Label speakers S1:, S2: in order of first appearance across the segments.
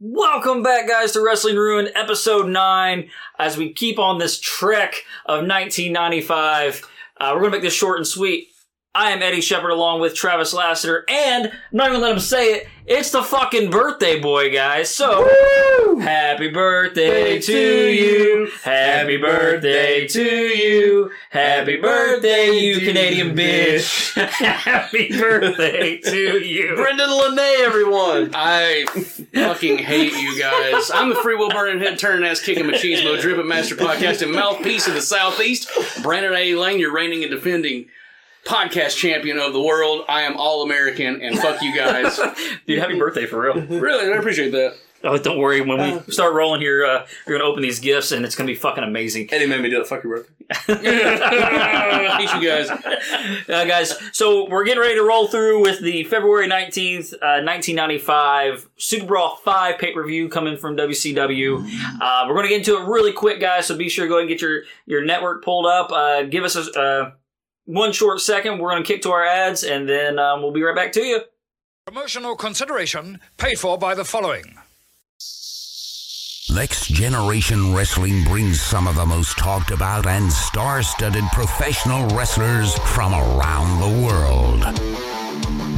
S1: Welcome back, guys, to Wrestling Ruin, episode 9. As we keep on this trek of 1995, uh, we're going to make this short and sweet. I am Eddie Shepard along with Travis Lassiter, and I'm not even let him say it, it's the fucking birthday boy, guys. So, happy birthday to you. Happy birthday to you. Happy birthday, you Canadian bitch. happy birthday to you.
S2: Brendan Lene, everyone.
S3: I fucking hate you guys. I'm the free will burning head, turning ass, kicking machismo, dripping master podcast, and mouthpiece of the southeast. Brandon A. Lane, your reigning and defending podcast champion of the world. I am all American, and fuck you guys.
S1: Dude, happy birthday for real.
S3: really, I appreciate that.
S1: Oh, don't worry. When we start rolling here, uh, you're gonna open these gifts, and it's gonna be fucking amazing,
S2: Eddie made me do it. Fuck your birthday.
S3: I hate you guys.
S1: uh, guys. So we're getting ready to roll through with the February nineteenth, uh, nineteen ninety five Super Brawl five pay per view coming from WCW. Uh, we're gonna get into it really quick, guys. So be sure to go ahead and get your your network pulled up. Uh, give us a uh, one short second. We're gonna kick to our ads, and then um, we'll be right back to you.
S4: Promotional consideration paid for by the following.
S5: Next Generation Wrestling brings some of the most talked about and star studded professional wrestlers from around the world.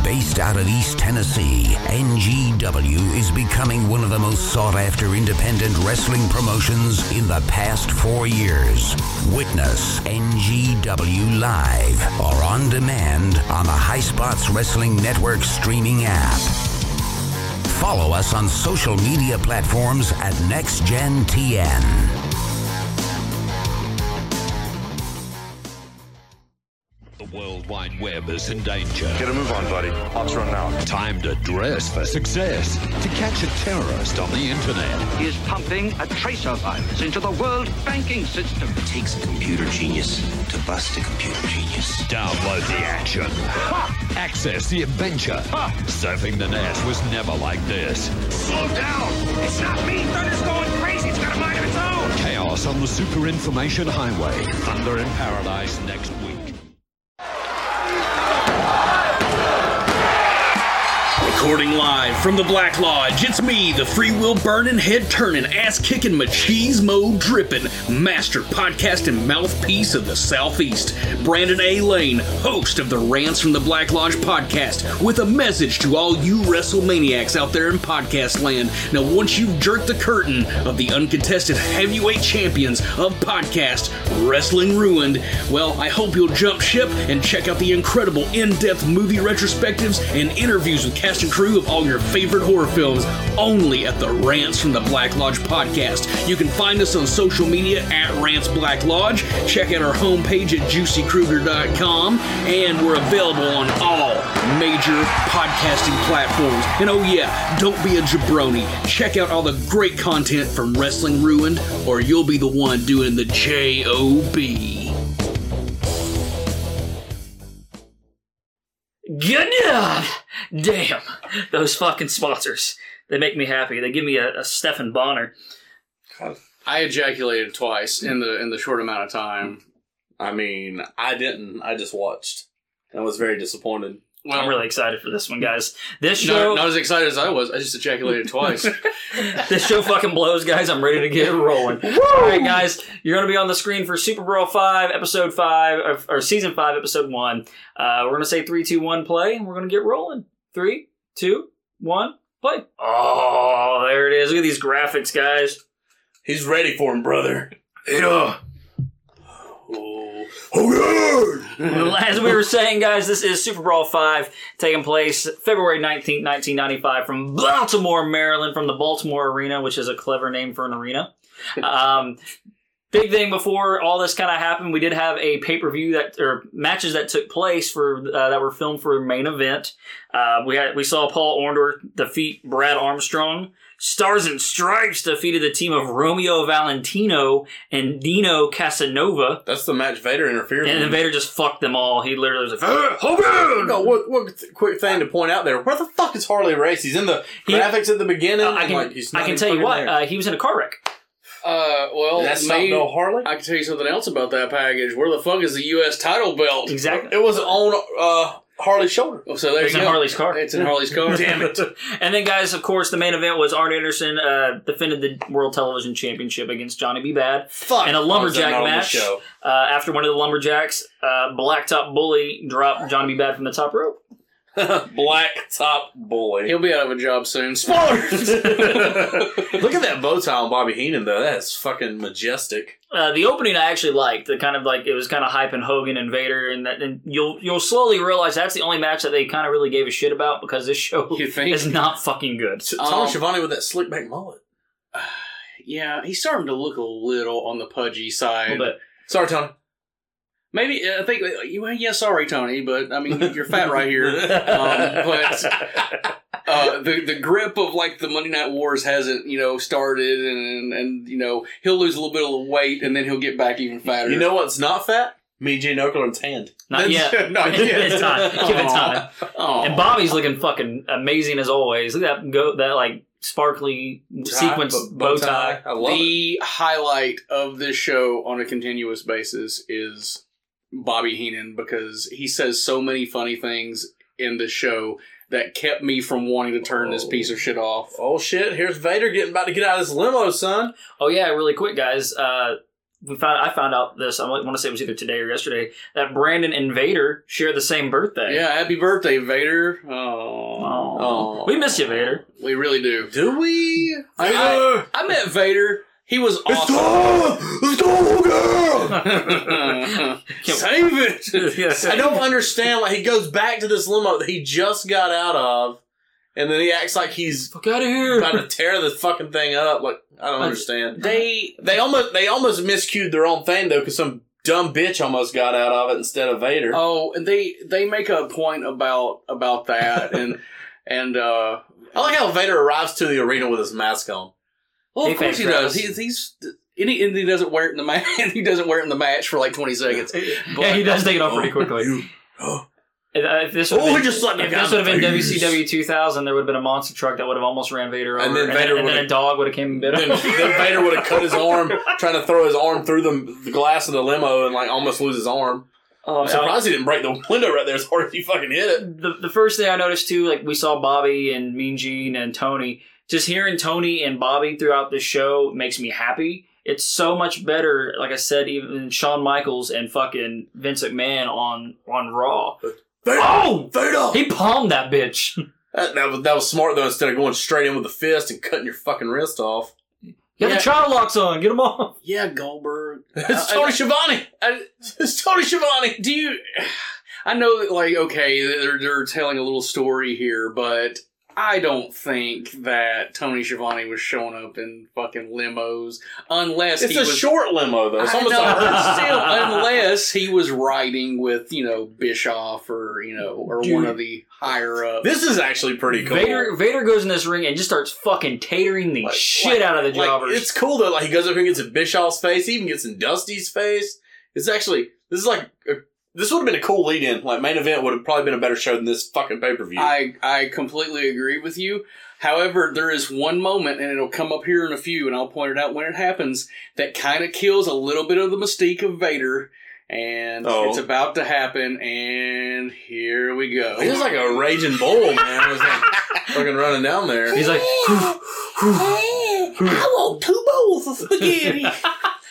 S5: Based out of East Tennessee, NGW is becoming one of the most sought after independent wrestling promotions in the past four years. Witness NGW Live or on demand on the High Spots Wrestling Network streaming app. Follow us on social media platforms at NextGenTN.
S6: The World Wide Web is in danger.
S7: Get a move on, buddy. Hawks run out.
S6: Time to dress for success. To catch a terrorist on the internet.
S8: is pumping a tracer virus into the world banking system.
S9: takes a computer genius to bust a computer genius.
S6: Download the action. Access the adventure. Surfing the net was never like this.
S10: Slow down! It's not me! Thunder's going crazy! It's got a mind of its own!
S6: Chaos on the Super Information Highway. Thunder in Paradise next week.
S3: Recording live from the Black Lodge, it's me, the free will burning, head turning, ass kicking, machismo dripping, master podcast and mouthpiece of the Southeast, Brandon A. Lane, host of the Rants from the Black Lodge podcast, with a message to all you WrestleManiacs out there in podcast land. Now, once you've jerked the curtain of the uncontested heavyweight champions of podcast, Wrestling Ruined, well, I hope you'll jump ship and check out the incredible in depth movie retrospectives and interviews with cast and crew of all your favorite horror films only at the Rants from the Black Lodge podcast. You can find us on social media at Rants Black Lodge. Check out our homepage at juicycruger.com, and we're available on all major podcasting platforms. And oh, yeah, don't be a jabroni. Check out all the great content from Wrestling Ruined, or you'll be the one doing the J.O.B.
S1: Good Damn, those fucking sponsors. They make me happy. They give me a, a Stefan Bonner.
S3: I ejaculated twice in the in the short amount of time.
S2: I mean, I didn't. I just watched and was very disappointed.
S3: Well,
S1: I'm really excited for this one, guys. This show,
S3: not, not as excited as I was. I just ejaculated twice.
S1: this show fucking blows, guys. I'm ready to get rolling. All right, guys, you're gonna be on the screen for Super Bowl Five, Episode Five, or, or Season Five, Episode One. Uh, we're gonna say three, two, one, play, and we're gonna get rolling. Three, two, one, play. Oh, there it is. Look at these graphics, guys.
S2: He's ready for him, brother. Oh.
S1: Well, As we were saying, guys, this is Super Brawl 5 taking place February 19th, 1995 from Baltimore, Maryland, from the Baltimore Arena, which is a clever name for an arena. Um, big thing before all this kind of happened, we did have a pay per view that, or matches that took place for, uh, that were filmed for the main event. Uh, we had, we saw Paul Orndorff defeat Brad Armstrong. Stars and Stripes defeated the team of Romeo Valentino and Dino Casanova.
S2: That's the match Vader interfered
S1: And
S2: with. Uh,
S1: Invader just fucked them all. He literally was like, "Huh?"
S2: No, what, what th- quick thing to point out there. Where the fuck is Harley Race? He's in the
S1: He- Uh,
S2: graphics at the beginning.
S1: I
S2: and,
S1: can,
S2: like, he's
S1: I
S2: not
S1: can
S2: even
S1: tell you
S2: fucking
S1: what,
S2: there.
S1: uh, he was in a car wreck.
S3: Uh, well,
S2: That's not
S3: maybe-
S2: no Harley?
S3: I can tell you something else about that package. Where the fuck is the U.S. title belt?
S1: Exactly.
S2: it was on uh,
S11: Harley's shoulder.
S2: Oh, so there
S1: It's
S2: you
S1: in
S2: go.
S1: Harley's car.
S2: It's in Harley's car.
S11: Damn it.
S1: and then, guys, of course, the main event was Arn Anderson uh, defended the World Television Championship against Johnny B. Bad
S11: Fuck.
S1: in a lumberjack
S11: Oh, is that not on the
S1: match.
S11: show?
S1: Uh, after one of the lumberjacks, uh, Blacktop Bully dropped Johnny B. Bad from the top rope.
S11: Black top bully.
S2: He'll be out of a job soon.
S11: Look at that bow tie on Bobby Heenan though. That's fucking majestic.
S1: Uh, the opening I actually liked. The kind of like it was kind of hype and Hogan and Vader, and that and you'll you'll slowly realize that's the only match that they kind of really gave a shit about because this show
S2: You think?
S1: is not fucking good.
S11: Tom
S2: Um,
S11: Schiavone with that slick back mullet.
S2: Yeah, he's starting to look a little on the pudgy side.
S1: But
S11: Sorry, Tony.
S2: Maybe I think. uh, Well, yeah, sorry, Tony, but I mean, you're fat right here. Um, but uh, the the grip of like the Monday Night Wars hasn't you know started, and and you know he'll lose a little bit of weight, and then he'll get back even fatter.
S11: You know what's not fat? Me and Gene Okerlund's hand.
S1: not yet.
S2: Not yet.
S1: it's time. Give it time.
S2: Aw.
S1: And Bobby's looking fucking amazing as always. Look at that go that like sparkly sequence
S11: Tie,
S1: bow tie.
S11: I love it.
S2: the highlight of this show on a continuous basis is Bobby Heenan because he says so many funny things in this show that kept me from wanting to turn this piece of shit off.
S11: Oh shit! Here's Vader getting about to get out of this limo, son.
S1: Oh yeah, really quick, guys. Uh, we found I found out this. I want to say it was either today or yesterday that Brandon and Vader share the same birthday.
S2: Yeah, happy birthday, Vader. Oh,
S11: Oh,
S1: we miss you, Vader.
S2: we really do.
S11: do we?
S2: I, mean,
S11: uh,
S2: I, I met Vader. He was awesome.
S11: Let's go, girl.
S2: Save it.
S11: I don't understand. Like he goes back to this limo that he just got out of, and then he acts like he's
S1: Fuck out of here.
S11: about to tear the fucking thing up. Like I don't understand.
S2: They
S11: They almost they almost miscued their own thing though, because some dumb bitch almost got out of it instead of Vader.
S2: oh, and they they make a point about about that and and uh
S11: I like how Vader arrives to the arena with his mask on.
S2: Well,
S1: Hey,
S2: of course
S1: Fake
S2: he
S1: Travis.
S2: does. He's he's and he, and he doesn't wear it in the match. he doesn't wear it in the match for like twenty seconds.
S1: yeah, he does take it off pretty quickly. If- uh, if this would
S11: Oh,
S1: have
S11: we
S1: been,
S11: just let the
S1: if
S11: guy
S1: this would have been
S11: loose.
S1: WCW 2000, there would have been a monster truck that would have almost ran Vader over,
S11: And then Vader
S1: and then
S11: would've-
S1: a dog would have came and bit
S11: Then,
S1: him.
S11: then Vader would have cut his arm trying to throw his arm through the, the glass of the limo and like almost lose his arm.
S1: Oh,
S11: I'm surprised he didn't break the window right there as hard as he fucking hit it.
S1: the, the first thing I noticed too, like we saw Bobby and Mean Gene and Tony. Just hearing Tony and Bobby throughout the show makes me happy. It's so much better, like I said, even than Shawn Michaels and fucking Vince McMahon on on Raw.
S11: Vader,
S1: Oh!
S11: Vader!
S1: He palmed that bitch.
S11: That, that was, that was smart though. Instead of going straight in with the fist and cutting your fucking wrist off,
S1: Get
S2: Yeah.
S1: the child locks on. Get them off.
S2: Yeah, Goldberg.
S11: it's
S2: Uh, I-
S11: Tony Schiavone.
S2: I-
S11: It's Tony Schiavone.
S2: do you? I know that like okay, they're they're telling a little story here, but I don't think that Tony Schiavone was showing up in fucking limos unless
S11: It's
S2: he
S11: a
S2: was.
S11: short limo though. It's
S2: I
S11: almost
S2: know,
S11: a hearse.
S2: but still, unless he was riding with you know Bischoff or you know or one of the higher up.
S11: This is actually pretty cool.
S1: Vader Vader goes in this ring and just starts fucking tatering the shit out of the
S11: Like,
S1: jobbers.
S11: it's cool though. Like he goes up and gets in Bischoff's face. He even gets in Dusty's face. It's actually this is like a, this would have been a cool lead in. Like main event would have probably been a better show than this fucking pay per view.
S2: I I completely agree with you. However, there is one moment, and it'll come up here in a few, and I'll point it out when it happens. That kind of kills a little bit of the mystique of Vader, and
S11: Oh.
S2: it's about to happen. And here we go.
S11: He was like a raging bull, man. He was like fucking running down there.
S1: He's like,
S11: want two bowls of spaghetti.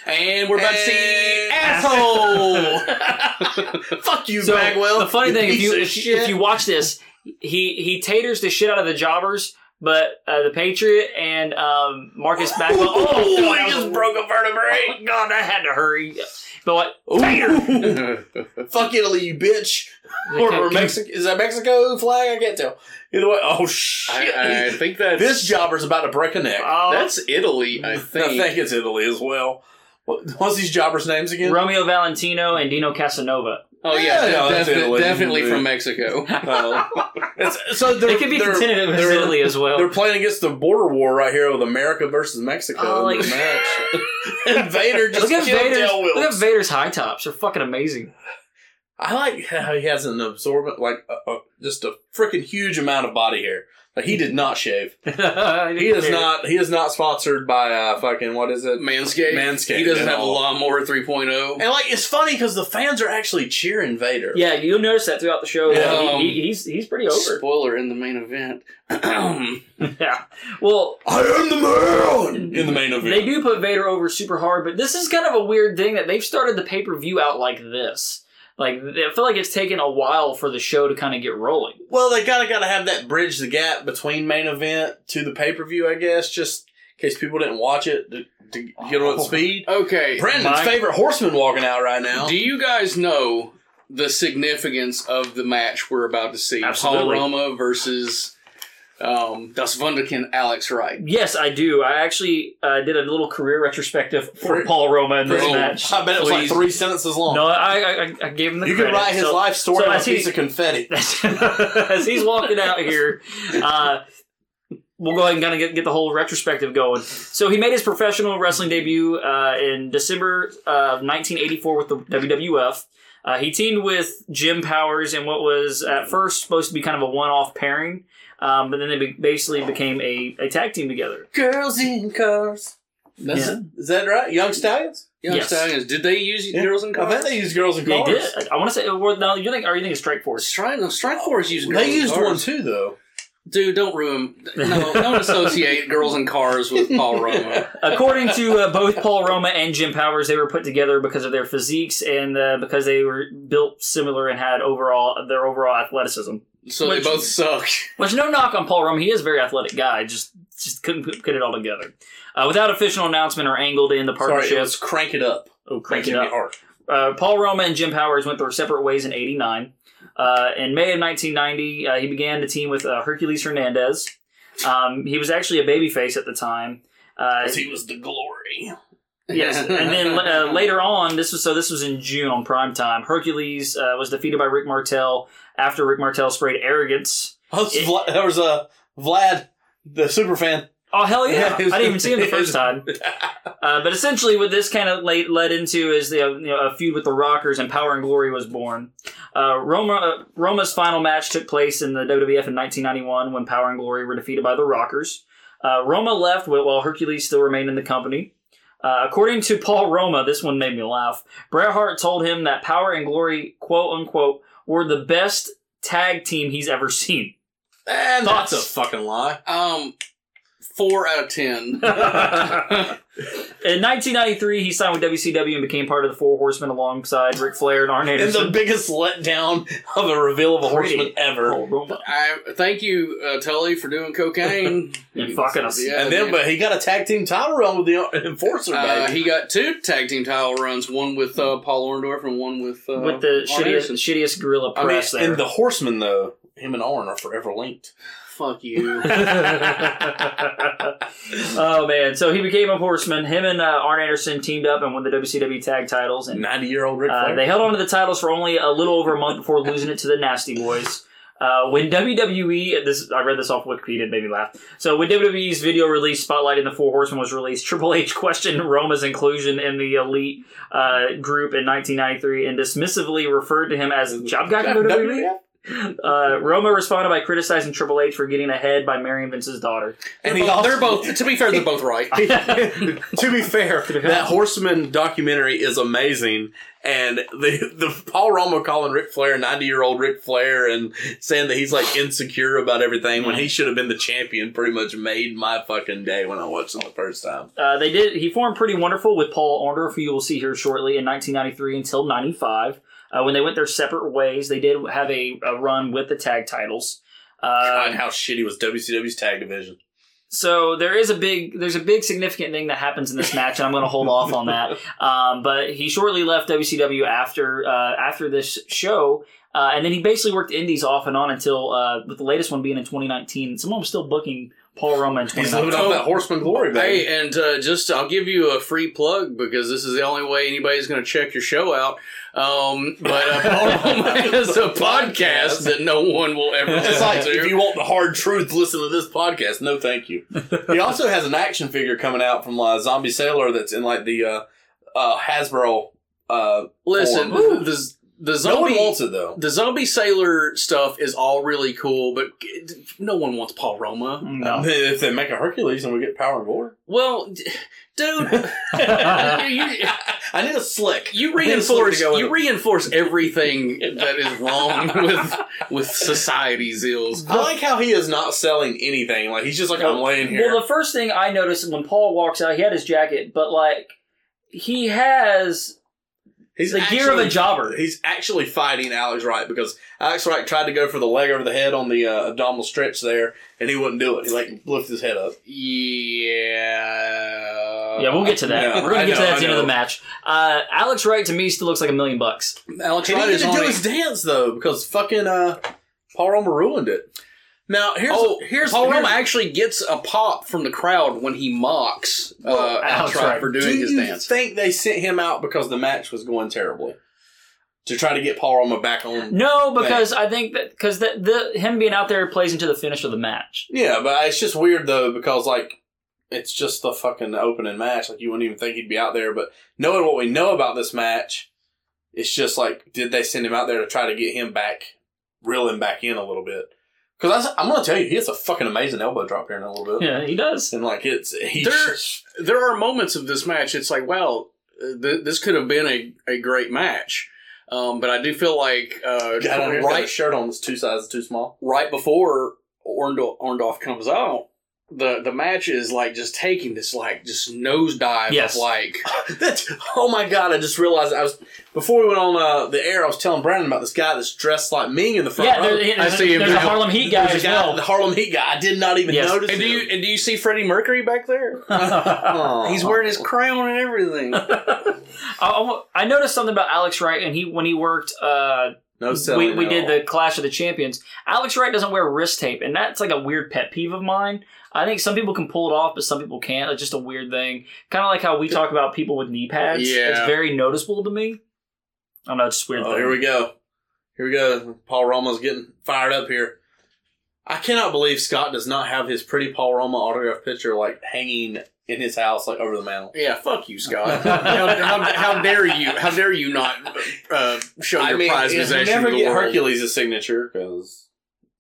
S2: and we're about to see
S11: Eh.
S2: asshole.
S11: Fuck you,
S1: So
S11: Bagwell.
S1: the funny thing, if
S11: piece
S1: you
S11: of
S1: if, you-
S11: shit.
S1: if you watch this, he he taters the shit out of the jobbers, but uh, the Patriot and um, Marcus Bagwell. Oh, God, that
S11: he
S1: was-
S11: just broke a vertebrae.
S1: God, I had to hurry. But what?
S11: Fuck Italy, you bitch. Or, or Mexico? Is that Mexico flag? I can't tell. Either way, oh shit!
S2: I, I think that's
S11: this jobber's about to break a neck.
S1: Oh,
S2: that's Italy. I think.
S11: I think it's Italy as well. What, what's these jobbers' names again?
S1: Romeo Valentino and Dino Casanova.
S2: Oh yeah,
S11: Yeah, no,
S2: de-
S11: that's
S2: defi-
S11: Italy.
S2: definitely from Mexico.
S11: Oh. It's- so they're,
S1: It could be
S11: they're-
S1: contended as
S11: they're-
S1: Italy as
S11: They're
S1: well.
S11: playing against the border war right here with America versus Mexico
S1: Oh,
S11: in
S1: like-
S11: the match. and Vader just
S1: Look at,
S11: killed
S1: Vader's,
S11: Dale Wills.
S1: look at Vader's high tops. They're fucking amazing.
S11: I like how he has an absorbent, like uh, uh, just a freaking huge amount of body hair. Like, he did not shave.
S1: he
S11: He is not. He is not sponsored by uh, fucking what is it?
S2: Manscaped.
S11: Manscaped.
S2: He doesn't
S11: at
S2: have a
S11: all.
S2: lawnmower 3.0.
S11: And like, it's funny because the fans are actually cheering Vader.
S1: Yeah, you'll notice that throughout the show.
S11: um,
S2: Yeah.
S1: He- he- he's he's pretty over.
S2: Spoiler in the main event.
S1: yeah. Well,
S11: I am the man in the main event.
S1: they do put Vader over super hard, but this is kind of a weird thing that they've started the pay per view out like this. Like I feel like it's taken a while for the show to kind of get rolling.
S11: Well, they gotta gotta have that bridge the gap between main event to the pay per view, I guess, just in case people didn't watch it to, to get on
S1: Oh.
S11: speed.
S2: Okay.
S11: Brandon's
S1: my-
S11: favorite horseman walking out right now.
S2: Do you guys know the significance of the match we're about to see?
S1: Absolutely.
S2: Paul Roma versus um, Das Wunderkind Alex Wright.
S1: Yes, I do. I actually uh, did a little career retrospective for
S11: Pretty-
S1: Paul Roma in this
S11: Oh,
S1: match.
S11: I bet it was like
S2: Please.
S11: three sentences long.
S1: No, I, I, I- I gave him the
S11: you
S1: credit.
S11: could write his
S1: So-
S11: life story
S1: so
S11: on
S1: I
S11: a
S1: see-
S11: piece of confetti.
S1: as he's walking out here, uh, we'll go ahead and kind of get, get the whole retrospective going. So he made his professional wrestling debut uh, in December of 1984 with the WWF. Uh, he teamed with Jim Powers in what was at first supposed to be kind of a one-off pairing, um, but then they be- basically became a, a tag team together.
S11: Girls in cars. That's
S1: Yeah.
S11: is that right? Young Stallions.
S2: Young
S1: Yes.
S2: Stallions. Did they use girls in
S11: I
S2: cars?
S11: think they used girls in
S1: They
S11: cars.
S1: did. I want to say. Well, no, you think? Are you thinking Strike Force?
S2: Strike, no, Strike Force used girls.
S11: They
S2: in
S11: used
S2: cars.
S11: one too, though.
S2: Dude, don't ruin. No, don't associate girls in cars with Paul Roma.
S1: According to uh, both Paul Roma and Jim Powers, they were put together because of their physiques and uh, because they were built similar and had overall their overall athleticism.
S2: So
S1: Which-
S2: they both suck.
S1: Which no knock on Paul Roma, he is a very athletic guy. Just just couldn't put, put it all together uh, without official announcement or angle to end the
S11: Sorry,
S1: partnership.
S11: it was crank it up.
S1: oh, crank it
S11: Making me
S1: up.
S11: hard.
S1: Uh, Paul Roma and Jim Powers went their separate ways in '89. Uh, in May of 1990, uh, he began to team with uh, Hercules Hernandez. Um, he was actually a babyface at the time. Uh,
S11: 'Cause He was the glory.
S1: Yes, and then uh, later on, this was so. This was in June on prime time. Hercules uh, was defeated by Rick Martel after Rick Martel sprayed arrogance.
S11: Oh, it's Vla- there was a Vlad, the super fan.
S1: Oh hell yeah!
S11: Yeah,
S1: I didn't even see him the first time. Uh, but essentially, what this kind of late led into is the you know, a feud with the Rockers, and Power and Glory was born. Uh, Roma uh, Roma's final match took place in the WWF in 1991 when Power and Glory were defeated by the Rockers. Uh, Roma left wh- while Hercules still remained in the company. Uh, according to Paul Roma, this one made me laugh. Bret Hart told him that Power and Glory, quote unquote, were the best tag team he's ever seen.
S11: And
S1: Thoughts?
S11: that's a fucking lie.
S2: Um, four out of ten.
S1: In 1993, he signed with WCW and became part of the Four Horsemen alongside Ric Flair and Arn
S11: And the
S1: Anderson.
S11: biggest letdown of a reveal of a
S1: Pretty.
S11: horseman ever.
S1: Paul Roma.
S2: I thank you, uh, Tully, for doing cocaine
S1: And fucking us.
S2: Yeah,
S11: And then,
S2: dude.
S11: but he got a tag team title run with the Enforcer,
S2: Uh,
S11: baby.
S2: he got two tag team title runs, one with uh, Paul Orndorff and one with uh,
S1: with the
S2: Arn
S1: shittiest,
S2: Anderson.
S1: shittiest gorilla
S11: I mean,
S1: press
S11: and
S1: there.
S11: the horseman though, him and Arn are forever linked.
S2: Fuck you.
S1: oh man! So he became a horseman. Him and uh, Arn Anderson teamed up and won the WCW tag titles. And
S11: Ninety-year-old Rick
S1: Uh,
S11: Flair.
S1: they held on to the titles for only a little over a month before losing it to the Nasty Boys. Uh, when WWE, this I read this off Wikipedia, it made me laugh. So when WWE's video release spotlighting the Four Horsemen was released, Triple H questioned Roma's inclusion in the elite uh, group in 1993 and dismissively referred to him as job guy for WWE. E?
S11: E?
S1: Uh, Roma responded by criticizing Triple H for getting ahead by marrying Vince's daughter.
S11: and he
S2: Well,
S11: also,
S2: they're both. To be fair, they're both right.
S11: to be fair, that Horseman documentary is amazing, and the the Paul Romo calling Ric Flair ninety year old Ric Flair and saying that he's like insecure about everything when he should have been the champion pretty much made my fucking day when I watched it the first time.
S1: Uh, they did. He formed Pretty Wonderful with Paul Orndorff, who you will see here shortly, in 1993 until 95. Uh, when they went their separate ways, they did have a, a run with the tag titles. Uh,
S11: God, how shitty was WCW's tag division?
S1: so there is a big, there's a big significant thing that happens in this match. and I'm going to hold off on that. Um, but he shortly left WCW after uh, after this show, uh, and then he basically worked indies off and on until uh, with the latest one being in 2019. Someone was still booking Paul Roma in
S11: He's living
S1: 2019.
S11: off that Horseman glory, baby.
S2: Hey, and uh, just I'll give you a free plug because this is the only way anybody's going to check your show out. Um, but uh, Paul Roma has a podcast that no one will ever
S11: It's
S2: listen
S11: like
S2: to.
S11: if you want the hard truth, listen to this podcast. No, thank you. He also has an action figure coming out from uh, Zombie Sailor that's in like the uh, uh, Hasbro. Uh,
S2: Listen,
S11: Form.
S2: the, the
S11: No
S2: zombie
S11: one wants it though.
S2: The zombie sailor stuff is all really cool, but no one wants Paul Roma.
S11: Um, if they make a Hercules and we get power and gore,
S2: Well, d- dude, you,
S11: I need a slick.
S2: you
S11: I need a slick
S2: reinforce
S11: to go with
S2: you
S11: it.
S2: reinforce everything that is wrong with with society's ills.
S11: I like how he is not selling anything. Like he's just like I'm laying here.
S1: Well, the first thing I noticed when Paul walks out, he had his jacket, but like he has
S11: he's
S1: the gear of a jobber.
S11: He's actually fighting Alex Wright because Alex Wright tried to go for the leg over the head on the uh, abdominal stretch there, and he wouldn't do it. He like lifted his head up.
S2: Yeah.
S1: yeah, we'll get to that.
S11: Uh, Yeah,
S1: We're gonna
S11: I
S1: get to
S11: know,
S1: that at
S11: I
S1: the end of the
S11: know.
S1: match. Uh, Alex Wright to me still looks like a million bucks.
S2: Alex
S11: He
S2: Wright
S11: didn't
S2: is
S11: even
S2: on
S11: do
S2: a-
S11: his dance though because fucking uh, Paul Roma ruined it. Now here's
S2: Oh,
S11: here's
S2: Paul
S11: here's-
S2: Roma actually gets a pop from the crowd when he mocks uh, Alex
S1: Alex
S2: Wright
S1: Wright.
S2: for doing
S11: Do
S2: his
S11: you
S2: dance.
S11: think they sent him out because the match was going terribly to try to get Paul Roma back on?
S1: No, because I think that because that the him being out there plays into the finish of the match.
S11: Yeah, but it's just weird though because like it's just the fucking opening match. Like you wouldn't even think he'd be out there, but knowing what we know about this match, it's just like did they send him out there to try to get him back, reel him back in a little bit? Because I'm gonna tell you, he has a fucking amazing elbow drop here in a little bit.
S1: Yeah, he does.
S11: And like it's he's
S2: There, there are moments of this match. It's like, wow, uh, th- this could have been a, a great match. Um, but I do feel like uh,
S11: got on here, got
S2: right
S11: his shirt on. It's two sizes too small.
S2: right before Orndorff, Orndorff comes out, the the match is like just taking this like just nosedive
S1: Yes.
S2: of like
S11: That's oh my god! I just realized I was before we went on uh, the air. I was telling Brandon about this guy that's dressed like me in the front
S1: Yeah,
S11: row.
S1: there, there's,
S2: I see him
S1: there's a
S2: now.
S1: Harlem Heat guy
S11: There's
S1: as
S11: a guy, the
S1: well.
S11: Harlem Heat guy. I did not even
S1: Yes.
S11: notice.
S2: and do you
S11: him.
S2: and do you see Freddie Mercury back there?
S11: Aw.
S2: He's wearing his crown and everything.
S1: I, I- I noticed something about Alex Wright, and he when he worked. Uh,
S11: no selling
S1: we, we
S11: at
S1: did
S11: all.
S1: the Clash of the Champions. Alex Wright doesn't wear wrist tape, and that's like a weird pet peeve of mine. I think some people can pull it off, but some people can't. It's just a weird thing. Kind of like how we talk about people with knee pads.
S2: Yeah.
S1: It's very noticeable to me. I don't know, it's just a weird.
S11: Oh,
S1: thing.
S11: here we go. Here we go. Paul Roma's getting fired up here. I cannot believe Scott does not have his pretty Paul Roma autograph picture like hanging in his house like over the mantle.
S2: Yeah, fuck you, Scott. how, how, how dare you? How dare you not uh, show your prize
S11: if
S2: possession
S11: you never
S2: to the
S11: get
S2: world?
S11: Hercules' signature because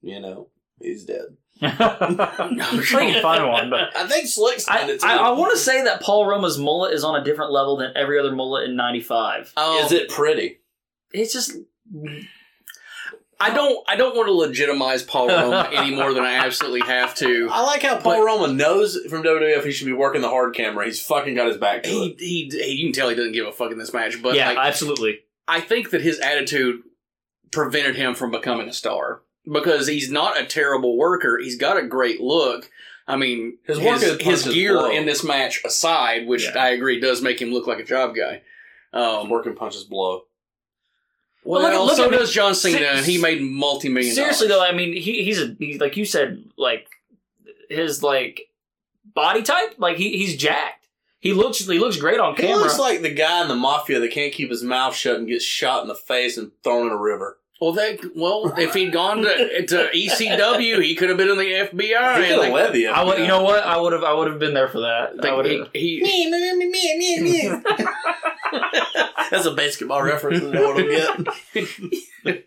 S11: you know he's dead.
S1: I can find one, but
S11: I think Slick's done
S1: I,
S11: it too.
S1: I, I want to say that Paul Roma's mullet is on a different level than every other mullet in '95.
S2: Um,
S11: Is it pretty?
S1: It's just
S2: I don't. I don't want to legitimize Paul Roma any more than I absolutely have to.
S11: I like how Paul Roma knows from WWF he should be working the hard camera. He's fucking got his back to it.
S2: He, he, he, you can tell he doesn't give a fuck in this match, but
S1: yeah,
S2: like,
S1: absolutely.
S2: I think that his attitude prevented him from becoming a star because he's not a terrible worker. He's got a great look. I mean,
S11: His
S2: his
S11: work
S2: his,
S11: ethic punches
S2: gear
S11: blow.
S2: in this match aside, which
S1: Yeah.
S2: I agree does make him look like a job guy. Um,
S11: Working punches blow.
S2: well,
S1: look at- look
S2: so
S1: at-
S2: does John Cena.
S1: Se-
S2: and he made multi-million.
S1: Seriously
S2: dollars.
S1: though, I mean, he, he's a he's like you said, like his like body type, like he, he's jacked. He looks he looks great on
S11: He
S1: camera.
S11: looks like the guy in the mafia that can't keep his mouth shut and gets shot in the face and thrown in a river.
S2: Well, they well, if he'd gone to, to ECW, he could have been in the FBI.
S11: he could
S2: Like,
S11: have led the
S1: I would, you know what? I would have, I would have been there for that. I
S2: like,
S1: would've-
S2: he, he-
S11: Me, me, me, me, me, me. That's a basketball reference. I know what I'm getting.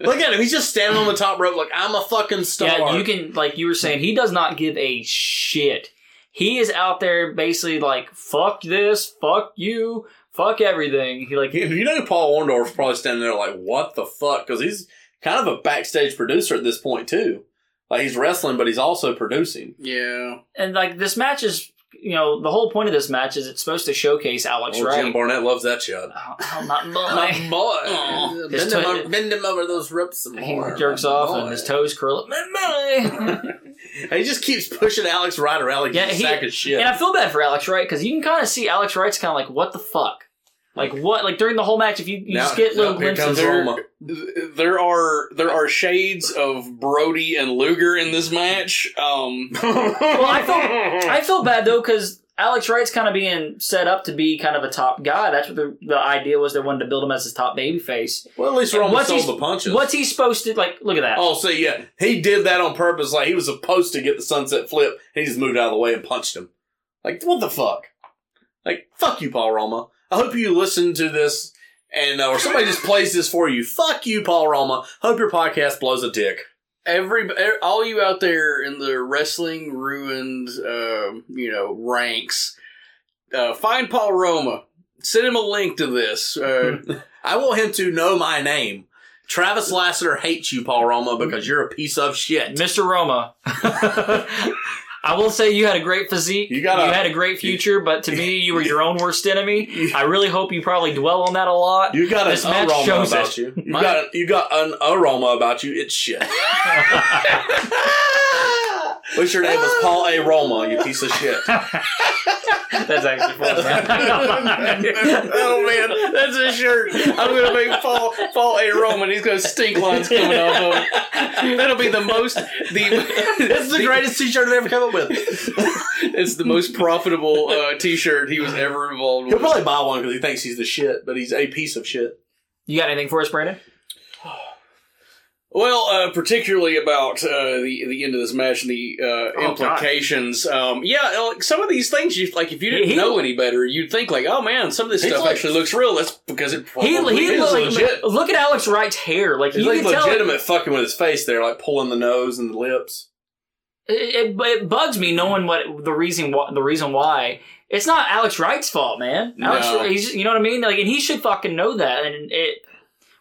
S11: Look at him. He's just standing on the top rope like, I'm a fucking star.
S1: yeah, you can, like you were saying, he does not give a shit. He is out there basically like, fuck this, fuck you, fuck everything. He like,
S11: You- You know Paul Orndorff's probably standing there like, what the fuck? Because he's kind of a backstage producer at this point, too. Like, he's wrestling, but he's also producing.
S2: yeah,
S1: and like this match is, you know, the whole point of this match is it's supposed to showcase Alex
S11: Old Jim
S1: Wright.
S11: Barnett loves that shot.
S1: Oh, oh, my boy.
S11: boy.
S1: His
S11: Bend
S1: toe-
S11: him, over, bend him over those ropes some
S1: He
S11: more.
S1: jerks
S11: my
S1: off
S11: boy.
S1: and his toes curl up. My boy.
S11: And he just keeps pushing Alex right around like
S1: Yeah,
S11: he's
S1: he-
S11: a sack of shit.
S1: And I feel bad for Alex Wright because you can kind of see Alex Wright's kind of like, what the fuck? Like what? Like during the whole match, if you, you
S11: Now-
S1: just get little
S11: now here
S1: glimpses.
S11: comes
S1: There,
S11: Roma.
S2: there are there are shades of Brody and Luger in this match. Um,
S1: well, I felt I felt bad though because Alex Wright's kind of being set up to be kind of a top guy. That's what the, the idea was. They wanted to build him as his top baby face.
S11: Well, at least Roma
S1: What's
S11: sold
S1: he-
S11: the punches.
S1: What's he supposed to like? Look at that.
S11: Oh, so yeah, he did that on purpose. Like he was supposed to get the sunset flip. He just moved out of the way and punched him. Like what the fuck? Like fuck you, Paul Roma. I hope you listen to this and uh, or somebody just plays this for you. Fuck you, Paul Roma. Hope your podcast blows a dick.
S2: Every e- all you out there in the wrestling ruined, um, you know, ranks, uh, find Paul Roma. Send him a link to this. Uh,
S11: I want him to know my name. Travis Lassiter hates you, Paul Roma, because you're a piece of shit.
S1: Mr. Roma. I will say you had a great physique.
S11: You got a-
S1: had a great future, but to me, you were your own worst enemy. I really hope you probably dwell on that a lot.
S11: You got an
S1: This match
S11: aroma
S1: shows
S11: about
S1: it.
S11: you. You got, you got an aroma about you. It's shit. Wish your name was Paul A. Roma, you piece of shit.
S1: That's actually
S2: oh man, that's his shirt. I'm gonna make Paul Paul A Roman. He's gonna stink lines coming off of it. That'll be the most the
S11: That's the greatest t-shirt I've ever come up with.
S2: it's the most profitable uh, T-shirt he was ever involved
S11: He'll
S2: with.
S11: probably buy one because he thinks he's the shit, but he's a piece of shit.
S1: You got anything for us, Brandon?
S2: Well, uh, particularly about uh, the the end of this match and the
S11: Oh,
S2: uh, implications. Um, yeah, like some of these things, you like if you didn't
S1: He-
S2: know any better, you'd think like, oh man, some of this
S11: He's
S2: stuff
S11: like-
S2: actually looks real. That's because it probably
S1: He, he
S2: is
S1: looked like,
S2: legit.
S1: look at Alex Wright's hair. Like
S11: Oh, He's
S1: you
S11: like
S1: can tell, it,
S11: legitimate fucking with his face there, like pulling the nose and the lips.
S1: it, it bugs me knowing what the reason why, the reason why. It's not Alex Wright's fault, man. Alex,
S2: No.
S1: he's, you know what I mean? Like, and he should fucking know that. And it,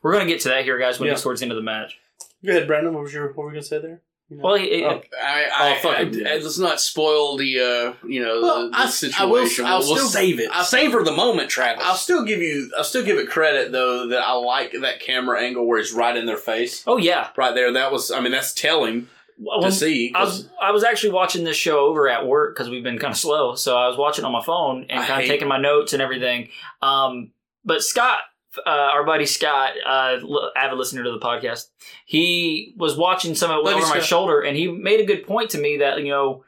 S1: we're gonna get to that here, guys, when
S11: Yeah.
S1: it's towards the end of the match.
S11: Go ahead, Brandon. What was your what were we gonna say there?
S1: Well, he, it-
S11: Oh.
S2: I, I,
S11: Oh, fuck
S2: I-
S11: it.
S2: I- let's not spoil the uh, you know the-
S11: Well,
S2: the,
S11: I- I
S2: situation.
S11: will- I'll
S2: we'll, we'll
S11: still-
S2: save it.
S11: I'll-
S2: savor the moment, Travis.
S11: I'll still give you I'll still give it credit though that I like that camera angle where it's right in their face.
S1: oh yeah.
S11: Right there. That was I mean that's telling
S1: Well,
S11: to see.
S1: I
S11: 'cause
S1: was I was actually watching this show over at work because we've been kind of slow, so I was watching on my phone and
S11: I
S1: kind
S11: hate-
S1: of taking my notes and everything. Um, but Scott, uh, our buddy Scott, uh, l- avid listener to the podcast, he was watching some of it
S11: Love you,
S1: over my
S11: Scott.
S1: shoulder, and he made a good point to me that you know,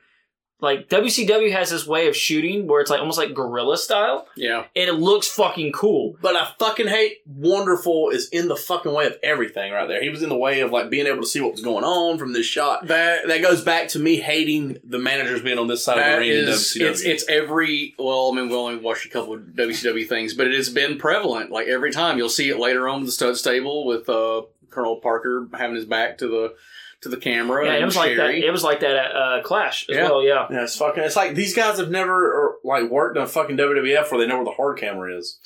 S1: like WCW has this way of shooting where it's like almost like guerrilla style,
S2: yeah,
S1: and it looks fucking cool.
S11: but I fucking hate Wonderful is in the fucking way of everything right there. He was in the way of like being able to see what was going on from this shot.
S2: that
S11: That goes back to me hating the managers being on this side of
S2: that
S11: the ring
S2: is
S11: in WCW.
S2: it's it's every well. I mean, we only watched a couple of WCW things, but it has been prevalent. Like every time you'll see it later on with the stud stable with uh, Colonel Parker having his back to the to the camera.
S1: Yeah,
S2: and
S1: it was like that.
S2: Sherry.
S1: It was like that at uh, Clash as
S2: Yeah.
S1: well. Yeah,
S11: yeah, it's fucking. It's like these guys have never or, like worked on fucking WWF where they know where the hard camera is.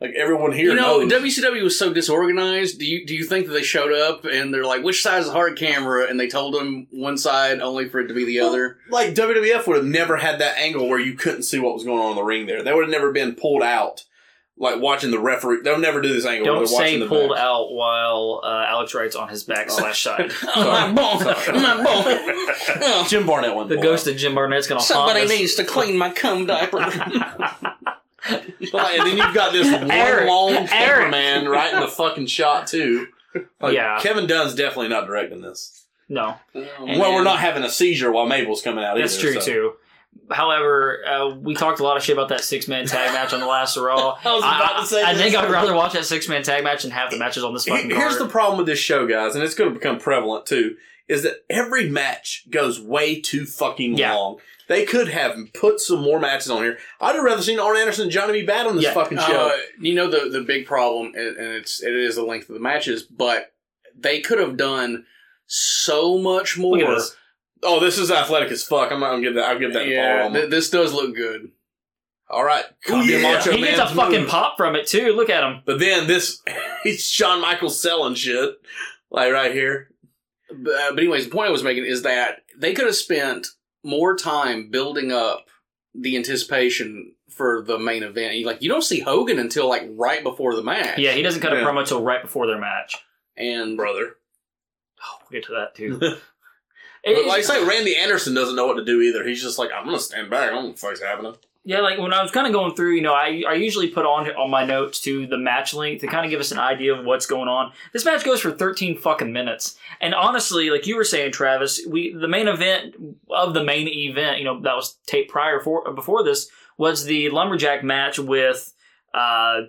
S11: Like everyone here,
S2: You know,
S11: knows.
S2: WCW was so disorganized. Do you do you think that they showed up and they're like, which side is the hard camera? And they told them one side only for it to be the other.
S11: like WWF would have never had that angle where you couldn't see what was going on in the ring there. They would have never been pulled out, like watching the referee. They'll never do this angle.
S1: don't
S11: where they're watching
S1: say
S11: the
S1: pulled
S11: match. Oh.
S1: out while uh, Alex Wright's on his back slash side.
S2: My bone, my bone. Oh,
S11: Jim Barnett one.
S1: The ghost of Jim Barnett's gonna
S2: Somebody
S1: haunt us.
S2: needs to clean my cum diaper.
S11: and then you've got this one
S1: Eric.
S11: long
S1: Eric.
S11: cameraman right in the fucking shot too. Like,
S1: Yeah.
S11: Kevin Dunn's definitely not directing this.
S1: No,
S2: And
S11: well, we're
S2: then-
S11: not having a seizure while Mabel's coming out.
S1: that's
S11: either,
S1: true
S11: so.
S1: too. However, uh, we talked a lot of shit about that six man tag match on the last Raw.
S11: I was about
S1: I-
S11: to say
S1: I
S11: this.
S1: think I'd rather watch that six man tag match than half the matches on this fucking
S11: Here- Here's the
S1: card.
S11: problem with this show, guys, and it's going to become prevalent too, is that every match goes way too fucking
S1: Yeah.
S11: long. They could have put some more matches on here. I'd have rather seen Arn Anderson and Johnny B. Bad on this
S1: Yeah.
S11: fucking show.
S2: Uh, you know the the big problem, and and it's it is the length of the matches, but they could have done so much more.
S1: Look at this.
S11: oh, this is athletic as fuck. I'm not going to give that. I'll give that to Paul
S2: Yeah,
S11: Roma.
S2: th- this does look good.
S11: All right. Copy
S2: yeah.
S11: Macho
S1: He gets a
S11: Man's
S1: fucking
S11: move.
S1: pop from it too. Look at him.
S11: But then this, he's Shawn Michaels selling shit. Like right here.
S2: But, uh, but anyways, the point I was making is that they could have spent more time building up the anticipation for the main event. You- Like you don't see Hogan until like right before the match.
S1: Yeah, he doesn't cut a
S11: Yeah.
S1: promo till right before their match.
S2: and
S11: Brother.
S1: We'll get to that too. It-
S11: But like I say, Randy Anderson doesn't know what to do either. He's just like, I'm going to stand back. I don't know what the fuck's happening.
S1: Yeah, like when I was kind of going through, you know, I, I usually put on on my notes to the match length to kind of give us an idea of what's going on. This match goes for 13 fucking minutes. And honestly, like you were saying, Travis, we the main event of the main event, you know, that was taped prior for before this was the lumberjack match with uh,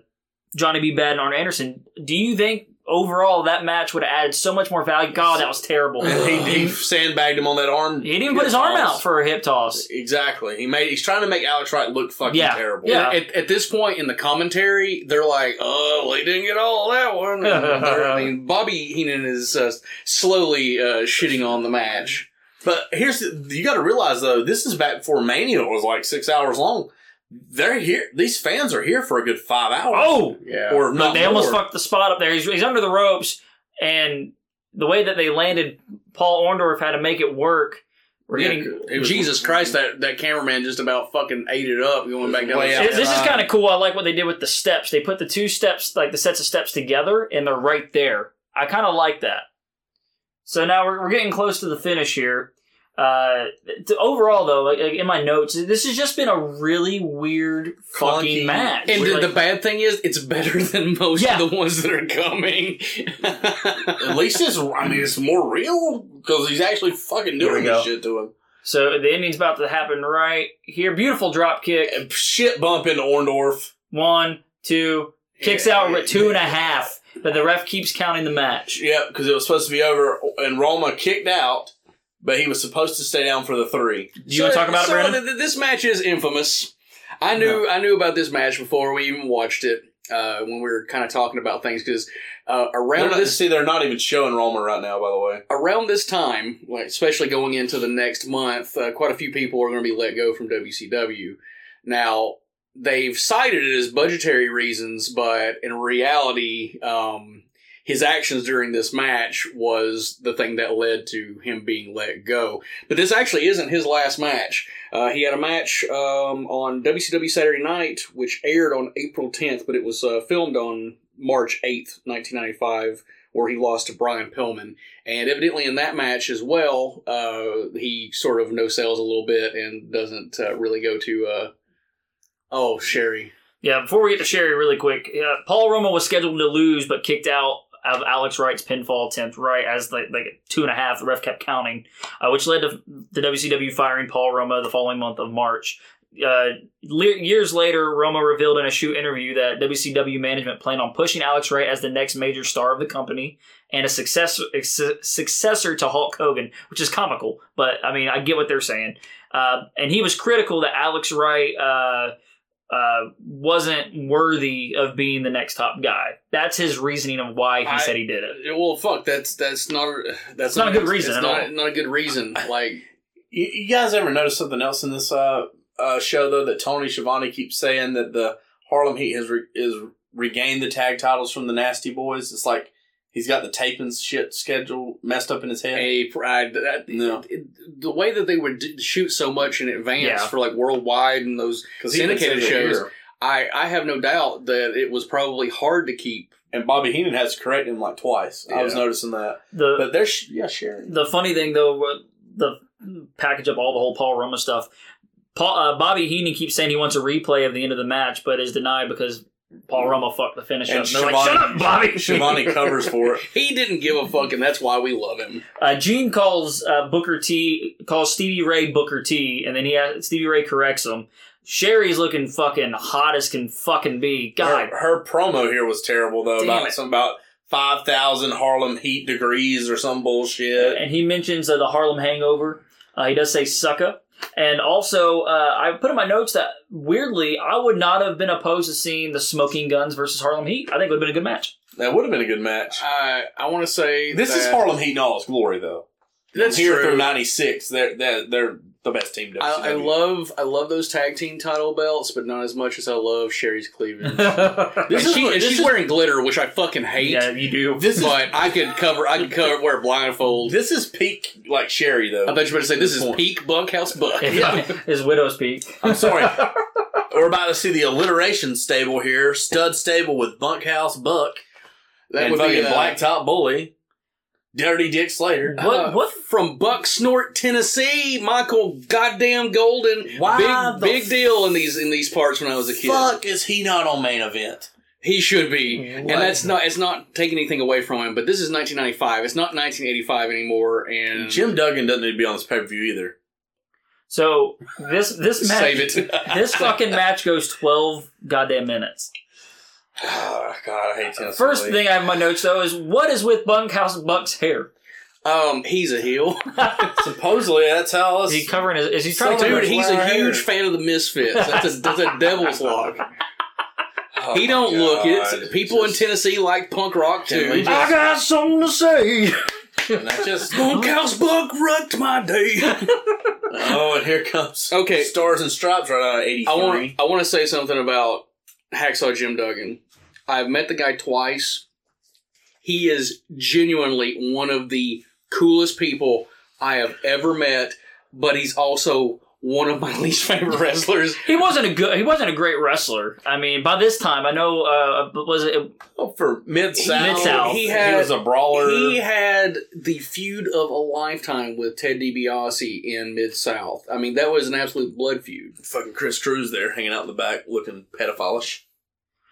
S1: Johnny B. Bad and Arn Anderson. Do you think overall that match would have added so much more value. God, that was terrible.
S11: He,
S1: he
S11: he sandbagged him on that arm.
S1: didn't even put his arm out for a hip toss.
S11: Exactly. He made. He's trying to make Alex Wright look fucking
S1: Yeah.
S11: terrible.
S1: Yeah.
S2: At, at this point in the commentary, they're like, "Oh, they didn't get all that one." And they're- I mean, Bobby Heenan is uh, slowly uh, shitting on the match.
S11: But here's the, you got to realize though, this is back before Mania was like six hours long. They're here. These fans are here for a good five hours.
S1: Oh,
S2: Yeah,
S11: or not.
S1: they almost
S11: more.
S1: fucked the spot up there. He's, he's under the ropes, and the way that they landed, Paul Orndorff had to make it work. We're
S2: Yeah,
S1: getting
S2: it was- Jesus Christ, that, that cameraman just about fucking ate it up going back down.
S11: Way
S2: the
S11: out.
S1: This
S2: side.
S1: this is kind of cool. I like what they did with the steps. They put the two steps, like the sets of steps together, and they're right there. I kind of like that. So now we're, we're getting close to the finish here. Uh, to, overall, though, like, like, in my notes, this has just been a really weird
S11: Clunky.
S1: fucking match.
S2: And the,
S1: Like,
S2: the bad thing is, it's better than most
S1: Yeah.
S2: of the ones that are coming.
S11: At least it's. I mean, it's more real because he's actually fucking
S1: Here we
S11: doing this
S1: go.
S11: shit to him.
S1: so the ending's about to happen right here. Beautiful drop kick.
S11: And shit bump into Orndorff.
S1: One, two, kicks out at two and a half, but the ref keeps counting the match.
S11: Yep, because it was supposed to be over, and Roma kicked out, but he was supposed to stay down for the three.
S1: Do you want to talk about it,
S2: so
S1: Brandon?
S2: th- th- this match is infamous. I knew I knew about this match before we even watched it. Uh, when we were kind of talking about things, because uh,
S11: They're
S2: around
S11: not,
S2: this
S11: see, they're not even showing Roma right now. By the way,
S2: around this time, like, especially going into the next month, uh, quite a few people are going to be let go from WCW. Now they've cited it as budgetary reasons, but in reality, um, his actions during this match was the thing that led to him being let go. But this actually isn't his last match. Uh, he had a match um, on WCW Saturday Night, which aired on April 10th, but it was uh, filmed on March 8th, 1995, where he lost to Brian Pillman. And evidently, in that match as well, uh, he sort of no sells a little bit and doesn't uh, really go to. Uh, oh, Sherry.
S1: Yeah, before we get to Sherry, really quick, uh, Paul Roma was scheduled to lose but kicked out of Alex Wright's pinfall attempt right as like, like two and a half. The ref kept counting, uh, which led to the WCW firing Paul Roma the following month of March. Uh, le- years later, Roma revealed in a shoot interview that WCW management planned on pushing Alex Wright as the next major star of the company and a successor su- successor to Hulk Hogan, which is comical, but I mean I get what they're saying. Uh, and he was critical that Alex Wright. Uh, uh, wasn't worthy of being the next top guy. That's his reasoning of why he
S2: I-
S1: said he did it.
S2: Well, fuck. That's that's not a- that's
S1: It's not a good reason
S2: It's
S1: at
S2: not,
S1: all.
S2: not a good reason. Like
S11: you, you guys ever notice something else in this uh, uh, show though that Tony Schiavone keeps saying that the Harlem Heat has re- is regained the tag titles from the Nasty Boys? It's like he's got the tapings shit schedule messed up in his head.
S2: a pride that,
S11: No.
S2: it- the way that they would d- shoot so much in advance
S1: Yeah.
S2: for like worldwide and those
S11: he
S2: syndicated
S11: didn't say that
S2: shows,
S11: either.
S2: I I have no doubt that it was probably hard to keep.
S11: And Bobby Heenan has corrected him like twice. I was
S2: Yeah.
S11: noticing that.
S1: The
S11: But there's yeah, Sharon.
S1: the funny thing though, wa- the package up all the whole Paul Roma stuff. Paul, uh, Bobby Heenan keeps saying he wants a replay of the end of the match, but is denied because Paul Roma fucked the finish
S11: And
S1: up. She's like,
S11: Schiavone-
S1: Shut up, Bobby.
S11: Schiavone covers for it.
S2: He didn't give a fuck, and that's why we love him.
S1: Uh, Gene calls uh, Booker T, calls Stevie Ray Booker T, and then he has, Stevie Ray corrects him. Sherry's looking fucking hot as can fucking be. God,
S11: Her, her promo here was terrible though.
S1: Damn
S11: about
S1: it.
S11: some about five thousand Harlem Heat degrees or some bullshit.
S1: and he mentions uh, the Harlem Hangover. Uh, he does say sucka. And also, uh, I put in my notes that weirdly, I would not have been opposed to seeing the Smoking Guns versus Harlem Heat. I think it would have been a good match.
S11: That would have been a good match.
S2: I I want to say
S11: This is
S2: that-
S11: Harlem Heat in all its glory, though.
S2: That's
S11: Here
S2: true.
S11: through '96, they're, they're they're the best team. WCW.
S2: I, I love I love those tag team title belts, but not as much as I love Sherry's cleavage.
S1: yeah,
S2: And
S11: is
S2: she-
S11: what-
S2: and
S11: this
S2: she's
S11: is-
S2: wearing glitter, which I fucking hate.
S1: you do.
S11: this. Is
S2: but I could cover. I could cover. Wear a blindfold.
S11: this is peak like Sherry though.
S2: I bet you were about to say this is
S11: Point.
S2: peak bunkhouse buck.
S1: His widow's peak.
S11: I'm sorry. We're about to see the alliteration stable here. Stud stable with Bunkhouse Buck
S2: That
S11: and
S2: would
S11: fucking
S2: be uh,
S11: Blacktop Bully, Dirty Dick Slater.
S1: What?
S2: uh,
S1: what?
S2: from Buck Snort, Tennessee? Michael Goddamn Golden.
S11: Why
S2: big
S11: the
S2: big deal in these in these parts when I was a kid.
S11: Fuck is he not on main event?
S2: He should be, and that's not. It's not taking anything away from him. But this is 1995. It's not 1985 anymore. And
S11: Jim Duggan doesn't need to be on this pay per view either.
S1: So this this match,
S2: save it.
S1: this fucking match goes twelve goddamn minutes.
S11: Oh, God, I hate Tennessee.
S1: First
S11: League.
S1: thing I have in my notes though is what is with Bunkhouse Buck's hair?
S2: Um, he's a heel.
S11: supposedly that's how us.
S1: Is he covering his? Is he trying to
S11: Dude,
S1: cover?
S2: Dude,
S1: his-
S2: he's
S11: Flair.
S2: a huge fan of the Misfits. That's a, that's a devil's log. he don't
S11: Oh my
S2: look it.
S11: God.
S2: It's- People in Tennessee like punk rock
S11: Can we
S2: too.
S11: just-
S1: got something to say.
S11: and I just
S2: Bunkhouse Buck wrecked my day.
S11: oh, and here comes
S2: Okay.
S11: stars and stripes right out of eighty three.
S2: I want I want to say something about Hacksaw Jim Duggan. I've met the guy twice. He is genuinely one of the coolest people I have ever met, but he's also one of my least favorite wrestlers.
S1: He wasn't a good. He wasn't a great wrestler. I mean, by this time, I know. Uh, was it?
S11: oh, for mid south.
S1: Mid-South.
S11: He,
S2: He had-
S11: was a brawler.
S2: He had the feud of a lifetime with Ted DiBiase in Mid South. I mean, that was an absolute blood feud.
S11: Fucking Chris Cruz there hanging out in the back looking pedophilish.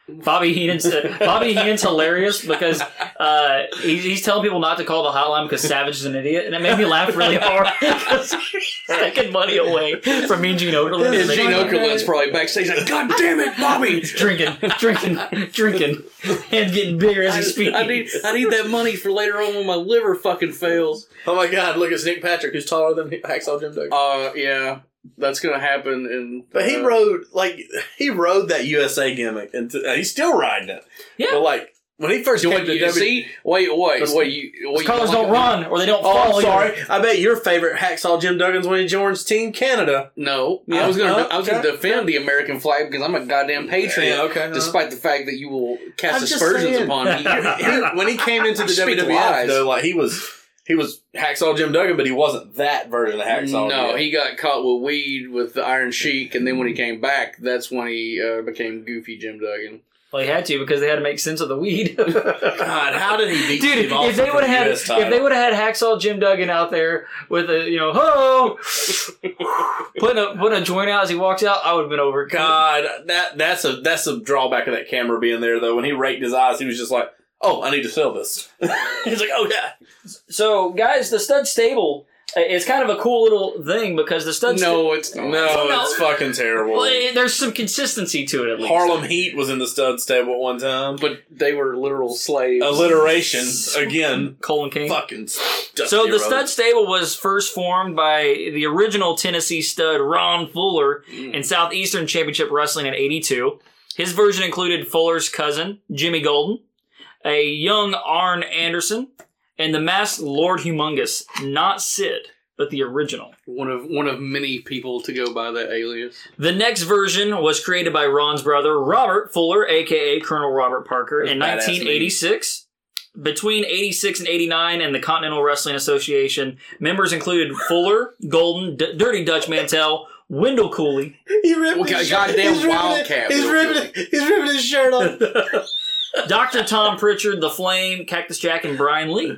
S1: Bobby Heenan's uh, Bobby Heenan's hilarious because uh, he, he's telling people not to call the hotline because Savage is an idiot, and it made me laugh really hard because he's taking money away from Mean Gene Okerlund.
S2: And
S1: And
S2: Gene
S1: they-
S2: Okerlund's probably backstage like, "God damn it, Bobby!
S1: drinking, drinking, drinking, and getting bigger as he speaks.
S2: I need, I need that money for later on when my liver fucking fails."
S11: Oh my God! Look, it's Nick Patrick, who's taller than Hacksaw Jim Duggan.
S2: Uh, yeah, that's gonna happen. And
S11: But he
S2: uh,
S11: rode like he rode that USA gimmick, and, t- and he's still riding it.
S1: Yeah.
S11: But like when he first
S2: Do
S11: came
S2: what
S11: to
S2: you
S11: WWE,
S2: see? Wait, wait,
S11: Listen.
S2: wait. You,
S1: Those
S2: wait,
S1: colors
S2: you-
S1: don't run or they don't
S11: oh,
S1: fall.
S11: I'm
S1: either.
S11: sorry, I bet your favorite Hacksaw Jim Duggan's when he joins Team Canada.
S2: No, I
S11: Yeah.
S2: was gonna,
S11: Oh,
S2: I was gonna
S11: okay.
S2: defend the American flag because I'm a goddamn patriot.
S11: Yeah, okay, uh-huh.
S2: Despite the fact that you will cast
S11: I'm just
S2: aspersions
S11: saying.
S2: upon me.
S11: He- when he came into the
S2: Speak
S11: WWF,
S2: lies.
S11: though, like he was he was Hacksaw Jim Duggan, but he wasn't that version of Hacksaw.
S2: No,
S11: Jim.
S2: he got caught with weed with the Iron Sheik, and then when he came back, that's when he uh, became Goofy Jim Duggan.
S1: Well, he had to because they had to make sense of the weed.
S11: God, how did he beat
S1: Dude,
S11: Steve Austin
S1: if they
S11: for
S1: would
S11: the
S1: have had
S11: US
S1: if
S11: title?
S1: they would have had Hacksaw Jim Duggan out there with a you know ho putting a putting a joint out as he walks out, I would have been over.
S11: God, that that's a that's a drawback of that camera being there though. When he raked his eyes, he was just like, "Oh, I need to sell this." He's like, "Oh yeah."
S1: So guys, the stud stable uh, is kind of a cool little thing because the stud sta-
S2: No, it's not.
S11: Oh, No,
S1: No.
S11: it's fucking terrible.
S1: Well, eh, there's some consistency to it at least.
S11: Harlem Heat was in the stud stable at one time.
S2: but they were literal slaves.
S11: Alliteration again.
S1: Colin King.
S11: Fucking Dusty
S1: So the
S11: Rhodes.
S1: stud stable was first formed by the original Tennessee stud Ron Fuller in Southeastern Championship Wrestling in 82. His version included Fuller's cousin, Jimmy Golden, a young Arn Anderson, and the masked Lord Humongous, not Sid, but the original.
S2: one of one of many people to go by that alias.
S1: The next version was created by Ron's brother, Robert Fuller, aka Colonel Robert Parker, in
S11: badass
S1: 1986. Between 86 and 89 and the Continental Wrestling Association, members included Fuller, Golden, D- Dirty Dutch Mantel, Wendell Cooley.
S11: He ripped
S2: Well,
S11: his
S2: God-
S11: shirt.
S2: goddamn
S11: he's ripping it-
S2: Wildcat
S11: He's
S2: real
S11: ripping, it- he's ripping his shirt off.
S1: Dr. Tom Pritchard, The Flame, Cactus Jack, and Brian Lee.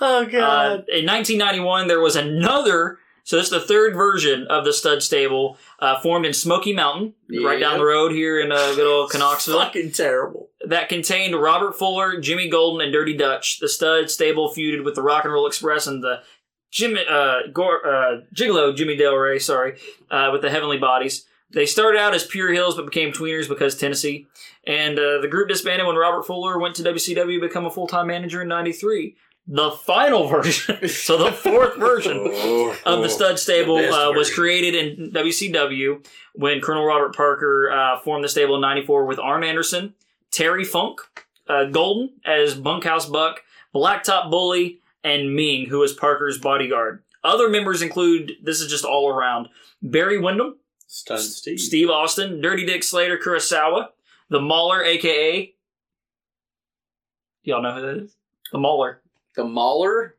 S11: oh
S1: Uh,
S11: god.
S1: in 1991, there was another, so this is the third version of the stud stable, uh, formed in Smoky Mountain, right down the road here in uh, good old Knoxville.
S11: fucking terrible.
S1: that contained Robert Fuller, Jimmy Golden, and Dirty Dutch. The stud stable feuded with the Rock and Roll Express and the Jimmy uh, Gor uh, Gigolo Jimmy Del Rey, sorry, uh, with the Heavenly Bodies. They started out as pure heels but became tweeners because Tennessee. And uh, the group disbanded when Robert Fuller went to WCW to become a full time manager in '93. The final version, so the fourth version
S11: Oh.
S1: of the stud stable
S11: best
S1: uh, was
S11: version.
S1: created in WCW when Colonel Robert Parker uh, formed the stable in '94 with Arn Anderson, Terry Funk, uh, Golden as Bunkhouse Buck, Blacktop Bully, and Ming, who is Parker's bodyguard. Other members include this is just all around Barry Windham,
S11: Stunned Steve.
S1: Steve Austin, Dirty Dick Slater, Kurosawa, the Mauler, aka y'all know who that is, the Mauler,
S2: The Mauler.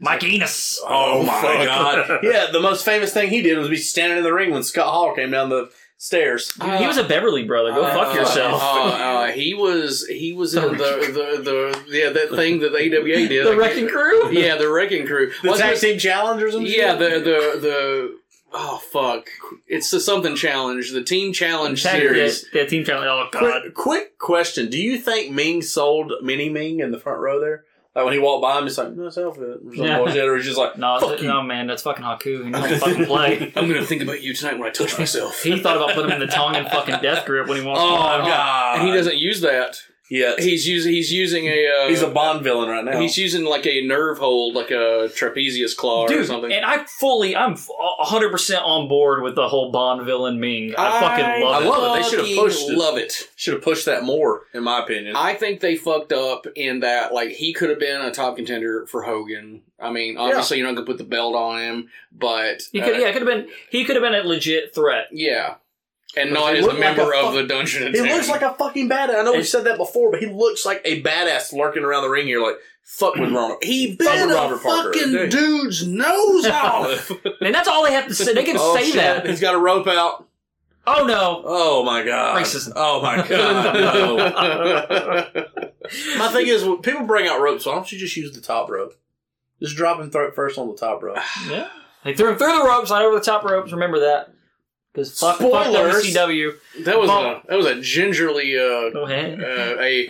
S1: Mike Enos.
S11: Oh my god. yeah, the most famous thing he did was be standing in the ring when Scott Hall came down the stairs.
S1: Dude, he was a Beverly brother. Go fuck
S11: Oh,
S2: Uh,
S1: yourself.
S2: Uh, uh, Oh, he was he was in the, the the yeah that thing that the AWA did.
S1: the Wrecking Crew.
S2: Yeah, the wrecking crew.
S11: The
S2: Well,
S11: tag
S2: it's-
S11: team challengers and
S2: yeah, the the the oh fuck, it's the something challenge, the team challenge
S1: Tag-
S2: series.
S1: Yeah, yeah, team challenge. Oh god.
S11: Quick, quick question: Do you think Ming sold Mini Ming in the front row there? Like when he walked by him, he's like, "Nice outfit," or something
S1: Yeah.
S11: bullshit, or he's just like,
S1: No,
S11: "Fuck you."
S1: no, man, that's fucking Haku. He don't fucking play.
S2: I'm gonna think about you tonight when I touch myself.
S1: He thought about putting him in the tongue and fucking death grip when he wants.
S11: Oh
S1: to
S11: god,
S2: And he doesn't use that.
S11: Yeah,
S2: He's using he's using a uh,
S11: he's a Bond villain right now.
S2: he's using like a nerve hold, like a trapezius claw or
S1: Dude,
S2: something.
S1: and I fully, I'm 100 percent on board with the whole Bond villain Ming. I, fucking love
S11: I
S1: it.
S11: love it. They should have
S2: fucking
S11: pushed it.
S2: Love it.
S11: Should have pushed that more, in my opinion.
S2: I think they fucked up in that like he could have been a top contender for Hogan. I mean, obviously you're not gonna put the belt on him, but
S1: He could,
S2: uh,
S1: yeah, it could have been. He could have been a legit threat.
S2: yeah. and
S11: Because
S2: not
S11: he
S2: as a
S11: looked like
S2: member
S11: a
S2: of
S11: fuck-
S2: the Dungeon. and
S11: he
S2: Terror.
S11: looks like a fucking badass. I know we said that before, but he looks like a badass lurking around the ring. You're like, fuck with Ronald.
S2: he
S11: Fuck with Robert Parker. Dude.
S2: dude's nose off.
S1: And that's all they have to say. They can
S11: Oh,
S1: say
S11: shit.
S1: that.
S11: He's got a rope out.
S1: Oh no.
S11: Oh my god.
S1: Racism.
S11: Oh my god. no. my thing is, when people bring out ropes. Why don't you just use the top rope? Just drop him throat first on the top rope.
S1: Yeah. They threw him through the ropes, not over the top ropes. Remember that. Because fuck, fuck
S2: Spoilers.
S1: WCW.
S2: that was a, that was a gingerly uh,
S1: Go ahead.
S2: uh, a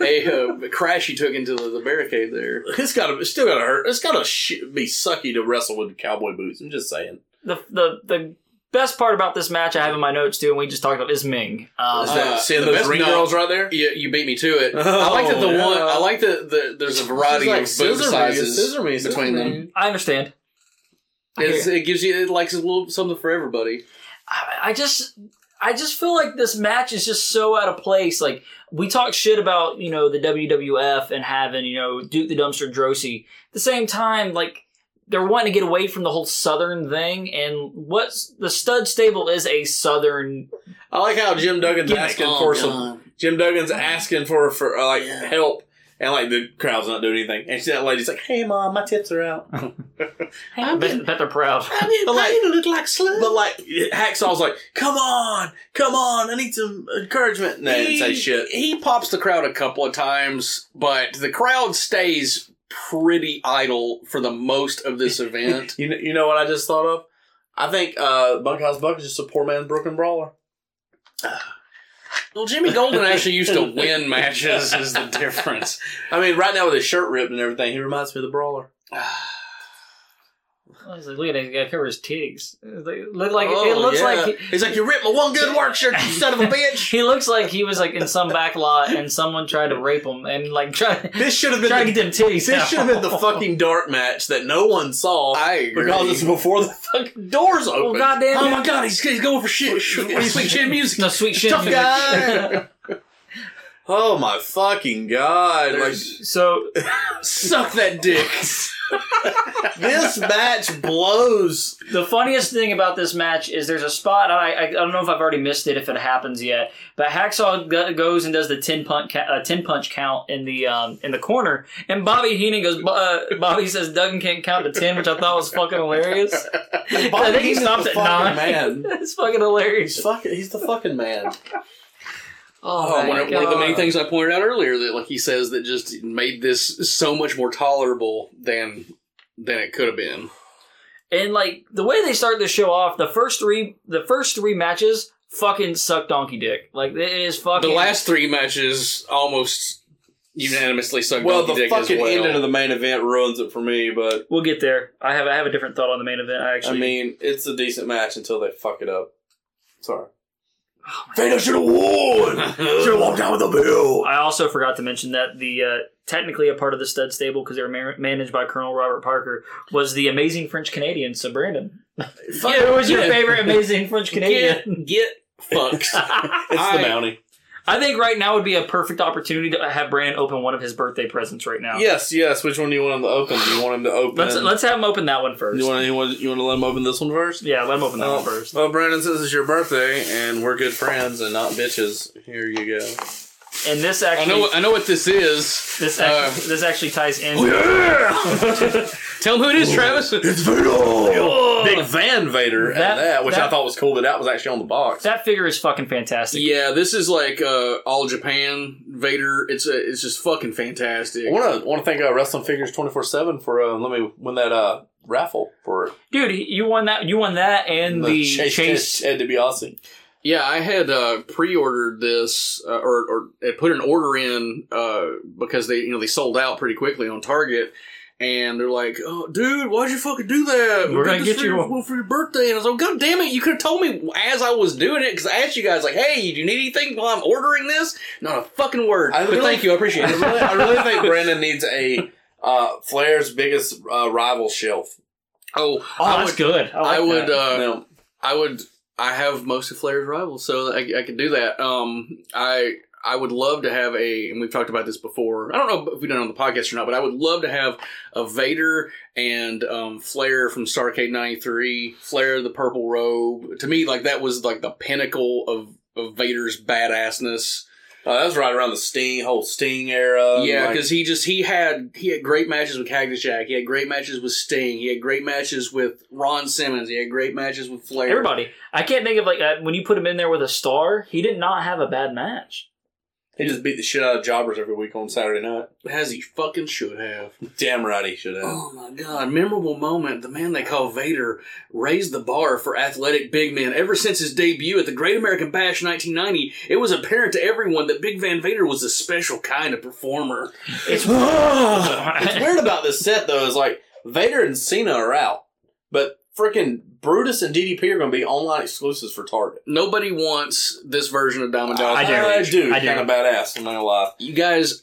S2: a uh, crash he took into the, the barricade there.
S11: It's gotta, it's still gotta hurt. It's gotta sh- be sucky to wrestle with cowboy boots. I'm just saying.
S1: the the the best part about this match I have in my notes too, and we just talked about is Ming. Um,
S11: Is that,
S2: Uh,
S11: seeing
S2: the
S11: those
S2: best-
S11: ring
S2: no.
S11: girls right there?
S2: You, you beat me to it.
S11: Oh,
S2: I like that the
S11: yeah.
S2: one. I like that the, there's a variety
S11: It's like
S2: of boot
S11: scissor me,
S2: sizes
S11: scissor me, scissor
S2: between
S11: me.
S2: them.
S1: I understand. I
S2: It's,
S1: hear
S2: it gives you it likes a little something for everybody.
S1: I, I just. I just feel like this match is just so out of place. Like we talk shit about, you know, the WWF and having, you know, Duke the Dumpster Drosy. At the same time, like they're wanting to get away from the whole Southern thing, and what's the Stud Stable is a Southern
S11: I like how Jim Duggan's
S1: Give me-
S11: asking
S2: oh,
S11: for
S2: God.
S11: some. Jim Duggan's asking for for uh, like help, and like the crowd's not doing anything. And she, that lady's like, "Hey, mom, my tits are out."
S1: I bet, bet they're proud.
S11: But like, look like But like Hacksaw's like, "Come on, come on, I need some encouragement." And they didn't say shit.
S2: He pops the crowd a couple of times, but the crowd stays pretty idle for the most of this event.
S11: You know, you know what I just thought of? I think uh, Bunkhouse Buck is just a poor man's Brooklyn Brawler.
S2: well, Jimmy Golden actually used to win matches. Is the difference?
S11: I mean, right now with his shirt ripped and everything, he reminds me of the Brawler.
S1: I was like, look at that, he's got to cover his titties. They Look like
S11: Oh,
S1: it looks
S11: yeah.
S1: like he-
S11: he's like, "You ripped my one good work shirt, you son of a bitch."
S1: He looks like he was like in some back lot and someone tried to rape him and like try
S11: This should have been
S1: try to
S11: the-
S1: get them titties.
S11: This
S1: out.
S11: should have been the fucking dark match that no one saw.
S2: I agree.
S11: Because it's before the fucking doors open.
S1: Well, goddamn.
S2: Oh my god, he's, he's going for shit. Sweet chin music.
S1: No sweet shit.
S11: Tough guy. oh my fucking god. Like,
S1: So
S2: Suck that dick.
S11: this match blows.
S1: the funniest thing about this match is there's a spot I, I I don't know if I've already missed it if it happens yet, but Hacksaw go- goes and does the ten punch ca- uh, ten punch count in the um, in the corner, and Bobby Heenan goes. "Bo- Uh, Bobby says Duggan can't count to ten, which I thought was fucking hilarious. I think he stopped
S11: the
S1: at
S11: fucking
S1: nine.
S11: man.
S1: it's fucking hilarious.
S11: He's, fucking, he's the fucking man.
S1: Oh,
S2: Oh,
S1: my
S2: one, of, one of the
S1: God.
S2: main things I pointed out earlier that, like he says, that just made this so much more tolerable than than it could have been.
S1: And like the way they start this show off, the first three, the first three matches, fucking suck donkey dick. Like it is
S2: The
S1: fucking.
S2: last three matches almost unanimously sucked
S11: Well,
S2: donkey
S11: the
S2: dick as
S11: fucking
S2: well.
S11: ending of the main event ruins it for me, but
S1: We'll get there. I have I have a different thought on the main event. I
S11: I
S1: actually.
S11: mean, it's a decent match until they fuck it up. Sorry. Vader should have won! should have walked out with a bill!
S1: I also forgot to mention that the uh, technically a part of the stud stable because they were mar- managed by Colonel Robert Parker was the amazing French Canadian. So Brandon, yeah, who was your favorite amazing French Canadian?
S2: Get, get fucked.
S11: It's
S2: I-
S11: the bounty.
S1: I think right now would be a perfect opportunity to have Brandon open one of his birthday presents right now.
S11: Yes, yes. Which one do you want him to open? Do you want him to open?
S1: let's let's have him open that one first.
S11: you want you want you want to let him open this one first?
S1: yeah, let him open that
S11: Well,
S1: one first.
S11: well, Brandon says it's your birthday, and we're good friends and not bitches. Here you go.
S1: And this
S2: I
S1: actually,
S2: know. I know what this is.
S1: this
S2: Uh,
S1: actually, this actually ties in.
S2: tell him who it is, Travis.
S11: It's Vader, Big Van Vader,
S1: That-
S11: and that, which I
S1: that-
S11: thought was cool, but that was actually on the box.
S1: That figure is fucking fantastic.
S2: Yeah, this is like uh, all Japan Vader. It's a, it's just fucking fantastic.
S11: I want to want to thank uh, Wrestling Figures twenty four seven for uh, let me win that uh, raffle for
S1: Dude, you won that. You won that and the, chase.
S11: Ted DiBiase.
S2: Yeah, I had uh, pre-ordered this uh, or, or had put an order in uh, because they you know they sold out pretty quickly on Target, and they're like, "Oh, dude, why'd you fucking do that?
S1: We're gonna
S2: did
S1: get
S2: this for
S1: you
S2: your,
S1: one."
S2: for your birthday." And I was like, "God damn it! You could have told me as I was doing it because I asked you guys like, hey, do you need anything while I'm ordering this? Not a fucking word.
S11: I
S2: but
S11: really-
S2: thank you, I appreciate
S11: I
S2: it.
S11: really, I really think Brandon needs a uh, Flair's biggest uh, rival shelf.
S2: oh,
S1: Oh,
S2: I
S1: that's
S2: would,
S1: good. I,
S2: I,
S1: like
S2: would.
S1: that.
S2: Uh,
S11: No.
S2: I would. I have most of Flair's rivals, so I, I could do that. Um, I I would love to have a, and we've talked about this before. I don't know if we've done it on the podcast or not, but I would love to have a Vader and um, Flair from Starcade '93, Flair the purple robe. To me, like that was like the pinnacle of of Vader's badassness.
S11: Uh, that was right around the Sting whole Sting era.
S2: yeah,
S11: like-
S2: because he just he had he had great matches with Cactus Jack. He had great matches with Sting. He had great matches with Ron Simmons. He had great matches with Flair.
S1: Everybody, I can't think of like uh, when you put him in there with a star, he did not have a bad match.
S11: he just beat the shit out of jobbers every week on Saturday night.
S2: As he fucking should have.
S11: Damn right he should have.
S2: Oh my god. Memorable moment. The man they call Vader raised the bar for athletic big men. Ever since his debut at the Great American Bash 1990, it was apparent to everyone that Big Van Vader was a special kind of performer.
S1: It's
S11: What's weird about this set though is like Vader and Cena are out, but freaking Brutus and DDP are going to be online exclusives for Target.
S2: Nobody wants this version of Diamond Dallas.
S1: I do.
S11: I do.
S1: I do.
S11: Kind of badass. I'm not gonna lie.
S2: You guys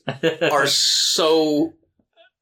S2: are so.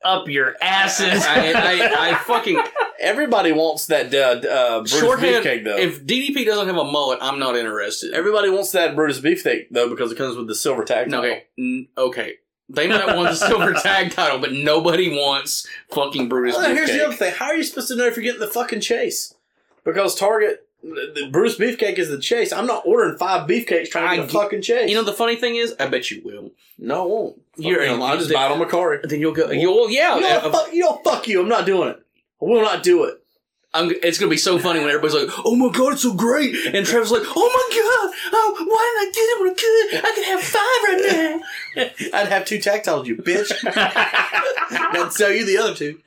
S1: up your asses.
S2: I, I, I fucking.
S11: Everybody wants that uh, uh, Brutus
S2: Shorthand.
S11: beefcake though.
S2: If DDP doesn't have a mullet, I'm not interested.
S11: Everybody wants that Brutus beefcake though because it comes with the silver tag.
S2: No,
S11: title.
S2: okay, n- okay. They might want the silver tag title, but nobody wants fucking Brutus.
S11: Well, here's
S2: Beefcake.
S11: the other thing. How are you supposed to know if you're getting the fucking chase? Because Target, the Bruce Beefcake is the chase. I'm not ordering five beefcakes trying to
S2: I
S11: get
S2: get-
S11: a fucking chase.
S2: You know the funny thing is, I bet you will.
S11: no, I won't.
S2: You're-
S11: Fuck him. I'll just buy it on Macari.
S2: Then you'll go. You'll yeah.
S11: You know,
S2: uh,
S11: what? fuck, you know, what? fuck you. I'm not doing it. I will not do it.
S2: I'm, it's gonna be so funny when everybody's like, "Oh my god, it's so great," and Trevor's like, "Oh my god, oh why did I do that when I could? I could have five right now."
S11: I'd have two tactiles, you bitch. And I'd sell you the other two.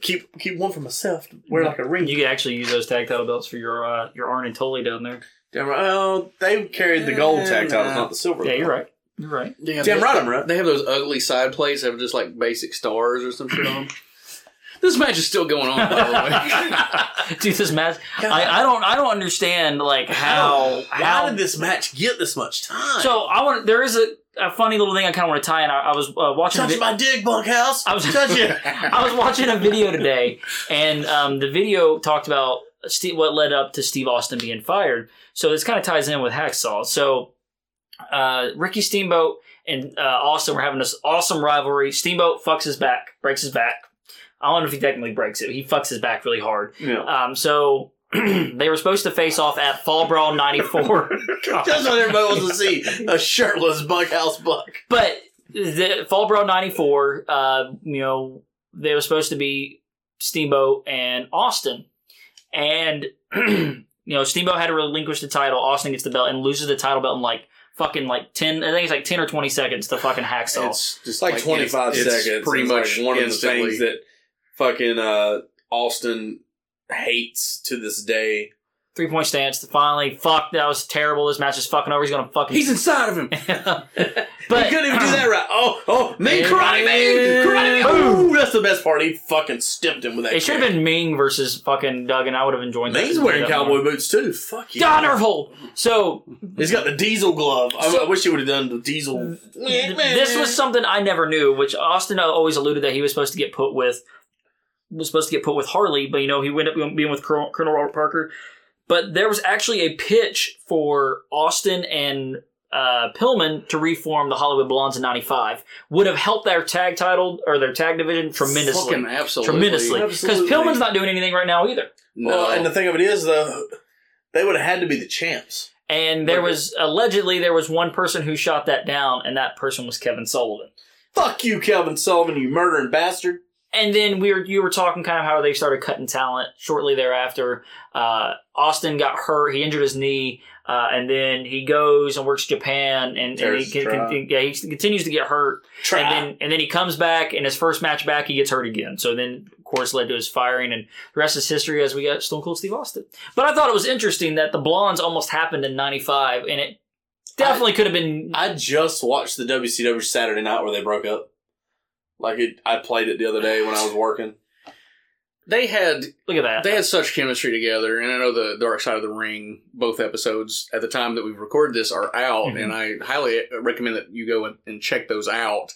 S11: Keep keep one for myself. to Wear like a ring.
S1: you could actually use those tag title belts for your uh, your Arn and Tully down there.
S11: Damn right. Oh, they carried the gold tactiles, not the silver.
S1: Yeah, you're right. You're right.
S2: Yeah,
S11: Damn
S2: they-
S11: right I'm right.
S2: They have those ugly side plates that have just like basic stars or some shit on. 'em. This match is still going on, by the way.
S1: Dude, this match, I, I don't, I don't understand like how how
S11: How did this match get this much time?
S1: So I want. There is a, a funny little thing I kind of want to tie in. I, I was uh, watching. a
S11: Touch
S1: vi-
S11: my dick, bunkhouse.
S1: I was
S11: Touch it.
S1: I was watching a video today, and um, the video talked about Steve, what led up to Steve Austin being fired. So this kind of ties in with Hacksaw. So uh, Ricky Steamboat and uh, Austin were having this awesome rivalry. Steamboat fucks his back, breaks his back. I don't know if he technically breaks it. He fucks his back really hard.
S11: Yeah.
S1: Um, so they were supposed to face off at Fall Brawl '94.
S11: That's what everybody wants to see. A shirtless bunkhouse buck.
S1: But the Fall Brawl '94, uh, you know, they were supposed to be Steamboat and Austin, and you know, Steamboat had to relinquish the title. Austin gets the belt and loses the title belt in like fucking like ten. I think it's like ten or twenty seconds to fucking hacksaw.
S2: just
S11: It's like, 25
S2: it's- it's
S11: seconds.
S2: Pretty
S11: It's
S2: much
S11: like one of
S2: instantly.
S11: the things that fucking uh, Austin hates to this day.
S1: Three point stance. To finally, fuck, that was terrible. This match is fucking over. He's gonna fucking.
S2: He's inside of him.
S1: but
S11: he couldn't even do that right. Oh, oh, man, karate man, karate man. Ooh, that's the best part. He fucking stepped him with that.
S1: It should have been Ming versus fucking Doug, and I would have enjoyed that.
S11: He's wearing cowboy boots too. Fuck you.
S1: Donnerhole. So
S11: He's got the diesel glove. I, I wish he would have done the diesel.
S1: this was something I never knew, which Austin always alluded that he was supposed to get put with was supposed to get put with Harley, but you know he went up being with Colonel Colonel Robert Parker. But there was actually a pitch for Austin and uh, Pillman to reform the Hollywood Blondes in '95. Would have helped their tag title or their tag division tremendously,
S2: Fucking absolutely.
S1: tremendously. Because
S11: Absolutely.
S1: Pillman's not doing anything right now either.
S2: No.
S11: Well, Uh, and the thing of it is, though, they would have had to be the champs.
S1: And there was allegedly there was one person who shot that down, and that person was Kevin Sullivan.
S11: Fuck you, Calvin Sullivan, you murdering bastard.
S1: and then we were you were talking kind of how they started cutting talent shortly thereafter. Uh, Austin got hurt; he injured his knee. Uh, and then he goes and works Japan, and, and
S2: Tears
S1: he,
S2: his
S1: con-
S2: trap.
S1: yeah, he continues to get hurt.
S2: Trap.
S1: And then and then he comes back, and his first match back, he gets hurt again. So then, of course, led to his firing, and the rest is history as we got Stone Cold Steve Austin. But I thought it was interesting that the Blondes almost happened in '95, and it definitely could have been.
S11: I just watched the WCW Saturday night where they broke up. Like it, I played it the other day when I was working.
S2: They had
S1: Look at that.
S2: they had such chemistry together, and I know the Dark Side of the Ring both episodes at the time that we recorded this are
S11: Mm-hmm.
S2: out,
S1: Mhm.
S2: and I highly recommend that you go and, and check those out.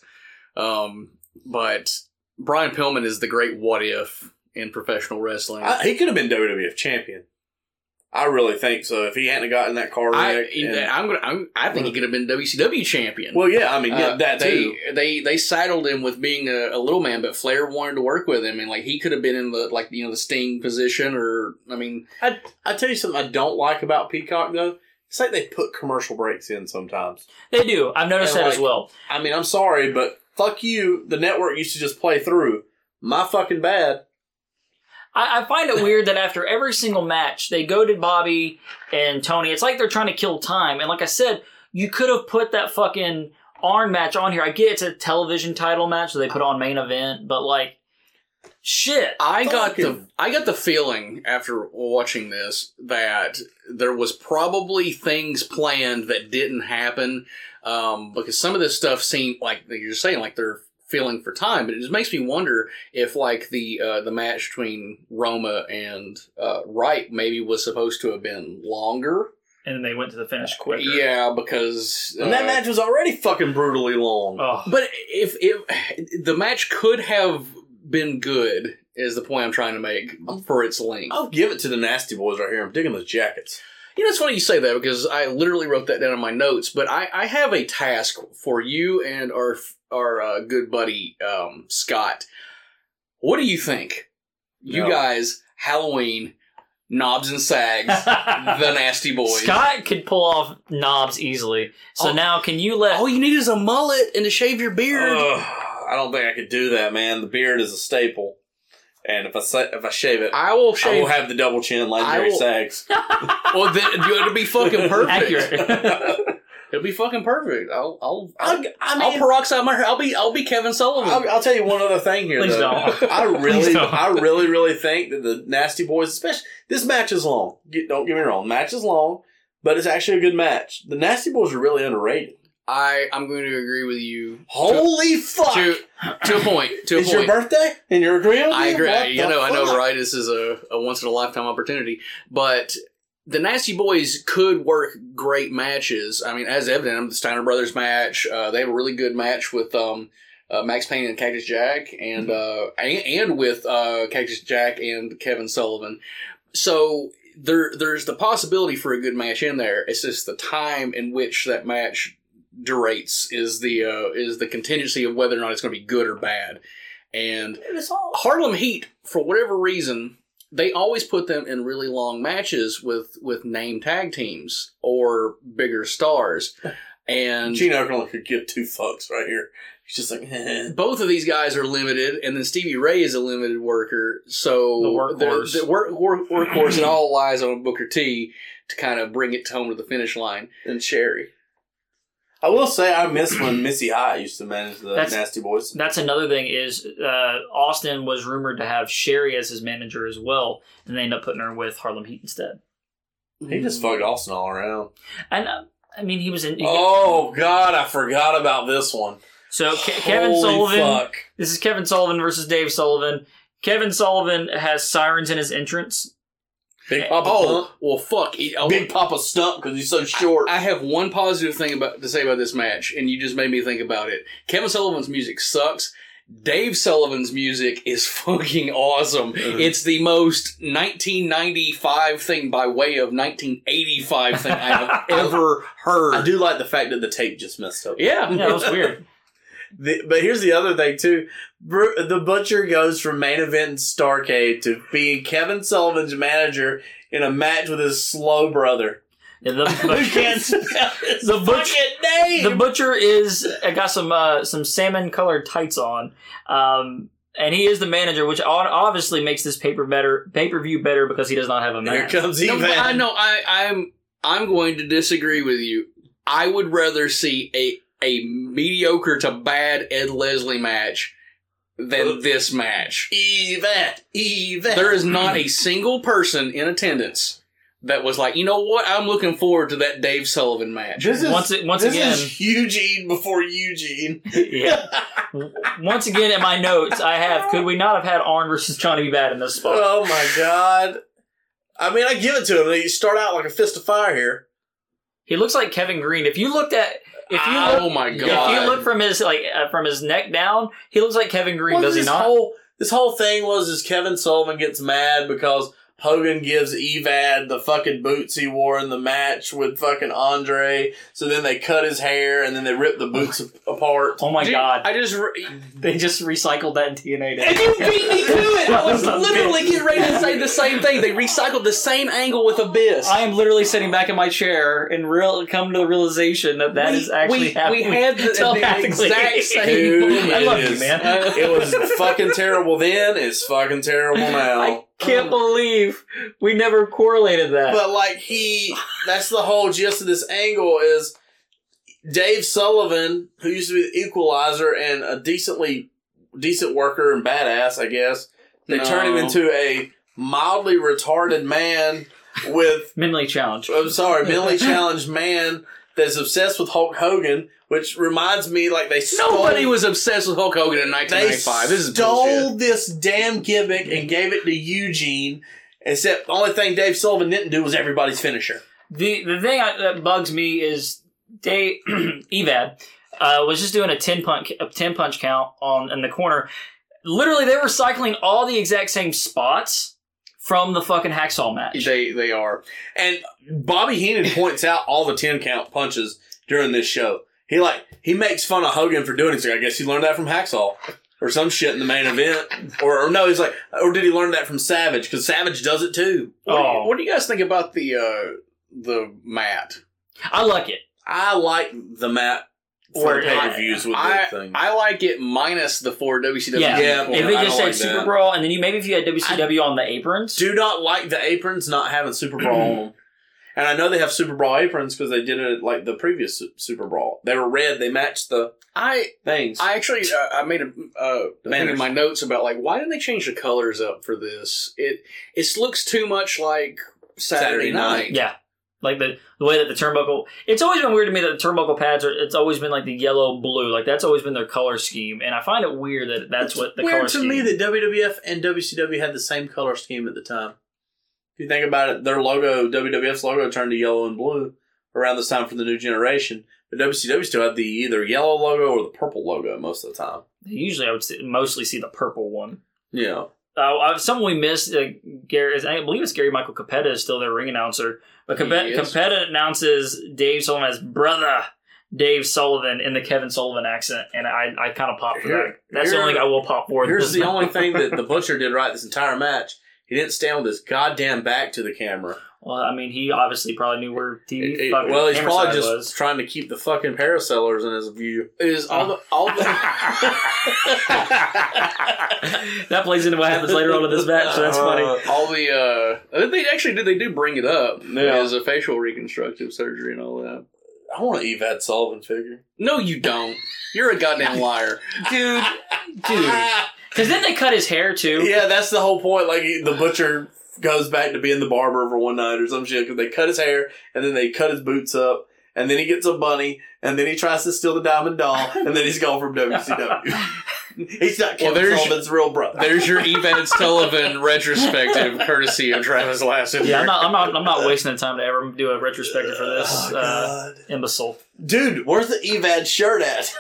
S2: Um, but Brian Pillman is the great what if in professional wrestling.
S11: I, he could have been WWF champion. I really think so. If he hadn't gotten that car wreck,
S2: I,
S11: and-
S2: am gonna. I'm, I think he could have been WCW champion.
S11: well, yeah, I mean yeah,
S2: Uh,
S11: that
S2: they,
S11: too.
S2: They they saddled him with being a, a little man, but Flair wanted to work with him, and like he could have been in the like you know the Sting position, or I mean,
S11: I I tell you something I don't like about Peacock though. It's like they put commercial breaks in sometimes.
S1: They do. I've noticed
S11: And
S1: that
S11: like-
S1: as well.
S11: I mean, I'm sorry, but fuck you. The network used to just play through. My fucking bad.
S1: I, I find it weird that after every single match, they go to Bobby and Tony. It's like they're trying to kill time. And like I said, you could have put that fucking Arn match on here. I get it's a television title match, so they put on main event, but like, shit.
S11: Oh,
S2: I got the
S11: Fucking-
S2: I got the feeling after watching this that there was probably things planned that didn't happen um, because some of this stuff seemed like like you're saying like they're feeling for time, but it just makes me wonder if like the uh, the match between Roma and uh, Wright maybe was supposed to have been longer.
S1: And then they went to the finish quicker.
S2: Yeah, because
S11: And that
S2: uh,
S11: match was already fucking brutally long.
S1: Oh.
S2: But if if the match could have been good, is the point I'm trying to make for its length.
S11: I'll give it to the nasty boys right here. I'm digging those jackets.
S2: You know, it's funny you say that because I literally wrote that down in my notes. But I, I have a task for you and our our uh, good buddy um, Scott. What do you think, you
S11: No.
S2: guys? Halloween, knobs and sags, the nasty boys.
S1: Scott could pull off knobs easily. So
S2: Oh.
S1: now, can you let.
S2: all you need is a mullet and to shave your beard.
S11: Oh. Ugh, I don't think I could do that, man. The beard is a staple, and if I sa- if I shave it, I,
S2: I will shave.
S11: will have the double chin like
S2: I
S11: Jerry
S2: will-
S11: Sags.
S2: well, then it'll be fucking perfect.
S1: Accurate.
S2: It'll be fucking perfect. I'll I'll I'll,
S11: I, I
S2: I'll
S11: mean,
S2: peroxide my hair. I'll be I'll be Kevin Sullivan.
S11: I'll, I'll tell you one other thing here.
S1: Please
S11: though.
S1: don't.
S11: I really,
S1: Please don't.
S11: I really, really think that the Nasty Boys, especially this match is long. Get, don't get me wrong, match is long, but it's actually a good match. The Nasty Boys are really underrated.
S2: I I'm going to agree with you
S11: Holy fuck!
S2: to to a point. To a
S11: It's your
S2: point.
S11: birthday, and you're agreeing. with
S2: I
S11: me?
S2: agree.
S11: What
S2: You
S11: the
S2: know, I know,
S11: fuck?
S2: right? This is a, a once in a lifetime opportunity. But the Nasty Boys could work great matches. I mean, as evident, the Steiner Brothers match. Uh, they have a really good match with um, uh, Max Payne and Cactus Jack, and uh, and, and with uh, Cactus Jack and Kevin Sullivan. So there, there's the possibility for a good match in there. It's just the time in which that match durates is the uh, is the contingency of whether or not it's going to be good or bad. And Harlem Heat, for whatever reason, they always put them in really long matches with with name tag teams or bigger stars. And
S11: Gene Okerlund could give two fucks right here. He's just like,
S2: both of these guys are limited, and then Stevie Ray is a limited worker. So
S1: The workhorse.
S2: the, the work, work, workhorse, it all lies on Booker T to kind of bring it home to the finish line.
S11: and Sherry. I will say I miss when Missy Hyatt used to manage the
S1: That's-
S11: Nasty Boys.
S1: That's another thing is uh, Austin was rumored to have Sherry as his manager as well, and they end up putting her with Harlem Heat instead.
S11: He just fucked Austin all around.
S1: And uh, I mean, he was in.
S11: Oh God, I forgot about this one.
S1: so Ke- Kevin
S11: Holy
S1: Sullivan.
S11: fuck.
S1: This is Kevin Sullivan versus Dave Sullivan. Kevin Sullivan has sirens in his entrance.
S11: Big Papa,
S2: Oh,
S11: Pump.
S2: well, fuck. It- oh,
S11: Big Papa Stump because he's so short.
S2: I have one positive thing about to say about this match, and you just made me think about it. Kevin Sullivan's music sucks. Dave Sullivan's music is fucking awesome. It's the most 1995 thing by way of 1985 thing I have ever heard.
S11: I do like the fact that the tape just messed up.
S2: Yeah.
S1: Yeah, that was weird.
S11: The- but here's the other thing too: Bru- the Butcher goes from main event in Starcade to being Kevin Sullivan's manager in a match with his slow brother.
S1: Yeah, the,
S11: Who can't spell his
S1: The Butch-
S11: fucking name?
S1: the butcher is uh, got some uh, some salmon colored tights on, um, and he is the manager, which on- obviously makes this paper better pay per view better because he does not have a
S11: Here
S1: match.
S11: comes
S2: No,
S11: Evan.
S2: I know. I, I'm. I'm going to disagree with you. I would rather see a a mediocre to bad Ed Leslie match
S1: Uh,
S2: than this match.
S11: Yvette, Yvette.
S2: There is not a single person in attendance that was like, you know what? I'm looking forward to that Dave Sullivan match.
S11: This is
S1: Once it- once
S11: this
S1: again-
S11: is Eugene before Eugene.
S1: Yeah. W- Once again, in my notes, I have could we not have had Arn versus Johnny B. Bad in this spot?
S11: Oh my god! I mean, I give it to him. They start out like a fist of fire here.
S1: He looks like Kevin Green. If you looked at if you
S2: oh
S1: look,
S2: my
S1: if you
S2: god!
S1: look from his like uh, from his neck down, he looks like Kevin Green,
S11: Wasn't
S1: does he
S11: this
S1: not?
S11: Whole, this whole thing was is Kevin Sullivan gets mad because Hogan gives Evad the fucking boots he wore in the match with fucking Andre. So then they cut his hair and then they rip the boots apart.
S1: oh my
S2: Dude,
S1: god!
S2: I just re-
S1: they just recycled that in TNA.
S2: And
S1: Day.
S2: you beat me to it. I was literally getting ready to say the same thing. They recycled the same angle with Abyss.
S1: I am literally sitting back in my chair and real come to the realization that that
S2: we,
S1: is actually
S2: we,
S1: happening.
S2: We had the, the
S1: telepathically.
S2: exact same.
S11: Dude,
S1: I
S11: it
S1: love you,
S11: is-
S1: man.
S11: It was fucking terrible then. It's fucking terrible now.
S1: I can't believe we never correlated that.
S11: But like he, that's the whole gist of this angle is Dave Sullivan, who used to be the Equalizer and a decently decent worker and badass, I guess. They
S2: No.
S11: turn him into a mildly retarded man with
S1: Mentally challenged.
S11: I'm sorry, mentally challenged man that's obsessed with Hulk Hogan, which reminds me like they stole,
S2: Nobody was obsessed with Hulk Hogan in
S11: they
S2: 1995. This is
S11: stole
S2: bullshit.
S11: this damn gimmick and gave it to Eugene. Except the only thing Dave Sullivan didn't do was everybody's finisher.
S1: the the thing I, that bugs me is Dave Evad uh, was just doing a ten punch a ten punch count on in the corner. Literally, they were cycling all the exact same spots from the fucking hacksaw match.
S2: They they are.
S11: And Bobby Heenan points out all the ten count punches during this show. He like he makes fun of Hogan for doing it. He's like, I guess he learned that from Hacksaw or some shit in the main event, or, or no, he's like, or did he learn that from Savage? Because Savage does it too.
S2: What, do
S1: Oh.
S2: you, what do you guys think about the uh, the mat?
S1: I like it.
S11: I like the Matt
S1: Or
S11: for pay per views with
S2: I,
S11: that thing.
S2: I like it minus the four WCW.
S1: Yeah.
S11: Yeah,
S2: people.
S1: if it
S11: I
S1: just
S11: don't
S1: said
S11: like
S1: Super
S11: that.
S1: Brawl, and then you maybe if you had WCW on the aprons,
S11: do not like the aprons not having Super Brawl on them. And I know they have Super Brawl aprons because they did it at, like the previous Su- Super Brawl. They were red. They matched the
S2: I
S11: things.
S2: I actually uh, I made a uh, thing in
S11: Banners.
S2: my notes about like why didn't they change the colors up for this? It it looks too much like Saturday,
S11: Saturday
S2: night.
S11: night.
S1: yeah, like the the way that the turnbuckle. It's always been weird to me that the turnbuckle pads are. It's always been like the yellow blue. Like that's always been their color scheme, and I find it weird that that's what the
S11: weird
S1: color
S11: to
S1: scheme.
S11: me that WWF and WCW had the same color scheme at the time. If you think about it, their logo, WWF's logo, turned to yellow and blue around this time for the new generation. But WCW still had the either yellow logo or the purple logo most of the time.
S1: Usually, I would see, mostly see the purple one.
S11: Yeah,
S1: Uh, uh, someone we missed, uh, Gary, is- I believe it's Gary Michael Capetta is still their ring announcer. But Capetta,
S2: He is.
S1: Capetta announces Dave Sullivan as brother Dave Sullivan in the Kevin Sullivan accent, and I, I kind of pop for
S11: Here-
S1: that. That's the
S11: here-
S1: only thing I will pop for.
S11: here's
S1: This-
S11: the only thing that the Butcher did right this entire match. He didn't stand with his goddamn back to the camera.
S1: Well, I mean, he obviously probably knew where TV.
S11: It- it-
S1: fucking
S11: well, he's
S1: camera
S11: probably
S1: side
S11: just
S1: was.
S11: trying to keep the fucking parasellers in his view.
S2: Is all the all the
S1: that plays into what happens later on in this match. So that's
S11: Uh,
S1: funny.
S2: all the uh they actually did they do bring it up
S11: Yeah.
S2: as a facial reconstructive surgery and all that.
S11: I want an Evad Sullivan figure,
S2: No, you don't. You're a goddamn liar.
S1: dude, dude. Because then they cut his hair too.
S11: Yeah, that's the whole point. Like he- the butcher goes back to being the barber for one night or some shit because they cut his hair and then they cut his boots up and then he gets a bunny and then he tries to steal the diamond doll and then he's gone from WCW. he's not
S2: Well,
S11: Kevin
S2: there's-
S11: Sullivan's real brother.
S2: There's your Evan Sullivan retrospective, courtesy of Travis Lassen.
S1: Yeah, I'm not, I'm not, I'm not wasting the time to ever do a retrospective for this
S11: Oh,
S1: uh,
S11: God.
S1: imbecile.
S11: Dude, where's the Evad shirt at?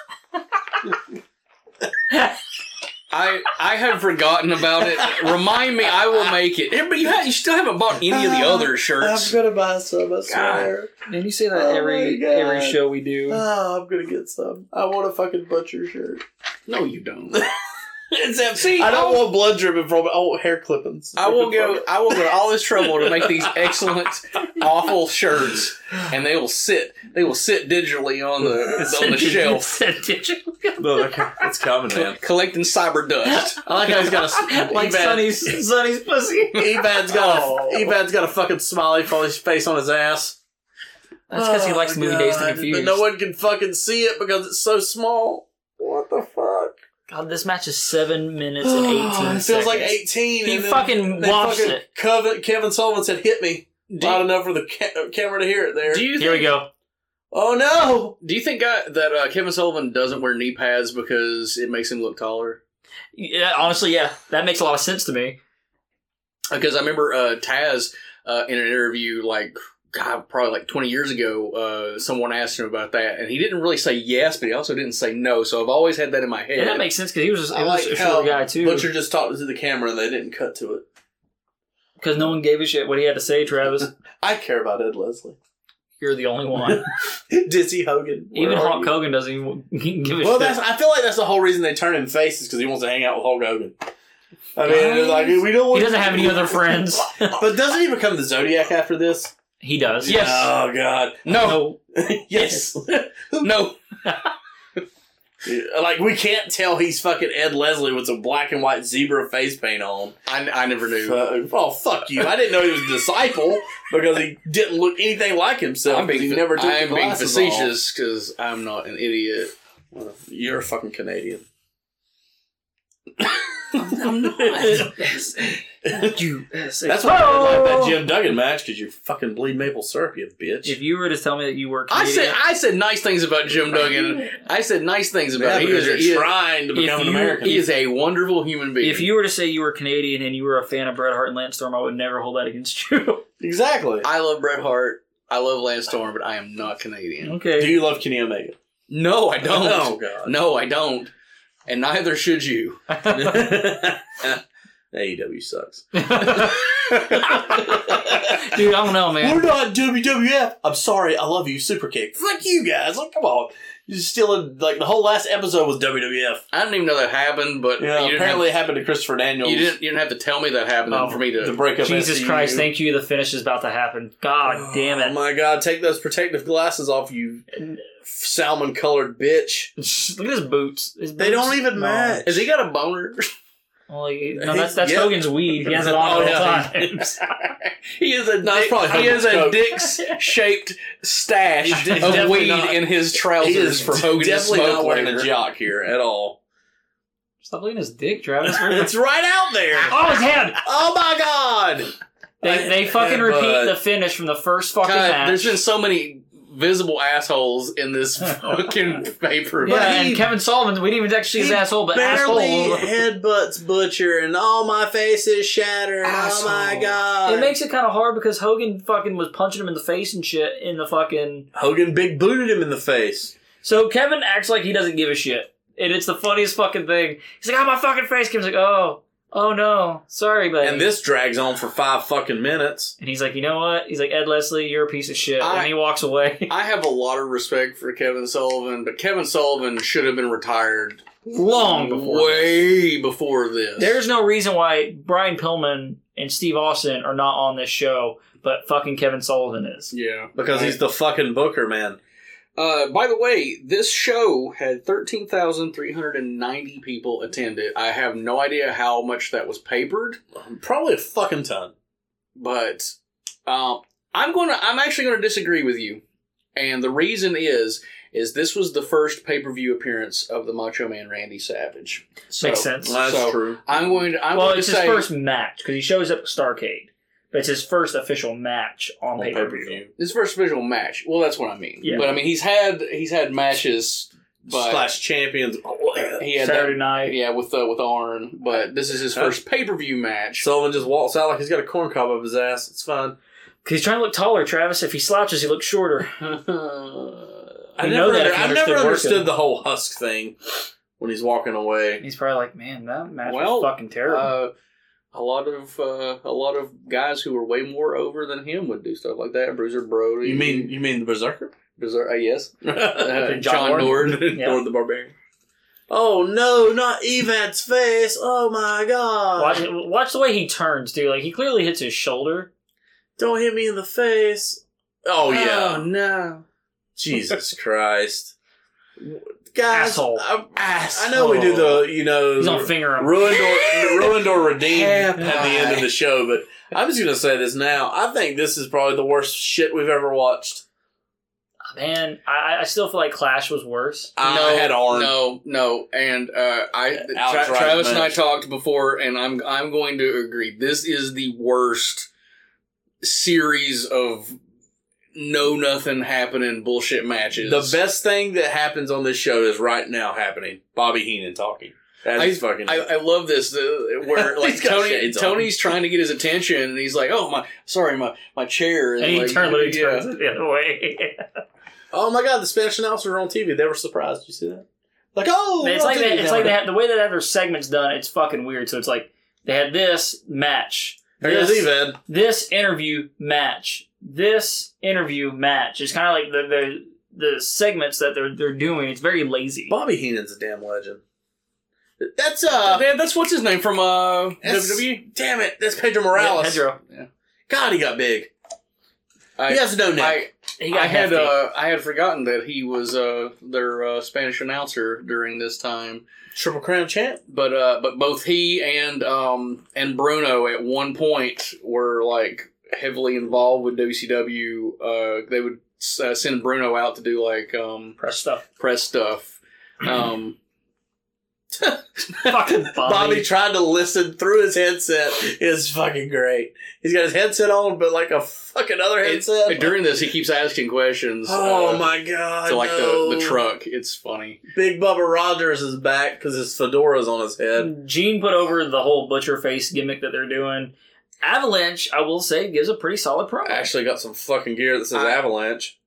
S2: I I have forgotten about it. Remind me, I will make it. Yeah, But you, ha- you still haven't bought any of
S1: Uh,
S2: the other shirts.
S11: gonna buy some. I swear.
S1: Man, you say that
S11: Oh my
S1: every
S11: God.
S1: every show we do.
S11: Oh, I'm gonna get some. I want a fucking butcher shirt.
S2: No, you don't.
S11: Except,
S2: See,
S11: I don't
S2: I'll-
S11: want blood dripping from it. I want hair clippings.
S2: I will go. I will go to all this trouble to make these excellent, awful shirts, and they will sit. They will sit digitally on the on the shelf,
S11: No, that- that's coming, man.
S2: collecting cyber dust.
S11: I like Oh. how he's got a
S1: like Sonny's Sonny's pussy.
S11: Evad's got a, Evad's got a fucking smiley for his face on his ass.
S1: That's because he
S11: Oh,
S1: likes the movie Days
S11: God.
S1: to Confuse.
S11: But no one can fucking see it because it's so small. What the fuck?
S1: God, this match is seven minutes and eighteen.
S11: Oh, it feels
S1: seconds.
S11: like 18.
S1: He
S11: and then
S1: fucking
S11: they
S1: watched
S11: fucking-
S1: it.
S11: Kevin, Kevin Sullivan said, hit me.
S2: Do
S11: Loud
S2: you-
S11: enough for the ca- camera to hear it there.
S2: Do you
S1: Here we go.
S11: oh, no.
S2: Do you think uh that uh, Kevin Sullivan doesn't wear knee pads because it makes him look taller?
S1: Yeah, honestly, yeah, that makes a lot of sense to me.
S2: Because I remember uh, Taz uh, in an interview, like God, probably like twenty years ago, uh, someone asked him about that, and he didn't really say yes, but he also didn't say no. So I've always had that in my head.
S1: And that makes sense because he was, just,
S11: I
S1: he was
S11: like
S1: a
S11: how
S1: short guy too.
S11: Butcher just talked to the camera and they didn't cut to it.
S1: Because no one gave a shit what he had to say. Travis,
S11: I care about Ed Leslie.
S1: you're the only one.
S11: Dizzy Hogan. where
S1: Even
S11: are
S1: Hulk
S11: you?
S1: Hogan doesn't even give a
S11: Well,
S1: shit.
S11: that's. I feel like that's the whole reason they turn him face is because he wants to hang out with Hulk Hogan. I mean, it's like we don't.
S1: he
S11: Want
S1: doesn't have any other friends.
S11: But doesn't he become the Zodiac after this?
S1: he does. Yes.
S11: Oh God.
S1: No.
S11: Yes. no. like we can't tell he's fucking Ed Leslie with some black and white zebra face paint on.
S2: I, I never knew.
S11: Uh, oh fuck you! I didn't know he was a disciple because he didn't look anything like himself.
S2: I'm being,
S11: he never took
S2: I am
S11: the
S2: being
S11: glasses off.
S2: facetious because I'm not an idiot.
S11: You're a fucking Canadian. That's why I don't
S2: Oh!
S11: like that Jim Duggan match because you fucking bleed maple syrup, you bitch.
S1: If you were to tell me that you were, a
S2: I
S1: comedian-
S2: said I said nice things about Jim Duggan. I said nice things
S11: Yeah,
S2: about him. He
S11: because
S2: is,
S11: you're
S2: he, is,
S11: trying to become an
S1: you-
S11: American.
S2: he is a wonderful human being.
S1: If you were to say you were Canadian and you were a fan of Bret Hart and Lance Storm, I would never hold that against you.
S11: exactly.
S2: I love Bret Hart. I love Lance Storm, but I am not Canadian.
S11: Do
S1: Okay.
S11: you love Kenny Omega?
S2: No, I don't.
S11: Oh, God.
S2: No, I don't. And neither should you.
S11: AEW E sucks.
S1: Dude, I don't know, man.
S11: We're not WWF. I'm sorry. I love you, Superkick. Fuck you guys. Like, come on. You're stealing. Like the whole last episode was WWF.
S2: I didn't even know that happened, but
S11: You know,
S2: you, didn't
S11: apparently it happened to Christopher
S2: have,
S11: Daniels.
S2: you didn't you didn't have to tell me that happened
S1: Oh,
S2: for me
S11: the
S2: to.
S11: breakup.
S1: Jesus
S11: SCU.
S1: Christ, thank you. The finish is about to happen. God damn
S11: E Oh
S1: it.
S11: my God! Take those protective glasses off, you salmon-colored bitch.
S1: Look at his boots. His
S11: They
S1: boots-
S11: don't even
S1: no.
S11: match.
S2: Has he got a boner?
S1: Well, he- no, that's, that's
S11: Yeah.
S1: Hogan's weed. He has it on
S11: Oh,
S1: all the
S11: yeah.
S1: time.
S2: he is a
S11: No, it's
S2: dick,
S11: probably
S2: he is a
S11: Hogan's
S2: dick's shaped stash
S11: He's
S2: of
S11: definitely
S2: weed
S11: not-
S2: in his trousers
S11: He is
S2: for Hogan to
S11: definitely
S2: smoke
S11: not wearing
S2: later.
S11: a jock here at all.
S1: Stop looking at his dick, Travis.
S11: It's right out there.
S1: oh, his head!
S11: Oh my god!
S1: They, they fucking
S11: Yeah,
S1: repeat
S11: but-
S1: the finish from the first fucking
S2: God,
S1: match.
S2: there's been so many visible assholes in this fucking paper.
S1: yeah,
S11: But
S1: and
S11: he-
S1: Kevin Sullivan, we didn't even actually see his
S11: He
S1: asshole, but
S11: barely
S1: asshole.
S11: headbutts Butcher, and all my face is shattered. Oh my god!
S1: It makes it kind of hard because Hogan fucking was punching him in the face and shit in the fucking.
S11: Hogan big booted him in the face.
S1: So Kevin acts like he doesn't give a shit, and it's the funniest fucking thing. He's like, "Oh my fucking face!" Kevin's like, "Oh, oh no, sorry, buddy."
S11: And this drags on for five fucking minutes.
S1: and he's like, "You know what?" He's like, "Ed Leslie, you're a piece of shit,"
S2: I-
S1: and he walks away.
S2: I have a lot of respect for Kevin Sullivan, but Kevin Sullivan should have been retired
S1: Long before.
S2: way before this.
S1: There's no reason why Brian Pillman and Steve Austin are not on this show, but fucking Kevin Sullivan is.
S2: yeah,
S11: Because he's the fucking booker, man.
S2: Uh, by the way, this show had thirteen thousand three hundred and ninety people attend it. I have no idea how much that was papered,
S11: Probably a fucking ton.
S2: but um, I'm going to. I'm actually going to disagree with you, and the reason is is this was the first pay per view appearance of the Macho Man Randy Savage. So,
S1: Makes sense.
S11: That's
S2: So-
S11: true.
S2: I'm going to. I'm
S1: well,
S2: going
S1: it's
S2: to
S1: his
S2: say
S1: first match because he shows up at Starcade, but it's his first official match on pay per view.
S2: his first visual match. Well, that's what I mean.
S1: Yeah.
S2: But I mean, he's had he's had matches, but
S11: Slash champions.
S2: he had
S1: Saturday
S2: that,
S1: night.
S2: yeah, with uh, with Arn. But this is his first pay per view match.
S11: Sullivan just walks out like he's got a corn cob up his ass. It's fine.
S1: He's trying to look taller, Travis. If he slouches, he looks shorter.
S11: I
S2: Uh,
S1: You
S11: never,
S1: know that if you
S11: I
S1: understood
S11: never
S1: working.
S11: understood the whole husk thing when he's walking away.
S1: He's probably like, man, that match
S2: Well,
S1: was fucking terrible.
S2: uh, a lot of uh, a lot of guys who were way more over than him would do stuff like that. Bruiser Brody.
S11: You mean you mean the berserker?
S2: Berser- uh, yes, uh,
S1: John
S2: John Lord.
S1: Yeah.
S11: Lord the Barbarian. Oh no, not Evad's face! Oh my god!
S1: watch, watch the way he turns, dude. Like he clearly hits his shoulder.
S11: Don't hit me in the face! Oh yeah,
S2: no.
S11: Jesus Christ, guys!
S1: Asshole.
S11: I, I know we do the you know
S1: He's gonna finger him.
S11: ruined or ruined or redeemed
S2: Hair
S11: at the end of
S2: pie.
S11: the show, but I'm just gonna say this now. I think this is probably the worst shit we've ever watched.
S1: Man, I, I still feel like Clash was worse.
S11: I had Arn.
S2: No, no, and uh, I
S11: Alex
S2: Tra-
S11: Ryan
S2: Travis and I
S11: Lynch.
S2: talked before, and I'm I'm going to agree. This is the worst series of no nothing happening bullshit matches.
S11: The best thing that happens on this show is right now happening. Bobby Heenan talking. That
S2: I,
S11: is fucking.
S2: I, I love this uh, where like
S11: He's got
S2: Tony
S11: shades on.
S2: Tony's trying to get his attention and he's like oh my sorry my my chair
S1: And he
S2: like,
S1: turned, literally
S2: yeah.
S1: turns it the other way.
S11: oh my god, the Spanish announcers were on TV. They were surprised. You see that? Like, oh,
S1: it's
S11: we're on
S1: like they,
S11: TV
S1: it's
S11: now.
S1: like they have, the way they have their segments done. It's fucking weird. So it's like they had this match,
S11: There goes
S1: this,
S11: Evad.
S1: this interview match, this interview match. It's kind of like the the the segments that they're they're doing. It's very lazy.
S11: Bobby Heenan's a damn legend. That's uh,
S2: Yeah, that's what's his name from uh,
S11: that's-
S2: WWE.
S11: damn it, that's Pedro Morales.
S1: Yeah, Pedro,
S11: God, he got big.
S2: I,
S11: he has no neck.
S2: I,
S1: he got
S2: I had
S1: hefty.
S2: uh, I had forgotten that he was uh, their uh, Spanish announcer during this time.
S11: Triple Crown champ.
S2: But uh, but both he and um, and Bruno at one point were like heavily involved with WCW. Uh, they would uh, send Bruno out to do like um,
S1: press stuff.
S2: press stuff. Um,
S1: fucking
S11: Bobby.
S1: Bobby.
S11: tried to listen through his headset. It's fucking great. He's got his headset on, but like a fucking other
S2: and-
S11: headset.
S2: and during this, he keeps asking questions.
S11: oh
S2: uh,
S11: my god!
S2: To like the,
S11: no.
S2: the truck, it's funny.
S11: Big Bubba Rogers is back because his fedora's on his head.
S1: Gene put over the whole butcher face gimmick that they're doing. Avalanche, I will say, gives a pretty solid promo.
S11: I actually got some fucking gear that says
S2: I-
S11: Avalanche.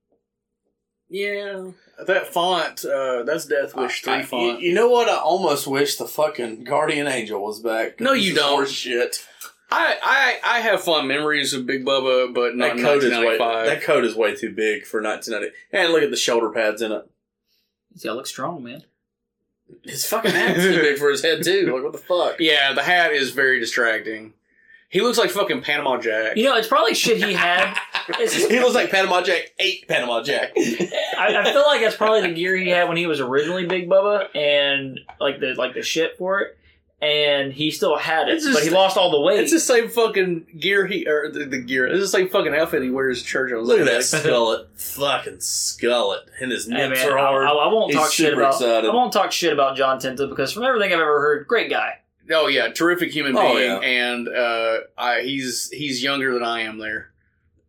S2: Yeah, that font. Uh, that's Death Wish three
S11: I- you-
S2: font.
S11: You, know what? I almost wish the fucking Guardian Angel was back.
S2: No,
S11: This
S2: you
S11: is
S2: don't.
S11: horse Shit.
S2: I, I I have fond memories of Big Bubba, but not
S11: That coat is way.
S2: 1995.
S11: That coat is way too big for 1990. And look at the shoulder pads in it.
S1: Yeah, looks strong, man.
S11: His fucking hat's too big for his head too. Like what the fuck?
S2: yeah, the hat is very distracting. He looks like fucking Panama Jack.
S1: You know, it's probably shit he had. It's-
S11: He looks like Panama Jack. Eight Panama Jack.
S1: I, I feel like that's probably the gear he had when he was originally Big Bubba, and like the like the shit for it, and he still had it,
S2: It's just-
S1: but he lost all the weight.
S2: It's the same fucking gear he or the, the gear. It's the same fucking outfit he wears to church. I was
S11: Look at
S2: like,
S11: that skullet, fucking skullet, and his
S1: Hey,
S11: nips
S1: man,
S11: are
S1: I,
S11: hard.
S1: I, I won't
S11: He's
S1: talk shit
S11: super
S1: about
S11: excited.
S1: I won't talk shit about John Tinta because from everything I've ever heard, great guy.
S2: Oh yeah, terrific human being,
S11: Oh, yeah.
S2: and uh, I, he's he's younger than I am. There,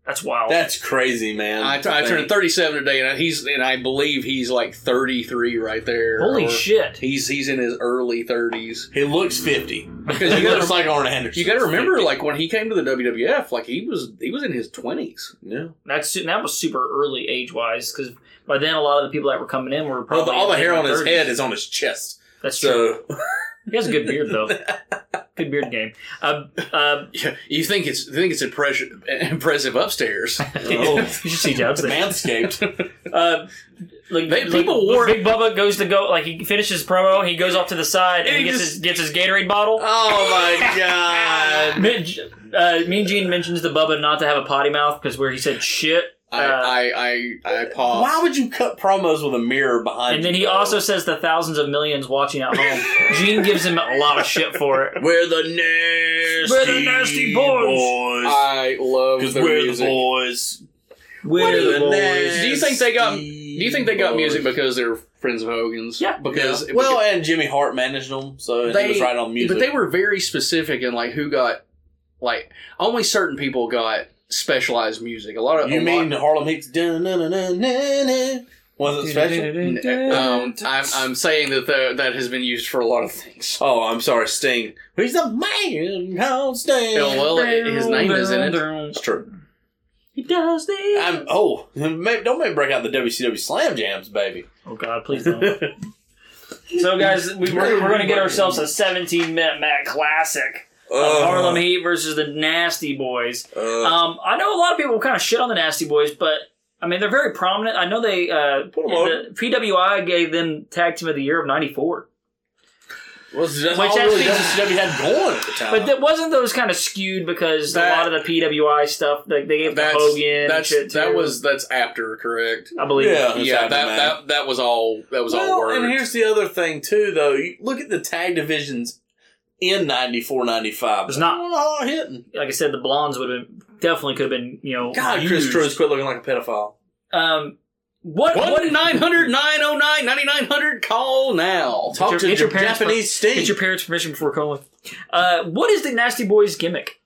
S1: That's wild.
S11: That's crazy, man.
S2: I, t- I turned thirty seven today, and he's and I believe he's like thirty three right there.
S1: Holy
S2: or-
S1: shit!
S2: He's he's in his early thirties.
S11: He looks fifty.
S2: Because
S11: he
S2: you gotta
S11: looks like Arn Anderson.
S2: You got to remember, like when he came to the WWF, like he was he was in his twenties.
S11: yeah.
S1: That's su- that was super early age wise because by then a lot of the people that were coming in were
S11: Well,
S1: probably
S11: the, all the
S1: in
S11: hair
S1: their
S11: on his
S1: 30s.
S11: head is on his chest.
S1: That's true.
S11: So
S1: He has a good beard though. good beard game. Uh, uh,
S2: You think it's you think it's impressive impressive upstairs?
S1: you should see Jobs there.
S11: manscaped.
S1: Uh, like,
S2: They-
S1: like,
S2: people wore-
S1: Big Bubba goes to go like he finishes his promo. He goes off to the side and
S11: And
S1: he
S11: he
S1: gets
S11: just-
S1: his gets his Gatorade bottle.
S11: oh my god.
S1: Me- uh, mean Gene mentions the Bubba not to have a potty mouth because where he said shit,
S2: I,
S1: uh,
S2: I I I paused.
S11: Why would you cut promos with a mirror behind?
S1: and then
S11: you,
S1: he
S11: though?
S1: also says the thousands of millions watching at home. Gene gives him a lot of shit for it.
S11: we're the nasty,
S1: We're the nasty boys.
S11: boys.
S2: I love
S11: Because
S2: the
S11: we're the
S2: music.
S11: boys.
S1: We're
S11: We're
S1: the
S11: the
S1: boys.
S11: nasty
S2: do you think they got? Do you think they got music because they're friends of Hogan's?
S1: Yeah.
S2: because
S11: Yeah. well, and Jimmy Hart managed them, so
S2: They-
S11: he was right on music.
S2: But they were very specific in like who got like only certain people got specialized music. A lot of
S11: You
S2: a
S11: mean
S2: lot,
S11: Harlem Heat's dun- dun- dun- dun- dun- dun. wasn't special?
S2: um, I'm, I'm saying that the, that has been used for a lot of things.
S11: Oh, I'm sorry, Sting. He's the man called Sting.
S2: Yeah, well, his name is in it.
S11: it's true.
S1: He does the.
S11: I'm, oh, ma- don't make me break out the WCW Slam Jams, baby.
S1: Oh God, please don't. so, guys, we, we're, we're going to get ourselves a 17 minute Matt classic
S11: Uh,
S1: of
S2: Uh-huh.
S1: Harlem Heat versus the Nasty Boys.
S2: Uh.
S1: Um, I know a lot of people kind of shit on the Nasty Boys, but I mean they're very prominent. I know they uh,
S11: Put
S1: the
S11: 'em
S1: PWI gave them Tag Team of the Year of '94,
S11: was that's
S1: which
S11: all really
S1: actually-
S11: WCW had going at the time.
S1: but that wasn't those kind of skewed because
S2: That-
S1: a lot of the PWI stuff like they gave to
S2: That's,
S1: Hogan and
S2: that's
S1: shit too.
S2: that was that's after correct.
S1: I believe.
S11: Yeah. That's
S2: yeah,
S11: after
S2: that,
S11: that.
S2: that that was all that was all
S11: well,
S2: words.
S11: and here's the other thing too, though. You look at the tag divisions in 94, 95.
S1: It's not-
S11: They weren't all hitting.
S1: Like I said, the blondes would have been definitely could have been you know
S11: God, Chris
S1: used.
S11: Cruz quit looking like a pedophile.
S1: Um, What?
S2: One
S1: what?
S2: 900 909 9900 Call now.
S11: Talk to your
S1: parents' per-
S11: Japanese Steve.
S1: Get your parents' permission before calling. Uh, what is the Nasty Boys gimmick?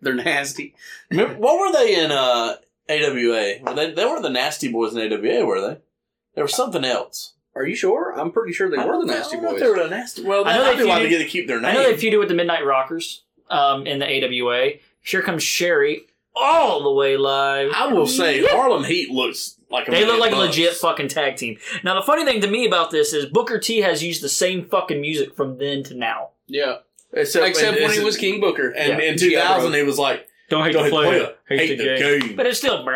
S2: They're nasty.
S11: Remember, what were they in uh, AWA? Were they, they were the Nasty Boys in AWA, were they? They were something else.
S2: Are you sure? I'm pretty sure they
S11: I
S2: were the
S11: don't know-
S2: nasty
S11: I don't know if
S2: boys.
S11: They were the nasty. Well,
S1: I know
S11: that'd
S1: they
S11: be why they
S1: feuded-
S11: get to keep their name.
S1: I know they feuded with the Midnight Rockers um, in the AWA. Here comes Sherry, all the way live.
S11: I will say Harlem Heat looks like a
S1: They look
S11: million
S1: like a
S11: bucks.
S1: legit fucking tag team. Now, the funny thing to me about this is Booker T has used the same fucking music from then to now.
S2: yeah.
S11: Except,
S2: Except when
S11: it's-
S2: he was King Booker.
S11: And
S2: Yeah.
S11: in 2000,
S2: Yeah,
S11: he was like,
S1: Don't hate the
S11: "Don't hate the
S1: player,
S11: player, hate, the game."
S1: But it's still.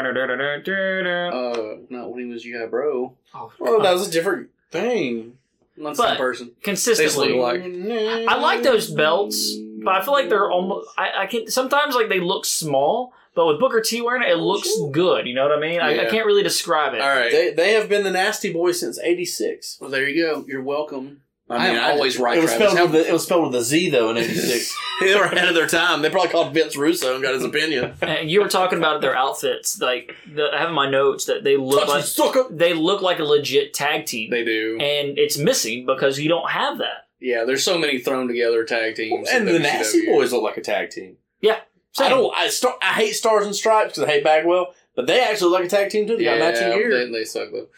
S2: bro. uh, not when he was yeah, bro.
S11: Well, that was a different thing.
S2: Not the same
S1: But-
S2: person.
S1: Consistently,
S2: They look
S1: like I like those belts, but I feel like they're almost. I, I can sometimes like they look small, but with Booker T wearing it, it looks good. You know what I mean? I, I
S2: Yeah.
S1: can't really describe it.
S2: All right.
S11: They, they have been the nasty boys since '86.
S2: well, there you go. You're welcome. I, am always right,
S11: It was,
S2: Travis.
S11: spelled
S2: How-
S11: with a, it was spelled with a Z though in '86. they were ahead of their time. They probably called Vince Russo and got his opinion.
S1: And you were talking about their outfits, like the, I have in my notes that they look
S11: Touch me,
S1: like
S11: sucker.
S1: they look like a legit tag team,
S2: they do.
S1: and it's missing because you don't have that.
S2: Yeah, there's so many thrown together tag teams.
S11: And
S2: in E.
S11: the
S2: WCW.
S11: nasty boys look like a tag team.
S1: Yeah,
S11: I don't. I, star, I hate Stars and Stripes because I hate Bagwell, but they actually look like a tag team too. They got matching gear.
S2: They, they suck though.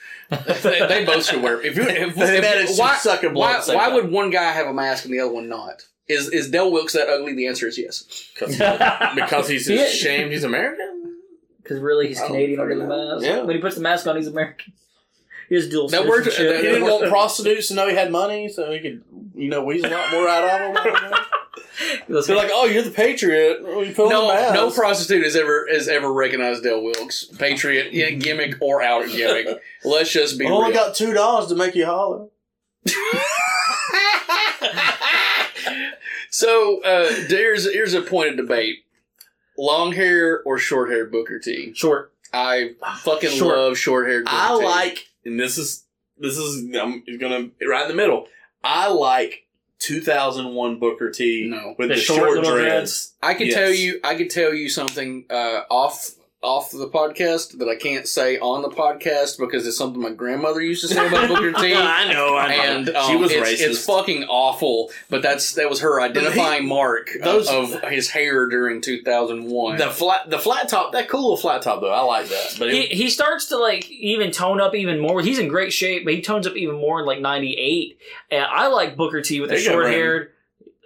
S2: they, they both should wear. If you, if,
S11: They
S2: if-
S11: managed to
S2: why,
S11: suck and blow at
S2: why,
S11: the same
S2: why
S11: time.
S2: would one guy have a mask and the other one not? Is is Del Wilkes that ugly? The answer is yes.
S11: because he's
S1: Yeah.
S11: ashamed he's American.
S1: Because really, he's
S11: I don't
S1: Canadian under the
S11: fucking know.
S1: mask.
S11: Yeah.
S1: When he puts the mask on, he's American. He has dual
S2: That worked-
S1: citizenship.
S11: He didn't want prostitutes to know he had money, so he could, you know, wheeze a lot more out of them.
S1: Let's-
S11: They're like, "Oh, you're the patriot." Well, you put on the
S2: No,
S11: mask.
S2: no prostitute has ever has ever recognized Del Wilkes, patriot yeah, gimmick or out gimmick. Let's just be
S11: I only
S2: real.
S11: got two dollars to make you holler.
S2: so uh, there's here's a point of debate: long hair or short hair Booker T.
S1: short.
S2: I
S11: Ah,
S2: fucking
S1: Short.
S2: love short haired.
S11: I like, and this is this is I'm gonna right in the middle. I like 2001 Booker T
S2: No.
S11: with
S1: The
S11: the,
S1: short
S11: short,
S1: little
S11: dreads.
S2: I can
S11: Yes.
S2: tell you. I can tell you something uh, off off the podcast that I can't say on the podcast because it's something my grandmother used to say about Booker T.
S11: I know, I know.
S2: And um,
S11: she was
S2: it's,
S11: racist.
S2: it's fucking awful, but that's that was her identifying mark
S11: those-
S2: of of his hair during 2001.
S11: the flat, the flat top, that cool little flat top though. I like that, but
S1: He,
S11: it,
S1: he starts to like even tone up even more. He's in great shape, but he tones up even more in like '98. And I like Booker T with the
S11: There you go,
S1: short haired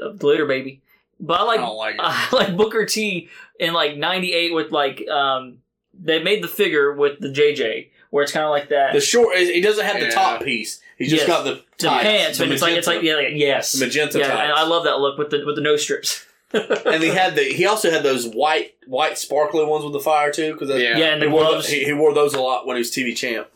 S1: uh, glitter baby. But I like
S2: I don't like it.
S1: I like Booker T in like '98 with like um they made the figure with the JJ where it's kind of like that
S11: the short, he doesn't have the
S2: Yeah.
S11: top piece. He just
S1: Yes.
S11: got the,
S1: the
S11: tights,
S1: pants,
S11: the
S1: and it's like it's like
S11: magenta.
S1: yeah, like, yes,
S11: The magenta
S1: Yeah,
S11: tights.
S1: and I love that look with the with the nose strips.
S11: and he had the, he also had those white, white sparkly ones with the fire too. Because
S2: Yeah.
S1: Yeah, and
S11: he
S1: the
S11: wore,
S1: gloves.
S11: the, he, he wore those a lot when he was TV champ.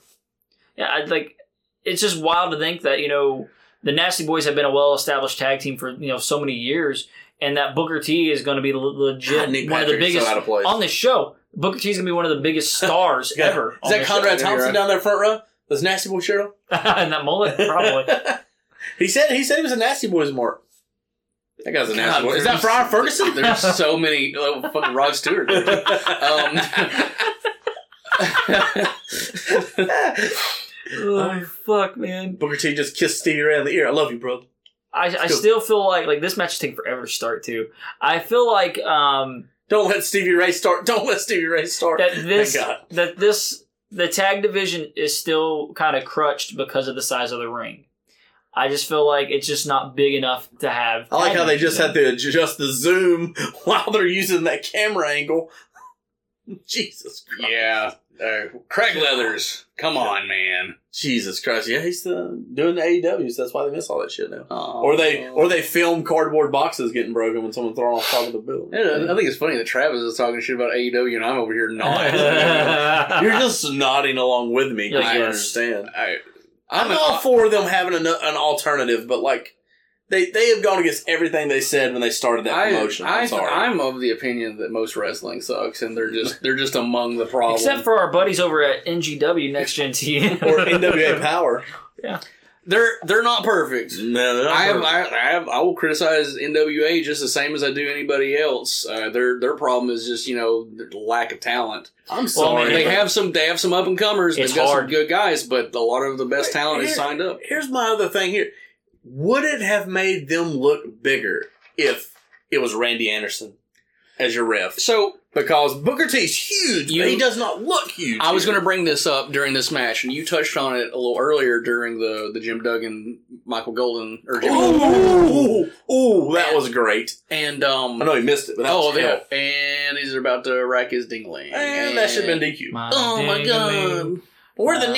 S1: Yeah, I like. It's just wild to think that you know the Nasty Boys have been a well-established tag team for you know so many years, and that Booker T is going to be le- legit
S11: God, Ah, Nick
S1: one of the
S11: Patrick is so
S1: biggest
S11: out of place.
S1: on this show. Booker T is going to be one of the biggest stars
S11: Yeah.
S1: ever.
S11: Is
S1: on
S11: that
S1: this
S11: Conrad
S2: show.
S11: Thompson down there front row? Those nasty boy shirt on?
S1: show. and that mullet probably.
S11: he said he said he was a nasty boy's mark. That guy's a nasty boy. Is that Brian Ferguson?
S2: There's so many oh, fucking Rod Stewart. dude. Um,
S1: oh fuck, man!
S11: Booker T just kissed Stevie Ray on the ear. I love you, brother.
S1: I, I
S11: Still-
S1: still feel like like this match is taking forever to start too. I feel like um
S11: Don't let Stevie Ray start. Don't let Stevie Ray start.
S1: that this
S11: Thank God.
S1: that this the tag division is still kind of crutched because of the size of the ring. I just feel like it's just not big enough to have.
S11: I like
S1: tag
S11: how they
S1: division.
S11: just had to adjust the zoom while they're using that camera angle. Jesus Christ.
S2: yeah, uh, Craig Leathers. Come on, man.
S11: Jesus Christ. Yeah, he's uh, doing the AEWs. That's why they miss all that shit now.
S2: Aw.
S11: Or they or they film cardboard boxes getting broken when someone throws on top of the building.
S2: Yeah, I think it's funny that Travis is talking shit about AEW and I'm over here
S11: Oh,
S2: not.
S11: You're just nodding along with me. 'cause
S1: Yes.
S11: you understand.
S2: I,
S11: I'm
S2: an-
S11: all for them having an, an alternative, but like they they have gone against everything they said when they started that
S2: I,
S11: promotion. I,
S2: I,
S11: am sorry.
S2: I'm of the opinion that most wrestling sucks, and they're just they're just among the problem.
S1: Except for our buddies over at NGW Next Gen T.
S11: or NWA Power. they're they're not perfect.
S2: No, they're not
S11: I have,
S2: perfect.
S11: I, I have I will criticize NWA just the same as I do anybody else. Uh, their their problem is just you know their lack of talent.
S2: I'm
S11: I mean,
S2: sorry.
S11: they have some they have some up and comers. They've
S1: It's
S11: got
S1: hard.
S11: some good guys, but a lot of the best talent is
S2: Here-
S11: signed up.
S2: Here's my other thing here. Would it have made them look bigger if it was Randy Anderson as your ref?
S11: So
S2: Because Booker T's huge,
S11: You-
S2: but he does not look huge.
S11: I was
S2: here.
S11: going to bring this up during this match, and you touched on it a little earlier during the the Jim Duggan Michael Golden or Jim
S2: Ooh, ooh, ooh, that was great.
S11: and um
S2: I know he missed it, but that
S11: oh
S2: was
S11: yeah,
S2: hell.
S11: and he's about to rack his dingling,
S2: And that should have been DQ.
S11: oh my god.
S2: We're the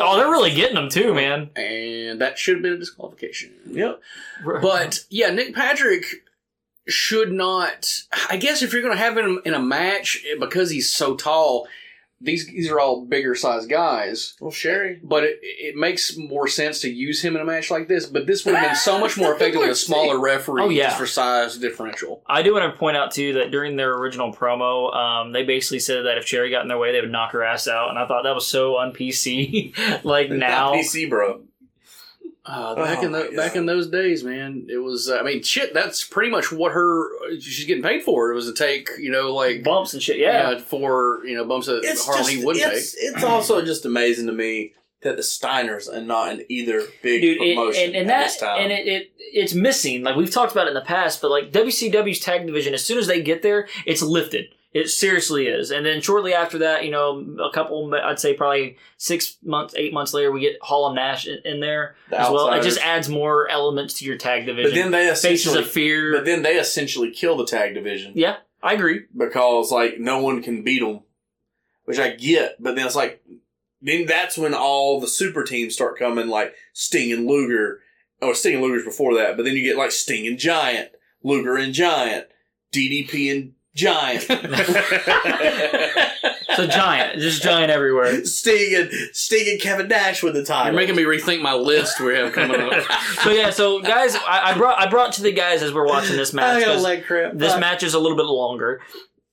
S1: Oh, they're really getting them too, man.
S11: and that should have been a disqualification.
S2: Yep.
S11: But yeah, Nick Patrick should not. I guess if you're going to have him in a match eh, because he's so tall, these these are all bigger size guys.
S2: Well, Sherry.
S11: But it, it makes more sense to use him in a match like this. But this would have been so much more effective with a smaller referee
S1: Oh, yeah.
S11: just for size differential.
S1: I do want to point out too that during their original promo, um, they basically said that if Cherry got in their way, they would knock her ass out, and I thought that was so un PC. like now,
S2: PC, bro.
S11: Uh, back
S2: Oh
S11: in
S2: my
S11: the,
S2: God.
S11: back in those days, man, it was. uh, I mean, shit. That's pretty much what her she's getting paid for. It was to take you know like
S1: bumps and shit. Yeah,
S11: uh, for you know bumps that
S2: It's
S11: Harley
S2: just,
S11: would take.
S2: it's, it's also just amazing to me that the Steiners are not in either big
S1: dude, it,
S2: promotion
S1: and, and
S2: at
S1: that
S2: this time.
S1: and it, it it's missing. Like we've talked about it in the past, but like WCW's tag division, as soon as they get there, it's lifted. It seriously is. And then shortly after that, you know, a couple, I'd say probably six months, eight months later, we get Hall and Nash in, in there
S2: The
S1: as well. It
S2: Outsiders.
S1: just adds more elements to your tag division.
S2: but then they
S1: faces
S2: essentially,
S1: of fear.
S2: but then they essentially kill the tag division.
S1: yeah, I agree.
S2: because like no one can beat them, which I get. But then it's like then that's when all the super teams start coming, like Sting and Luger, or Sting and Luger's before that. But then you get like Sting and Giant, Luger and Giant, DDP and Giant,
S1: So giant, just giant everywhere.
S2: Sting and Sting and Kevin Nash with the
S11: You're
S2: title.
S11: making me rethink my list we have coming up.
S1: So yeah, so guys, I, I brought I brought to the guys as we're watching this match.
S2: I got
S1: 'cause-
S2: leg cramp.
S1: this match is a little bit longer.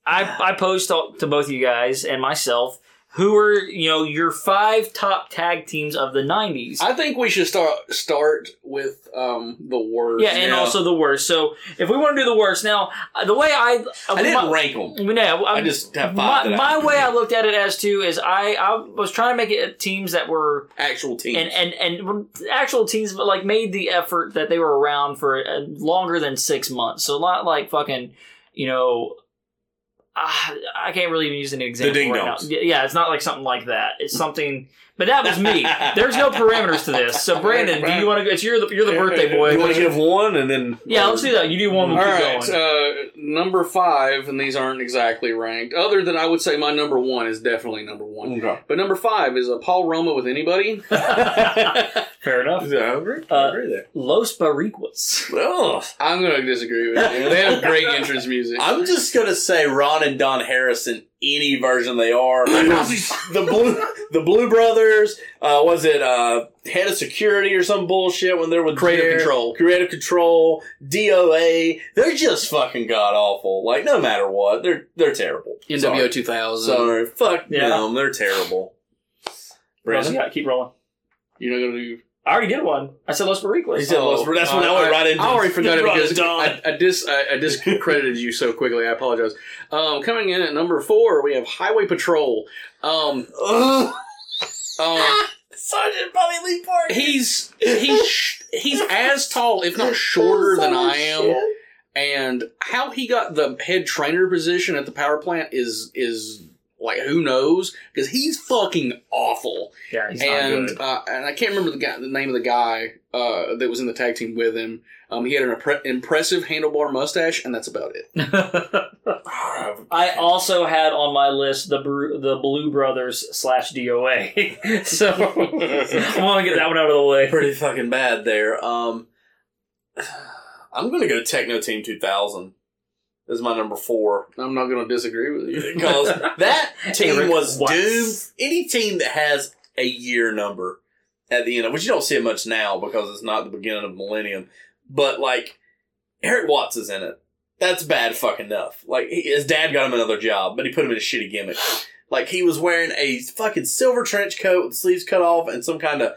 S1: I I posed to to both you guys and myself who are you know your five top tag teams of the '90s.
S11: I think we should start start with um, the worst.
S1: yeah, and
S2: yeah.
S1: also the worst. So if we want to do the worst now, uh, the way I
S2: I didn't
S1: my-
S2: rank them.
S1: no, I'm-
S2: I just have
S1: my,
S2: five. that
S1: my
S2: I,
S1: way I looked at it as to is I I was trying to make it teams that were
S2: actual teams.
S1: and and and actual teams but like made the effort that they were around for uh, longer than six months so not like fucking you know I, I can't really even use an example
S2: Ding
S1: right now.
S2: Dongs.
S1: Y- Yeah, it's not like something like that. It's something, but that was me. There's no parameters to this. So Brandon, do you want to? go It's you're the, you're the birthday boy.
S2: you want to give one and then
S1: yeah, let's do that. You do one.
S11: All
S1: We'll keep
S11: right,
S1: going.
S11: uh, number five, and these aren't exactly ranked. Other than I would say my number one is definitely number one.
S2: Okay.
S11: But number five is a Paul Roma with anybody.
S1: Fair enough.
S2: Yeah, I agree. I
S1: Uh,
S2: agree there.
S1: Los Barriquas.
S2: Ugh.
S11: I'm going to disagree with you. They have great entrance music.
S2: I'm just gonna say Ron and Don Harris in any version they are. the blue, the Blue Brothers. Uh, was it uh, head of security or some bullshit when they're with
S11: Creative
S2: Jer-
S11: Control.
S2: Creative Control, DOA. They're just fucking god awful. Like no matter what, they're they're terrible.
S11: NWO
S2: Sorry.
S11: 2000.
S2: Sorry, fuck
S1: Yeah.
S2: them. They're terrible.
S1: Rolling,
S2: Brandon?
S1: yeah, keep rolling.
S11: You're not going to do.
S1: I already did one. I said Los Barriquas.
S2: He said Los- that's when I went right into.
S11: I already forgot it
S2: Ron and
S11: because
S2: Don.
S11: I, I, dis, I, I discredited you so quickly. I apologize. Um, coming in at number four, we have Highway Patrol. Um,
S2: Ugh.
S11: um,
S2: Sergeant Bobby Lee Parker.
S11: he's he's sh- he's as tall, if not shorter, than I am.
S2: Shit.
S11: And how he got the head trainer position at the power plant is is like who knows because he's fucking awful.
S1: Yeah, he's not
S11: and
S1: good.
S11: uh, and I can't remember the guy, the name of the guy uh, that was in the tag team with him. Um, he had an impre- impressive handlebar mustache, and that's about it.
S1: I also had on my list the Bru- the Blue Brothers slash DOA. so I want to get that one out of the way.
S2: pretty fucking bad there. Um, I'm gonna go Techno Team 2000 is my number four
S11: I'm not going to disagree with you.
S2: because that team
S1: Eric
S2: was
S1: Watts.
S2: doomed. Any team that has a year number at the end of which you don't see it much now because it's not the beginning of millennium, but like Eric Watts is in it. That's bad fucking enough. Like he, his dad got him another job, but he put him in a shitty gimmick. Like he was wearing a fucking silver trench coat, with sleeves cut off, and some kind of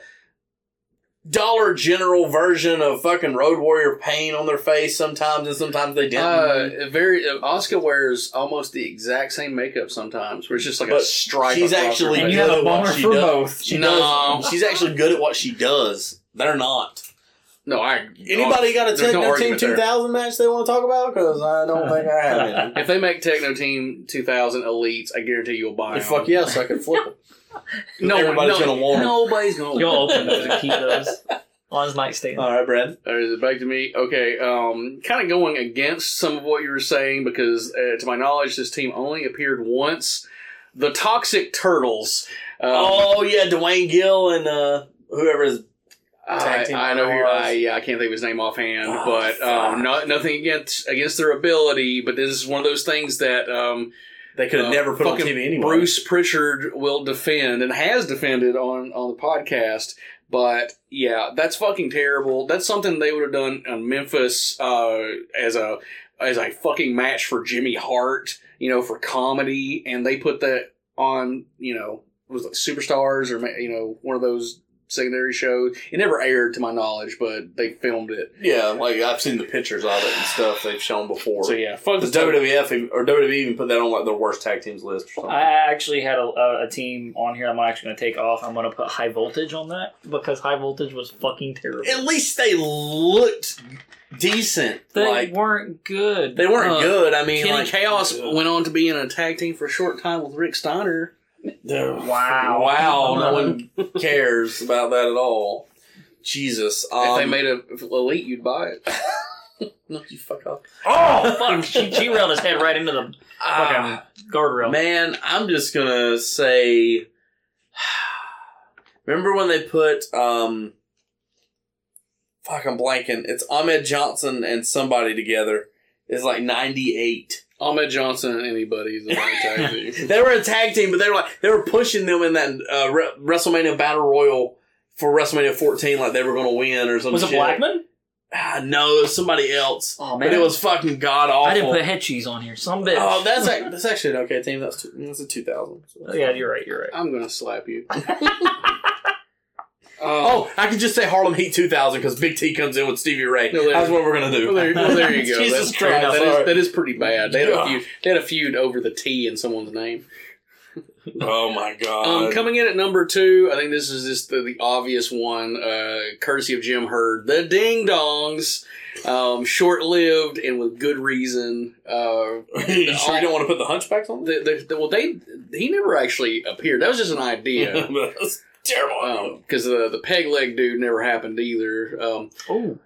S2: Dollar General version of fucking Road Warrior paint on their face sometimes, and sometimes they didn't.
S11: Uh, very uh, Oscar wears almost the exact same makeup sometimes, where it's just like
S2: But
S11: a stripe.
S2: she's
S11: across her
S2: actually
S11: face.
S1: And you have a
S2: good at what
S1: boner
S2: she
S1: for
S2: does.
S1: both.
S2: She
S11: No.
S2: does. She's actually good at what she does. They're not.
S11: no. I
S2: Anybody got a
S11: there's
S2: Techno Team
S11: argument there.
S2: 2000 match they want to talk about? Because I don't think I have any.
S11: If they make Techno Team 2000 elites, I guarantee you'll buy them.
S2: Fuck yes, I can flip them.
S11: no,
S2: everybody's
S11: no,
S2: gonna want 'em.
S11: Nobody's
S1: You'll
S11: gonna.
S1: open those and keep those on his nightstand.
S2: All right, Brad.
S11: Or is it back to me? Okay, um, kind of going against some of what you were saying because, uh, to my knowledge, this team only appeared once. The Toxic Turtles. Um,
S2: Oh yeah, Dwayne Gill and uh, whoever is
S11: I,
S2: tag team
S11: I know who.
S2: partner was.
S11: I, yeah, I can't think of his name offhand,
S2: Oh,
S11: but
S2: fuck.
S11: um, not, nothing against against their ability. But this is one of those things that um,
S2: they could have
S11: uh,
S2: never put on
S11: fucking
S2: TV anyway.
S11: Bruce Pritchard will defend and has defended on on the podcast. But yeah, that's fucking terrible. That's something they would have done on Memphis uh, as a as a fucking match for Jimmy Hart, you know, for comedy, and they put that on, you know, was it Superstars or ma- you know one of those secondary shows. It never aired to my knowledge, but they filmed it.
S2: Yeah, like I've seen the pictures of it and stuff they've shown before.
S11: So yeah, fuck
S2: the E,
S11: this
S2: WWF even- or WWE even put that on like their worst tag teams list or something.
S1: I actually had a, a, a team on here I'm actually going to take off. I'm going to put high voltage on that because high voltage was fucking terrible.
S2: At least they looked decent.
S1: they
S2: like
S1: weren't good.
S2: they weren't
S11: uh,
S2: good. I mean,
S11: Kenny
S2: like,
S11: Chaos went on to be in a tag team for a short time with Rick Steiner.
S1: Wow.
S2: wow, no one cares about that at all. Jesus, um,
S11: if they made a if elite, you'd buy it.
S2: no, you fuck off.
S1: Oh fuck! She she railed his head right into the fucking
S2: Ah.
S1: guardrail.
S2: Man, I'm just gonna say. Remember when they put um, fuck, I'm blanking. It's Ahmed Johnson and somebody together. It's like '98.
S11: Ahmed Johnson and anybody is a bad tag team.
S2: They were a tag team, but they were like they were pushing them in that uh, Re- WrestleMania Battle Royal for WrestleMania 14, like they were gonna win or something.
S1: was it Blackman?
S2: Ah, no, it was somebody else.
S1: Oh,
S2: but
S1: man.
S2: it was fucking god awful.
S1: I didn't put head cheese on here. Some bitch.
S2: Oh, that's ac- that's actually an okay team. That's two, that's a 2000. So
S1: yeah, you're right. You're right.
S11: I'm gonna slap you. Um,
S2: Oh, I could just say Harlem Heat 2000 because Big T comes in with Stevie Ray.
S11: No, there-
S2: That's what we're gonna
S11: Well, there,
S2: do.
S11: well, there you go.
S2: Jesus
S11: That's fair
S2: Christ.
S11: enough. That
S2: Sorry.
S11: is, that is pretty bad. They had, a
S2: Ugh.
S11: feud, they had a feud over the T in someone's name.
S2: Oh my god!
S11: Um, coming in at number two, I think this is just the, the obvious one, uh, courtesy of Jim Hurd. The Ding Dongs, um, short lived and with good reason. Uh,
S2: you sure you don't want to put the Hunchbacks on?
S11: the, the, the, well, they he never actually appeared. That was just an idea.
S2: That's terrible.
S11: Because the the peg leg dude never happened either. Um,
S1: Oh,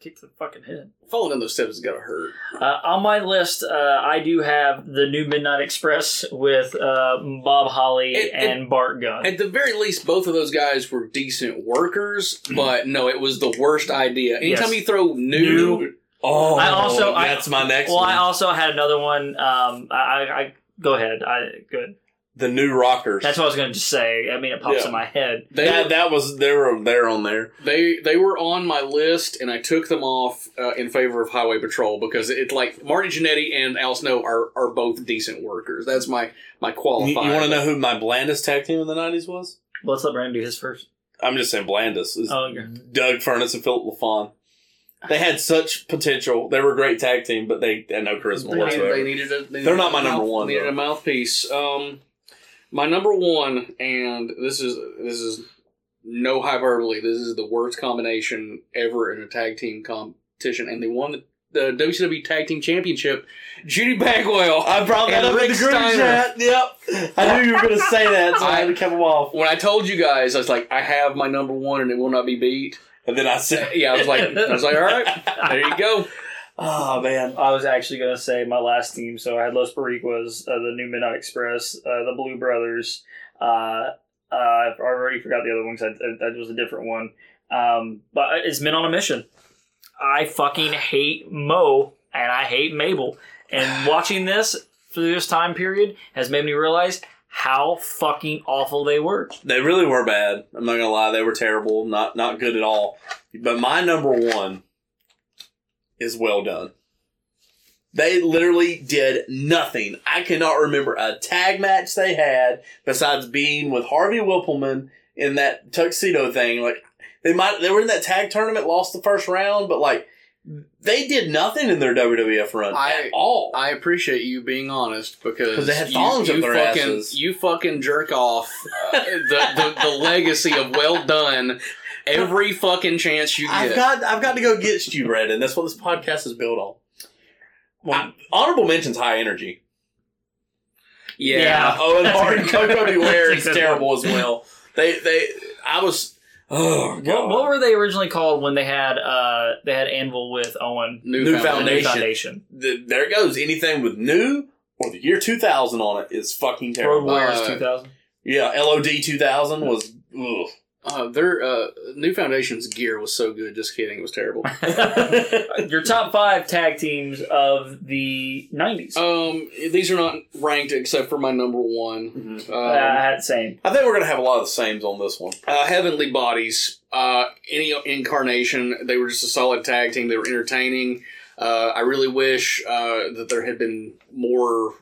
S1: kicked the fucking head.
S11: falling in those steps has got to hurt.
S1: Uh, on my list, uh, I do have the new Midnight Express with uh, Bob Holly
S11: It- it-
S1: and Bart Gunn.
S11: At the very least, both of those guys were decent workers,
S2: Mm-hmm.
S11: but no, it was the worst idea. Anytime
S1: Yes.
S11: you throw new,
S2: oh,
S1: I also- I-
S2: that's my next
S1: well,
S2: one.
S1: I also had another one. Um, I, I, I go ahead. I good.
S2: the New Rockers.
S1: That's what I was going to just say. I mean, it pops
S2: Yeah.
S1: in my head.
S11: they
S2: that
S11: were,
S2: that was they were there on there.
S11: they they were on my list, and I took them off uh, in favor of Highway Patrol because it's like Marty Jannetty and Al Snow are, are both decent workers. That's my my
S2: You,
S11: qualifier.
S2: want to know who my blandest tag team in the nineties was?
S1: Well, Let's let Brandon do his first.
S2: I'm just saying blandest. It's
S1: Oh, okay.
S2: Doug Furness and Philip LaFon. They had such potential. They were a great tag team, but they had no charisma
S11: They needed,
S2: whatsoever.
S11: they needed a, they
S2: They're
S11: needed
S2: not my
S11: a
S2: number
S11: mouth-
S2: one,
S11: Needed
S2: though.
S11: a mouthpiece. Um, my number one, and this is this is no hyperbole. This is the worst combination ever in a tag team competition, and they won the, the WCW Tag Team Championship. Judy Bagwell.
S2: I brought that
S11: And
S2: up
S11: Rick
S2: in the group
S11: Steiner.
S2: chat. Yep, I knew you were going to say that, so I had to cut them off.
S11: When I told you guys, I was like, I have my number one, and it will not be beat.
S2: And then I said,
S11: Yeah, I was like, I was like, all right, there you go.
S2: "Oh man,
S1: I was actually going to say my last team. So I had Los Barriquas, uh, the New Midnight Express, uh, the Blue Brothers. Uh, uh, I already forgot the other one 'cause I, I, that was a different one. Um, but it's Men on a Mission. I fucking hate Mo and I hate Mabel. And watching this through this time period has made me realize how fucking awful they were.
S2: they really were bad. I'm not going to lie; they were terrible, not not good at all." But my number one is well done. They literally did nothing. I cannot remember a tag match they had besides being with Harvey Whippleman in that tuxedo thing. Like They might they were in that tag tournament, lost the first round, but like they did nothing in their WWF run
S11: I
S2: at all.
S11: I appreciate you being honest because
S2: 'Cause they had thongs up their
S11: fucking,
S2: asses.
S11: You fucking jerk off uh, the, the the legacy of well done every fucking chance you
S2: I've
S11: get.
S2: got I've got to go against you, Brandon. That's what this podcast is built on. I- honorable mentions high energy.
S11: yeah.
S1: Yeah.
S2: Owen Hart and Coco Beware is
S1: That's a good
S2: terrible as well. They they I was oh
S1: What,
S2: God.
S1: what were they originally called when they had uh they had Anvil with Owen?
S11: New,
S2: New
S11: foundation.
S1: New
S2: Foundation.
S1: Foundation.
S2: The- there it goes. Anything with new or the year two thousand on it is fucking
S1: Road
S2: terrible.
S1: Warriors
S11: Uh,
S1: 2000.
S2: Yeah, LOD two thousand was ugh.
S11: Uh, their uh, new foundation's gear was so good. Just kidding, it was terrible.
S1: Your top five tag teams of the 90s.
S11: um, these are not ranked except for my number one. Um,
S1: uh, same.
S2: I think we're gonna have a lot of the sames on this one.
S11: uh, Heavenly Bodies, uh, any incarnation, they were just a solid tag team. They were entertaining. Uh, I really wish uh, that there had been more,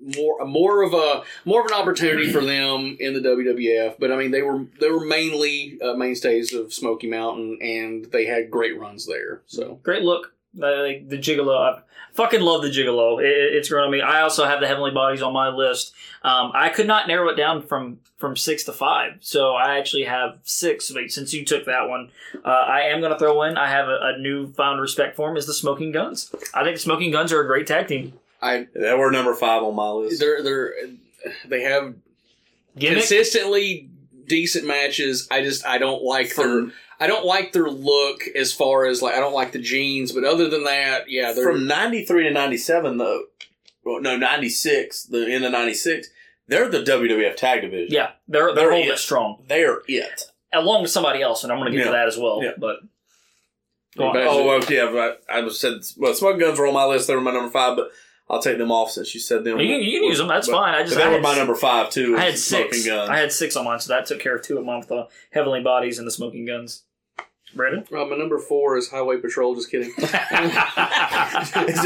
S11: more, more of a more of an opportunity for them in the WWF. But I mean, they were they were mainly uh, mainstays of Smoky Mountain, and they had great runs there. So
S1: Great look. Uh, like the Gigolo. I fucking love the Gigolo. It, it- it's grown on me. I also have the Heavenly Bodies on my list. Um, I could not narrow it down from from six to five, so I actually have six. But since you took that one, uh, I am going to throw in. I have a, a newfound respect for them. Is the Smoking Guns? I think the Smoking Guns are a great tag team.
S11: I
S2: They were number five on my list.
S11: they're they're they have
S1: Gimmick.
S11: consistently decent matches. I just I don't like
S2: From-
S11: their I don't like their look as far as like I don't like the jeans, but other than that, yeah, they're
S2: From ninety three to ninety seven though, well, no ninety six. The end of ninety six, they're the WWF tag division.
S1: Yeah, they're they're
S2: They're
S1: holding
S2: it.
S1: it strong
S2: they are it.
S1: along with somebody else, and I'm going to get
S2: Yeah.
S1: to that as well.
S2: Yeah.
S1: But
S11: Go on.
S2: Oh, well, yeah, but I just said, well, Smoking Guns were on my list. They were my number five, but I'll take them off since you said them.
S1: You can- you can use them. That's
S2: But-
S1: fine. I
S2: but
S1: just-
S2: they
S1: I
S2: were
S1: had
S2: my
S1: s-
S2: number five too.
S1: I had
S2: was
S1: six.
S2: Smoking Guns.
S1: I had six on mine, so that took care of two of mine with the Heavenly Bodies and the Smoking Guns. Brandon?
S11: Uh, my number four is Highway Patrol. Just kidding.
S2: is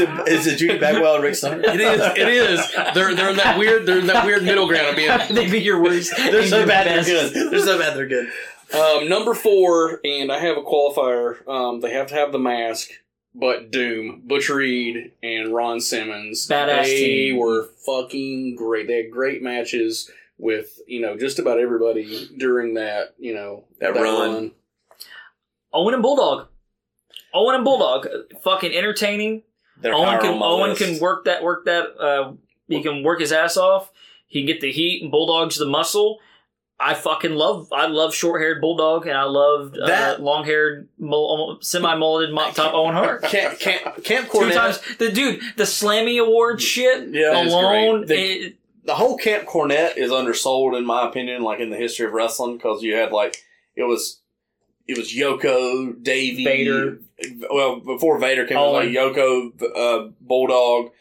S2: it is it Judy Bagwell and Rick Steiner?
S11: It is. It is. They're they're in that weird. They're in that weird middle ground of being
S1: they be your worst.
S2: They're so bad they're good. They're so bad they're good.
S11: um, number four. And I have a qualifier. Um, they have to have the mask. But Doom, Butch Reed, and Ron Simmons,
S1: Badass
S11: they
S1: team.
S11: were fucking great. They had great matches with you know just about everybody during that you know
S2: That run.
S1: Owen and Bulldog. Owen and Bulldog. Fucking entertaining.
S2: They're
S1: Owen
S2: higher
S1: can
S2: on my
S1: Owen
S2: list.
S1: can work that work that uh, he can work his ass off. He can get the heat and Bulldog's the muscle. I fucking love I love short haired Bulldog and I loved uh,
S2: That-
S1: long haired semi mulleted mop top Owen Hart.
S2: Camp, camp, camp
S1: Two
S2: Cornette.
S1: times the dude the Slammy Award shit
S2: Yeah, it is
S1: alone.
S2: great. The-
S1: it-
S2: the whole Camp Cornette is undersold in my opinion, like in the history of wrestling, because you had like it was it was Yoko, Davey,
S1: Vader.
S2: Well, before Vader came, it was like
S1: Owen.
S2: Yoko, uh, Bulldog,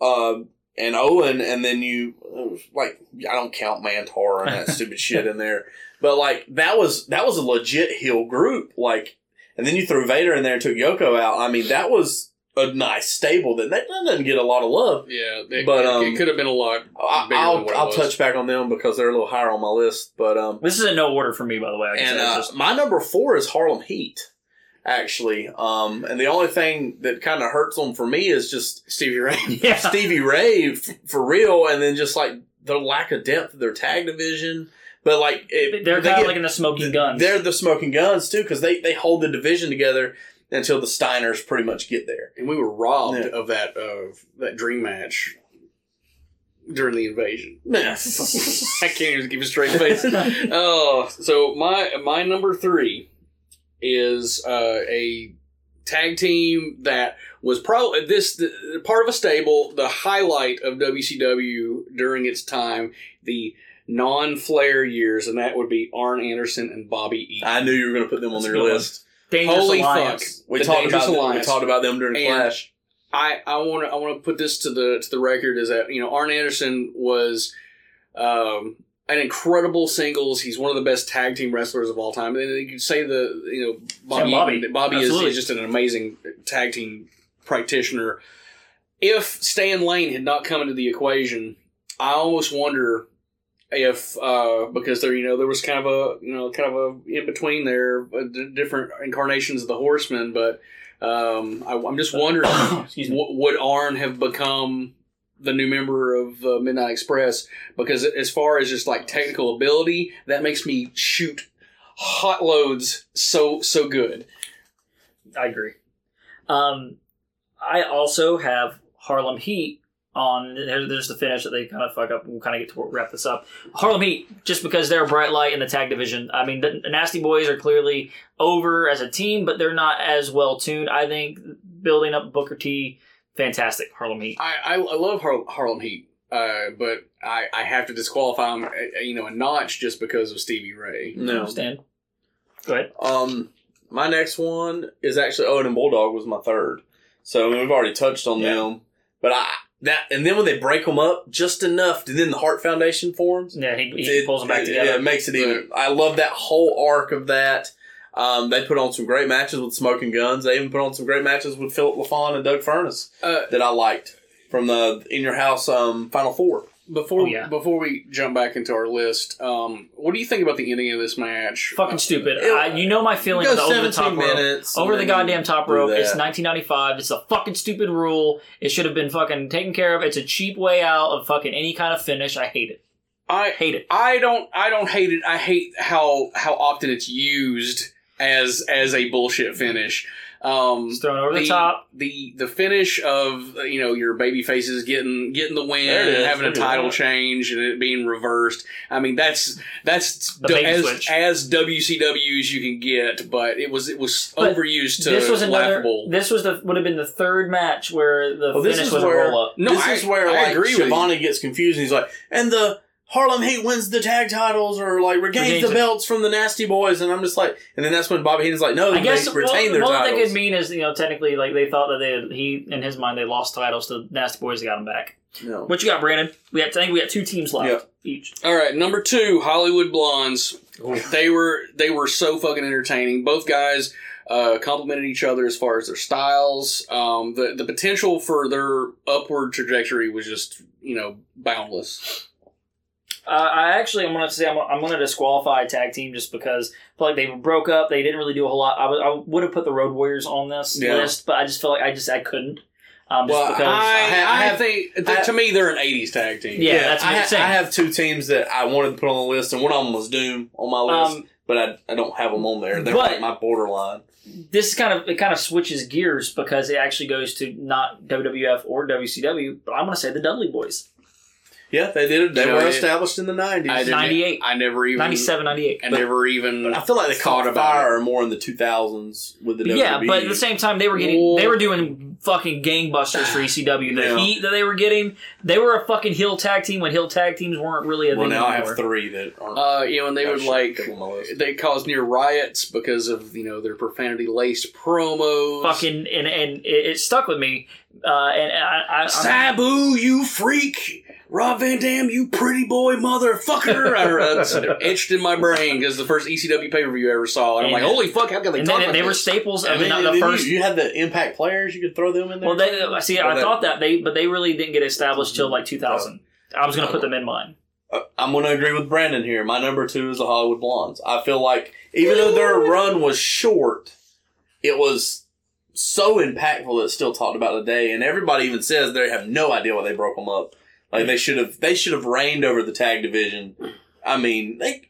S2: uh, and Owen, and then you it was like I don't count Mantar and that stupid shit in there, but like that was that was a legit heel group, like, and then you threw Vader in there and took Yoko out. I mean, that was a nice stable that that doesn't get a lot of love.
S11: Yeah, it,
S2: But,
S11: it-
S2: um,
S11: it could have been a lot.
S2: I-
S11: bigger than
S2: I'll,
S11: what it
S2: I'll
S11: was.
S2: touch back on them because they're a little higher on my list. But um,
S1: This is in no order for me, by the way. I guess
S2: and
S1: that's
S2: uh,
S1: just-
S2: my number four is Harlem Heat, actually. Um, and the only thing that kind of hurts them for me is just
S11: Stevie Ray.
S1: yeah.
S2: Stevie Ray f- for real, and then just like the lack of depth of their tag division. But like it,
S1: they're
S2: they
S1: kind of
S2: get-
S1: like in the smoking guns.
S2: They're the smoking guns too because they they hold the division together until the Steiners pretty much get there.
S11: and we were robbed
S2: Yeah.
S11: of that of that dream match during the invasion. I can't even keep a straight face. Oh, so my my number three is uh, a tag team that was probably this the, part of a stable, the highlight of WCW during its time, the non-Flair years, and that would be Arn Anderson and Bobby Eaton.
S2: I knew you were going to put them on
S1: That's a
S2: your
S1: good one.
S2: list.
S1: Dangerous
S11: Holy
S1: Alliance.
S11: fuck.
S2: We
S11: The
S2: talked
S11: Dangerous
S2: about them, we
S11: Alliance.
S2: talked about them during
S11: And-
S2: Clash.
S11: I I want to I want to put this to the to the record is that you know Arn Anderson was um, an incredible singles. He's one of the best tag team wrestlers of all time. And you could say the you know Bobby
S1: Yeah, Bobby.
S11: Eaton- Bobby is,
S1: Absolutely.
S11: is just an amazing tag team practitioner. If Stan Lane had not come into the equation, I almost wonder if uh, because there you know there was kind of a you know kind of a in between there uh, d- different incarnations of the horsemen but um, I, i'm just wondering what would arn have become the new member of uh, midnight express because as far as just like technical ability that makes me shoot hot loads so so good
S1: I agree. Um, I also have Harlem Heat on. there- There's the finish that they kind of fuck up. We'll kind of get to wrap this up. Harlem Heat, just because they're a bright light in the tag division. I mean, the Nasty Boys are clearly over as a team, but they're not as well tuned. I think building up Booker T, fantastic. Harlem Heat.
S11: I, I, I love Har- Harlem Heat, uh, but I, I have to disqualify him, uh, you know, a notch just because of Stevie Ray.
S1: Mm.
S2: No.
S1: Understand? Go ahead.
S2: Um, my next one is actually Owen and Bulldog was my third, so we've already touched on them. But I that and then when they break them up just enough, and then the Heart Foundation forms.
S1: Yeah, he, he
S2: It-
S1: pulls them back
S2: it-
S1: together.
S2: Yeah, it makes it even. I love that whole arc of that. Um, they put on some great matches with Smoking Guns. They even put on some great matches with Philip LaFon and Doug Furness
S11: Uh,
S2: that I liked from the In Your House um, Final Four.
S11: Before
S1: Oh, yeah.
S11: before we jump back into our list, um, what do you think about the ending of this match?
S1: Fucking stupid. I, you know my feeling
S2: Go
S1: on the over the top
S2: 17
S1: rope.
S2: minutes
S1: Over
S2: and
S1: the
S2: then
S1: goddamn top
S2: do
S1: rope.
S2: that.
S1: It's 1995. It's a fucking stupid rule. It should have been fucking taken care of. It's a cheap way out of fucking any kind of finish. I hate it.
S11: I
S1: Hate it.
S11: I don't I don't hate it. I hate how how often it's used as as a bullshit finish. Um,
S1: It's thrown over the top.
S11: The the finish of uh, you know your baby faces getting getting the win
S2: There it
S11: and
S2: is.
S11: having a
S2: Look at
S11: title
S2: that.
S11: change and it being reversed. I mean that's that's
S1: The bait
S11: as,
S1: switch.
S11: as WCW as you can get, but it was it was
S1: But
S11: overused to
S1: This was another.
S11: laughable.
S1: This was the would have been the third match where the
S2: Well, Oh, this
S1: finish
S2: is
S1: was
S2: where
S1: a roll up.
S11: No,
S2: this
S11: I-
S2: is where
S11: I
S2: like
S11: agree with
S2: Shivani gets confused. And he's like, and the Harlem Heat wins the tag titles or like regains
S1: Regains
S2: the
S1: it.
S2: belts from the Nasty Boys, and I'm just like, and then that's when Bobby Heenan's like, no,
S1: I guess
S2: they retain
S1: one,
S2: their
S1: one thing
S2: titles.
S1: could mean is you know technically like they thought that they had, he in his mind they lost titles to Nasty Boys that got them back.
S2: no.
S1: What you got, Brandon? We have I think we got two teams left
S2: Yep.
S1: each.
S11: All right, number two, Hollywood Blondes. They were they were so fucking entertaining. Both guys uh, complimented each other as far as their styles. Um, the the potential for their upward trajectory was just you know boundless.
S1: Uh, I actually I'm gonna say I'm, I'm gonna disqualify tag team just because I feel like they broke up. They didn't really do a whole lot. I would have put the Road Warriors on this
S2: Yeah.
S1: list, but I just felt like I just I couldn't. Um, just
S2: Well,
S1: because
S11: I,
S2: I ha- I
S11: I
S2: have-
S11: think
S2: I-
S11: to me they're an '80s tag team.
S1: yeah, that's what
S2: I,
S1: I'm
S2: ha-
S1: saying.
S2: I have two teams that I wanted to put on the list, and one of them was Doom on my list,
S1: Um,
S2: but I, I don't have them on there. They're
S1: but-
S2: like my borderline.
S1: this is kind of it kind of switches gears because it actually goes to not WWF or WCW, but I'm gonna say the Dudley Boys,
S2: Yeah, they did. They
S11: You know,
S2: were
S11: it-
S2: established in the '90s.
S11: I didn't-
S1: 98.
S11: I never even
S1: 97, 98.
S11: I never even.
S2: I feel like they
S11: thought
S2: caught fire more in the 2000s with the E. WWE.
S1: Yeah, but at the same time, they were getting they
S11: Whoa.
S1: were doing fucking gangbusters for ECW. The
S2: Ah, Yeah.
S1: heat that they were getting, they were a fucking heel tag team when heel tag teams weren't really a
S2: Well,
S1: thing
S2: now I
S1: anymore.
S2: have three that aren't.
S11: Uh, you know, and they
S2: Oh,
S11: would
S2: shit,
S11: like
S2: they're on my list.
S11: they caused near riots because of you know their profanity laced promos.
S1: fucking and and it, it stuck with me. Uh, and I, I, I'm-
S11: Sabu, you freak! Rob Van Dam, you pretty boy motherfucker! I- That's etched in my brain because the first E ECW pay per view I ever saw, and I'm
S1: And-
S11: like, holy fuck, how can they
S1: and
S11: talk
S1: they,
S11: like
S1: they were
S11: this?
S1: staples of
S2: and then,
S1: the,
S2: and
S1: the
S2: then
S1: first.
S2: you, you had the Impact players. You could throw them in there.
S1: well, they uh, I see.
S2: Or
S1: I
S2: that-
S1: thought that they, but they really didn't get established till like 2000. I was gonna put them in mine.
S2: Uh, I'm going to agree with Brandon here. My number two is the Hollywood Blondes. I feel like even though their run was short, it was so impactful that it's still talked about today. And everybody even says they have no idea why they broke them up. Like they should have, they should have reigned over the tag division. I mean, they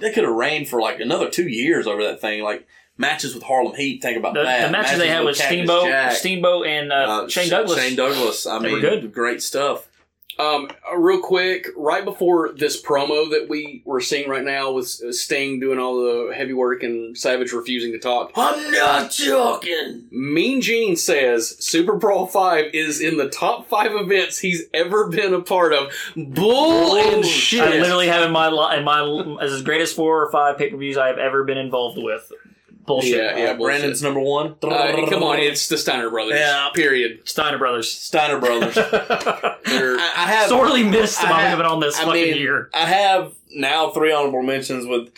S2: they could have reigned for like another two years over that thing. Like matches with Harlem Heat. Think about
S1: The,
S2: that.
S1: the matches they had
S2: with
S1: was
S2: Cactus
S1: Steamboat,
S2: Jack,
S1: Steamboat, and uh,
S2: uh,
S1: Shane
S2: Sh-
S1: Douglas.
S2: Shane Douglas. I
S1: They
S2: mean,
S1: were good.
S2: great stuff.
S11: Um, uh, real quick, right before this promo that we were seeing right now with uh, Sting doing all the heavy work and Savage refusing to talk,
S2: I'm not joking.
S11: Mean Gene says Super Bowl Five is in the top five events he's ever been a part of. Bull and shit.
S1: I literally have in my li- in my as the greatest four or five pay per views I have ever been involved with. Oh, Bullshit.
S11: Yeah, yeah.
S2: Uh, Brandon's number one.
S11: Uh, come on, it's the Steiner Brothers.
S2: Yeah.
S11: Period.
S1: Steiner Brothers.
S2: Steiner Brothers. I,
S11: They're-
S2: I have
S1: Sorely missed
S2: I
S1: by
S2: have-
S1: having on this
S2: I
S1: fucking
S2: mean,
S1: year.
S2: I have now three honorable mentions with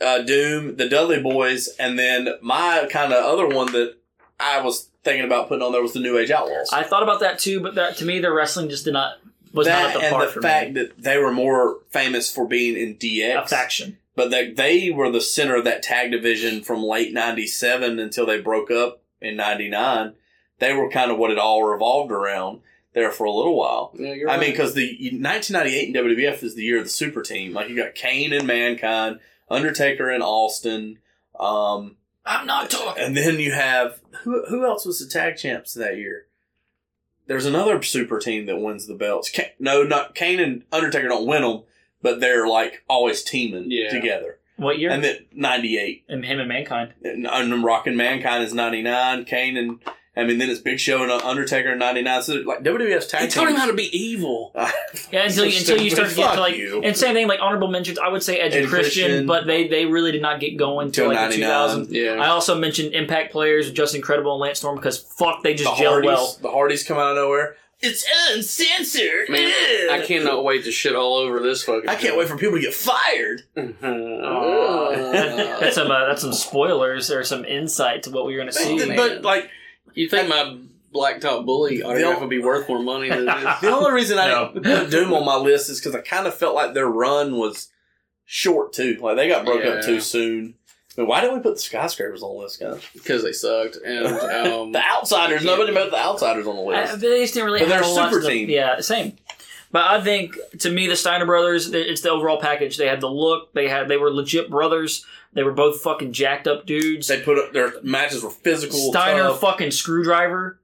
S2: uh, Doom, the Dudley Boys, and then my kind of other one that I was thinking about putting on there was the New Age Outlaws.
S1: I thought about that too, but that to me, the wrestling just did not was
S2: that
S1: not up to
S2: and
S1: par
S2: the
S1: for
S2: fact
S1: me.
S2: that they were more famous for being in DX
S1: A faction.
S2: but they they were the center of that tag division from late '97 until they broke up in '99. They were kind of what it all revolved around there for a little while.
S11: Yeah, you're
S2: I mean,
S11: right.
S2: because the 1998 in WWF is the year of the super team. Like you got Kane and Mankind, Undertaker and Austin. Um,
S1: I'm not talking.
S2: and then you have who who else was the tag champs that year? There's another super team that wins the belts. Ca no, not Kane and Undertaker don't win them, but they're like always teaming
S11: Yeah.
S2: together.
S1: What year?
S2: And then '98,
S1: and him and Mankind.
S2: and, and Rockin' Mankind is '99. Kane and I mean, then it's Big Show and uh, Undertaker in '99. So like WWF's tag
S11: He taught him
S2: teams-
S11: how to be evil.
S1: Yeah, until, you, until you start to get
S2: Fuck
S1: to like
S2: you.
S1: and same thing like honorable mentions. I would say Edge and
S2: Ed
S1: Christian,
S2: Christian.
S1: but they they really did not get going till
S2: Till
S1: like the
S2: 99.
S1: 2000s.
S11: Yeah.
S1: I also mentioned Impact players, Justin Credible and Lance Storm because fuck, they
S2: the
S1: just gel
S2: Hardys.
S1: well.
S2: The Hardys come out of nowhere. It's uncensored.
S11: Man,
S2: Ugh.
S11: I cannot wait to shit all over this fucking.
S2: I can't wait for people to get fired.
S11: Uh,
S1: that's some uh, that's some spoilers or some insight to what we were going to see.
S11: man.
S2: but like
S11: you think my blacktop bully autograph would be worth more money than it is?
S2: The only reason I didn't put Doom on my list is because I kind of felt like their run was short too. Like they got broke
S11: Yeah.
S2: up too soon. I mean, why didn't we put the skyscrapers on the list, guys?
S11: because they sucked. And
S2: The
S11: um,
S2: Outsiders. Nobody put the Outsiders on the
S1: Mm. I,
S2: list.
S1: but they just didn't really.
S2: But
S1: have
S2: they're
S1: a
S2: a
S1: whole lot
S2: super
S1: of stuff.
S2: team.
S1: Yeah, same. But I think to me, the Steiner brothers, th- it's the overall package. They had the look. They had they were legit brothers. They were both fucking jacked up dudes.
S2: they put up their matches were physical.
S1: Steiner
S2: tough.
S1: fucking screwdriver.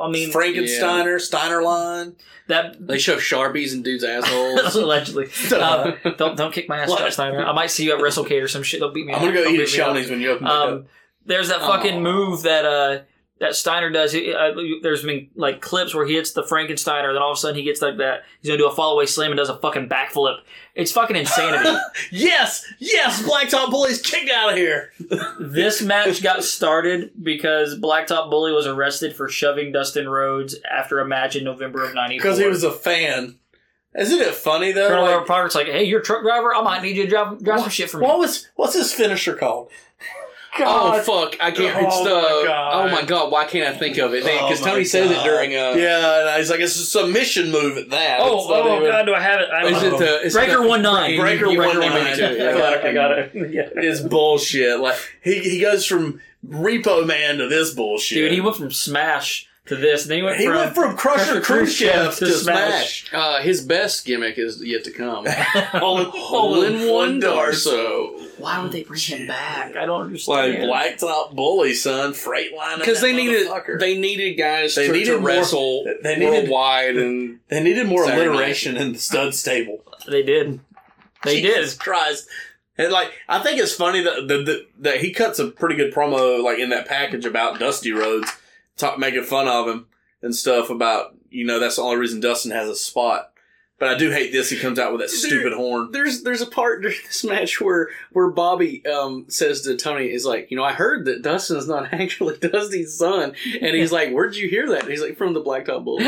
S1: I mean
S2: Frankensteiner, Steiner line.
S1: that
S11: they shove sharpies in dudes' assholes.
S1: allegedly. Uh, don't don't kick my ass, Scott Steiner. I might see you at WrestleCade or some shit. They'll beat me.
S2: I'm
S1: up.
S2: gonna go
S1: Don't
S2: eat
S1: beat
S2: at
S1: me up.
S2: Shawnee's when you open back up.
S1: Um, there's that fucking
S11: Aw.
S1: move that uh, that Steiner does. He- uh, there's been like clips where he hits the Frankensteiner, then all of a sudden he gets like that. He's gonna do a fall away slam and does a fucking backflip. It's fucking insanity.
S2: Yes, yes, Blacktop Bullies kicked out of here.
S1: this match got started because Blacktop Bully was arrested for shoving Dustin Rhodes after a match in November of '94.
S2: Because he was a fan. Isn't it funny though?
S1: Colonel
S2: like,
S1: Robert Parker's like, "Hey, you're a truck driver. I might need you to drive, drive some shit for me."
S2: what was what's his finisher called?
S11: Oh
S2: God.
S11: fuck! I can't.
S2: Oh,
S11: it's the,
S2: my God.
S11: oh my god! Why can't I think of it?
S2: Oh,
S11: Because
S2: my
S11: Tony says it
S2: God.
S11: during. Uh,
S2: yeah, and I was like, it's a submission move at that.
S1: Oh,
S2: It's not
S1: oh
S2: even-
S1: God, do I have it? I don't
S11: Is it
S1: know.
S11: the is it
S1: Breaker
S11: the-
S1: one nine.
S2: Breaker
S11: You- you
S2: one
S11: wanted me
S2: nine.
S11: to, yeah.
S1: I got it. I got it. Yeah.
S2: It's bullshit. Like he, he goes from Repo Man to this bullshit.
S1: Dude, he went from Smash to this, and then he went
S2: He
S1: from.
S2: went from
S1: Crusher
S2: Crusher Khrushchev
S1: Khrushchev
S2: to,
S1: to
S2: Smash.
S11: Uh, his best gimmick is yet to come.
S2: All,
S11: All in one
S2: Darso.
S11: Darso.
S1: why would they bring him back? I don't
S2: Like
S1: understand.
S2: Blacktop Bully, son. Freightliner.
S11: Because they needed
S2: motherfucker.
S11: they needed guys
S2: They
S11: to,
S2: needed
S11: to
S2: more-
S11: wrestle
S2: they needed-
S11: worldwide and
S2: They needed more
S11: Saturday night.
S2: alliteration in the stud stable.
S1: they did. They
S2: Jesus
S1: did.
S2: Christ. And like, I think it's funny that the, the, that he cuts a pretty good promo like in that package about Dusty Rhodes, talk, making fun of him and stuff about you know that's the only reason Dustin has a spot. But I do hate this. He comes out with that stupid horn.
S11: There's there's a part during this match where where Bobby um, says to Tony is like, you know, I heard that Dustin's not actually Dusty's son, and he's like, where'd you hear that? And he's like, from the Blacktop Bull.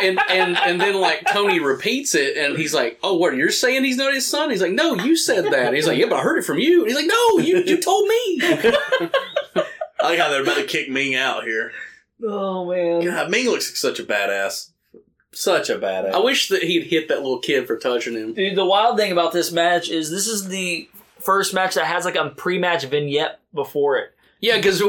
S11: and and and then like Tony repeats it, and he's like, oh, what you're saying he's not his son? He's like, no, you said that. And he's like, yeah, but I heard it from you. And he's like, no, you you told me.
S2: I like how they're about to kick Ming out here.
S1: Oh man.
S2: God, Ming looks like such a badass. Such a badass.
S11: I wish that he'd hit that little kid for touching him.
S1: Dude, the wild thing about this match is this is the first match that has like a pre-match vignette before it.
S11: Yeah, because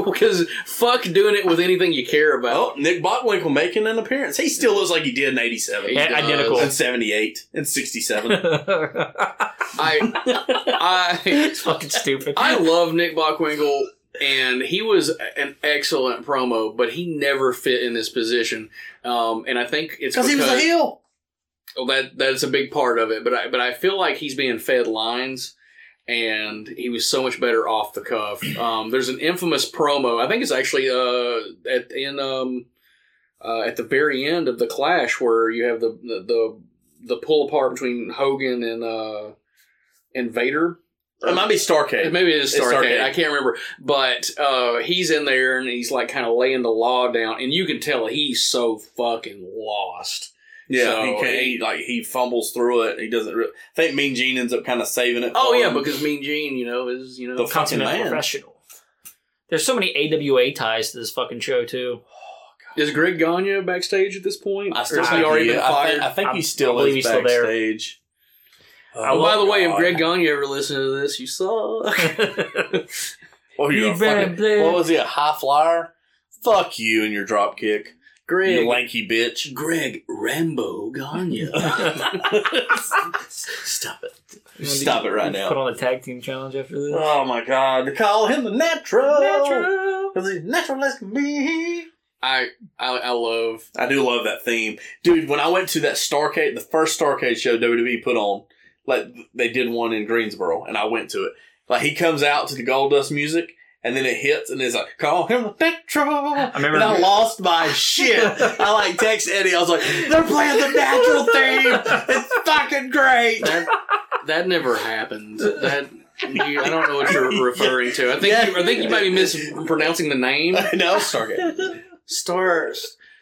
S11: fuck doing it with anything you care
S2: oh,
S11: about.
S2: Nick Bockwinkel making an appearance. He still looks like he did in '87,
S11: Yeah, does.
S1: identical.
S2: and '78, and '67.
S11: I I
S1: it's fucking stupid.
S11: I love Nick Bockwinkel, and he was an excellent promo, but he never fit in this position. Um, and I think it's
S2: Because
S11: because
S2: he was a heel.
S11: well, that that's a big part of it. But I but I feel like he's being fed lines, and he was so much better off the cuff. Um, there's an infamous promo. I think it's actually uh at in um uh, at the very end of the Clash where you have the the the, the pull apart between Hogan and uh and Vader.
S2: It might be Starcade.
S11: Maybe it is
S2: It's
S11: Starcade.
S2: Starcade.
S11: I can't remember. But uh, he's in there and he's like kind of laying the law down, and you can tell he's so fucking lost.
S2: Yeah,
S11: So,
S2: he, can't, he like he fumbles through it. He doesn't. Really, I think Mean Gene ends up kind of saving it.
S11: Oh
S2: for
S11: yeah,
S2: him.
S11: because Mean Gene, you know, is you know
S2: Um, The fucking
S1: Continental
S2: man.
S1: professional. There's so many AWA ties to this fucking show too.
S11: Is Greg Gagne backstage at this point?
S2: I
S11: Or
S2: still
S11: has
S2: think
S11: he already
S2: he-
S11: been
S2: I
S11: fired?
S2: think- I think he still
S1: believe
S2: is
S1: he's still there.
S2: backstage.
S11: Oh,
S2: Oh,
S11: by the way, if
S2: God.
S11: Greg Gagne ever listened to this, you suck.
S2: Oh, you're
S1: You
S2: a
S1: better
S2: fucking,
S1: play.
S2: what was he, a high flyer? Fuck you and your drop kick,
S11: Greg,
S2: you lanky bitch.
S11: Greg Rambo Gagne.
S2: Stop it. Stop it right
S1: Put
S2: now.
S1: on a tag team challenge after this.
S2: Oh my god. Call him the natural.
S1: Natural.
S2: 'Cause he's natural as can be.
S11: I, I I love.
S2: I do love that theme, dude. When I went to that Starcade, the first Starcade show WWE put on, like they did one in Greensboro, and I went to it. Like he comes out to the Goldust music, and then it hits, and it's like, "Call him the Metro." I
S1: remember-
S2: and I lost my shit. I like text Eddie. I was like, "They're playing the natural theme. It's fucking great."
S11: That that never happened. That you, I don't know what you're referring to. I think you, I think you might be mispronouncing the name.
S2: no Stargate.
S11: Star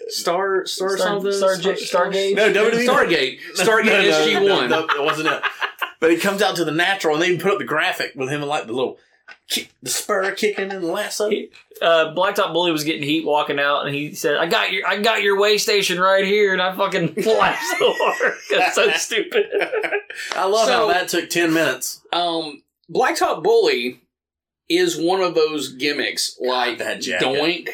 S11: Star Star, something.
S1: Star- Stargate?
S2: No WWE.
S11: Stargate. Stargate
S2: No, no,
S11: SG One.
S2: No, no, it wasn't it. But he comes out to the natural, and they even put up the graphic with him and like the little. Kick, the spur kicking and the lasso.
S1: uh, Blacktop Bully was getting heat walking out, and he said, "I got your, I got your way station right here," and I fucking flashed the horn. That's so stupid.
S2: I love
S11: So-
S2: how that took 10 minutes.
S11: Um, Blacktop Bully is one of those gimmicks like
S2: that jacket.
S11: Doink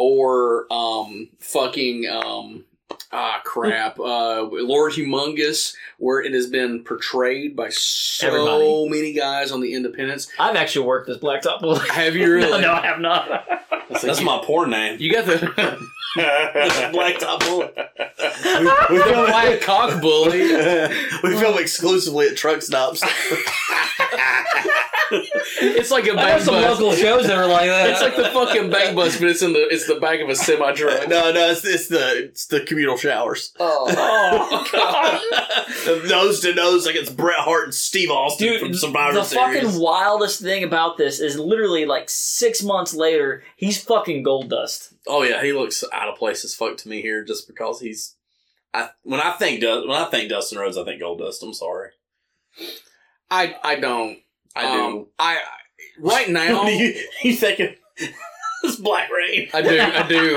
S11: or um fucking um ah crap uh Lord Humongous where it has been portrayed by so
S1: Everybody.
S11: many guys on the independents.
S1: I've actually worked as Blacktop Bully.
S11: Have you really?
S1: No, no, I have not.
S2: That's my porn name.
S11: You got the
S2: Black Top Bullet.
S11: we black cock bully.
S2: we film exclusively at truck stops.
S11: It's like a
S1: I have
S11: bag
S1: some
S11: bus.
S1: local shows that are like that.
S11: It's like the fucking bag bus, but it's in the it's the back of a semi
S2: no,
S11: truck.
S2: Uh, no, it's, it's the it's the communal showers.
S11: Oh, god!
S2: Nose to nose, like it's Bret Hart and Steve Austin from Survivor
S1: the
S2: Series.
S1: fucking wildest thing about this is literally like six months later, he's fucking gold dust.
S2: oh yeah, he looks out of place as fuck to me here, just because he's. I, when I think Du- when I think Dustin Rhodes, I think Gold Dust. I'm sorry,
S11: I I don't.
S2: I do.
S11: Um, I right now.
S1: Oh.
S2: What do you you thinking? it's Black Rain.
S11: I do. I do.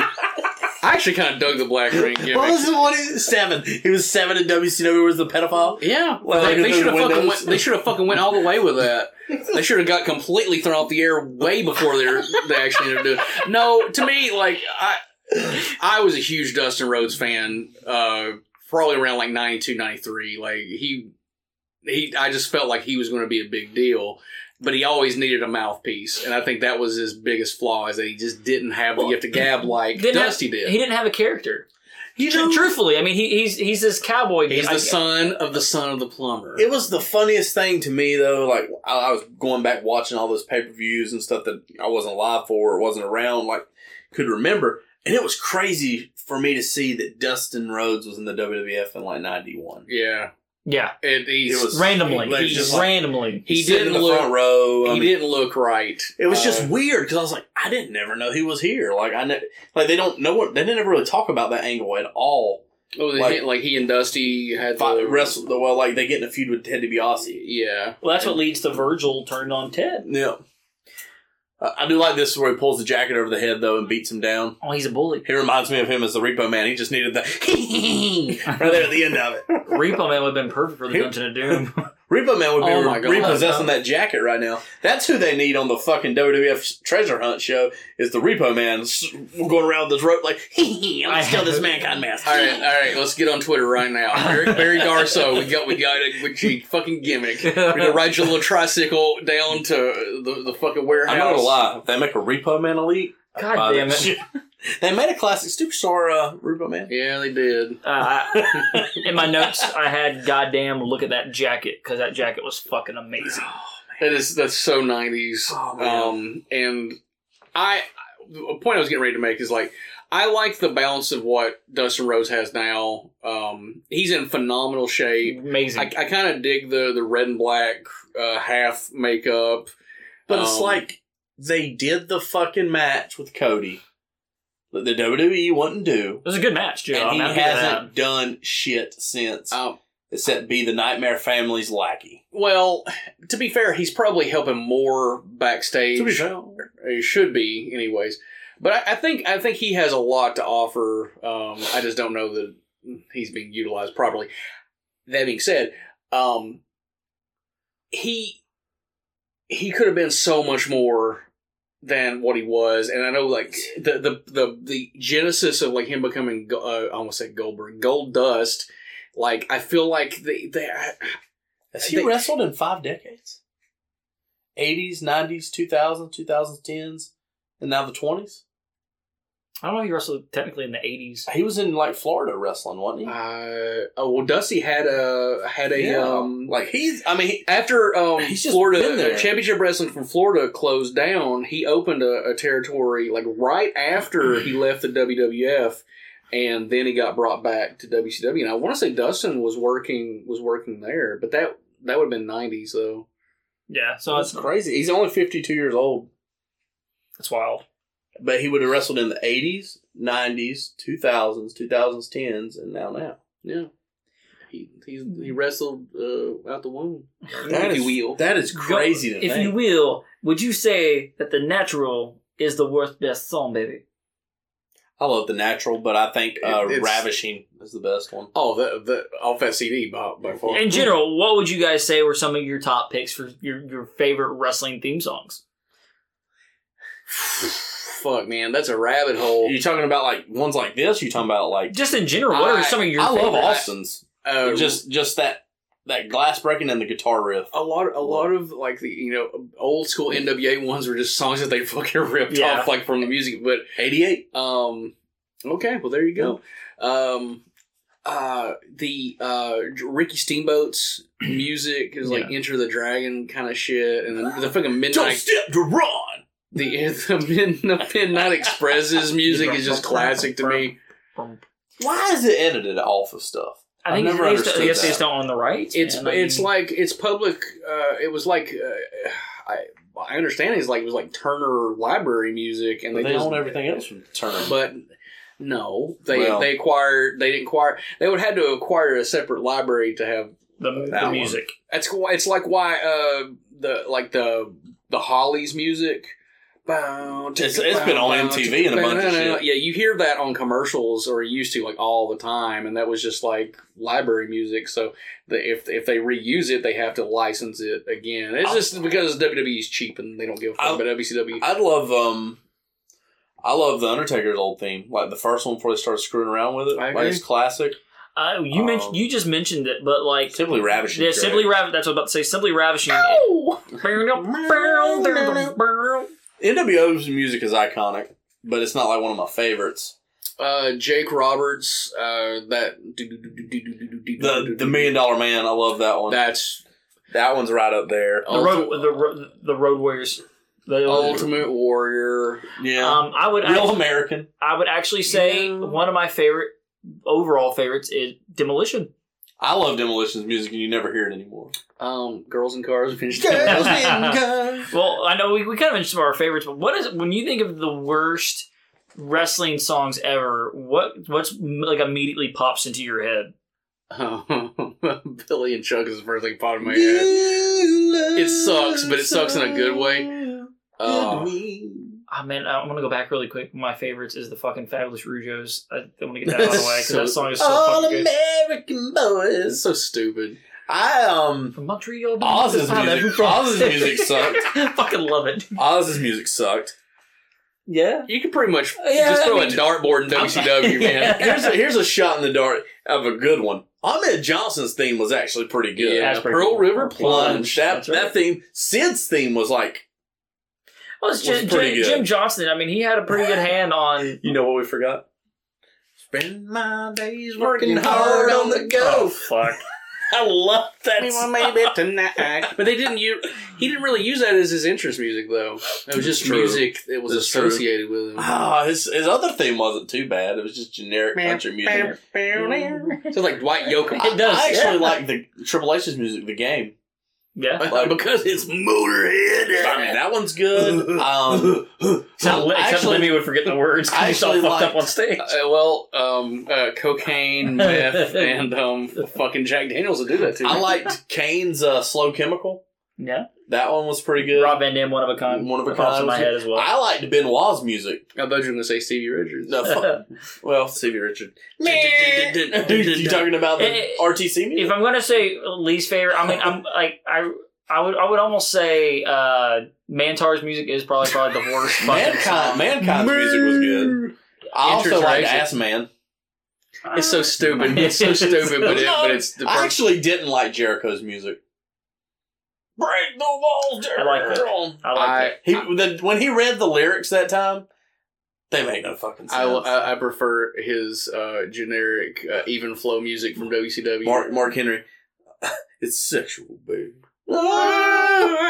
S11: I actually kind of dug the black ring gimmick.
S2: What was the one? He, seven. He was seven in WCW. Was the pedophile?
S11: Yeah,
S2: Well,
S11: they,
S2: under
S11: they
S2: the
S11: should have fucking
S2: windows.
S11: went, they should have fucking went all the way with that. They should have got completely thrown off the air way before they were- they actually ended up doing. it. No, to me, like I, I was a huge Dustin Rhodes fan. Uh, probably around like 92, 93. Like he, he, I just felt like he was going to be a big deal. But he always needed a mouthpiece, and I think that was his biggest flaw is that he just didn't have the gift of gab like
S1: Didn't have-
S11: Dusty did.
S1: He didn't have a character.
S2: You
S1: Tru-
S2: know,
S1: Truthfully, I mean, he, he's he's this cowboy.
S11: He's
S1: I-
S11: the son of the son of the plumber.
S2: it was the funniest thing to me though. Like I, I was going back watching all those pay per views and stuff that I wasn't alive for or wasn't around. Like could remember, and it was crazy for me to see that Dustin Rhodes was in the WWF in like '91.
S11: yeah,
S1: Yeah,
S11: it, he's,
S2: It was-
S1: randomly,
S2: Like,
S1: he's
S2: just like-
S1: randomly.
S11: He
S2: Sitting
S11: didn't
S2: in the
S11: look.
S2: front row. I
S11: he
S2: mean,
S11: didn't look right.
S2: It was
S11: Uh,
S2: just weird because I was like, I didn't never know he was here. Like I, ne- like they don't know what they didn't ever really talk about that angle at all.
S11: oh, he- like,
S2: like-
S11: he and Dusty had
S2: Fi-
S11: the
S2: wrestle the well, like they get in a feud with Ted DiBiase.
S11: Yeah,
S1: Well, that's what leads to Virgil turned on Ted.
S2: Yeah, I I do like this where he pulls the jacket over the head though and beats him down.
S1: Oh, he's a bully.
S2: He reminds me of him as the Repo Man. He just needed the right there at the end of it.
S1: Repo Man would have been perfect for the Dungeon of Doom.
S2: Repo Man would be
S11: Oh my God.
S2: repossessing that jacket right now. That's who they need on the fucking WWF Treasure Hunt show is the Repo Man s- going around with this rope like, I'm gonna
S1: I
S2: steal this
S1: have-
S2: mankind mask.
S11: all right, all right. Let's get on Twitter right now. Barry, Barry Darso, we got we got it with your fucking gimmick. You're gonna ride your little tricycle down to the, the fucking warehouse.
S2: I'm not gonna lie. If they make a Repo Man elite,
S1: God
S2: buy
S1: damn
S2: that
S1: it.
S2: shit. They made a classic superstar uh, Repo Man.
S11: Yeah, they did.
S1: Uh, I- in my notes, I had goddamn look at that jacket because that jacket was fucking amazing.
S11: That is that's so nineties.
S2: Oh, man.
S11: um, and I a point I was getting ready to make is like I like the balance of what Dustin Rhodes has now. Um, he's in phenomenal shape.
S1: Amazing.
S11: I, I kind of dig the the red and black uh, half makeup,
S2: But it's
S11: Um,
S2: like they did the fucking match with Cody that the WWE wouldn't do,
S1: it was a good match, too.
S2: and
S1: I'm
S2: he
S1: happy with
S2: hasn't done shit since,
S11: Um,
S2: except be the Nightmare Family's lackey.
S11: well, to be fair, he's probably helping more backstage.
S2: sure.
S11: He should be, anyways. But I, I think I think he has a lot to offer. Um, I just don't know that he's being utilized properly. That being said, um, he he could have been so much more than what he was, and I know like the the the, the genesis of like him becoming Go- uh, I almost said Goldberg Gold Dust. Like I feel like they they
S2: Has he
S11: They-
S2: wrestled in five decades? 80s, 90s, 2000s, 2010s, and now the 20s?
S1: I don't know if he wrestled technically in the 80s.
S2: He was in like Florida wrestling, wasn't he?
S11: Uh, oh well, Dusty had a had a
S2: Yeah.
S11: um
S2: Like, he's-
S11: I mean he- after um
S2: He's just
S11: Florida
S2: been there.
S11: Championship Wrestling from Florida closed down, he opened a, a territory like right after he left the WWF, and then he got brought back to WCW. And I want to say Dustin was working was working there, but that that would have been nineties though.
S1: Yeah, so
S2: That's
S1: it's
S2: Uh, crazy. He's only 52 years old,
S1: it's wild.
S2: but he would have wrestled in the 80s, 90s, 2000s, 2010s, and now now.
S11: Yeah, he he's, he wrestled uh, out the womb.
S2: That
S11: If you
S2: is,
S11: will.
S2: that is crazy to
S1: If
S2: think.
S1: you will, would you say that the natural is the worst best song, baby?
S2: I love the natural, but I think uh,
S11: It- it's-
S2: ravishing is the best one.
S11: Oh, the the off that CD by, by far.
S1: In general, what would you guys say were some of your top picks for your, your favorite wrestling theme songs?
S11: Fuck, man, that's a rabbit hole.
S2: You talking about like ones like this? You talking about like
S1: Just in general, what are
S11: I-
S1: some of your
S2: I love
S1: favorite?
S2: Austin's.
S11: Uh,
S2: just just that that glass breaking and the guitar riff.
S11: a lot, a lot of like the you know old school NWA ones were just songs that they fucking ripped
S1: Yeah.
S11: off like from the music. But
S2: Eighty eight.
S11: um, okay, well there you go. Um, uh, the uh Ricky Steamboat's music is like Enter the Dragon kind of shit, and the, the fucking
S2: Don't
S11: midnight
S2: step to run.
S11: the the, Mid- the midnight expresses music is just classic to me.
S2: Why is it edited off of stuff?
S1: I think
S2: I've never
S1: they just, I
S2: understood
S1: guess they
S2: that.
S1: just don't own the rights.
S11: It's
S1: man. I
S11: it's
S1: mean,
S11: like it's public. Uh, it was like uh, I I understand it's like it was like Turner Library music, and
S2: They,
S11: they, just-
S2: own everything else from Turner.
S11: But no, they
S2: Well-
S11: they acquired they didn't acquire they would have had to acquire a separate library to have
S1: the,
S2: that
S1: the
S2: one.
S1: music.
S11: that's why it's like why uh the like the the Hollies music. It's,
S2: It's- it's been on MTV and a bunch of shit.
S11: Yeah, you hear that on commercials or you used to like all the time, and that was just like library music. So the, if if they reuse it, they have to license it again. It's just because WWE's cheap and they don't give a fuck
S2: I'll-
S11: about WCW.
S2: I'd love um, I love the Undertaker's old theme, like the first one before they started screwing around with it.
S11: I
S2: Like it's
S11: agree.
S2: classic.
S1: Uh, you
S2: Um,
S1: mentioned you just mentioned it, but like
S2: Simply ravishing.
S1: yeah,
S2: correct.
S1: simply rav- That's what I'm about to say. Simply ravishing.
S2: NWO's music is iconic, but it's not like one of my favorites.
S11: Uh, Jake Roberts, uh, that
S2: The the Million Dollar Man, I love that one. Oh. That,
S11: That's
S2: one's right up there.
S1: The road, the, ro- the road warriors. The,
S11: Ultimate Warrior.
S2: Yeah,
S1: Um, I would
S2: real
S1: act-
S2: American.
S1: I would actually say
S11: Yeah.
S1: one of my favorite overall favorites is Demolition.
S2: I love Demolition's music, and you never hear it anymore.
S11: Um, Girls in Cars. Finished
S1: Well, I know we, we kind of mentioned some of our favorites, but what is when you think of the worst wrestling songs ever? What what's like immediately pops into your head?
S11: Billy and Chuck is the first thing popped in my head. It sucks, but it sucks in a good way. Uh,
S1: Oh man, I- I'm gonna go back really quick. My favorites is the fucking Fabulous Rougeos. I, I'm gonna get that out of the way because that song is so
S2: All
S1: fucking good.
S2: American boys.
S11: it's so stupid.
S2: I um
S1: From Montreal, to-
S2: Oz's
S1: Ah, that'd be
S2: music.
S1: from-
S2: Oz's music sucked.
S1: fucking love it.
S2: Oz's music sucked.
S1: Yeah.
S11: You could pretty much
S2: Yeah,
S11: just throw
S2: I mean-
S11: a dartboard in WCW, man.
S2: Here's a, here's a shot in the dark of a good one. Ahmed Johnson's theme was actually pretty good.
S11: Yeah,
S1: That's pretty
S11: Pearl
S1: cool.
S11: River
S2: Plunge.
S11: Plunge.
S2: That
S1: That's right.
S2: that theme. Sid's theme was like
S1: Well, it's
S2: Was
S1: Jim,
S2: pretty
S1: Jim,
S2: good.
S1: Jim Johnston. I mean, he had a pretty good hand on.
S2: You know what we forgot? Spend my days working
S11: hard on the
S1: Oh fuck! I love that. song.
S11: But they didn't. u- He didn't really use that as his entrance music, though. It was just
S2: True.
S11: music that was
S2: That's true.
S11: associated with him. Uh,
S2: Ah, his his other theme wasn't too bad. It was just generic country music.
S11: So like Dwight Yoakam.
S1: It does.
S2: I actually
S1: yeah.
S2: like the Triple H's music, the game.
S1: Yeah.
S2: Like-
S11: because it's Motorhead.
S2: I mean, that one's good. Um,
S1: Except,
S2: I
S1: except
S2: actually-
S1: Lemmy would forget the words. 'cause
S2: I
S1: He's all
S2: actually
S1: fucked up
S2: liked-
S1: on stage.
S11: Uh, well, um, uh, cocaine, meth, and um, fucking Jack Daniels will do that too.
S2: I liked Kane's uh, Slow Chemical.
S1: Yeah.
S2: That one was pretty good.
S1: Rob Van Dam, one of a kind.
S2: One of a
S1: Pops
S2: kind.
S1: in my
S2: was-
S1: head as well.
S2: I liked Benoit's music.
S11: I thought you were going to say Stevie Richards.
S2: No, fuck. well, Stevie Richard. you talking about the
S1: Eh,
S2: RTC music?
S1: If I'm gonna say least favorite, I mean, I'm like I. I would, I would almost say uh, Mantar's music is probably probably the worst. fucking
S2: Mankind,
S1: song.
S2: mankind's music was good. I also like
S11: Intertracial.
S2: Ass Man.
S11: It's so stupid. It's so stupid, but, it,
S2: No,
S11: but it's the
S2: I
S11: first.
S2: actually didn't like Jericho's music. Break the wall,
S1: I like that.
S2: Jericho.
S1: I like
S11: I-
S1: that.
S2: He, the, when he read the lyrics that time, they make no fucking
S11: I,
S2: sense.
S11: I, I prefer his uh, generic uh, even flow music from WCW.
S2: Mark Mark Henry, it's sexual, baby. I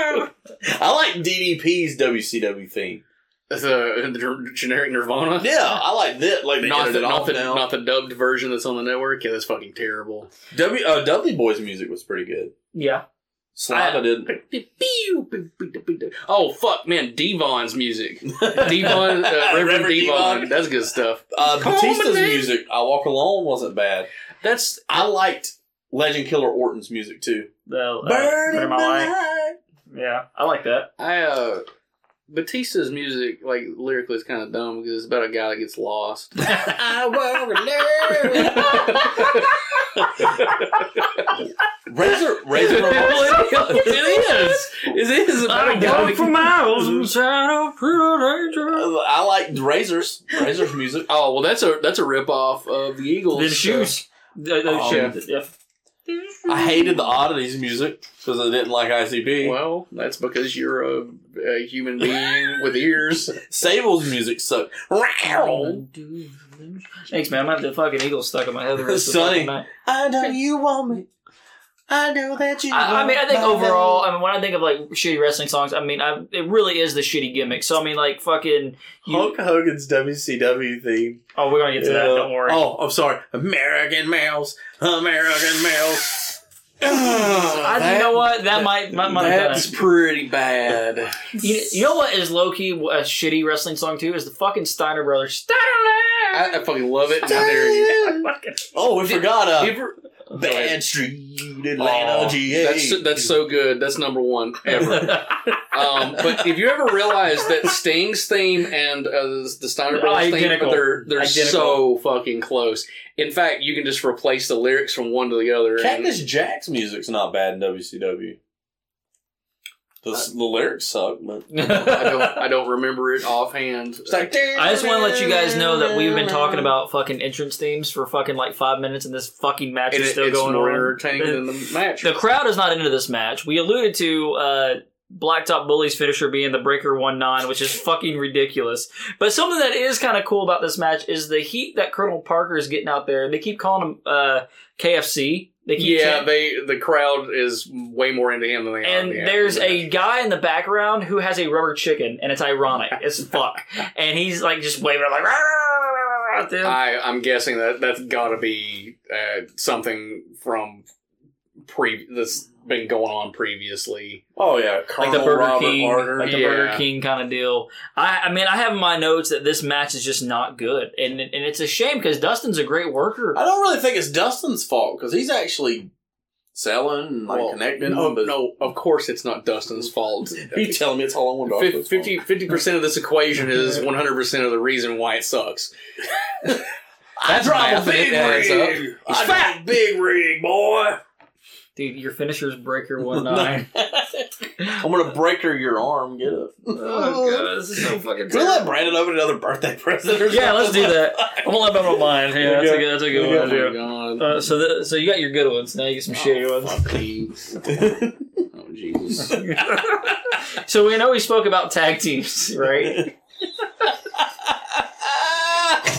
S2: like DDP's WCW theme.
S11: the, the dr- generic Nirvana.
S2: Yeah, I like that. Like they
S11: Not
S2: edited
S11: the,
S2: it
S11: not,
S2: off
S11: the,
S2: now.
S11: not the dubbed version that's on the network. Yeah, that's fucking terrible.
S2: W uh, Dudley Boy's music was pretty good.
S1: Yeah.
S2: Slava didn't.
S11: Oh fuck, man! Devon's music. Devon, uh, Reverend,
S2: Reverend
S11: Devon.
S2: Devon.
S11: That's good stuff.
S2: Uh,
S11: Call
S2: Batista's
S11: my name.
S2: music, I Walk Alone, wasn't bad.
S11: That's
S2: I liked Legend Killer Orton's music too.
S1: The, uh,
S2: Burn
S1: Burn
S2: in
S1: My Life.
S2: Light.
S1: Yeah, I like that.
S11: I uh Batista's music, like lyrically, is kind of dumb because it's about a guy that gets lost.
S2: I wanna learn. Razor, Razor Ramon.
S11: it is. It is about a guy. That gets-
S1: miles inside of pure danger.
S2: I liked Razors. Razors music.
S11: oh well, that's a that's a rip off of the Eagles.
S1: The
S11: so-
S1: shoes. The, the
S2: Oh,
S1: shoes. Yeah.
S2: I hated the Oddities music because I didn't like ICP.
S11: Well, that's because you're a, a human being with ears.
S2: Sable's music sucked. Row.
S1: Thanks, man. I'm gonna have the fucking Eagles stuck in my head the rest of the
S2: Sonny.
S1: fucking night.
S2: I know you want me. I know that you.
S1: I, I
S2: want
S1: mean, I think
S2: my
S1: overall, I mean, when I think of like shitty wrestling songs, I mean, I, it really is the shitty gimmick. So I mean, like fucking.
S2: love. Hulk Hogan's WCW theme.
S1: Oh, we're gonna get to that.
S2: Yeah.
S1: Don't worry.
S2: Oh, I'm sorry. American males. American males.
S1: I, you know what? That might might, might have done it.
S11: pretty bad.
S1: You, you know what is low key a shitty wrestling song too? Is the fucking Steiner Brothers. Steiner!
S11: I, I fucking love it. How dare you?
S1: Fucking-
S2: Oh, we forgot uh,
S11: You ever-
S2: Bad Street, Atlanta,
S11: Oh,
S2: GA.
S11: That's so- that's so good. That's number one ever. um, but if you ever realize that Sting's theme and uh, the Steiner
S1: They're
S11: Brothers
S1: identical.
S11: theme, they're they're
S1: Identical.
S11: so fucking close. In fact, you can just replace the lyrics from one to the other. and-
S2: Cactus Jack's music's not bad in WCW. The, the lyrics suck, but
S11: I don't I don't remember it offhand.
S2: It's like,
S1: I just want to let you guys know that we've been talking about fucking entrance themes for fucking like five minutes, and this fucking match
S11: And
S1: is
S11: it-
S1: still
S11: it's
S1: going
S11: more
S1: on.
S11: entertaining than the match.
S1: The crowd is not into this match. We alluded to uh, Blacktop Bully's finisher being the Breaker 1 9, which is fucking ridiculous. But something that is kind of cool about this match is the heat that Colonel Parker is getting out there. They keep calling him uh, KFC. They keep
S11: yeah,
S1: chanting-
S11: they the crowd is way more into him than they are.
S1: and
S11: in the
S1: there's
S11: actual
S1: a
S11: match.
S1: guy in the background who has a rubber chicken, and it's ironic as fuck. And he's like just waving like. "Rah, rah, rah, rah, rah," at them.
S11: I I'm guessing that that's got to be uh, something from pre that's been going on previously.
S2: oh yeah,
S1: like the
S2: Colonel
S1: Burger
S2: Robert
S1: King,
S2: Arter.
S1: like the
S11: Yeah.
S1: Burger King kind of deal. I, I mean, I have in my notes that this match is just not good, and and it's a shame because Dustin's a great worker.
S2: I don't really think it's Dustin's fault because he's actually selling and like
S11: Well,
S2: connecting.
S11: No,
S2: but
S11: no, of course it's not Dustin's fault.
S2: you telling me it's all on one dog.
S11: 50 percent of this equation is one hundred percent of the reason why it sucks. That's math, and it adds up. He's
S2: I
S11: fat.
S2: drive a big rig, boy.
S1: Dude, your finisher's breaker one nine.
S2: I'm gonna break her your arm. Get up.
S1: Oh, God, this is so fucking.
S2: Can we let Brandon open another birthday present or something?
S1: yeah, let's do that. I'm gonna let them on mine. Yeah, that's a good, that's a good Oh,
S11: Oh
S1: one.
S11: my
S1: yeah.
S11: god.
S1: Uh, so, the, so you got your good ones. Now you get some shitty ones.
S11: Please. Oh Jesus.
S1: So we know we spoke about tag teams, right?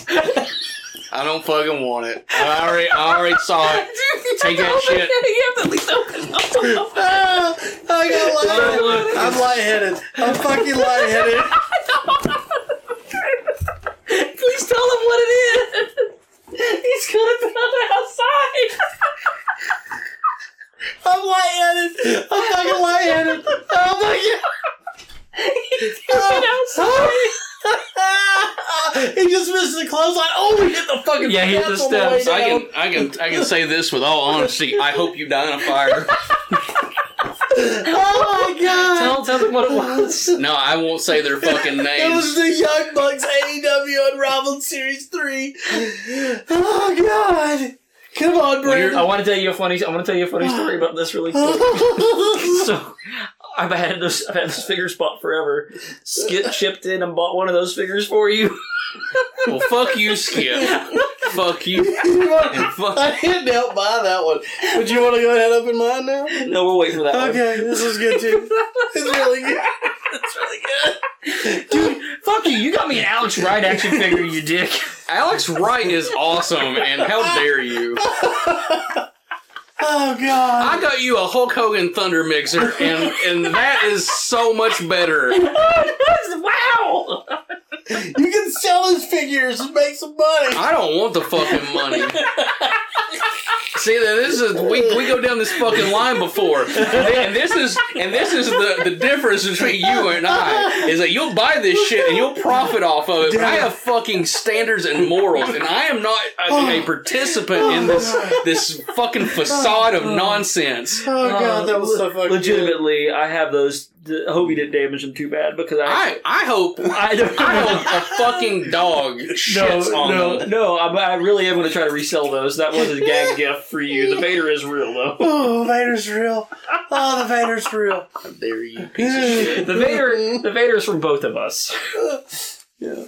S11: I don't fucking want it. I already, I already saw it. Take that shit.
S1: you have to leave open.
S2: Ah, I got
S1: Oh,
S2: lightheaded. I'm lightheaded. I'm fucking lightheaded.
S1: Please tell him what it is. He's gonna be on the outside.
S2: I'm lightheaded. I'm fucking lightheaded. Oh my god. he just missed the clothesline. Oh, he hit the fucking
S1: Yeah, he hit the
S2: steps on way
S1: steps.
S11: um, I
S2: down.
S11: can, I can, I can say this with all honesty. I hope you die in a fire.
S2: oh my god!
S11: Tell, tell them what it
S1: Oh,
S11: was. No, I won't say their fucking
S2: It was
S11: names.
S2: the Young Bucks AEW Unrivaled Series 3. Oh, God. Come on, Brent.
S1: I want to tell you a funny. I want to tell you a funny story about this really quick. so, I've had this. I've had this figure spot forever. Skip chipped in and bought one of those figures for you.
S11: well, fuck you, Skip. Fuck you. And fuck.
S2: I didn't help buy that one. Would you want to go ahead and open mine now?
S1: No, we'll wait for that. one.
S2: Okay, this is good too. It's really good. It's really good.
S1: Fuck you. You got me an Alex Wright action figure, you dick.
S11: Alex Wright is awesome, and how dare you?
S2: Oh God.
S11: I got you a Hulk Hogan Thunder Mixer, and and that is so much better.
S1: wow.
S2: You can sell his figures and make some money.
S11: I don't want the fucking money. See, this is we, we go down this fucking line before, and this is and this is the, the difference between you and I is that you'll buy this shit and you'll profit off of it. But I have fucking standards and morals, and I am not a,
S1: Oh.
S11: a participant in this this fucking facade of nonsense.
S2: Oh God, that was so fucking good.
S1: Legitimately, I have those. I hope he didn't damage them too bad because I.
S11: I I hope
S1: I don't
S11: I hope a fucking dog shits
S1: no,
S11: on
S1: no,
S11: them.
S1: no! I'm, I really am going to try to resell those. That was a gag gift for you. The Vader is real, though.
S2: Oh, Vader's real. Oh, the Vader's real.
S11: How dare you?
S1: The Vader, the Vader is from both of us.
S2: Yeah.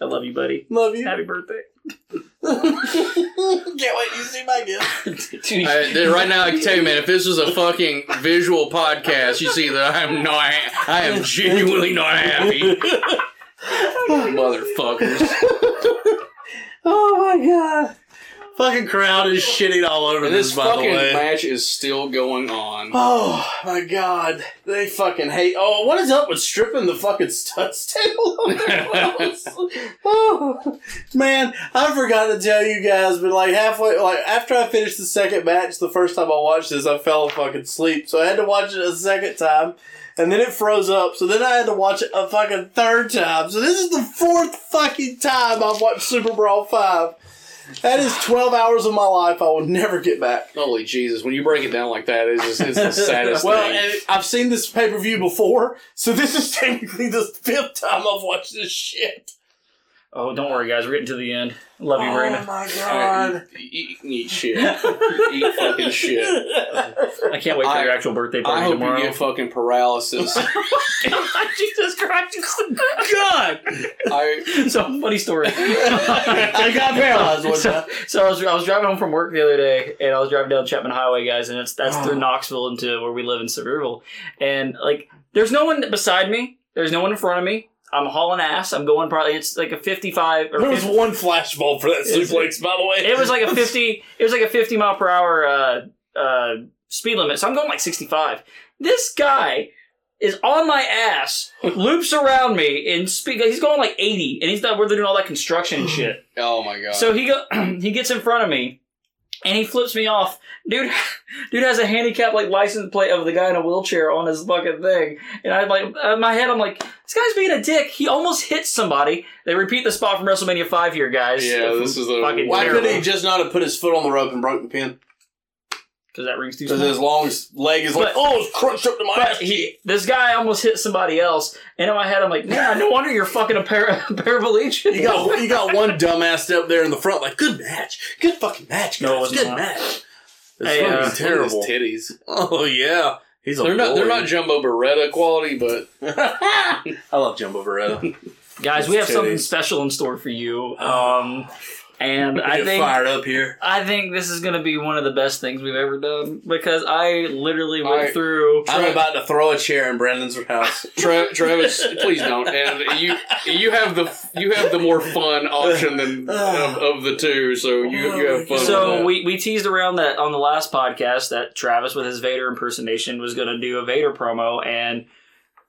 S1: I love you, buddy.
S2: Love you.
S1: Happy birthday!
S2: Can't wait to see my gift.
S11: I, th- Uh, right now, I can tell you, man. If this was a fucking visual podcast, you see that I'm not. I am genuinely not happy. Motherfuckers.
S2: Oh my God. Fucking crowd is shitting all over this,
S11: This
S2: by the
S11: fucking
S2: way.
S11: match is still going on.
S2: Oh my god, they fucking hate. Oh, what is up with stripping the fucking studs table? on their clothes? oh man, I forgot to tell you guys, but like halfway, like after I finished the second match, the first time I watched this, I fell fucking asleep, so I had to watch it a second time, and then it froze up, so then I had to watch it a fucking third time. So this is the fourth fucking time I've watched Super Brawl Five. That is twelve hours of my life I will never get back.
S11: Holy Jesus! When you break it down like that, it's, just, it's the saddest
S2: Well,
S11: thing.
S2: and I've seen this pay per view before, so this is technically the fifth time I've watched this shit.
S1: Oh, don't worry, guys. We're getting to the end. Love you, Raina.
S2: my
S11: Eat, eat, eat shit. eat fucking shit.
S1: I can't wait for
S11: I-
S1: your actual birthday
S11: I
S1: party
S11: hope
S1: tomorrow.
S11: you get fucking paralysis.
S1: Jesus Christ!
S2: God!
S11: I
S1: So funny story.
S2: I got paralyzed one
S1: so,
S2: time.
S1: so I was I was driving home from work the other day, and I was driving down Chapman Highway, guys, and it's that's
S11: Oh.
S1: through Knoxville into where we live in Sevierville, and like there's no one beside me, there's no one in front of me. I'm hauling ass. I'm going probably it's like a 55 or
S2: There was
S1: 50
S2: one flashball for that suplex, by the way.
S1: it was like a 50 it was like a 50 mile per hour uh, uh, speed limit so i'm going like 65 this guy is on my ass loops around me and speed he's going like 80 and he's not where they're doing all that construction and shit
S11: oh my god.
S1: so he go he gets in front of me and he flips me off. Dude dude has a handicap like license plate of the guy in a wheelchair on his fucking thing. And I like in my head I'm like, this guy's being a dick. He almost hit somebody. They repeat the spot from WrestleMania five here, guys.
S11: Yeah, this is a-
S1: fucking
S2: Why
S1: terrible.
S2: couldn't he just not have put his foot on the rope and broke the pin?
S1: Because that rings too
S2: Because
S1: small.
S2: his long leg is
S1: But-
S2: like, oh, it's crunched up to my ass.
S1: But he, this guy almost hit somebody else, and in my head, I'm like, man, no wonder you're fucking a para- paraplegic.
S2: You got you got one dumbass up there in the front, like good match, good fucking match, guys,
S1: No, it was
S2: good
S1: not.
S2: match. It's
S1: Hey,
S2: fucking
S1: uh,
S2: terrible.
S11: Look at his titties.
S2: Oh yeah, he's a
S11: They're not. They're
S2: boy.
S11: not jumbo Beretta quality, but
S2: I love Jumbo Beretta.
S1: Guys, we have
S2: Titties.
S1: something special in store for you, um, and I
S2: Get
S1: think
S2: fired up here.
S1: I think this is gonna be one of the best things we've ever done because I literally went
S11: Alright.
S1: through.
S2: I'm about to throw a chair in Brandon's house.
S11: Tra- Travis, please don't. And you you have the you have the more fun option than of, of the two, so you you have fun. with
S1: So
S11: that.
S1: we, we teased around that on the last podcast that Travis with his Vader impersonation was going to do a Vader promo, and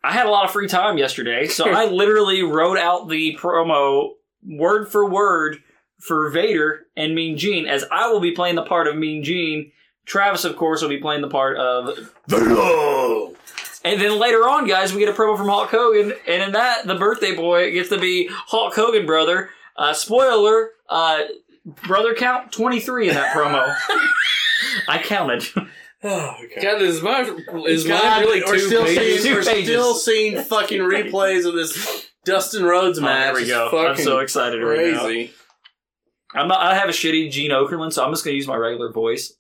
S1: I had a lot of free time yesterday, so I literally wrote out the promo word for word for Vader and Mean Gene, as I will be playing the part of Mean Gene. Travis, of course, will be playing the part of
S2: Vader!
S1: And then later on, guys, we get a promo from Hulk Hogan, and in that, the birthday boy gets to be Hulk Hogan brother. Uh, spoiler, uh, brother count 23 in that promo. I counted.
S2: Oh,
S11: God, is my is
S2: God,
S11: mine really
S2: we're
S11: two
S2: still
S11: pages?
S2: seeing, we're
S1: Two pages.
S2: still seeing fucking replays of this Dustin Rhodes
S1: Oh, there
S2: match.
S1: we
S2: It's
S1: go. I'm
S2: fucking
S1: so excited right now.
S2: Crazy.
S1: I'm not. I have a shitty Gene Okerlund, so I'm just gonna use my regular voice.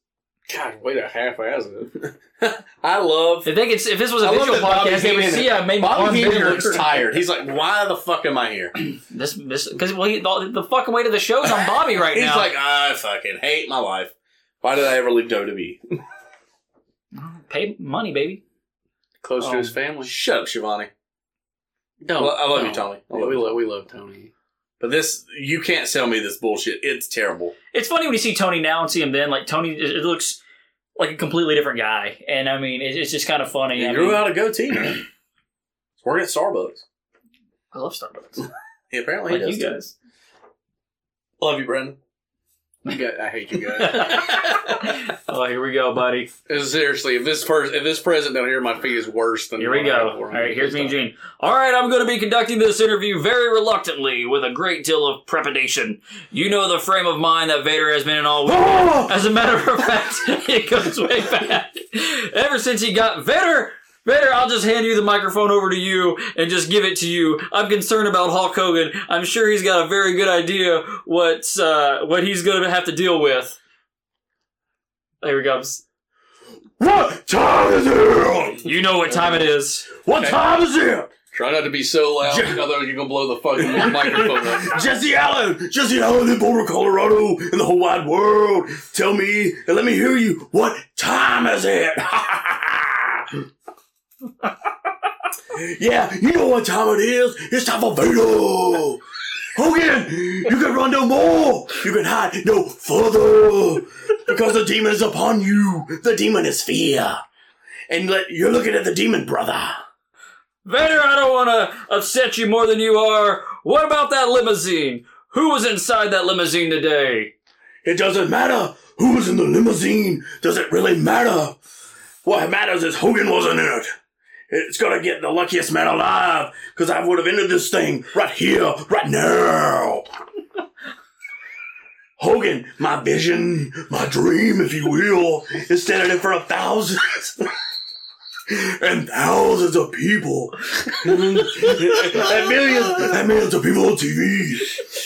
S11: God, wait a half ass of it.
S2: I love.
S1: If they could, if this was a
S2: I love
S1: visual
S2: that Bobby
S1: podcast, they would
S2: Heenan-
S1: see I made my arm
S2: Bobby Heenan
S1: bigger.
S2: looks tired. He's like, "Why the fuck am I here?" He's
S1: This, this, because well, he- the, the fucking weight of the show's on Bobby right now.
S2: like, "I fucking hate my life. Why did I ever leave WWE?"
S1: pay money, baby.
S11: Close to
S1: Oh.
S11: his family.
S2: Shut up, Shivani.
S11: No,
S2: Well, I love you, Tony. I
S11: Yeah,
S2: love
S11: we
S2: you.
S11: love we love Tony.
S2: But this, you can't sell me this bullshit. It's terrible.
S1: It's funny when you see Tony now and see him then. Like Tony, it, it looks like a completely different guy, and I mean, it, it's just kind of funny.
S2: He
S1: I,
S2: grew
S1: mean,
S2: out a goatee, man. He's working at Starbucks.
S1: I love Starbucks,
S2: He apparently
S1: like
S2: does.
S1: you guys.
S2: Love you, Brendan.
S11: You got- I hate you guys.
S1: oh, here we go, buddy.
S11: Seriously, if this first if this present down here, my feet is worse than
S1: Here we
S11: what I
S1: go.
S11: had
S1: All
S11: for him.
S1: right, here's me and Gene. All right, I'm going to be conducting this interview very reluctantly with a great deal of trepidation. You know the frame of mind that Vader has been in all. As a matter of fact, it goes way back. Ever since he got Vader. Vader, I'll just hand you the microphone over to you and just give it to you. I'm concerned about Hulk Hogan. I'm sure he's got a very good idea what's uh, what he's going to have to deal with. There he comes.
S2: What time is it?
S1: You know what time it is.
S2: What time is it?
S11: Try not to be so loud, otherwise you're gonna blow the fucking microphone up.
S2: Jesse Allen, Jesse Allen in Boulder, Colorado, in the whole wide world. Tell me and let me hear you. What time is it? yeah, you know what time it is. It's time for Vader. Hogan, you can run no more. You can hide no further because the demon is upon you. The demon is fear, and let, you're looking at the demon, brother.
S1: Vader, I don't want to upset you more than you are. What about that limousine? Who was inside that limousine today?
S2: It doesn't matter who was in the limousine. Does it really matter? What matters is Hogan wasn't in it. It's gonna get the luckiest man alive, cause I would have ended this thing right here, right now. Hogan, my vision, my dream, if you will, is standing in front of thousands and thousands of people. and millions and millions of people on TV.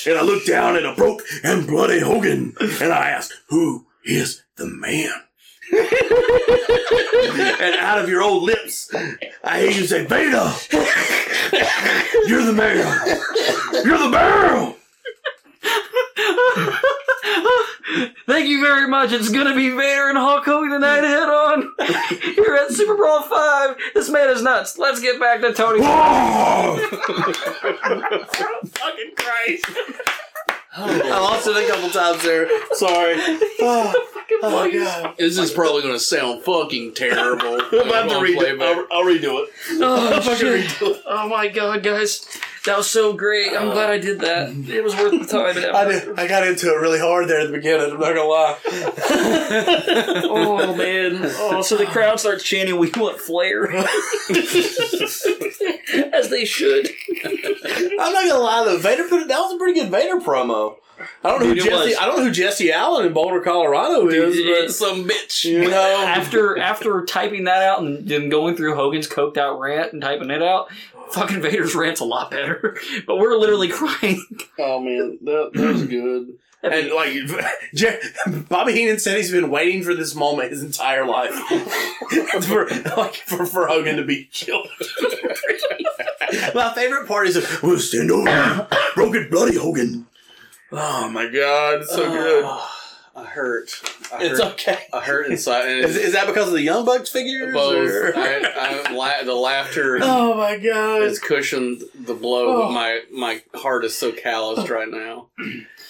S2: And I looked down at a broke and bloody Hogan and I asked, Who is the man? and out of your old lips, I hear you say, Beta! You're the man! You're the man!
S1: Thank you very much. It's gonna be Vader and Hulk Hogan tonight head on. Here at Super Bowl Five. This man is nuts. Let's get back to Tony.
S2: Oh!
S1: Fucking Christ!
S2: I lost it a couple times there. Sorry. Oh, oh my god.
S11: This is probably gonna sound fucking terrible.
S2: I'm about to redo it. I'll, I'll redo it.
S1: Oh,
S2: Fucking
S1: shit.
S2: redo it.
S1: oh my God, guys, that was so great. I'm glad I did that. It was worth the time. and
S2: I,
S1: effort.
S2: did, I got into it really hard there at the beginning. I'm not gonna lie.
S1: Oh man! Oh, so the crowd starts chanting, "We want Flair," as they should.
S2: I'm not gonna lie though. Vader put it. That was a pretty good Vader promo. I don't know who
S11: Dude, it
S2: Jesse.
S11: was.
S2: I don't know who Jesse Allen in Boulder, Colorado is,
S1: Dude,
S2: but
S1: it's-
S2: some bitch. You know,
S1: After after typing that out and then going through Hogan's coked out rant and typing it out, fucking Vader's rant's a lot better. But we're literally crying.
S11: Oh man, that, that was good.
S2: and like Je- Bobby Heenan said, he's been waiting for this moment his entire life for like for, for Hogan to be killed. My favorite part is, "We'll stand over, broken bloody Hogan." Oh my god, it's so
S11: Uh,
S2: good.
S11: I hurt. I
S2: It's
S11: hurt.
S2: okay.
S11: I hurt inside. And
S2: Is,
S11: it's
S2: is that because of the Young Bucks figures?
S11: both.
S2: or-
S11: I, I, la- the laughter
S2: Oh my god.
S11: has cushioned the blow.
S2: Oh.
S11: But my my heart is so calloused right now.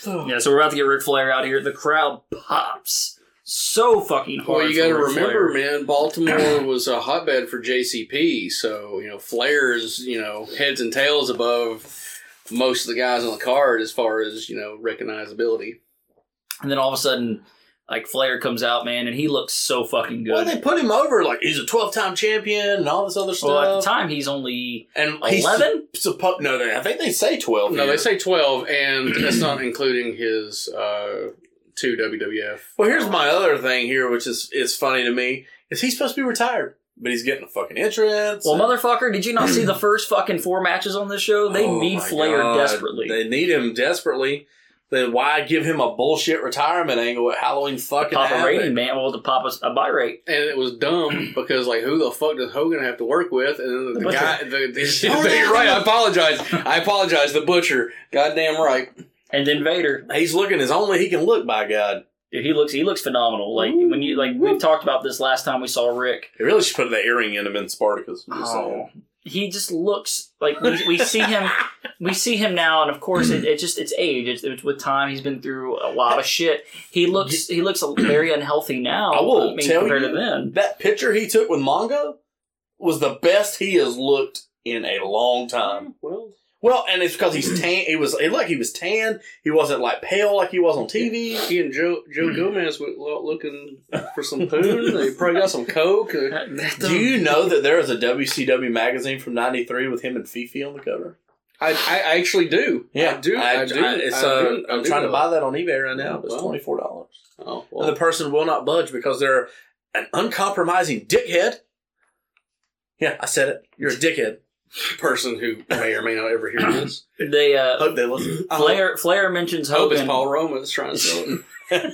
S1: Yeah, so we're about to get Ric Flair out here. The crowd pops so fucking hard.
S11: Well, you got to
S1: for Ric
S11: remember,
S1: Flair.
S11: man, Baltimore was a hotbed for JCP, so you know Flair's you know heads and tails above most of the guys on the card as far as you know recognizability.
S1: And then all of a sudden, like Flair comes out, man, and he looks so fucking good.
S2: Well, they put him over like he's a twelve-time champion and all this other stuff.
S1: well, at the time, he's only
S2: and he's
S1: 11?
S2: suppo- no, they, I think they say twelve.
S11: No,
S2: here.
S11: they say twelve, and that's not including his uh, to WWF.
S2: Well, here's my other thing here, which is is funny to me, is he's supposed to be retired, but he's getting a fucking entrance.
S1: Well, motherfucker, did you not see the first fucking four matches on this show? They
S2: Oh
S1: need
S2: my
S1: Flair
S2: God.
S1: desperately.
S2: They need him desperately. Then why give him a bullshit retirement angle at Halloween fucking
S1: pop a
S2: havoc?
S1: rating, man. Well, to pop a, a buy rate.
S11: And it was dumb because like who the fuck does Hogan have to work with? And then the
S1: The
S11: guy, the, the, you're right. I apologize. I apologize. The butcher. Goddamn right.
S1: And then Vader,
S2: He's looking as only he can look. By God,
S1: dude, he looks he looks phenomenal. Like when you like we talked about this last time we saw Rick. Oh,
S2: they really should put that earring in him in Spartacus. I'm just saying.
S1: He just looks like we, we see him. We see him now, and of course, it, it just it's age. It's, it's with time. He's been through a lot of shit. He looks he looks very unhealthy now.
S2: I will
S1: mean,
S2: tell
S1: compared
S2: you
S1: to then.
S2: that picture he took with Mongo was the best he has looked in a long time.
S11: Well,
S2: Well, and it's because he's tan. He was look, he was tan. He wasn't like pale like he was on TV.
S11: he and Joe Joe Gomez went lo- looking for some poon. They probably got some coke. Uh,
S2: Do you know that there is a WCW magazine from '93 with him and Fifi on the cover?
S11: I, I actually do. I do. I, do.
S2: it's,
S11: I
S2: uh,
S11: do. I
S2: I'm
S11: do
S2: trying to
S11: know
S2: buy that on eBay right now. It's
S11: Wow.
S2: twenty four dollars.
S11: Oh,
S2: And the
S11: well.
S2: person will not budge because they're an uncompromising dickhead. Yeah, I said it. You're a dickhead.
S11: the person who may or may not ever hear this.
S1: They
S2: I
S1: uh,
S2: hope they listen.
S1: Flair Flair mentions
S11: I hope
S1: Hogan.
S11: it's Paul Roma that's trying to sell it.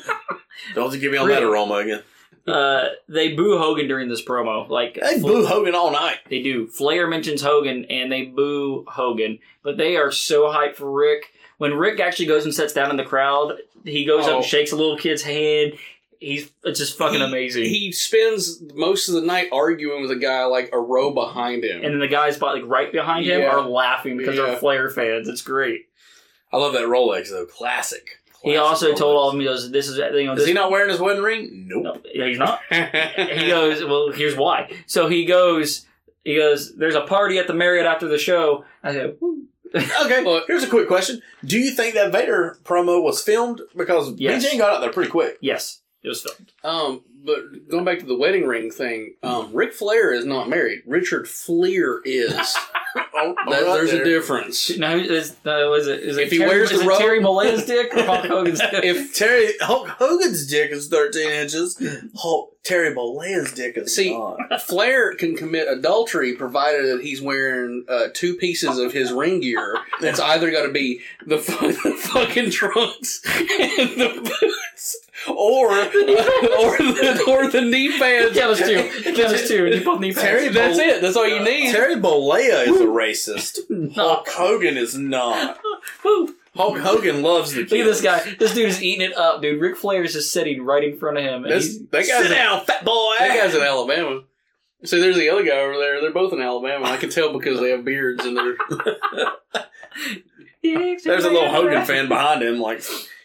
S2: Don't you give me on that aroma again.
S1: uh, they boo Hogan during this promo. Like Flair-
S2: They boo Hogan all night.
S1: They do. Flair mentions Hogan and they boo Hogan, but they are so hyped for Rick. When Rick actually goes and sits down in the crowd, he goes up
S11: Oh.
S1: and shakes a little kid's hand. He's it's just fucking amazing.
S11: He spends most of the night arguing with a guy like a row behind him.
S1: and then the guys by, like right behind him
S11: Yeah.
S1: are laughing because
S11: Yeah.
S1: they're Flair fans. It's great.
S2: I love that Rolex though. Classic.
S1: He
S2: Classic
S1: also
S2: Rolex.
S1: told all of them, he goes, "This is you know,
S2: Is
S1: this
S2: he not wearing his wedding ring? Nope.
S1: No, yeah, he's not. he goes, well, here's why. So he goes, he goes, there's a party at the Marriott after the show. I said, "Woo."
S2: Okay, here's a quick question. Do you think that Vader promo was filmed? Because
S1: Yes.
S2: BJ got out there pretty quick.
S1: yes, it was filmed.
S11: Um, but going back to the wedding ring thing, um, Ric Flair is not married. Richard Fleer is.
S2: Oh,
S11: That- there's a difference.
S1: No, is, no, is it? Is it
S11: If he
S1: Terry,
S11: wears the
S1: is it
S11: robe-
S1: Terry Malaya's dick or Hulk Hogan's dick?
S2: If Terry Hulk Hogan's dick is 13 inches, Hulk Terry Bolea's dick is
S11: See,
S2: not.
S11: Flair can commit adultery provided that he's wearing uh, two pieces of his ring gear. That's either got to be the, fu- the fucking trunks and the boots, or or the or the knee pads.
S1: yeah, there's two. Yeah, there's two. You both need
S11: Terry,
S1: pants.
S11: that's it. That's all you need.
S2: Terry Bolea is a racist. Hulk Hogan is not.
S1: Woo.
S2: Hulk Hogan loves the kids.
S1: Look at this guy. This dude is eating it up, dude. Ric Flair is just sitting right in front of him. And
S11: That's-
S1: he's,
S11: that guy's
S2: Sit
S11: a-
S2: down, fat boy.
S11: That guy's in Alabama. So there's the other guy over there. They're both in Alabama. I can tell because they have beards and they're.
S2: There's a little Hogan fan behind him, like,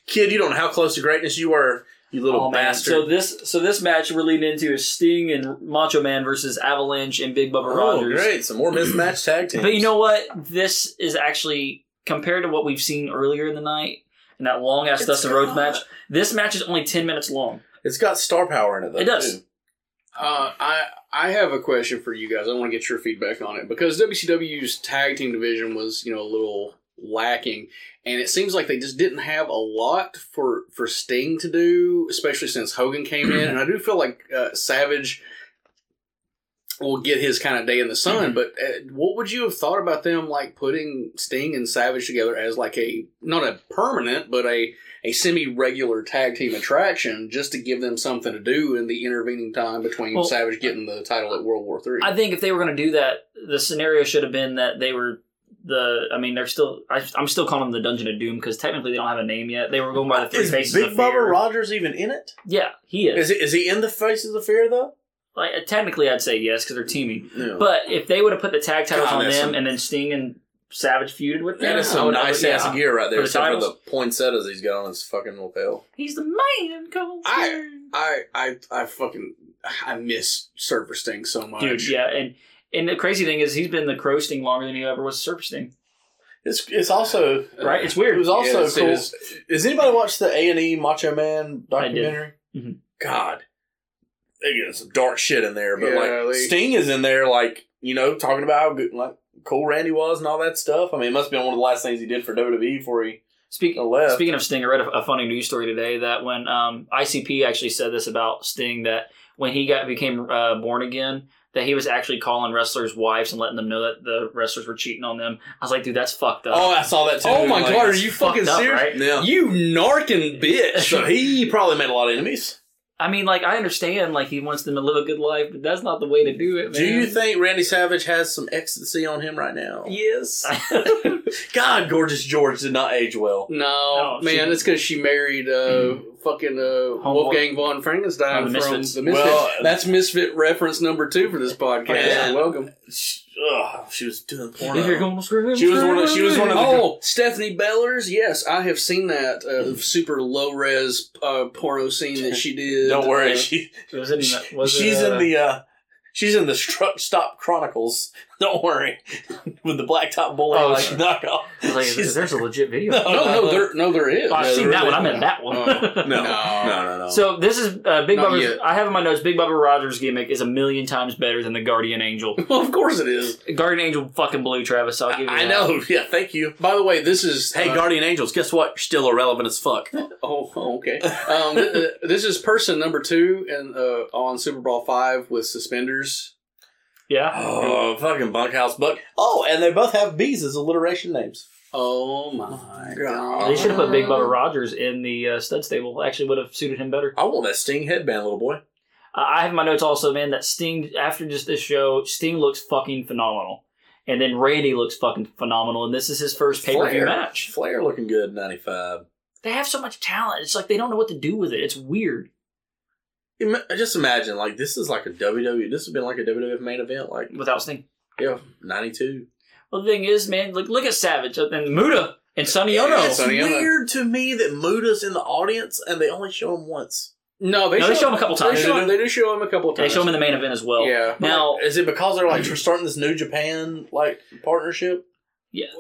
S2: kid, you don't know how close to greatness you were, you little
S1: Oh, man.
S2: bastard.
S1: So this, so this match we're leading into is Sting and Macho Man versus Avalanche and Big Bubba Rogers.
S2: Oh, great. Some more mismatched tag teams.
S1: oh. But you know what? This is actually compared to what we've seen earlier in the night and that long ass Dustin Rhodes match. This match is only ten minutes long.
S2: It's got star power in it, though.
S1: It does.
S2: too.
S11: Uh, I I have a question for you guys. I want to get your feedback on it because WCW's tag team division was you know a little lacking, and it seems like they just didn't have a lot for for Sting to do, especially since Hogan came in. And I do feel like uh, Savage will get his kind of day in the
S2: Mm-hmm.
S11: sun. But uh, what would you have thought about them like putting Sting and Savage together as like a not a permanent but a a semi regular tag team attraction just to give them something to do in the intervening time between
S1: Well,
S11: Savage getting the title at World War Three.
S1: I think if they were going to do that, the scenario should have been that they were the. I mean, they're still. I, I'm still calling them the Dungeon of Doom because technically they don't have a name yet. They were going by the three
S2: Is
S1: faces of
S2: Big Bubba
S1: fear.
S2: Rogers even in it?
S1: Yeah, he is.
S2: Is, he, is he in the Faces of Fear, though?
S1: like, uh, technically, I'd say yes because they're teaming.
S2: No.
S1: But if they would have put the tag titles
S2: God,
S1: on
S2: that's
S1: them
S2: some-
S1: and then Sting and Savage feuded with them,
S2: that is
S1: I
S2: some
S1: would- I would-
S2: nice ass
S1: yeah.
S2: gear right there,
S1: For the
S2: except for the
S1: titles?
S2: poinsettias he's got on his fucking lapel.
S1: He's the man. Come
S11: I I I, I fucking I miss Surfer Sting so much.
S1: dude. Yeah, and and the crazy thing is he's been the Crow Sting longer than he ever was Serpent Sting.
S2: It's it's also
S11: Uh,
S1: Right? It's
S2: It
S1: weird.
S2: was also
S11: Yes, it
S2: cool.
S11: is.
S2: Has anybody watched the A and E Macho Man documentary?
S1: Mhm.
S2: God, they get some dark shit in there, but
S11: Yeah,
S2: like
S11: they-
S2: Sting is in there, like you know, talking about how good, like cool Randy was and all that stuff. I mean, it must have been one of the last things he did for WWE E before he
S1: Speak,
S2: left.
S1: speaking of Sting, I read a, a funny news story today that when um, ICP actually said this about Sting that when he got became uh, born again, that he was actually calling wrestlers' wives and letting them know that the wrestlers were cheating on them. I was like, dude, that's fucked up.
S2: Oh, I saw that too.
S11: Oh my
S2: Like,
S11: god, are you
S1: it's fucked
S11: fucking
S1: up,
S11: serious?
S1: right?
S2: Yeah.
S11: You narkin bitch.
S2: So he probably made a lot of enemies.
S1: I mean, like, I understand, like, he wants them to live a good life, but that's not the way to do it, man.
S2: Do you think Randy Savage has some ecstasy on him right now?
S11: yes.
S2: God, gorgeous George did not age well.
S11: No,
S1: No,
S11: man,
S1: she-
S11: it's because she married uh,
S2: Mm-hmm.
S11: fucking uh, Wolfgang von Frankenstein
S1: Oh, the
S11: from
S1: Misfits.
S11: the Misfits.
S2: Well,
S11: That's Misfit reference number two for this podcast.
S2: Yeah.
S11: Welcome.
S2: She, ugh, she was doing porno.
S1: You're gonna scream,
S2: She was one of- she was one of the-
S11: Oh, Stephanie Bellers. Yes, I have seen that uh, super low res uh, porno scene that she did.
S2: Don't worry,
S11: Uh,
S2: she
S1: Was it, in- was
S2: she's
S1: it, uh,
S2: in the uh, she's in the Stru- Stop Chronicles. Don't worry, with the Blacktop Bully
S1: Oh,
S2: like
S1: sure.
S2: knockoff.
S1: Like,
S2: She's-
S1: there's a legit video.
S11: Uh, no, no, there, no, there is.
S1: Oh, I've
S11: No,
S1: seen
S11: there
S1: that
S11: is.
S1: one. I meant that one.
S11: Oh,
S2: no,
S11: No.
S2: no, no, no.
S1: So this is uh, Big
S11: Not
S1: Bubba.
S11: yet.
S1: I have in my notes. Big Bubba Rogers' gimmick is a million times better than the Guardian Angel.
S11: Well, of course it is.
S1: Guardian Angel fucking blew Travis. So I'll give you.
S2: I
S1: that.
S2: know. Yeah, thank you.
S11: By the way, this is
S2: Hey,
S11: uh,
S2: Guardian Angels, guess what? You're still irrelevant as fuck.
S11: Oh, oh, okay. Um, th- th- this is person number two and uh, on Super Bowl five with suspenders.
S1: Yeah.
S2: oh, fucking bunkhouse buck. Oh, and they both have B's as alliteration names.
S11: Oh my god!
S1: They should have put Big Bubba Rogers in the uh, stud stable. Actually, would have suited him better.
S2: I want that Sting headband, little boy.
S1: Uh, I have in my notes also, man. That Sting after just this show, Sting looks fucking phenomenal, and then Randy looks fucking phenomenal, and this is his first pay per view
S2: Flair.
S1: match.
S2: Flair looking good in 95.
S1: They have so much talent. It's like they don't know what to do with it. It's weird.
S2: Ima- Just imagine, like, this is like a WWE, this has been like a WWF main event, like,
S1: Without Sting.
S2: yeah, 92.
S1: Well, the thing is, man, look look at Savage and Muda and Sonny Ono.
S2: it's
S11: Sonny Ono.
S2: weird to me that Muda's in the audience and they only show him once.
S11: No, they,
S1: No, they show him a couple times.
S11: They, show, they do show him a couple
S1: They
S11: times.
S1: show him in the main event as well.
S11: Yeah.
S1: Now,
S2: Oh, Is it because they're like starting this New Japan like partnership?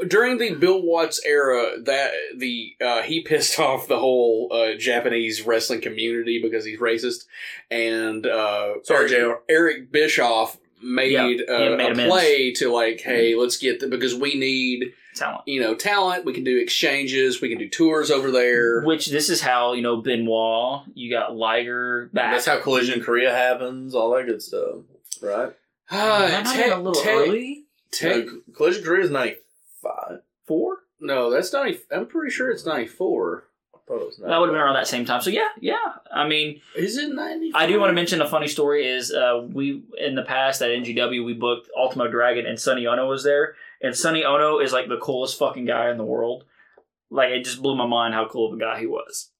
S11: during the Bill Watts era, that the uh, he pissed off the whole uh, Japanese wrestling community because he's racist, and uh,
S2: Sorry,
S11: Eric,
S2: JR.
S11: Eric Bischoff made,
S1: Yeah,
S11: uh,
S1: he made
S11: a
S1: amends. Mm-hmm.
S11: play to like, hey, let's get the because we need
S1: talent.
S11: you know talent. We can do exchanges. We can do tours over there.
S1: Which this is how you know Benoit. You got Liger back.
S2: That's how Collision in Korea happens, all that good stuff, right?
S11: Ah,
S1: Am I not
S11: tech-
S1: a little
S11: tech-
S1: early.
S11: tech-
S2: No, Collision Korea is 95.
S1: Four.
S11: no, that's ninety. I'm pretty sure it's ninety four.
S2: I thought it was
S1: That would have been around that same time. So yeah, yeah. I mean,
S11: Is it ninety?
S1: I do want to mention a funny story. Is uh, we in the past at NGW we booked Ultimo Dragon and Sonny Ono was there, and Sonny Ono is like the coolest fucking guy in the world. Like it just blew my mind how cool of a guy he was.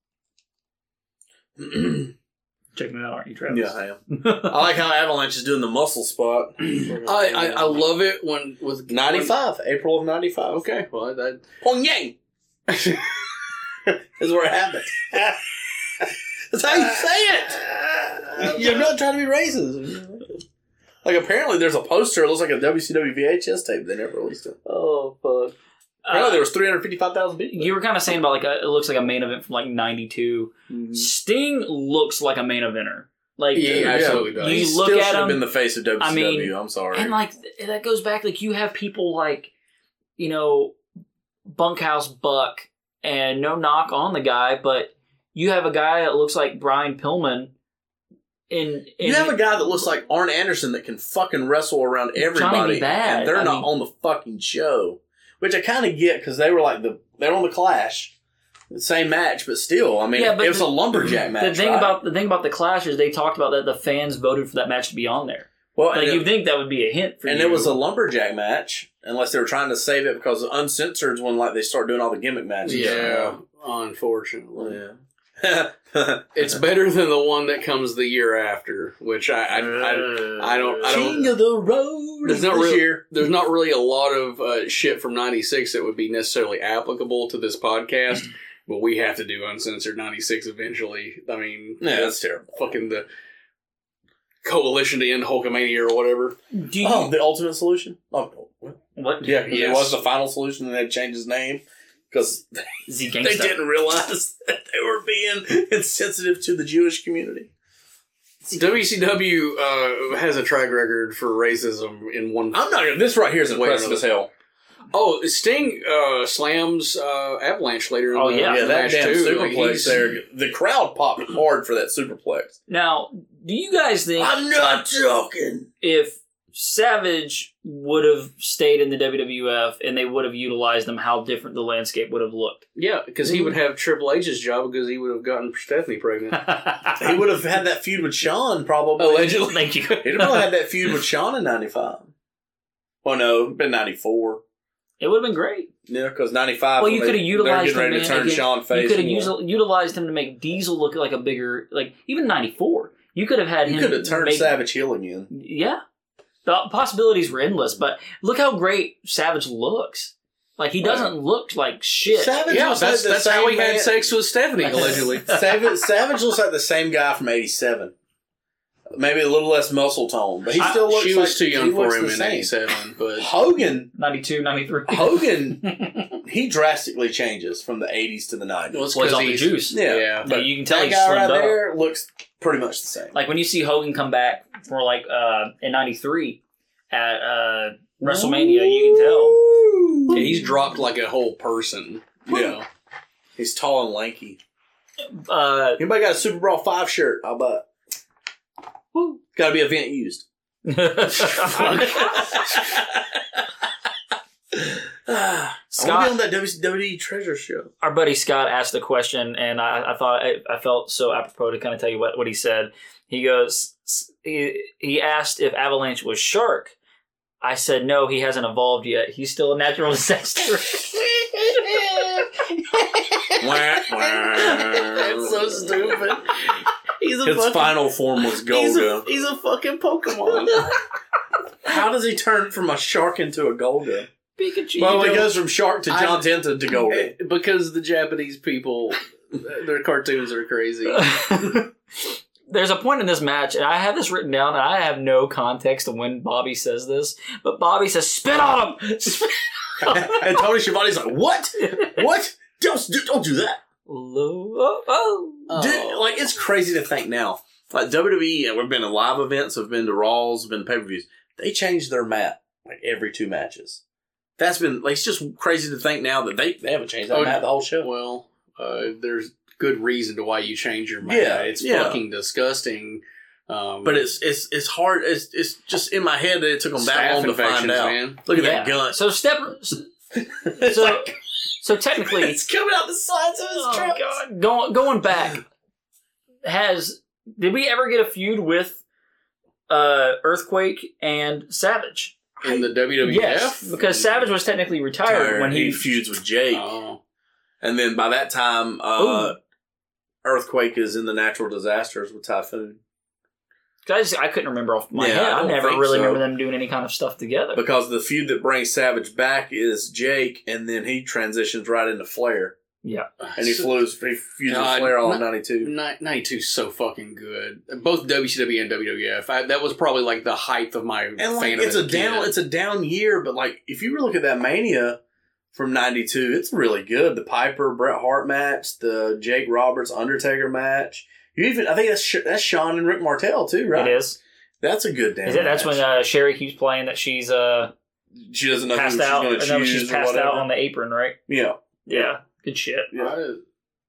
S1: Checking it out, aren't you, Travis? Uh,
S2: yeah, I am. I like how Avalanche is doing the muscle spot.
S11: I, I I love it when with
S2: ninety five, April of ninety five.
S11: Okay, well that
S2: Pyongyang is where it happened. That's how you say it. You're not trying to be racist. Like apparently, there's a poster. It looks like a WCW VHS tape. They never released it.
S1: Oh fuck.
S2: Apparently, there was three hundred fifty five thousand people.
S1: you were kind of saying about like a, it looks like a main event from like '92. Sting looks like a main eventer. Like
S11: Yeah, absolutely does.
S1: You
S2: He
S1: look
S2: still
S1: at
S2: should have
S1: him-
S2: been the face of WCW. I
S1: mean,
S2: am sorry.
S1: and like th- that goes back. Like you have people like you know Bunkhouse Buck, and no knock on the guy, but you have a guy that looks like Brian Pillman. In, in
S2: you have a guy that looks like Arn Anderson that can fucking wrestle around everybody,
S1: Bad.
S2: and they're
S1: I
S2: not
S1: mean-
S2: on the fucking show, which I kind of get because they were like the they're on the Clash, the same match, but still, I mean,
S1: Yeah, but
S2: it was
S1: the-
S2: a lumberjack match.
S1: the thing
S2: right?
S1: about the thing about the Clash is they talked about that the fans voted for that match to be on there.
S2: well,
S1: Like
S2: and,
S1: you
S2: it,
S1: think that would be a hint for
S2: and
S1: you.
S2: it was a lumberjack match, unless they were trying to save it because the uncensored one, like they start doing all the gimmick matches.
S11: yeah, unfortunately,
S2: yeah.
S11: it's better than the one that comes the year after, which I I, I, I don't I
S2: King
S11: don't.
S2: of the road
S11: There's not
S2: this
S11: really
S2: year.
S11: there's not really a lot of uh, shit from '96 that would be necessarily applicable to this podcast, but we have to do uncensored '96 eventually. I mean,
S2: Yeah, that's terrible.
S11: fucking the coalition to end Hulkamania or whatever.
S1: Do you,
S2: Oh, the ultimate solution. Oh, what?
S1: what?
S2: Yeah, 'cause
S11: Yes.
S2: it was the final solution, and they changed his name because
S1: Z
S2: they
S1: Gangsta.
S2: didn't realize that they were being insensitive to the Jewish community.
S11: WCW uh, has a track record for racism in one.
S2: I'm not gonna. This right here is
S11: Wait a
S2: impressive
S11: minute.
S2: as hell.
S11: Oh, Sting uh, slams uh, Avalanche later. in
S1: Oh,
S11: the-
S1: yeah.
S11: the
S2: Yeah, that
S11: match,
S2: damn
S11: too. Like,
S2: superplex
S11: he's-
S2: there. The crowd popped hard for that superplex.
S1: Now, do you guys think
S2: I'm not joking.
S1: if Savage would have stayed in the WWF and they would have utilized him, how different the landscape would have looked?
S11: Yeah, because
S2: Mm-hmm.
S11: he would have Triple H's job because he would have gotten Stephanie pregnant.
S2: He would have had that feud with Sean probably.
S11: Allegedly.
S1: Thank you.
S2: He'd have probably had that feud with Sean in '95. Oh no, been '94.
S1: It would have been great.
S2: Yeah, because '95.
S1: Well, you could have utilized
S2: They're
S1: him.
S2: getting ready
S1: man,
S2: to turn
S1: again.
S2: Sean face.
S1: you could have
S2: more.
S1: used- utilized him to make Diesel look like a bigger, like even '94. You could have had
S2: You
S1: him.
S2: could have turned
S1: make-
S2: Savage heel again.
S1: Yeah, the possibilities were endless. But look how great Savage looks. Like he doesn't look like shit.
S2: Savage
S11: yeah,
S2: looks
S11: that's,
S2: like the
S11: that's how
S2: same
S11: he had
S2: man-
S11: sex with Stephanie, allegedly.
S2: Savage, Savage looks like the same guy from '87. Maybe a little less muscle tone, but he still looks
S11: she
S2: like
S11: was too
S2: he
S11: young for
S2: looks
S11: him
S2: the
S11: in
S2: same.
S11: '87, but
S2: Hogan
S1: 92, 93.
S2: Hogan, he drastically changes from the 80s to the 90s.
S11: Well,
S1: Was
S11: it's 'cause
S1: on the
S11: he's-
S1: juice.
S2: yeah,
S11: yeah.
S2: but
S1: you can tell
S2: that
S1: he's
S2: guy
S1: slimmed
S2: right
S1: up.
S2: there looks pretty much the same.
S1: Like when you see Hogan come back for like uh in '93 at uh WrestleMania, you can tell.
S11: Yeah, he's dropped like a whole person. You
S2: Yeah.
S11: know?
S2: He's tall and lanky.
S1: Uh,
S2: Anybody got a Super Brawl 5 shirt? I'll bet. Got to be event used. I
S1: Scott-
S2: want to be on that WWE treasure show.
S1: our buddy Scott asked a question, and I, I thought I, I felt so apropos to kind of tell you what, what he said. He goes, s- he, he asked if Avalanche was Shark. I said, no, he hasn't evolved yet. He's still a natural disaster.
S2: That's
S11: so stupid. He's a
S2: His final form was Golga.
S11: he's a fucking Pokemon.
S2: How does he turn from a shark into a Golga?
S11: Pikachu.
S2: Well,
S11: You
S2: he
S11: know,
S2: goes from shark to
S11: I-
S2: John Tinta to Golga.
S11: Eh, because the Japanese people, their cartoons are crazy.
S1: There's a point in this match, and I have this written down, and I have no context of when Bobby says this, but Bobby says, spit on him! Spit-
S2: and Tony Schiavone's like, "What? What? Don't do, don't do that."
S1: Low- oh, oh.
S2: Dude, like it's crazy to think now. Like WWE, and we've been to live events, have been to Raws, been pay per views. They change their map like every two matches. That's been like it's just crazy to think now that they, they haven't changed that
S11: Oh,
S2: map the whole show.
S11: Well, uh, there's good reason to why you change your mind.
S2: Yeah,
S11: it's
S2: yeah.
S11: fucking disgusting. Um,
S2: But it's it's it's hard. It's it's just in my head that it took them that
S11: Staph
S2: long to find
S11: infections,
S2: out.
S11: man.
S2: Look at
S1: Yeah.
S2: that gun.
S1: So step. So, so technically,
S2: coming out the sides of
S1: Oh, God. Going going back, has did we ever get a feud with uh, Earthquake and Savage?
S11: in the E. WWF.
S1: Yes, because Savage was technically retired, when he,
S2: feuds with Jake,
S11: Oh.
S2: and then by that time, uh, earthquake is in the natural disasters with typhoon
S1: I, just- I couldn't remember off my
S2: Yeah,
S1: head.
S2: I
S1: I,
S2: don't
S1: never
S2: think
S1: really
S2: so.
S1: remember them doing any kind of stuff together.
S2: because the feud that brings Savage back is Jake, and then he transitions right into Flair,
S1: yeah,
S2: and he flows he feuds
S11: God.
S2: with Flair all in
S11: Not-
S2: '92.
S11: Ni- 92 is so fucking good. Both WCW and WWF. I, that was probably like the height of my
S2: And like
S11: fandom
S2: it's a down it's a down year, but like if you look at that Mania from '92, it's really good. The Piper Bret Hart match, the Jake Roberts Undertaker match. You even I think that's Sh- that's Sean and Rick Martel too, right?
S1: it is.
S2: That's a good damn.
S1: Is it? That's
S2: match.
S1: when uh, Sherry keeps playing that she's uh,
S2: she doesn't know
S1: passed
S2: who
S1: out.
S2: she's
S1: She's,
S2: going to choose
S1: she's
S2: or
S1: passed
S2: whatever.
S1: out on the apron, right?
S2: yeah.
S1: Yeah, good shit.
S11: I,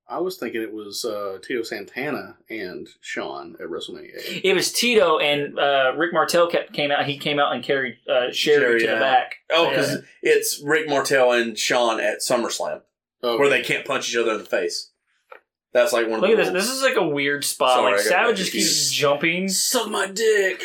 S11: I was thinking it was uh, Tito Santana and Sean at WrestleMania.
S1: It was Tito and uh, Rick Martel kept, came out. He came out and carried uh, Sherry
S2: Sherry
S1: to the
S2: out.
S1: back.
S2: Oh,
S1: Yeah.
S2: because it's Rick Martel and Sean at SummerSlam
S11: Okay.
S2: where they can't punch each other in the face. That's like one of
S1: Look at
S2: the
S1: this.
S2: rules.
S1: This is like a weird spot.
S2: Sorry,
S1: like
S2: I got
S1: Savage just
S2: confused.
S1: keeps jumping.
S11: Suck my dick.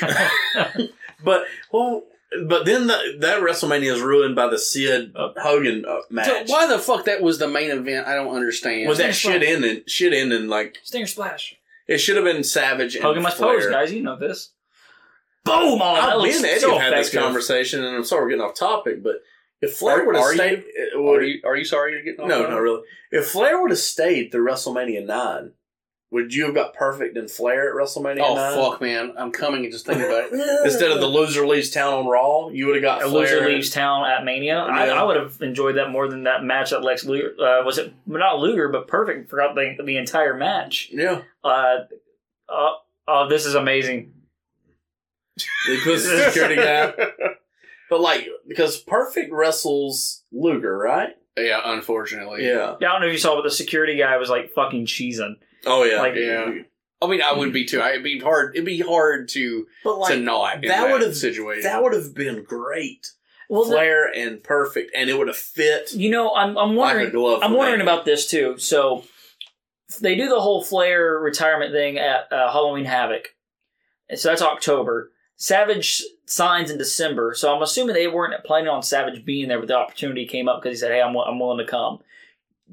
S2: But well, but then the, that WrestleMania is ruined by the Sid Hogan uh,
S11: So
S2: match.
S11: Why the fuck that was the main event? I don't understand.
S2: With that shit ending, shit ending like
S1: Stinger splash.
S2: it should have been Savage and
S1: Hogan must
S2: Flair.
S1: pose, guys. You know this. Boom! Oh, that
S2: I mean,
S1: looks
S2: Eddie
S1: so
S2: had this
S1: effective.
S2: conversation, and I'm sorry we're getting off topic, but if Flair
S11: Are-
S2: would have
S11: are
S2: stayed, it would-
S11: Are you, are you sorry you're getting off
S2: no,
S11: on
S2: not
S11: it?
S2: really. If Flair would have stayed through WrestleMania nine, would you have got perfect and Flair at WrestleMania?
S11: Oh
S2: nine?
S11: fuck, man! I'm coming and just thinking about it.
S2: Instead of the loser leaves town on Raw, you would have got
S1: A
S2: Flair.
S1: loser leaves town at Mania. I,
S2: Yeah.
S1: I would have enjoyed that more than that match at Lex Luger. Uh, was it not Luger, but perfect? Forgot the, the entire match.
S2: Yeah,
S1: Uh, uh, oh, this is amazing.
S2: they put the security guy. But like, because Perfect wrestles Luger, right?
S11: Oh, Yeah, unfortunately.
S2: Yeah.
S1: Yeah, I don't know if you saw, but the security guy was like fucking cheesing.
S2: Oh yeah.
S1: Like,
S11: Yeah. I mean, I would be too. I- It'd be hard. It'd be hard to
S2: But like
S11: to not in
S2: that
S11: that,
S2: would have
S11: situation.
S2: that would have been great.
S1: Well, the-
S2: Flair and Perfect, and it would have fit.
S1: You know, I'm I'm wondering.
S2: Like a glove
S1: I'm
S2: for
S1: wondering
S2: me.
S1: about this too. So they do the whole Flair retirement thing at uh, Halloween Havoc, and so that's October. Savage signs in December, so I'm assuming they weren't planning on Savage being there, but the opportunity came up because he said, "Hey, I'm wi- I'm willing to come."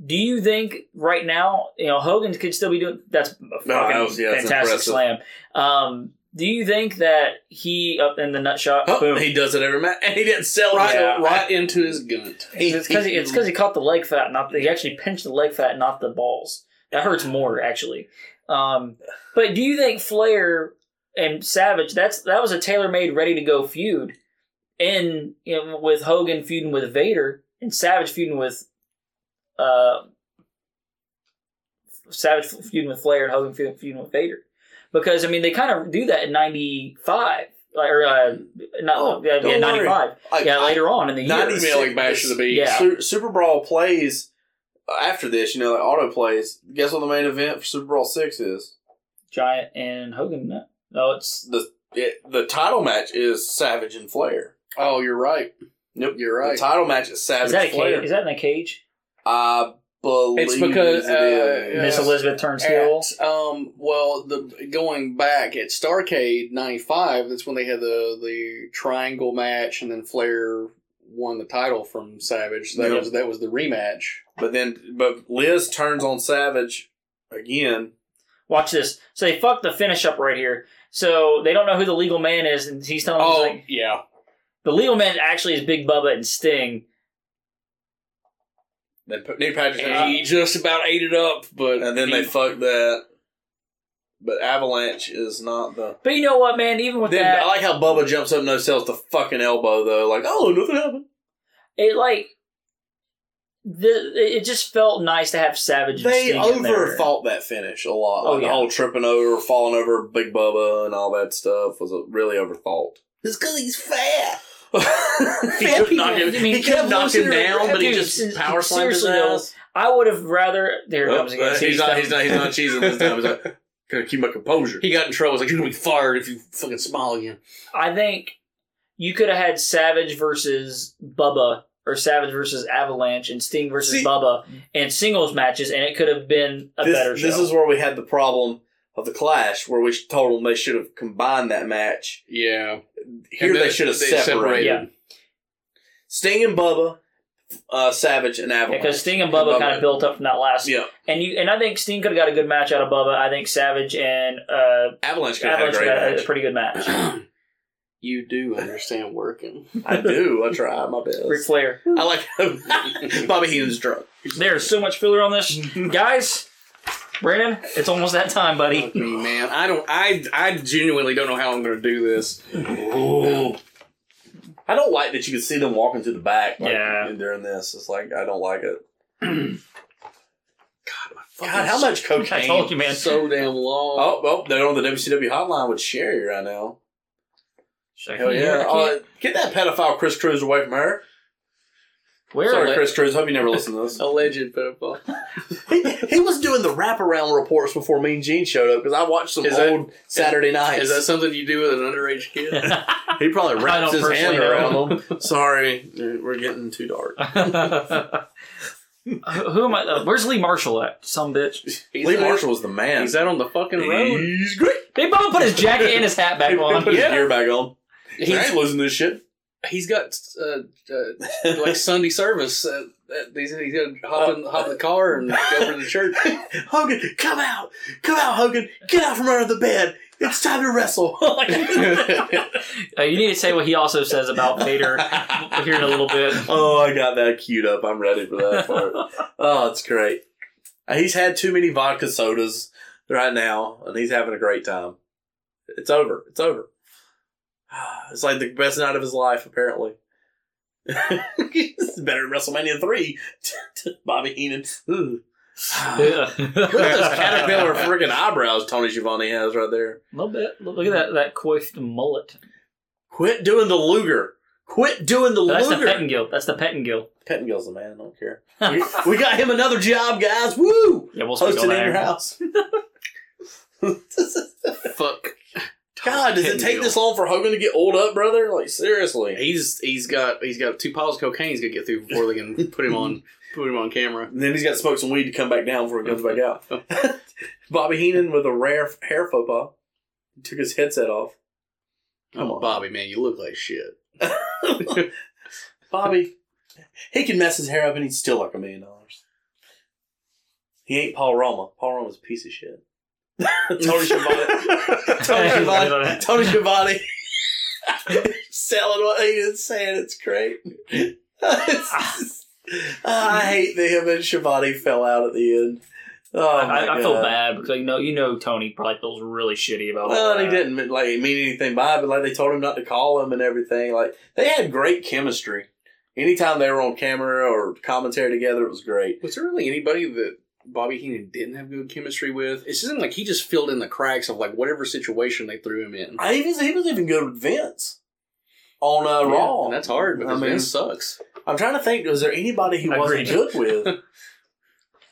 S1: Do you think right now, you know, Hogan could still be doing? That's a fucking
S2: that was- yeah, that's
S1: fantastic
S2: impressive.
S1: slam. Um, do you think that he up in the nut shot?
S2: Oh,
S1: boom.
S2: he does it every match, and he didn't sell
S11: right,
S2: it.
S1: Yeah.
S11: right into his gunt.
S1: It's because it's because he caught the leg fat, not the, he actually pinched the leg fat, not the balls. That hurts more actually. Um, but do you think Flair and Savage? That's that was a tailor made, ready to go feud, and you know, with Hogan feuding with Vader and Savage feuding with, uh, Savage feuding with Flair and Hogan feuding, feuding with Vader, because I mean they kind of do that in '95 or uh, not
S2: Oh,
S1: yeah,
S2: don't worry.
S1: '95
S2: Like,
S1: yeah
S2: I-
S1: later on in the year.
S2: 96
S11: Yeah, like Bash of the Beast.
S1: Yeah.
S2: Su- Super Brawl plays uh, after this. You know, like auto plays. Guess what the main event for Super Brawl Six is?
S1: Giant and Hogan. No, no it's
S2: The it, the title match is Savage and Flair.
S11: Oh, you're right.
S2: Nope,
S11: You're right.
S2: The title match is Savage
S1: is that a
S2: Flair.
S1: cage? Is that in a cage?
S2: I believe
S11: It's because,
S2: it
S11: uh,
S2: is.
S11: Yeah.
S1: Miss Elizabeth turns heel.
S11: At, um, well, the going back at Starcade '95, that's when they had the the triangle match, and then Flair won the title from Savage. So that
S2: Yeah.
S11: was that was the rematch.
S2: But then, but Liz turns on Savage again.
S1: Watch this. So they fuck the finish up right here. So they don't know who the legal man is, and he's telling
S11: Oh
S1: them like,
S11: yeah,
S1: the legal man actually is Big Bubba and Sting.
S2: They put Nick Patrick,
S11: and he
S2: and,
S11: just about ate it up, but
S2: then they
S11: he-
S2: fuck that. But Avalanche is not the.
S1: But you know what, man? Even with
S2: Then I
S1: that,
S2: like how Bubba jumps up, no sells the fucking elbow though. Like, oh, nothing happened.
S1: it like the it just felt nice to have Savage. and
S2: They
S1: Sting in there.
S2: overthought that finish a lot.
S1: Oh,
S2: Like,
S1: yeah.
S2: uh, The whole tripping over, falling over, Big Bubba, and all that stuff was uh, really overthought. It's because he's fat. he
S1: Fat
S2: kept
S1: people-
S2: knocking,
S1: I mean,
S2: he kept
S1: people
S2: knocking him
S1: lose their-
S2: down, but he
S1: dude,
S2: just
S1: since-
S2: power slammed his
S1: seriously, though,
S2: ass.
S1: I would have rather. There it
S2: Oh,
S1: comes again.
S2: uh,
S1: See,
S2: he's, not,
S1: stuff.
S2: he's not. He's not cheesing this time. He's like, gotta keep my composure.
S11: He got in trouble. He's like, "You're gonna be fired if you fucking smile again."
S1: I think you could have had Savage versus Bubba or Savage versus Avalanche and Sting versus
S2: See-
S1: Bubba and singles matches, and it could have been a better
S2: this,
S1: show.
S2: this is where we had the problem of the clash, where we told them they should have combined that match.
S11: Yeah,
S2: Here
S11: And then
S2: they should have
S11: they
S2: separated.
S11: separated.
S1: yeah,
S2: Sting and Bubba, uh, Savage and Avalanche.
S1: because Sting and Bubba, kind of built up from that last.
S2: Yeah,
S1: and you and I think Sting could have got a good match out of Bubba. I think Savage and uh,
S2: Avalanche could have had a
S1: Avalanche
S2: great
S1: got a, a
S2: match.
S1: pretty good match.
S11: you do understand working.
S2: I do. I try my
S1: Ric
S2: best.
S1: Flair.
S2: I like Bobby Heenan's drunk.
S1: There's so much filler on this, guys. Brandon, it's almost that time, buddy.
S11: Fuck me, man. I don't. I I genuinely don't know how I'm going to do this.
S2: I don't like that you can see them walking to the back. Like,
S1: Yeah.
S2: during this, it's like I don't like it. God, God, how much cocaine?
S1: I told you, man.
S11: So damn long.
S2: Oh, well, they're on the WCW hotline with Sherry right now.
S1: Check
S2: Hell
S1: it.
S2: yeah.
S1: I
S2: Uh,
S1: can't-
S2: get that pedophile Chris Cruz away from her.
S1: Where
S2: Sorry,
S1: are
S2: Chris Cruz. Hope you never listen to this.
S11: Alleged pedophile.
S2: he, he was doing the wraparound reports before Mean Gene showed up because I watched some
S11: Is that-
S2: old Saturday nights.
S11: Is that something you do with an underage kid?
S2: he probably
S1: I
S2: wraps
S1: don't
S2: his
S1: personally
S2: hand
S1: know.
S2: around him. Sorry, we're getting too dark.
S1: Who am I? Uh, where's Lee Marshall at? Some bitch.
S11: He's
S2: Lee
S11: out-
S2: Marshall was the man.
S11: He's out on the fucking road.
S2: He's great.
S1: They both put his jacket and his hat back
S2: He
S1: on.
S2: put his gear back on. He
S11: He's-
S2: ain't losing this shit.
S11: He's got uh, uh, like Sunday service. Uh, uh, he's, he's gonna hop in, hop in the car and go to the church.
S2: Hogan, come out, come out, Hogan, get out from under the bed. It's time to wrestle.
S1: Uh, you need to say what he also says about Vader here in a little bit.
S2: Oh, I got that queued up. I'm ready for that part. oh, it's great. He's had too many vodka sodas right now, and he's having a great time. It's over. It's over. It's like the best night of his life, apparently. this is better than WrestleMania 3. Bobby Heenan. Ooh. Look at those caterpillar freaking eyebrows Tony Giovanni has right there.
S1: little bit. Look at that that coiffed mullet.
S2: Quit doing the Luger. Quit doing the
S1: That's the
S2: looter.
S1: Pettingill. That's the Pettingill.
S2: Pettingill's the man. I don't care. we, we got him another job, guys. Woo!
S1: Yeah, we'll speak
S2: Hosted
S1: on
S2: in your
S1: that.
S2: house.
S11: Fuck.
S2: God, does it take
S11: Pettingill.
S2: this long for Hogan to get old up, brother? Like seriously.
S11: He's he's got he's got two piles of cocaine he's gonna get through before they can put him on put him on camera.
S2: And then he's got to smoke some weed to come back down before he comes back out. Bobby Heenan with a rare f- hair faux pas took his headset off. Come
S11: Oh,
S2: on.
S11: Bobby, man, you look like shit.
S2: Bobby, he can mess his hair up and he'd still like a million dollars. He ain't Paul Roma. Paul Roma's a piece of shit. Tony Schiavone. Tony Schiavone. Tony Schiavone. Selling what he is saying. It's great. I hate that him and Schiavone fell out at the end. Oh, my
S1: I, I feel
S2: God.
S1: bad because you know you know Tony probably feels really shitty about all
S2: Well,
S1: that.
S2: and he didn't like mean anything by it, but like they told him not to call him and everything. Like they had great chemistry. Anytime they were on camera or commentary together, it was great.
S11: Was there really anybody that Bobby Heenan didn't have good chemistry with? It's just like he just filled in the cracks of like whatever situation they threw him in.
S2: I, he was he was even good with Vince on uh,
S11: Yeah,
S2: Raw.
S11: and that's hard because
S2: I
S11: I
S2: mean-
S11: sucks.
S2: I'm trying to think. Was there anybody he wasn't
S1: Agreed.
S2: good with?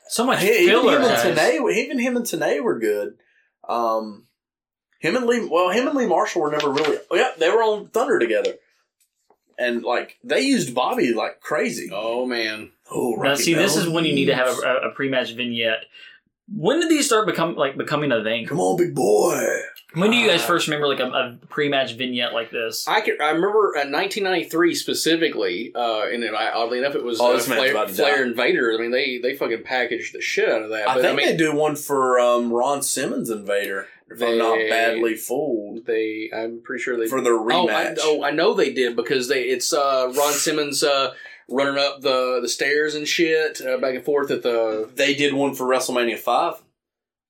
S1: So much
S2: He- e-, even
S1: filler.
S2: him and
S1: guys.
S2: Tanay, even him and Tanay were good. Um, him and Lee, well, him and Lee Marshall were never really. Oh, yeah, they were on Thunder together, and like they used Bobby like crazy.
S11: Oh man,
S2: Oh,
S1: Now,
S2: Rocky
S1: see, this is
S2: Mountain.
S1: when you need to have a, a- a pre-match vignette. When did these start become like becoming a thing?
S2: Come on, big boy.
S1: When do you guys first remember like a, a pre-match vignette like this?
S11: I can I remember in 1993 specifically, uh, and it, I, oddly enough, it was
S2: Oh,
S11: uh,
S2: this man's about
S11: Flair,
S2: to
S11: Flair
S2: die.
S11: and Vader. I mean, they they fucking packaged the shit out of that.
S2: I
S11: but,
S2: think
S11: I mean,
S2: they do one for um, Ron Simmons and Vader, if I'm not
S11: They-
S2: badly fooled,
S11: They, I'm pretty sure they
S2: for the
S11: Oh, I,
S2: rematch.
S11: oh, I know they did because they it's uh, Ron Simmons uh, running up the the stairs and shit uh, back and forth at the.
S2: They did one for WrestleMania 5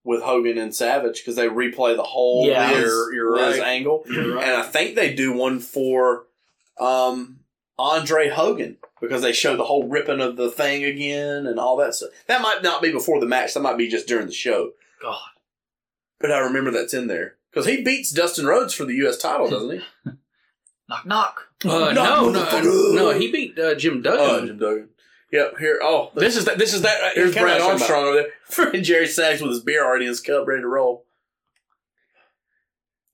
S2: with Hogan and Savage because they replay the whole
S1: Yeah.
S2: Liz,
S11: You're- you're
S2: Liz
S11: right.
S2: angle. And I think they do one for um, Andre Hogan because they show the whole ripping of the thing again and all that stuff. That might not be before the match. That might be just during the show.
S1: God.
S2: But I remember that's in there. Because he beats Dustin Rhodes for the U.S. title, doesn't he?
S1: Knock knock.
S11: Uh, no, no,
S2: motherfucker.
S11: no, he beat uh, Jim
S2: Oh,
S11: Duggan.
S2: Jim Duggan. Yep, here. Oh,
S11: this is that. This is that. uh, right-
S2: Here's
S11: Kevin
S2: Brad Armstrong
S11: Armstrong.
S2: over there. Freaking Jerry Sachs with his beer already in his cup, ready to roll.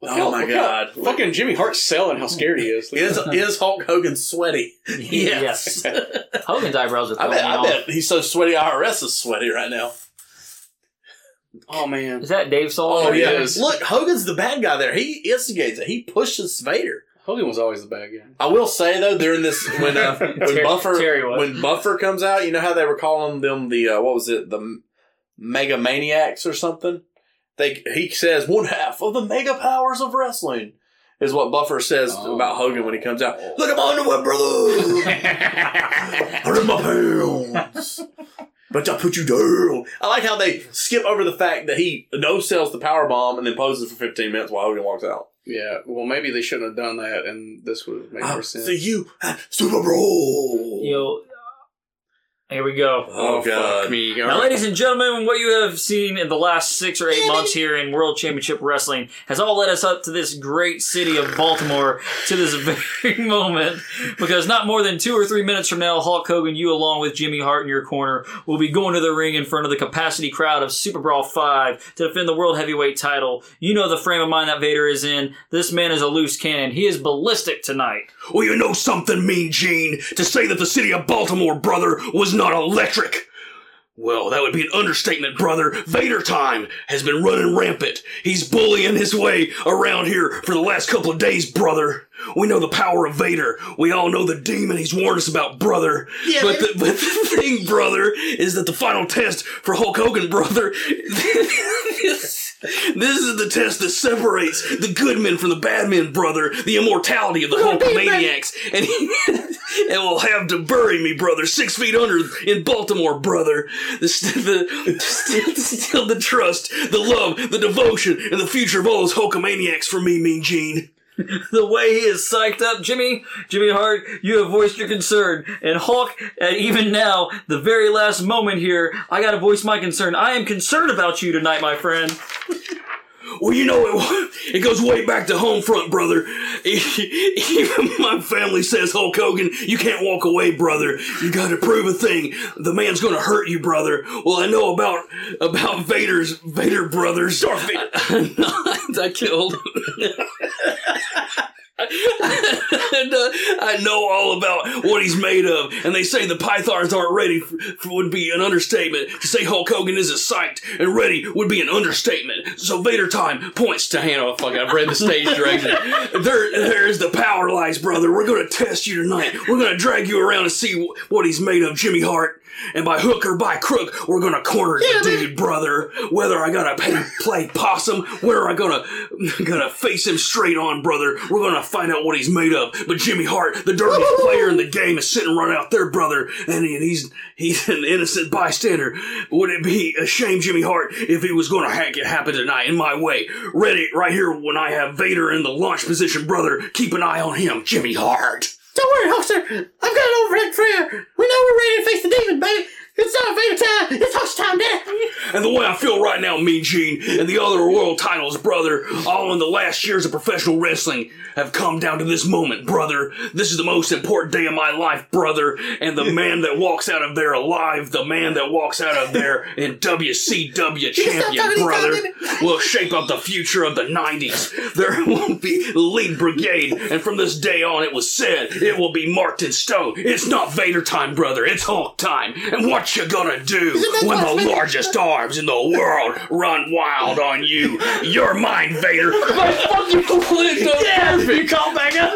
S2: Oh
S11: Hell,
S2: my
S11: look how-
S2: God.
S11: Fucking Jimmy Hart's selling how scared he is.
S2: Is is Hulk Hogan sweaty?
S1: Yes. Hogan's eyebrows are
S2: I
S1: throwing
S2: bet,
S1: me
S2: I
S1: off.
S2: bet he's so sweaty. IRS is sweaty right now.
S11: oh man.
S1: Is that Dave Soul?
S11: Oh, yeah. is.
S2: Look, Hogan's the bad guy there. He instigates it. He pushes Vader.
S11: Hogan was always the bad guy.
S2: I will say though, during this when uh, when
S1: Terry-
S2: Buffer
S1: Terry was.
S2: when Buffer comes out, you know how they were calling them the uh, what was it the Mega Maniacs or something? They he says one half of the mega powers of wrestling is what Buffer says
S11: Oh.
S2: about Hogan when he comes out. Look at my underwear, brother. Hundred my pounds. But I put you down. I like how they skip over the fact that he no sells the power bomb and then poses for fifteen minutes while Hogan walks out.
S11: Yeah. Well, maybe they shouldn't have done that, and this would have made more sense.
S2: Ah, See Uh, you, uh, Super Bowl.
S1: You know, here we go.
S2: Oh, God.
S11: fuck me.
S1: Now, ladies and gentlemen, what you have seen in the last six or eight months here in World Championship Wrestling has all led us up to this great city of Baltimore to this very moment. Because not more than two or three minutes from now, Hulk Hogan, you along with Jimmy Hart in your corner, will be going to the ring in front of the capacity crowd of Super Brawl 5 to defend the World Heavyweight title. You know the frame of mind that Vader is in. This man is a loose cannon. He is ballistic tonight.
S3: Well, you know something, Mean Gene, to say that the city of Baltimore, brother, was not electric. Well, that would be an understatement, brother. Vader time has been running rampant. He's bullying his way around here for the last couple of days, brother. We know the power of Vader. We all know the demon he's warned us about, brother. but, the, but the thing, brother, is that the final test for Hulk Hogan, brother, this, this is the test that separates the good men from the bad men, brother. The immortality of the Hulkamaniacs, and he, and will have to bury me, brother, six feet under in Baltimore, brother. The, st- the, still, still the trust, the love, the devotion, and the future of all those Hulkamaniacs for me, Mean Gene.
S1: the way he is psyched up, Jimmy, Jimmy Hart, you have voiced your concern. And Hulk, and even now, the very last moment here, I gotta voice my concern. I am concerned about you tonight, my friend.
S12: Well, you know, it, it goes way back to home front, brother. Even my family says, Hulk Hogan, you can't walk away, brother. You got to prove a thing. The man's going to hurt you, brother. Well, I know about about Vader's Vader brothers. Darth Vader. I killed. and, uh, I know all about what he's made of, and they say the pythons aren't ready f f- would be an understatement. To say Hulk Hogan isn't psyched and ready would be an understatement. So Vader time points to Hannah. Fuck, I've read the stage direction. there, there is the power lies, brother. We're gonna test you tonight. We're gonna drag you around and see wh- what he's made of, Jimmy Hart. And by hook or by crook, we're gonna corner the dude, brother. Whether I gotta pay, play possum, whether I gonna gonna face him straight on, brother. We're gonna find out what he's made of. But Jimmy Hart, the dirtiest player in the game, is sitting right out there, brother, and he- and he's he's an innocent bystander. Would it be a shame, Jimmy Hart, if he was gonna hack it happen tonight in my way? Ready right here when I have Vader in the launch position, brother. Keep an eye on him, Jimmy Hart.
S13: Don't worry, Hulkster. I've got an overhead prayer. We know we're ready to face the demon, baby. It's not Vader time. It's Hulk's time, Dad.
S12: And the way I feel right now, Mean Gene, and the other world titles, brother, all in the last years of professional wrestling, have come down to this moment, brother. This is the most important day of my life, brother. And the man that walks out of there alive, the man that walks out of there in WCW champion, brother, will shape up the future of the 90s. There will be the lead brigade, and from this day on, it was said, it will be marked in stone. It's not Vader time, brother. It's Hulk time. And what you gonna do when the largest arms in the world run wild on you? You're mine, Vader. My fucking complete
S10: Yeah,
S12: you call back up.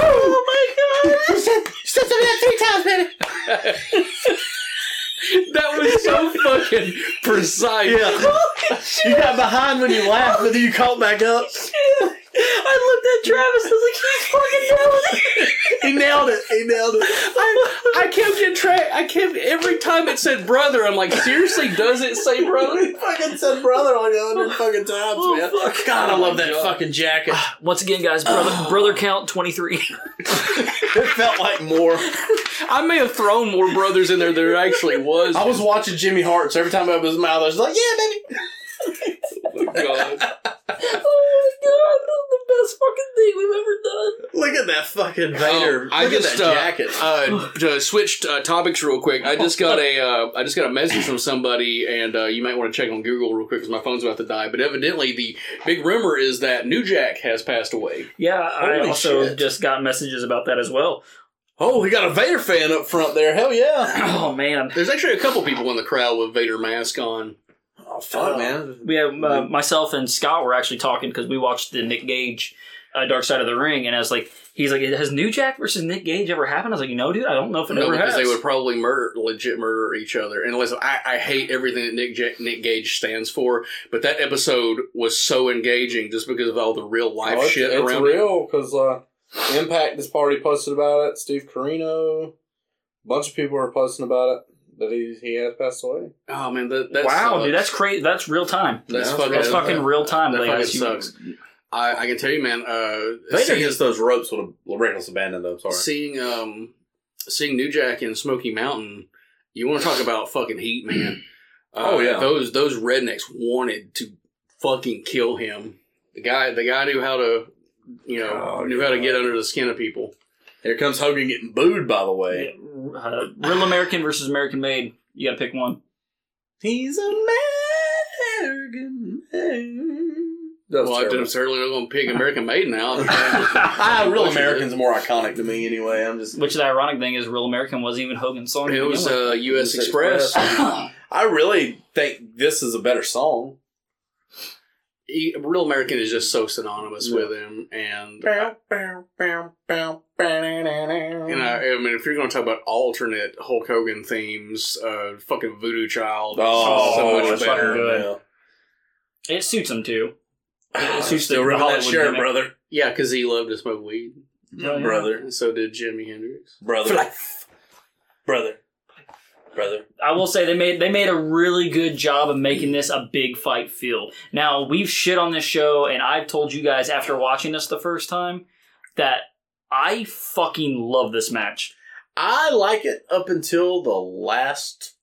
S13: Oh my God! You said, you said something like three times, baby.
S11: That was so fucking precise.
S14: you got behind when you laughed, but then you caught back up.
S10: I looked at Travis. I was like, he's fucking nailing it.
S14: he nailed it. He nailed it.
S11: I, I kept getting track. I kept every time it said brother. I'm like, seriously, does it say brother? Oh,
S14: fucking said brother on you hundred fucking times, man. God, I love that fucking jacket.
S1: Once again, guys, brother, brother count twenty three.
S14: it felt like more.
S11: I may have thrown more brothers in there than there actually was.
S14: I was watching Jimmy Hart, so every time I opened his mouth, I was like, "Yeah, baby."
S10: Oh my god, this is the best fucking thing we've ever
S14: Look at
S10: done.
S14: that fucking Vader.
S11: I
S14: Look at
S11: just
S14: that
S11: uh,
S14: jacket.
S11: uh, to switch uh, topics real quick. I just got a uh, I just got a message from somebody, and uh, you might want to check on Google real quick because my phone's about to die. But evidently, the big rumor is that New Jack has passed away.
S1: Yeah, I
S11: Holy
S1: also
S11: shit.
S1: just got messages about that as well.
S14: Oh, we got a Vader fan up front there. Hell yeah!
S1: Oh man,
S11: there's actually a couple people in the crowd with Vader mask on.
S14: Oh fuck, man!
S1: We have uh, myself and Scott were actually talking because we watched the Nick Gage uh, Dark Side of the Ring, and I was like, he's like, has New Jack versus Nick Gage ever happened? I was like, no, dude, I don't know if it
S11: No,
S1: ever
S11: because
S1: has.
S11: they would probably murder, legit murder each other. And listen, I, I hate everything that Nick, ja- Nick Gage stands for, but that episode was so engaging just because of all the real life
S14: Oh, it's,
S11: shit
S14: it's
S11: around it.
S14: real because uh, Impact has already posted about it. Steve Carino, a bunch of people are posting about it that he he has passed away.
S11: Oh man, that, that
S1: wow,
S11: sucks.
S1: dude, that's crazy. That's real time.
S11: That's
S1: that's
S11: fucking-
S1: fucking real time.
S11: That
S1: guys.
S11: fucking sucks. I, I can tell you, man. Uh,
S2: Vader
S11: seeing-
S2: hits those ropes with a reckless abandon, though. Sorry.
S11: seeing um seeing New Jack in Smoky Mountain, you want to talk about fucking heat, man. Uh,
S2: Oh, yeah.
S11: those those rednecks wanted to fucking kill him. The guy, the guy knew how to, you
S2: Oh,
S11: know, knew how to get under the skin of people.
S2: Here comes Hogan getting booed, by the way.
S1: Uh, real American versus American made. You got to pick one.
S14: He's American man.
S11: well, I'm certainly not going to pick American Made now.
S14: Ah,
S11: Real
S14: American's more iconic to me, anyway. I'm just
S1: Which the ironic thing is, Real American wasn't even Hogan's song. to
S11: It
S1: begin
S11: was
S1: with.
S11: uh, U.S. Express.
S2: I really think this is a better song.
S11: He- Real American is just so synonymous with him, and You know, I mean, if you're going to talk about alternate Hulk Hogan themes, uh, fucking Voodoo Child
S2: Oh,
S11: is so much
S2: that's fucking
S11: better.
S2: good.
S1: It suits him too.
S2: I'm
S11: Ah,
S1: It suits
S2: still
S1: the
S2: ripping that
S1: Hollywood
S2: shirt,
S1: gimmick.
S2: brother.
S11: Yeah, because he loved to smoke weed.
S1: Yeah, yeah.
S11: And so did Jimi Hendrix.
S2: Brother. Brother. Brother.
S1: I will say they made they made a really good job of making this a big fight feel. Now we've shit on this show, and I've told you guys after watching this the first time that I fucking love this match.
S2: I like it up until the last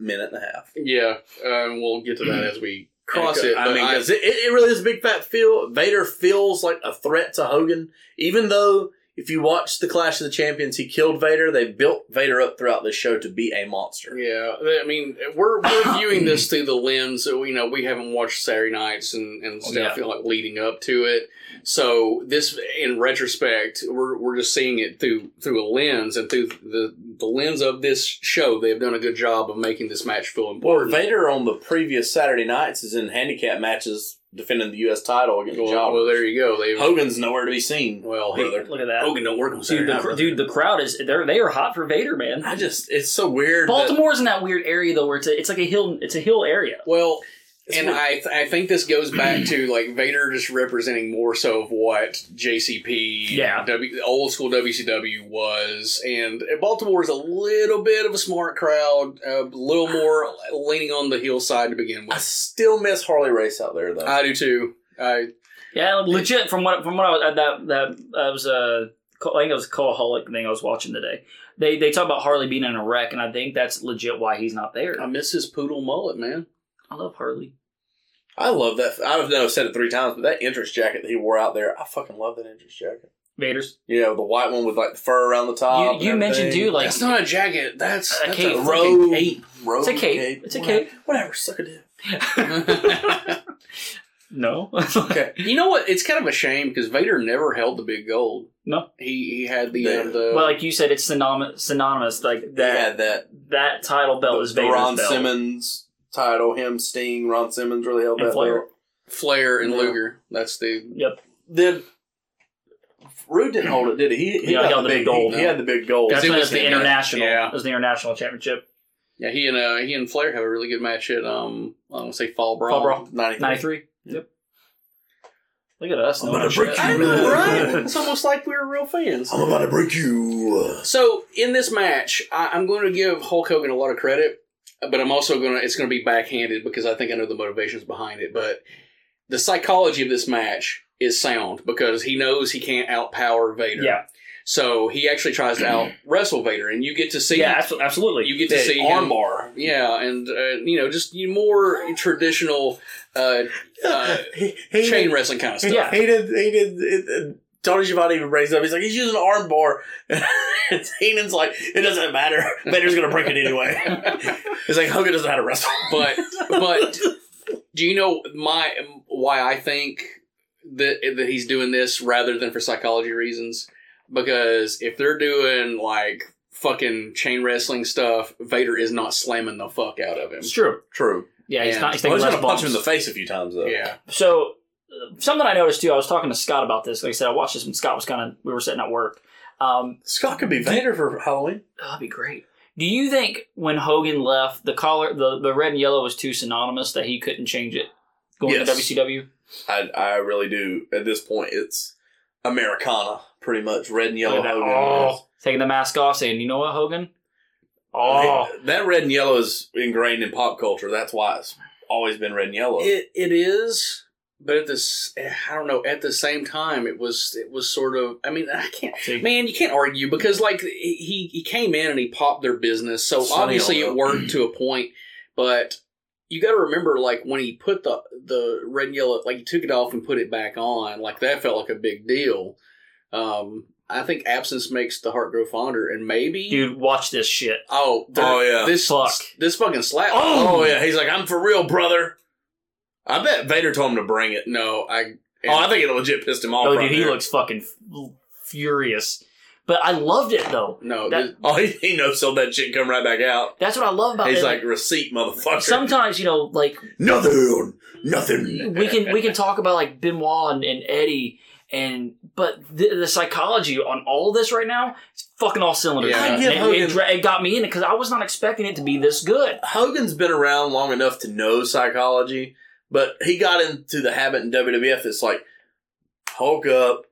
S2: minute and a half.
S11: Yeah, um, we'll get to that as we cross it.
S2: I
S11: but
S2: mean, 'cause it, it really is a big fat feel. Vader feels like a threat to Hogan, even though if you watch the Clash of the Champions, he killed Vader. They built Vader up throughout this show to be a monster.
S11: Yeah, I mean, we're we're viewing this through the lens that you know we haven't watched Saturday nights and and stuff you know, like leading up to it. So this, in retrospect, we're we're just seeing it through through a lens and through the the lens of this show. They've done a good job of making this match feel
S2: Well,
S11: important.
S2: Vader on the previous Saturday nights is in handicap matches defending the U.S. title against
S11: Well,
S2: Jobber.
S11: well, there you go. They,
S2: Hogan's nowhere to be seen.
S11: Well,
S2: brother.
S1: Look at that.
S11: Hogan don't work on Saturday
S1: Dude, the,
S11: night,
S1: cr-
S11: brother.
S1: dude, the crowd is they're they are hot for Vader, man.
S2: I just it's so weird. that-
S1: Baltimore's in that weird area though, where it's a, it's like a hill, it's a hill area.
S11: Well, and I th- I think this goes back to like Vader just representing more so of what JCP,
S1: Yeah.
S11: w, old school WCW was, and Baltimore is a little bit of a smart crowd, a little more leaning on the heel side to begin
S2: I
S11: with.
S2: still miss Harley Race out there though.
S11: I do too. I
S1: Yeah, legit. From what from what I was, uh, that that that was a I think it was a Coaholic thing I was watching today. They they talk about Harley being in a wreck, and I think that's legit why he's not there.
S11: I miss his poodle mullet, man.
S1: I love Harley.
S2: I love that. I've now said it three times, but that interest jacket that he wore out there, I fucking love that interest jacket.
S1: Vader's.
S2: Yeah, the white one with like the fur around the top. and
S1: You, you mentioned
S2: everything.
S1: dude like
S11: That's not a jacket. That's,
S1: A
S11: that's
S1: cape.
S11: a
S2: Robe.
S11: robe. Cape.
S2: Robe,
S1: it's a cape. It's a
S2: whatever.
S1: cape.
S2: Whatever, suck a dick.
S1: No,
S2: Okay.
S11: You know what? It's kind of a shame because Vader never held the big gold.
S1: no.
S11: He he had the
S2: Yeah.
S11: uh, the
S1: Well, like you said, it's synonymous. Synonymous, like that.
S2: yeah, that
S1: That title belt is
S2: the
S1: Vader's
S2: Ron
S1: belt.
S2: Simmons title, him, Sting, Ron Simmons really held
S1: And
S2: that
S1: Flair.
S2: belt.
S11: Flair and
S2: Yeah.
S11: Luger. That's the
S1: Yep.
S2: Then Rude didn't hold it, did he? He, he
S1: Yeah,
S2: got the big gold. He, had the big gold.
S1: That's
S11: He
S1: when it
S11: was
S1: was the
S11: in it.
S1: international.
S11: Yeah.
S1: It was the international championship.
S11: Yeah, he and uh, he and Flair have a really good match at um I don't wanna say Fall Brawl.
S1: Fall Brawl.
S2: 93.
S1: Ninety three. Yep. Look at us.
S2: I'm
S1: knowing
S2: gonna
S1: shit.
S2: break you.
S11: I know, right? It's almost like we were real fans.
S2: I'm about to break you.
S11: So in this match, I, I'm going to give Hulk Hogan a lot of credit, but I'm also going to it's going to be backhanded because I think I know the motivations behind it. But the psychology of this match is sound because he knows he can't outpower Vader.
S1: Yeah.
S11: So he actually tries to out wrestle Vader, and you get to see
S1: Yeah. abso- Absolutely.
S11: you get to
S2: That
S11: see him
S2: armbar.
S11: Yeah, and uh, you know, just you know, more traditional uh, uh,
S2: He, he-
S11: chain wrestling kind of stuff.
S1: Yeah.
S2: He did. He did. It, it, Tony Giovanni even brings up. He's like, he's using an arm bar. and Heenan's like, it doesn't matter. Vader's gonna break it anyway. he's like, Hogan doesn't know how to wrestle.
S11: But but do you know my why I think that that he's doing this rather than for psychology reasons? Because if they're doing like fucking chain wrestling stuff, Vader is not slamming the fuck out of him.
S1: It's true.
S2: True.
S1: Yeah, he's
S11: And-
S1: not. He's
S2: Well,
S1: taking
S2: he's
S1: less
S2: gonna punch
S1: bumps.
S2: him in the face a few times though.
S11: Yeah.
S1: So uh, something I noticed too. I was talking to Scott about this. Like I said, I watched this when Scott was kind of. We were sitting at work. Um,
S2: Scott could be Vader for Halloween.
S1: oh, that'd be great. Do you think when Hogan left, the color, the, the red and yellow was too synonymous that he couldn't change it going
S2: Yes.
S1: to WCW?
S2: I I really do. At this point, it's Americana, pretty much red and yellow.
S1: Look at that.
S2: Hogan
S1: Oh, taking the mask off, saying, "You know what, Hogan? Oh,
S2: It- that red and yellow is ingrained in pop culture. That's why it's always been red and yellow.
S11: It it is, but at this, I don't know. At the same time, it was it was sort of. I mean, I can't.
S1: See?
S11: Man, you can't argue because like he he came in and he popped their business, so
S2: Sonny
S11: obviously
S2: Ono.
S11: it worked to a point. But you got to remember, like when he put the the red and yellow, like he took it off and put it back on, like that felt like a big deal. Um, I think absence makes the heart grow fonder, and maybe
S1: dude, watch this shit.
S11: oh
S2: Oh, yeah.
S11: this
S1: Fuck.
S11: this fucking slap.
S2: Oh, yeah, he's like, I'm for real, brother. I bet Vader told him to bring it.
S11: no, I
S2: Oh, I think it legit pissed him off.
S1: Oh,
S2: right
S1: dude, he
S2: there.
S1: looks fucking f- furious. But I loved it though.
S11: no.
S1: That-
S11: this-
S2: Oh, he, he knows so that shit come right back out.
S1: That's what I love about
S2: He's
S1: it.
S2: like receipt, motherfucker.
S1: sometimes you know, like
S2: nothing, nothing.
S1: we can we can talk about like Benoit and, and Eddie and but the, the psychology on all this right now it's fucking all cylinders.
S11: Yeah. I
S1: And
S2: give
S1: it,
S2: Hogan-
S1: it dra- it got me in it because I was not expecting it to be this good.
S2: Hogan's been around long enough to know psychology, but he got into the habit in WWF. It's like Hulk up,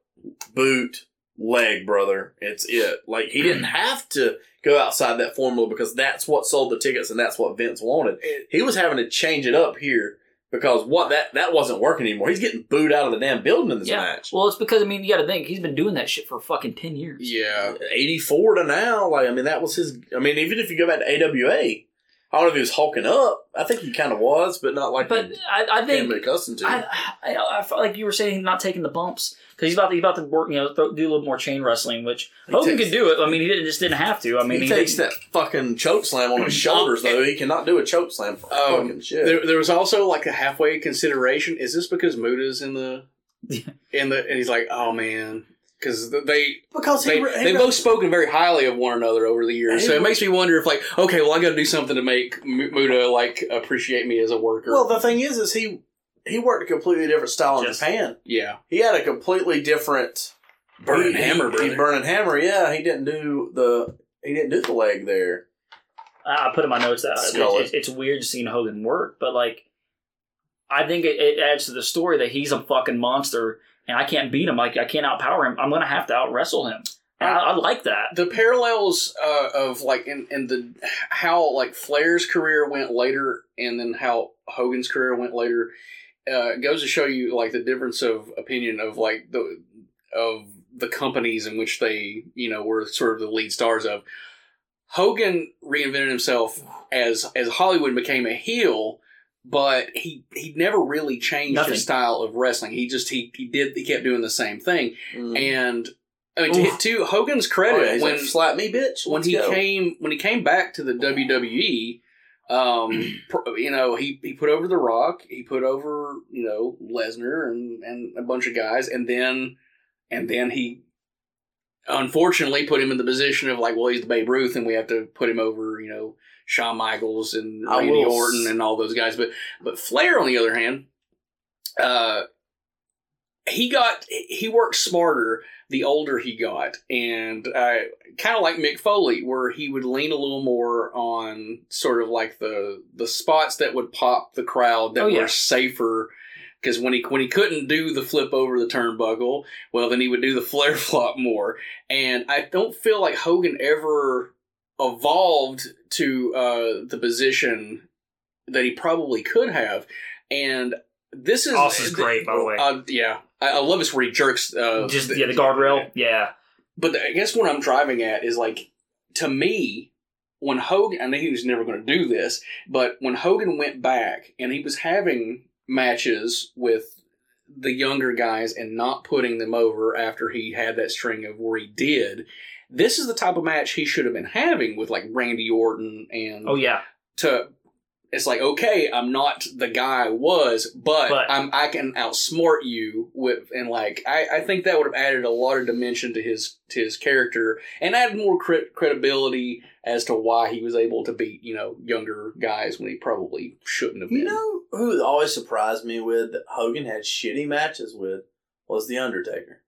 S2: boot, leg, brother. It's it. Like he
S1: Hmm.
S2: didn't have to go outside that formula because that's what sold the tickets and that's what Vince wanted. He was having to change it up here because what that that wasn't working anymore. He's getting booed out of the damn building in this
S1: yeah.
S2: match.
S1: Well, it's because I mean you got to think he's been doing that shit for fucking ten years.
S11: yeah,
S2: 84 to now, like I mean that was his I mean even if you go back to AWA, I don't know if he was hulking up. I think he kind of was, but not like
S1: But
S2: the-
S1: I, I
S2: Can't
S1: think
S2: be accustomed to.
S1: I, I, I felt like you were saying not taking the bumps because he's about to, he's about to work, you know, throw, do a little more chain wrestling, which Hogan
S2: takes-
S1: could do it. I mean, he didn't, just didn't have to. I mean,
S2: he, takes
S1: didn't-
S2: that fucking choke slam on his shoulders though. He cannot do a choke slam for
S11: Um,
S2: fucking shit.
S11: There, there was also like a halfway consideration. Is this because Muda's in the in the and he's like, oh man, because they
S2: Because he
S11: they,
S2: re- he
S11: they
S2: re-
S11: both spoken very highly of one another over the years.
S2: He
S11: So it
S2: re-
S11: makes me wonder if like, okay, well, I got to do something to make M- Muda like appreciate me as a worker.
S2: well, the thing is, is he he worked a completely different style in Japan.
S11: yeah,
S2: He had a completely different
S11: Burning
S2: he-
S11: hammer,
S2: He,
S11: brother.
S2: he burning hammer. Yeah, he didn't do the he didn't do the leg there.
S1: I I put in my notes that it's,
S2: Skull it.
S1: it's- it's weird seeing Hogan work, but like, I think it, it adds to the story that he's a fucking monster and I can't beat him. Like, I can't outpower him. I'm gonna have to out wrestle him. And I, I like that.
S11: the parallels uh, of like in, in the how like Flair's career went later, and then how Hogan's career went later, uh, goes to show you like the difference of opinion of like the of the companies in which they you know were sort of the lead stars of. Hogan reinvented himself as as Hollywood became a heel, but he he never really changed
S1: Nothing.
S11: his style of wrestling. He just he he did he kept doing the same thing, and I mean to,
S2: Oof.
S11: hit- to Hogan's
S2: Oh,
S11: credit
S2: yeah, he's
S11: when
S2: like, slap me, bitch.
S11: when
S2: Let's
S11: he
S2: go."
S11: came when he came back to the WWE, um, pr- you know he he put over The Rock, he put over you know Lesnar and and a bunch of guys, and then and then he unfortunately put him in the position of like, well, he's the Babe Ruth, and we have to put him over you know Shawn Michaels and
S2: I
S11: Randy
S2: will s-
S11: Orton and all those guys, but but Flair on the other hand, uh, he got he worked smarter the older he got, and uh, kind of like Mick Foley, where he would lean a little more on sort of like the the spots that would pop the crowd that
S1: Oh, yeah.
S11: were safer. Because when he when he couldn't do the flip over the turnbuckle, well then he would do the flare flop more. And I don't feel like Hogan ever evolved to uh, the position that he probably could have. And this is
S1: Austin's great, by the way.
S11: Uh, yeah, I, I love this where he jerks. Uh,
S1: Just
S11: the-
S1: yeah, the guardrail. Yeah,
S11: but I guess what I'm driving at is like to me when Hogan I knew he was never going to do this, but when Hogan went back and he was having matches with the younger guys and not putting them over after he had that string of where he did. This is the type of match he should have been having with like Randy Orton and
S1: oh yeah.
S11: to it's like okay i'm not the guy i was but,
S1: But-
S11: i'm i can outsmart you with and like I, I think that would have added a lot of dimension to his to his character and added more cre- credibility as to why he was able to beat you know younger guys when he probably shouldn't have been
S2: You know who always surprised me with that Hogan had shitty matches with was the Undertaker.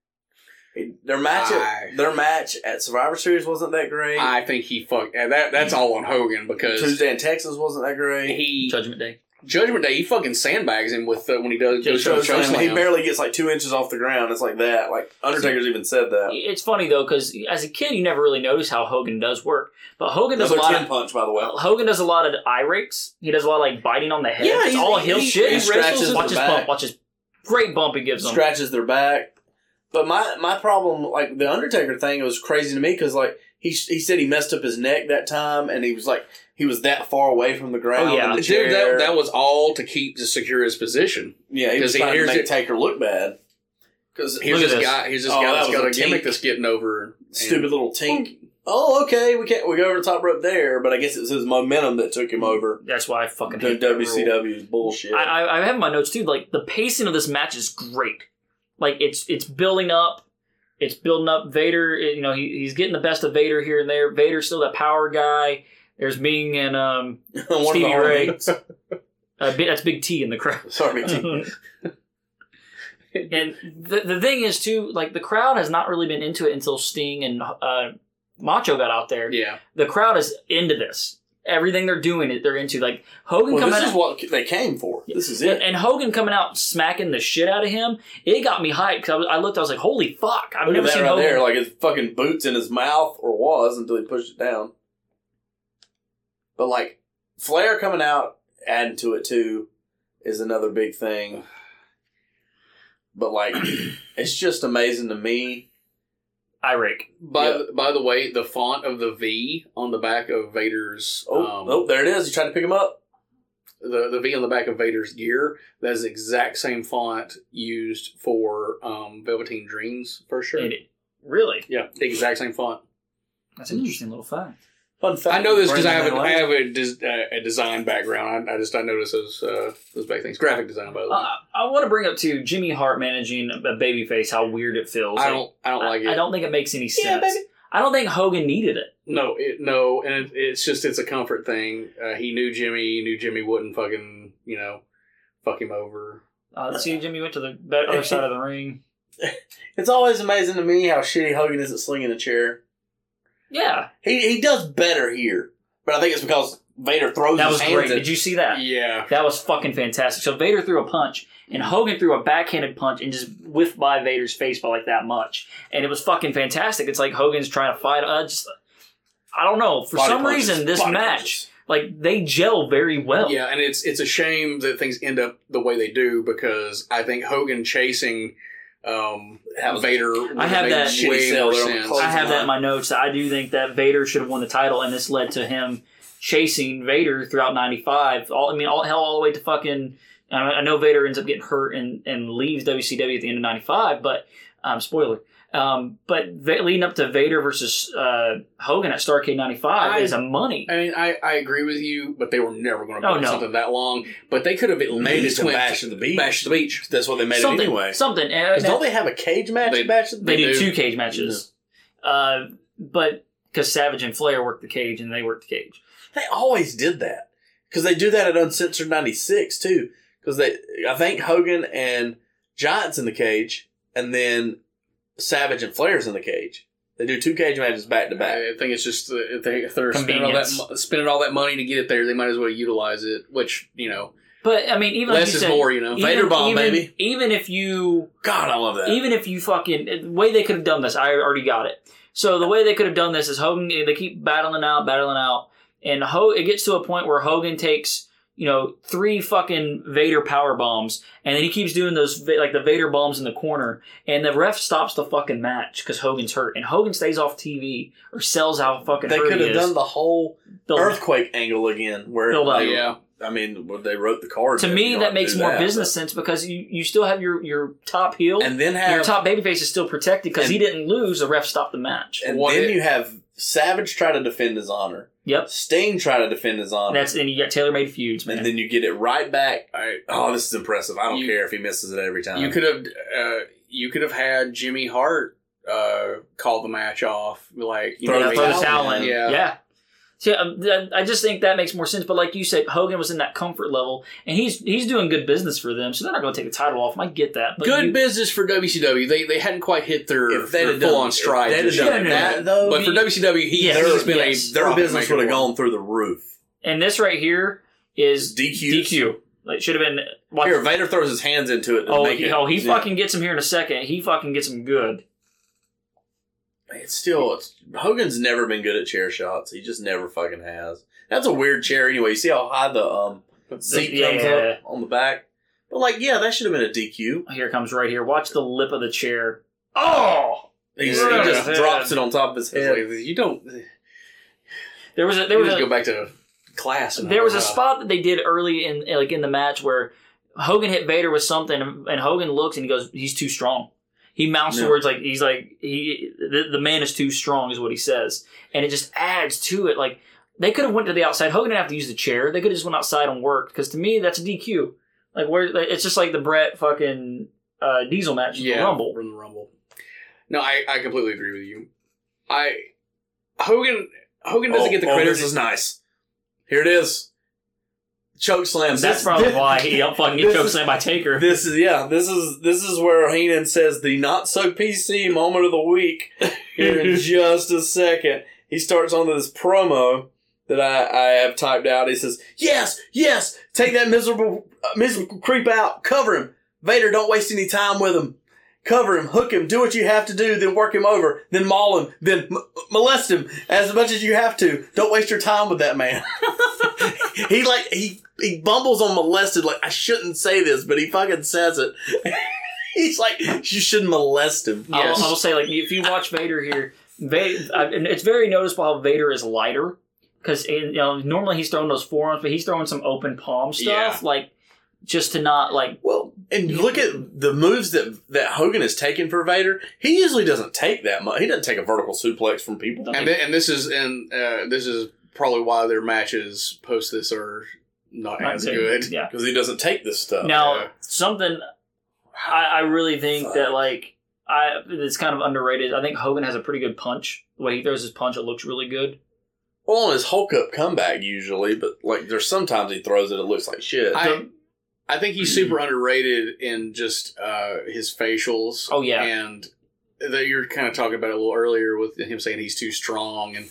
S2: He- Their match,
S11: I-
S2: at, their match at Survivor Series wasn't that great.
S11: i think he fucked and that that's all on hogan because
S2: Tuesday in Texas wasn't that great.
S11: he
S1: Judgment Day.
S11: judgment day he fucking sandbags him with uh, when he does
S2: He
S11: goes
S2: shows him-
S11: slam.
S2: he barely gets like two inches off the ground. It's like that. Like Undertaker's even said that.
S1: It's funny though because as a kid you never really notice how Hogan does work, but Hogan does
S2: There's
S1: a
S2: a
S1: lot
S2: ten
S1: of
S2: punch, by the way.
S1: Hogan does a lot of eye rakes. He does a lot of like biting on the head.
S2: Yeah,
S1: it's
S2: he's-
S1: all heel
S2: he-
S1: shit.
S2: he
S1: Watch
S2: scratches
S1: his
S2: the
S1: watch his
S2: back.
S1: bump. Watch his great bump he gives him.
S2: Scratches their back. But my my problem, like the Undertaker thing, it was crazy to me because like he he said he messed up his neck that time, and he was like he was that far away from the ground.
S1: Oh, yeah.
S2: in the
S11: Dude,
S2: chair.
S11: that, that was all to keep to secure his position.
S2: Yeah, he was
S11: 'Cause he-
S2: trying to
S11: here's
S2: make
S11: it-
S2: Taker look bad. Because
S11: Here's
S1: Look at
S11: this
S1: this.
S11: guy. Here's this
S2: Oh,
S11: guy
S2: that
S11: that's
S2: was
S11: got
S2: a
S11: a gimmick
S2: tink.
S11: that's getting over. and-
S2: stupid little tink. Oh, okay, we can't. We go over the top rope there, but I guess it was his momentum that took him over.
S1: That's why I fucking
S2: The
S1: hate that rule.
S2: WCW's bullshit.
S1: I, I, I have in my notes too. Like the pacing of this match is great. Like it's it's building up. It's building up. Vader, it- you know, he, he's getting the best of Vader here and there. Vader's still that power guy. There's Ming and um,
S2: One of the
S1: Stevie
S2: Hall of
S1: Ray.
S2: Fames.
S1: uh, Bi- that's Big T in the crowd.
S2: Sorry, Big T.
S1: and the the thing is too, like the crowd has not really been into it until Sting and uh, Macho got out there.
S11: Yeah.
S1: The crowd is into this. Everything they're doing, they're into. Like Hogan
S2: Well,
S1: coming
S2: this
S1: out-
S2: is what they came for. This is
S1: And,
S2: it.
S1: and Hogan coming out smacking the shit out of him, it got me hyped because I, was- I looked, I was like, "Holy fuck!" I've
S2: Look at
S1: never
S2: that
S1: seen
S2: right
S1: Hogan.
S2: there, like his fucking boots in his mouth, or was until he pushed it down. But like Flair coming out, adding to it too, is another big thing. But like, it's just amazing to me
S1: Irake.
S11: By the, by the way, the font of the V on the back of Vader's um,
S2: Oh, oh, there it is. You tried to pick him up.
S11: The the V on the back of Vader's gear that is the exact same font used for um, Velveteen Dreams for sure.
S1: It- really?
S11: Yeah, the exact same font.
S1: That's an interesting little fact.
S2: Fun fact.
S11: I know this because I have
S2: Brandon
S11: a, I
S2: Atlanta.
S11: have a, des- uh, a design background. I, I just I noticed those uh, those back things. Graphic design, by the way.
S1: Uh, I want to bring up too Jimmy Hart managing a babyface. How weird it feels.
S11: I don't I don't like it.
S1: I don't think it makes any sense. I don't think Hogan needed it.
S11: No, it, no, and it, it's just it's a comfort thing. Uh, he knew Jimmy. He knew Jimmy wouldn't fucking you know fuck him over.
S1: Uh, see, Jimmy went to the be- other side of the ring.
S2: It's always amazing to me how shitty Hogan is at slinging a chair.
S1: Yeah,
S2: He he does better here, but I think it's because Vader throws
S1: that
S2: his
S1: was
S2: hands
S1: great.
S2: at-
S1: Did you see that?
S11: Yeah,
S1: That was fucking fantastic. So Vader threw a punch, and Hogan threw a backhanded punch, and just whiffed by Vader's face by like that much, and it was fucking fantastic. It's like Hogan's trying to fight. Uh, just, I don't know. For
S11: Body
S1: some
S11: punches.
S1: reason, this
S11: Body
S1: match, like they gel very well.
S11: Yeah, and it's it's a shame that things end up the way they do because I think Hogan chasing um, Vader.
S1: I have
S11: made
S1: that.
S11: way more sense.
S1: I have that in my notes. I do think that Vader should have won the title, and this led to him chasing Vader throughout '95. All I mean, all hell, all the way to fucking. I mean, I know Vader ends up getting hurt and, and leaves WCW at the end of '95, but um, spoiler. Um, but va- leading up to Vader versus uh, Hogan at Starcade '95 is a money.
S11: I mean, I, I agree with you, but they were never going to
S1: Oh,
S11: build
S1: no.
S11: something that long. But they could have at
S2: Made it
S11: least
S2: to
S11: went
S2: Bash at the Beach.
S11: Bash at the beach.
S2: That's what they made
S1: something,
S2: it anyway.
S1: something. And-
S2: 'Cause don't they have a cage match?
S11: They-
S2: at Bash at the
S1: They,
S2: Beach?
S1: did two cage matches, uh, but because Savage and Flair worked the cage and they worked the cage.
S2: They always did that because they do that at Uncensored '96 too. Because they, I think Hogan and Giant's in the cage, and then Savage and Flair's in the cage. They do two cage matches back to back.
S11: I think it's just uh, if, they, if they're spending all that
S1: Convenience.
S11: mo- spending all that money to get it there, they might as well utilize it. Which you know,
S1: But I mean, even like
S11: Less
S1: you
S11: is
S1: said,
S11: more, you know.
S1: even-
S11: Vader bomb,
S1: even-
S11: baby.
S1: Even if you,
S2: God, I love that.
S1: even if you fucking the way they could have done this, I already got it. So the way they could have done this is Hogan. They keep battling out, battling out, and Ho, it gets to a point where Hogan takes you know three fucking Vader power bombs, and then he keeps doing those Va- like the Vader bombs in the corner, and the ref stops the fucking match because Hogan's hurt, and Hogan stays off TV or sells how fucking
S2: they
S1: hurt
S2: could
S1: he
S2: have
S1: is.
S2: done the whole
S1: Build-
S2: earthquake angle again, where
S1: Build up.
S2: they-
S1: Yeah.
S2: I mean, well, they wrote the card.
S1: to
S2: down,
S1: me,
S2: you know,
S1: that
S2: to
S1: makes
S2: do
S1: more
S2: that,
S1: business sense because you, you still have your, your top heel
S2: And then have-
S1: your top babyface is still protected because he didn't lose. The ref stopped the match.
S2: but- And then you have Savage try to defend his honor.
S1: Yep.
S2: Sting try to defend his honor.
S1: That's and you got tailor made feuds, man.
S2: and then you get it right back. All right. Oh, this is impressive. I don't care if he misses it every time.
S11: you could have uh, you could have had Jimmy Hart uh, call the match off, like you
S1: Throw
S11: know
S1: the
S11: what I mean?
S1: towel in.
S11: Yeah.
S1: yeah. So, um, th- I just think that makes more sense. But like you said, Hogan was in that comfort level, and he's he's doing good business for them, so they're not going to take the title off. him. I get that. But
S11: Good
S1: you-
S11: business for WCW. They they hadn't quite hit their,
S2: If they'd have
S11: full
S2: done-
S11: on stride.
S2: if they'd have
S11: just
S2: done
S11: yet.
S2: that, though,
S11: but for
S2: he-
S11: WCW, he,
S1: Yes.
S11: has been
S1: Yes.
S11: a
S2: Their
S11: profit
S2: business
S11: maker.
S2: would have gone through the roof.
S1: and this right here is
S2: DQ.
S1: DQ. Like should have been. watch-
S2: Here, Vader throws his hands into it. To
S1: oh,
S2: make
S1: he,
S2: it,
S1: oh, he
S2: yeah.
S1: fucking gets him here in a second. He fucking gets him good.
S2: It's still it's, Hogan's never been good at chair shots. He just never fucking has. That's a weird chair anyway. You see how high the um seat comes
S1: Yeah.
S2: up on the back. But like, yeah, that should have been a DQ.
S1: Here it comes right here. Watch the lip of the chair. Oh,
S2: He's,
S1: Yeah.
S2: He just
S1: Yeah.
S2: drops it on top of his
S11: It's
S2: head.
S11: like, you don't.
S1: there was a there
S11: you
S1: was
S11: just go
S1: a
S11: back to class. and
S1: there
S11: all
S1: was a
S11: that.
S1: spot that they did early in like in the match where Hogan hit Vader with something, and Hogan looks and he goes, "He's too strong." He mounts the
S2: Yeah.
S1: words like he's like he the, the man is too strong is what he says, and it just adds to it. Like they could have went to the outside. Hogan didn't have to use the chair. They could have just went outside and worked because to me that's a DQ. Like where like, it's just like the Brett fucking uh, Diesel match, yeah.
S11: yeah,
S1: Rumble.
S11: From the Rumble. No, I, I completely agree with you. I Hogan Hogan doesn't
S2: Oh,
S11: get the
S2: oh,
S11: credit.
S2: This is nice. Here it is. Choke slam.
S1: That's
S2: This-
S1: probably
S2: this-
S1: why he fucking
S2: this
S1: gets
S2: is-
S1: chokeslammed by Taker.
S2: This is yeah. This is this is where Heenan says the not so PC moment of the week. Here in just a second, he starts onto this promo that I, I have typed out. He says, "Yes, yes, take that miserable uh, miserable creep out. Cover him, Vader. Don't waste any time with him. Cover him, hook him, do what you have to do, then work him over, then maul him, then m- molest him as much as you have to. Don't waste your time with that man." he like he he bumbles on molested like I shouldn't say this, but he fucking says it.
S11: He's like, you should molest him.
S1: I will, I will say, like, if you watch Vader here, Vader, it's very noticeable how Vader is lighter because you know, normally he's throwing those forearms, but he's throwing some open palm stuff, like just to not like.
S11: Well, and look at the moves that that Hogan has taken for Vader. He usually doesn't take that much. He doesn't take a vertical suplex from people.
S2: And, thi- and this is and uh, this is probably why their matches post this are not,
S1: Not
S2: as
S1: good,
S2: good.
S1: yeah.
S11: because he doesn't take this stuff.
S1: Now something I, I really think that like I it's kind of underrated. I think Hogan has a pretty good punch. The way he throws his punch, it looks really good.
S11: Well, on his Hulk up comeback usually, but like there's sometimes he throws it. It looks like shit.
S2: I, I think he's super underrated in just uh, his facials.
S1: Oh, yeah.
S2: and that you're kind of talking about it a little earlier with him saying he's too strong and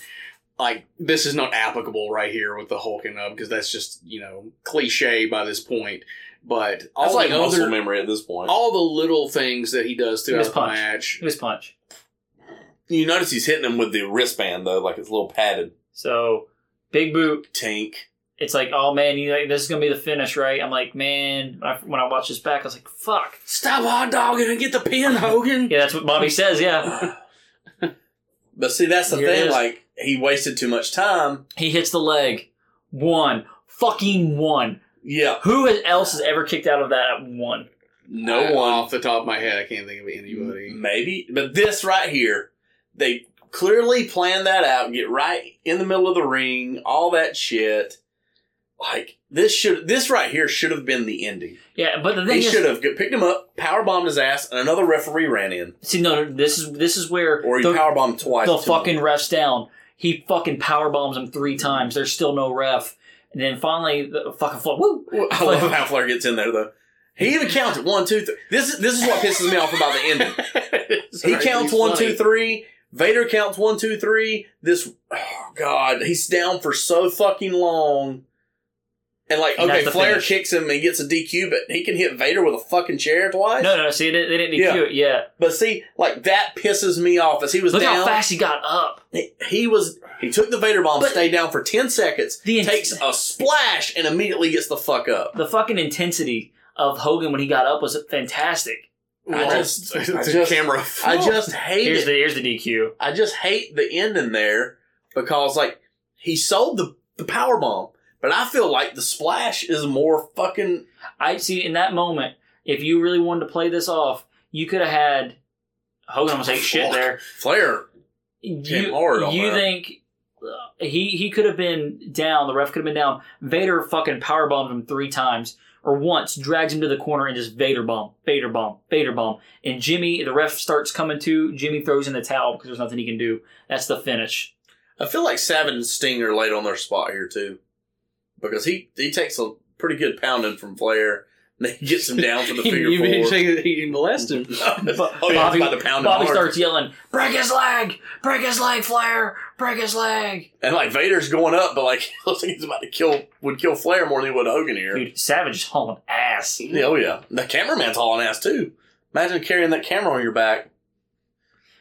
S2: like this is not applicable right here with the hulking up because that's just you know cliche by this point. But all
S11: That's like
S2: the
S11: muscle
S2: other,
S11: memory at this point.
S2: all the little things that he does
S1: He was
S2: throughout the
S1: punch.
S2: match.
S1: He was punch.
S11: you notice he's hitting him with the wristband though, like it's a little padded.
S1: So big boot.
S11: Tink.
S1: It's like, oh man, you like, this is gonna be the finish, right? I'm like, man, I, when I watch this back, I was like, fuck.
S2: Stop hot dogging and get the pin, Hogan.
S1: Yeah, that's what Bobby says. Yeah,
S11: But see, that's the
S1: Here it
S11: thing.
S1: is.
S11: Like he wasted too much time.
S1: he hits the leg. One fucking one.
S11: Yeah,
S1: Who else has ever kicked out of that at one?
S11: no
S2: I-
S11: one.
S2: off the top of my head, I can't think of anybody.
S11: Maybe, but this right here, they clearly plan that out. Get right in the middle of the ring, all that shit. Like this should this right here should have been the ending.
S1: Yeah, but the thing
S11: They
S1: is,
S11: should have g- picked him up, power bombed his ass, and another referee ran in,
S1: See, no, no, this is this is where
S11: or he
S1: the,
S11: power bombed twice.
S1: the
S11: too.
S1: fucking refs down. He fucking power bombs him three times. There's still no ref. And then finally, the fucking fl- woo.
S11: I love how Flair gets in there though. He even counted one, two, three. This is this is what pisses me off about the ending. he counts one, two, three. Vader counts one, two, three. This, oh god, he's down for so fucking long. And like,
S1: And that's
S11: okay,
S1: the
S11: Flair
S1: finish.
S11: kicks him and gets a DQ, but he can hit Vader with a fucking chair twice.
S1: No, no, see, they, they didn't DQ
S11: Yeah.
S1: it yet.
S11: But see, like that pisses me off as he was
S1: Look
S11: down.
S1: how fast he got up.
S11: He, he was he took the Vader bomb,
S1: But-
S11: stayed down for ten seconds,
S1: The ins-
S11: takes a splash, and immediately gets the fuck up.
S1: The fucking intensity of Hogan when he got up was fantastic.
S11: I just, I
S2: It's a
S11: just,
S2: camera.
S11: I just hate
S1: Here's
S11: it.
S1: the here's the DQ.
S11: I just hate the ending there because like he sold the the power bomb, but I feel like the splash is more fucking
S1: I see in that moment, if you really wanted to play this off, you could have had Hogan. I'm gonna say shit there.
S11: Flair.
S1: you,
S11: hard on
S1: you
S11: that.
S1: think uh, he he could have been down? The ref could have been down. Vader fucking power bombed him three times or once, drags him to the corner and just Vader bomb, Vader bomb, Vader bomb. And Jimmy, the ref starts coming to. Jimmy throws in the towel because there's nothing he can do. That's the finish.
S11: I feel like Savage and Sting are laid on their spot here too because he he takes a pretty good pounding from Flair. And he gets him down for the figure
S2: You mean
S11: four.
S2: say that he molested him?
S11: oh yeah, he's about to pound him
S1: Bobby
S11: hard.
S1: starts yelling, "Break his leg! Break his leg, Flair! Break his leg!"
S11: and like Vader's going up, but like looks like he's about to kill would kill Flair more than he would Hogan here.
S1: Dude, Savage is hauling ass.
S11: Yeah, oh yeah, the cameraman's hauling ass too. Imagine carrying that camera on your back.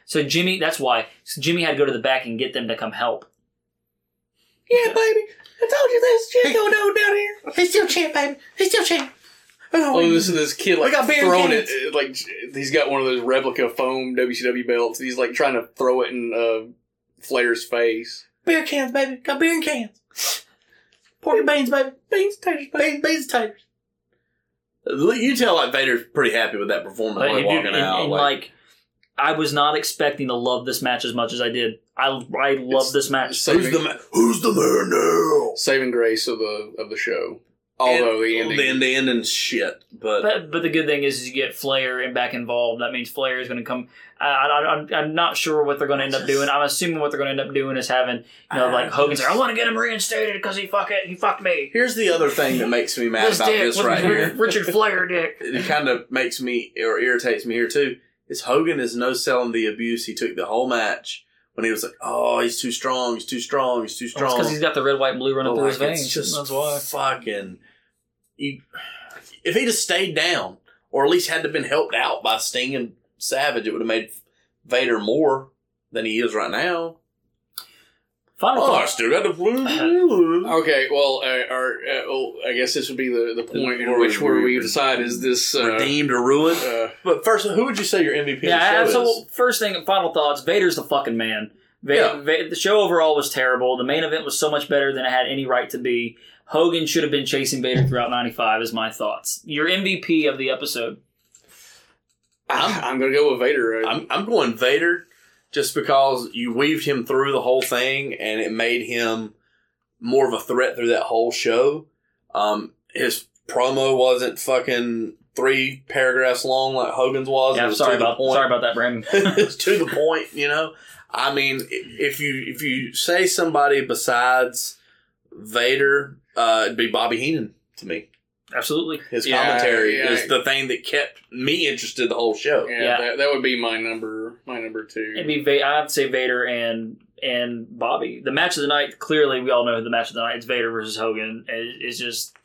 S1: So Jimmy, that's why so Jimmy had to go to the back and get them to come help.
S15: Yeah, baby. I told you this shit going on down here. They still champ, baby. They still champ. Oh,
S2: Oh, this this kid like
S15: got beer
S2: throwing
S15: cans.
S2: it uh, like he's got one of those replica foam WCW belts. He's like trying to throw it in uh, Flair's face.
S15: beer cans, baby. Got beer in cans. Pork and beans, baby. Beans, taters, baby. Beans, beans, taters.
S11: You tell like Vader's pretty happy with that performance
S1: But
S11: when
S1: dude,
S11: walking
S1: and,
S11: out.
S1: and,
S11: like,
S1: like, I was not expecting to love this match as much as I did. I I love this match.
S11: who's
S2: Saving,
S11: the ma- who's the man now?
S2: saving grace of the of the show. Although the
S11: And-
S2: ending,
S11: the, the ending's shit, but,
S1: But but the good thing is, is you get Flair and back involved. That means Flair is going to come. I, I, I'm, I'm not sure what they're going to end up doing. I'm assuming what they're going to end up doing is having you know like Hogan's like I want to get him reinstated because he fuck it he fucked me.
S11: here's the other thing that makes me mad
S1: This
S11: about
S1: dick
S11: this
S1: with
S11: right here.
S1: Richard Flair dick.
S11: It kind of makes me or irritates me here too. Is Hogan is no selling the abuse he took the whole match when he was like, "Oh, he's too strong. He's too strong. He's too strong."
S1: because he's got the red white and blue running
S11: But,
S1: through
S11: like,
S1: his veins.
S11: Oh It's just
S1: That's why.
S11: fucking. You, if he'd have stayed down, or at least had to been helped out by Sting and Savage, it would have made Vader more than he is right now.
S1: Final
S11: Oh, I
S1: thoughts.
S11: still got the blue.
S2: Okay, well, uh, our, uh, oh, I guess this would be the, the point in
S11: Or
S2: which where we
S11: re-
S2: decide is this uh,
S11: Redeemed or ruined?
S2: Uh,
S11: But first, who would you say your MVP
S1: Yeah,
S11: of the show
S1: so
S11: is?
S1: first thing, final thoughts. Vader's the fucking man. Va-
S11: Yeah.
S1: Va- the show overall was terrible. The main event was so much better than it had any right to be. Hogan should have been chasing Vader throughout 95 is my thoughts. Your MVP of the episode.
S2: I'm, I'm gonna go with Vader. Uh,
S11: I'm, I'm going Vader just because you weaved him through the whole thing and it made him more of a threat through that whole show. Um, his promo wasn't fucking three paragraphs long like Hogan's was. It
S1: Yeah,
S11: was
S1: sorry
S11: to the
S1: about
S11: point.
S1: sorry about that, Brandon.
S11: it's to the point, you know. I mean, i- if you if you say somebody besides Vader, uh, it'd be Bobby Heenan to me.
S1: Absolutely.
S11: His
S2: Yeah,
S11: commentary
S2: yeah.
S11: is the thing that kept me interested the whole show.
S2: yeah,
S1: yeah.
S2: That, that would be my number. My number two.
S1: It'd be Va- I'd say Vader and and Bobby. The match of the night, clearly we all know the match of the night. It's Vader versus Hogan. It- it's just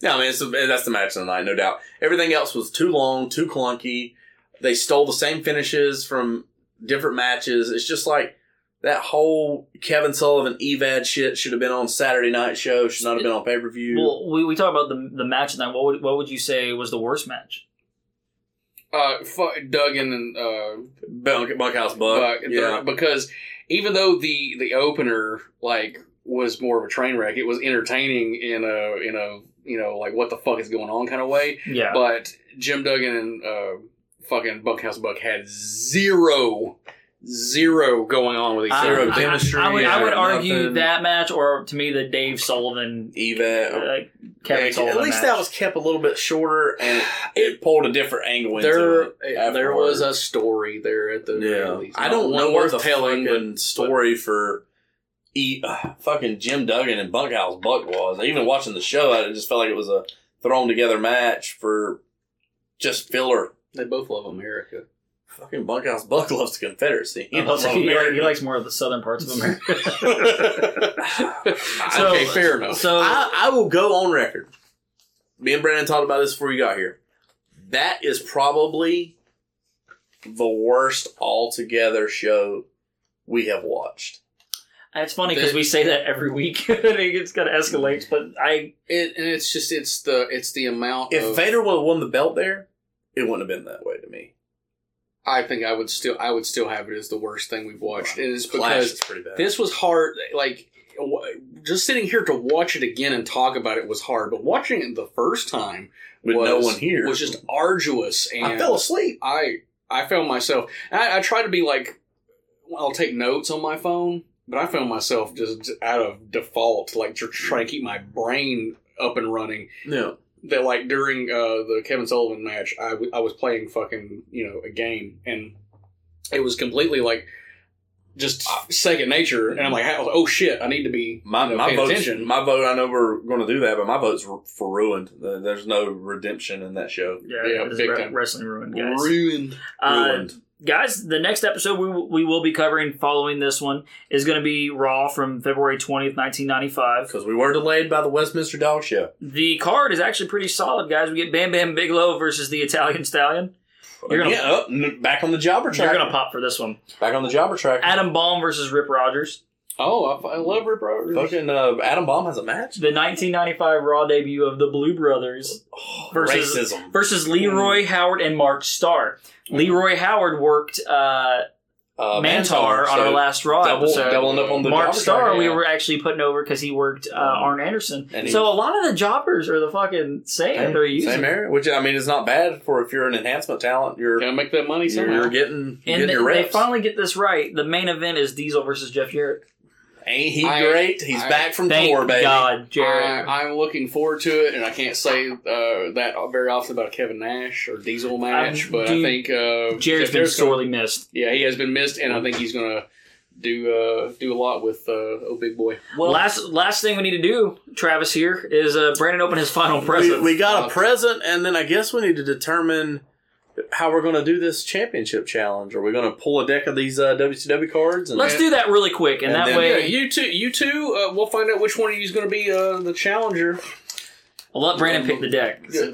S11: Yeah, I mean, it's that's the match of the night, no doubt. Everything else was too long, too clunky. They stole the same finishes from different matches. It's just like that whole Kevin Sullivan Evad shit should have been on Saturday night show. Should not have been on pay per view.
S1: well, we, we talk about the the match of the night. What would what would you say was the worst match?
S2: uh, fu- Duggan and uh,
S11: Bunk, bunkhouse Buck.
S2: Buck,
S11: yeah.
S2: because even though the the opener like was more of a train wreck, it was entertaining in a in a you know like what the fuck is going on kind of way.
S1: Yeah.
S2: But Jim Duggan and uh, fucking Bunkhouse Buck had zero, zero going on with each
S1: I-
S2: other.
S11: Zero
S1: Um, I-
S11: chemistry,
S1: I, would, I would
S11: yeah,
S1: argue
S11: nothing.
S1: that match, or to me, the Dave Sullivan, uh,
S11: Evad.
S1: Kevin
S11: Yeah,
S1: Sullivan.
S11: at
S1: match.
S11: least that was kept a little bit shorter, and it pulled a different angle into
S2: there, eh,
S11: it.
S2: there was
S11: afterward.
S2: a story there at the very
S11: Yeah,
S2: least.
S11: I don't
S2: Not
S11: know
S2: one
S11: where
S2: worth
S11: the
S2: telling, but-
S11: fucking story for e, uh, fucking Jim Duggan and Bunkhouse Buck was. Even watching the show, I just felt like it was a thrown together match for just filler.
S2: they both love America.
S11: Fucking Bunkhouse Buck loves the Confederacy. He
S1: He,
S11: loves
S1: he
S11: America.
S1: likes more of the southern parts of America.
S11: So-
S2: okay, fair enough.
S1: so
S11: I, I will go on record. Me and Brandon talked about this before you got here. That is probably the worst altogether show we have watched.
S1: it's funny because we say that every week. and it gets kind of escalates, but I
S2: It, and it's just it's the it's the amount.
S11: If
S2: of,
S11: Vader would have won the belt there, it wouldn't have been that way to me.
S2: I think I would still I would still have it as the worst thing we've watched. It is
S11: Flash
S2: because
S11: is pretty bad.
S2: this was hard. Like w- just sitting here to watch it again and talk about it was hard, but watching it the first time
S11: With
S2: was,
S11: no one here.
S2: was just arduous. And
S11: I fell asleep.
S2: I I found myself. and I, I try to be like, I'll take notes on my phone, but I found myself just out of default, like tr- trying to keep my brain up and running.
S11: No.
S2: That like during uh, the Kevin Sullivan match, I w- I was playing fucking you know a game, and it was completely like just second nature, and I'm like, how- oh shit, I need to be
S11: My,
S2: you know,
S11: my
S2: paying
S11: vote,
S2: attention.
S11: my vote. I know we're going to do that, but my vote's r- for ruined. Uh, There's no redemption in that show.
S1: yeah,
S2: Yeah,
S1: it was
S2: big
S1: re-
S2: time.
S1: wrestling ruined guys.
S2: Ruined.
S1: Uh,
S11: Ruined.
S1: guys, the next episode we, will- we will be covering following this one is going to be Raw from February 20th, 1995.
S11: Because we were delayed by the Westminster Dog Show.
S1: The card is actually pretty solid, guys. We get Bam Bam Bigelow versus the Italian Stallion. You're gonna-
S11: yeah, up, n- back on the jobber track.
S1: You're going to pop for this one.
S11: back on the jobber track.
S1: Adam Baum versus Rip Rogers.
S2: Oh, I, I love Rip Rogers.
S11: Fucking uh, Adam Bomb has a match.
S1: The 1995 Raw debut of the Blue Brothers versus
S11: Oh, Racism. Mm.
S1: versus Leroy Howard and Mark Starr. Leroy Howard worked uh,
S11: Uh,
S1: Mantar on our
S11: so
S1: last Raw
S11: double,
S1: episode.
S11: doubling up on the
S1: Mark
S11: jobber
S1: Starr,
S11: track,
S1: we
S11: yeah.
S1: were actually putting over because he worked uh, Arn Anderson.
S11: And he-
S1: so a lot of the jobbers are the fucking same.
S11: Same-
S1: they're using.
S11: same area, which I mean is not bad for if you're an enhancement talent. You're
S2: Gotta make that money
S11: you're,
S2: somehow.
S11: you're getting you're
S1: And
S11: getting
S1: they,
S11: your
S1: they
S11: reps.
S1: finally get this right. The main event is Diesel versus Jeff Jarrett.
S11: Ain't he
S2: I-
S11: great? He's
S2: I-
S11: back from
S1: Thank
S11: tour, baby.
S1: God, Jarrett.
S2: I, I'm looking forward to it, and I can't say uh, that very often about Kevin Nash or Diesel match,
S1: Um,
S2: but
S1: dude,
S2: I think uh,
S1: Jarrett's
S2: Jeff
S1: been
S2: Jarrett's gonna-
S1: sorely missed.
S2: yeah, he has been missed, and I think he's gonna do uh, do a lot with uh, oh big boy.
S1: Well, last last thing we need to do, Travis here, is uh, Brandon open his final
S11: We,
S1: present.
S11: we got
S2: Uh,
S11: a present, and then I guess we need to determine how we're going to do this championship challenge. Are we going to pull a deck of these uh, WCW cards? And
S1: Let's do that really quick, and,
S11: And
S1: that
S11: then-
S2: Yeah,
S1: way
S2: you two, you two, uh, we'll find out which one of you is gonna be uh, the challenger.
S1: Well, let Brandon pick the deck. So,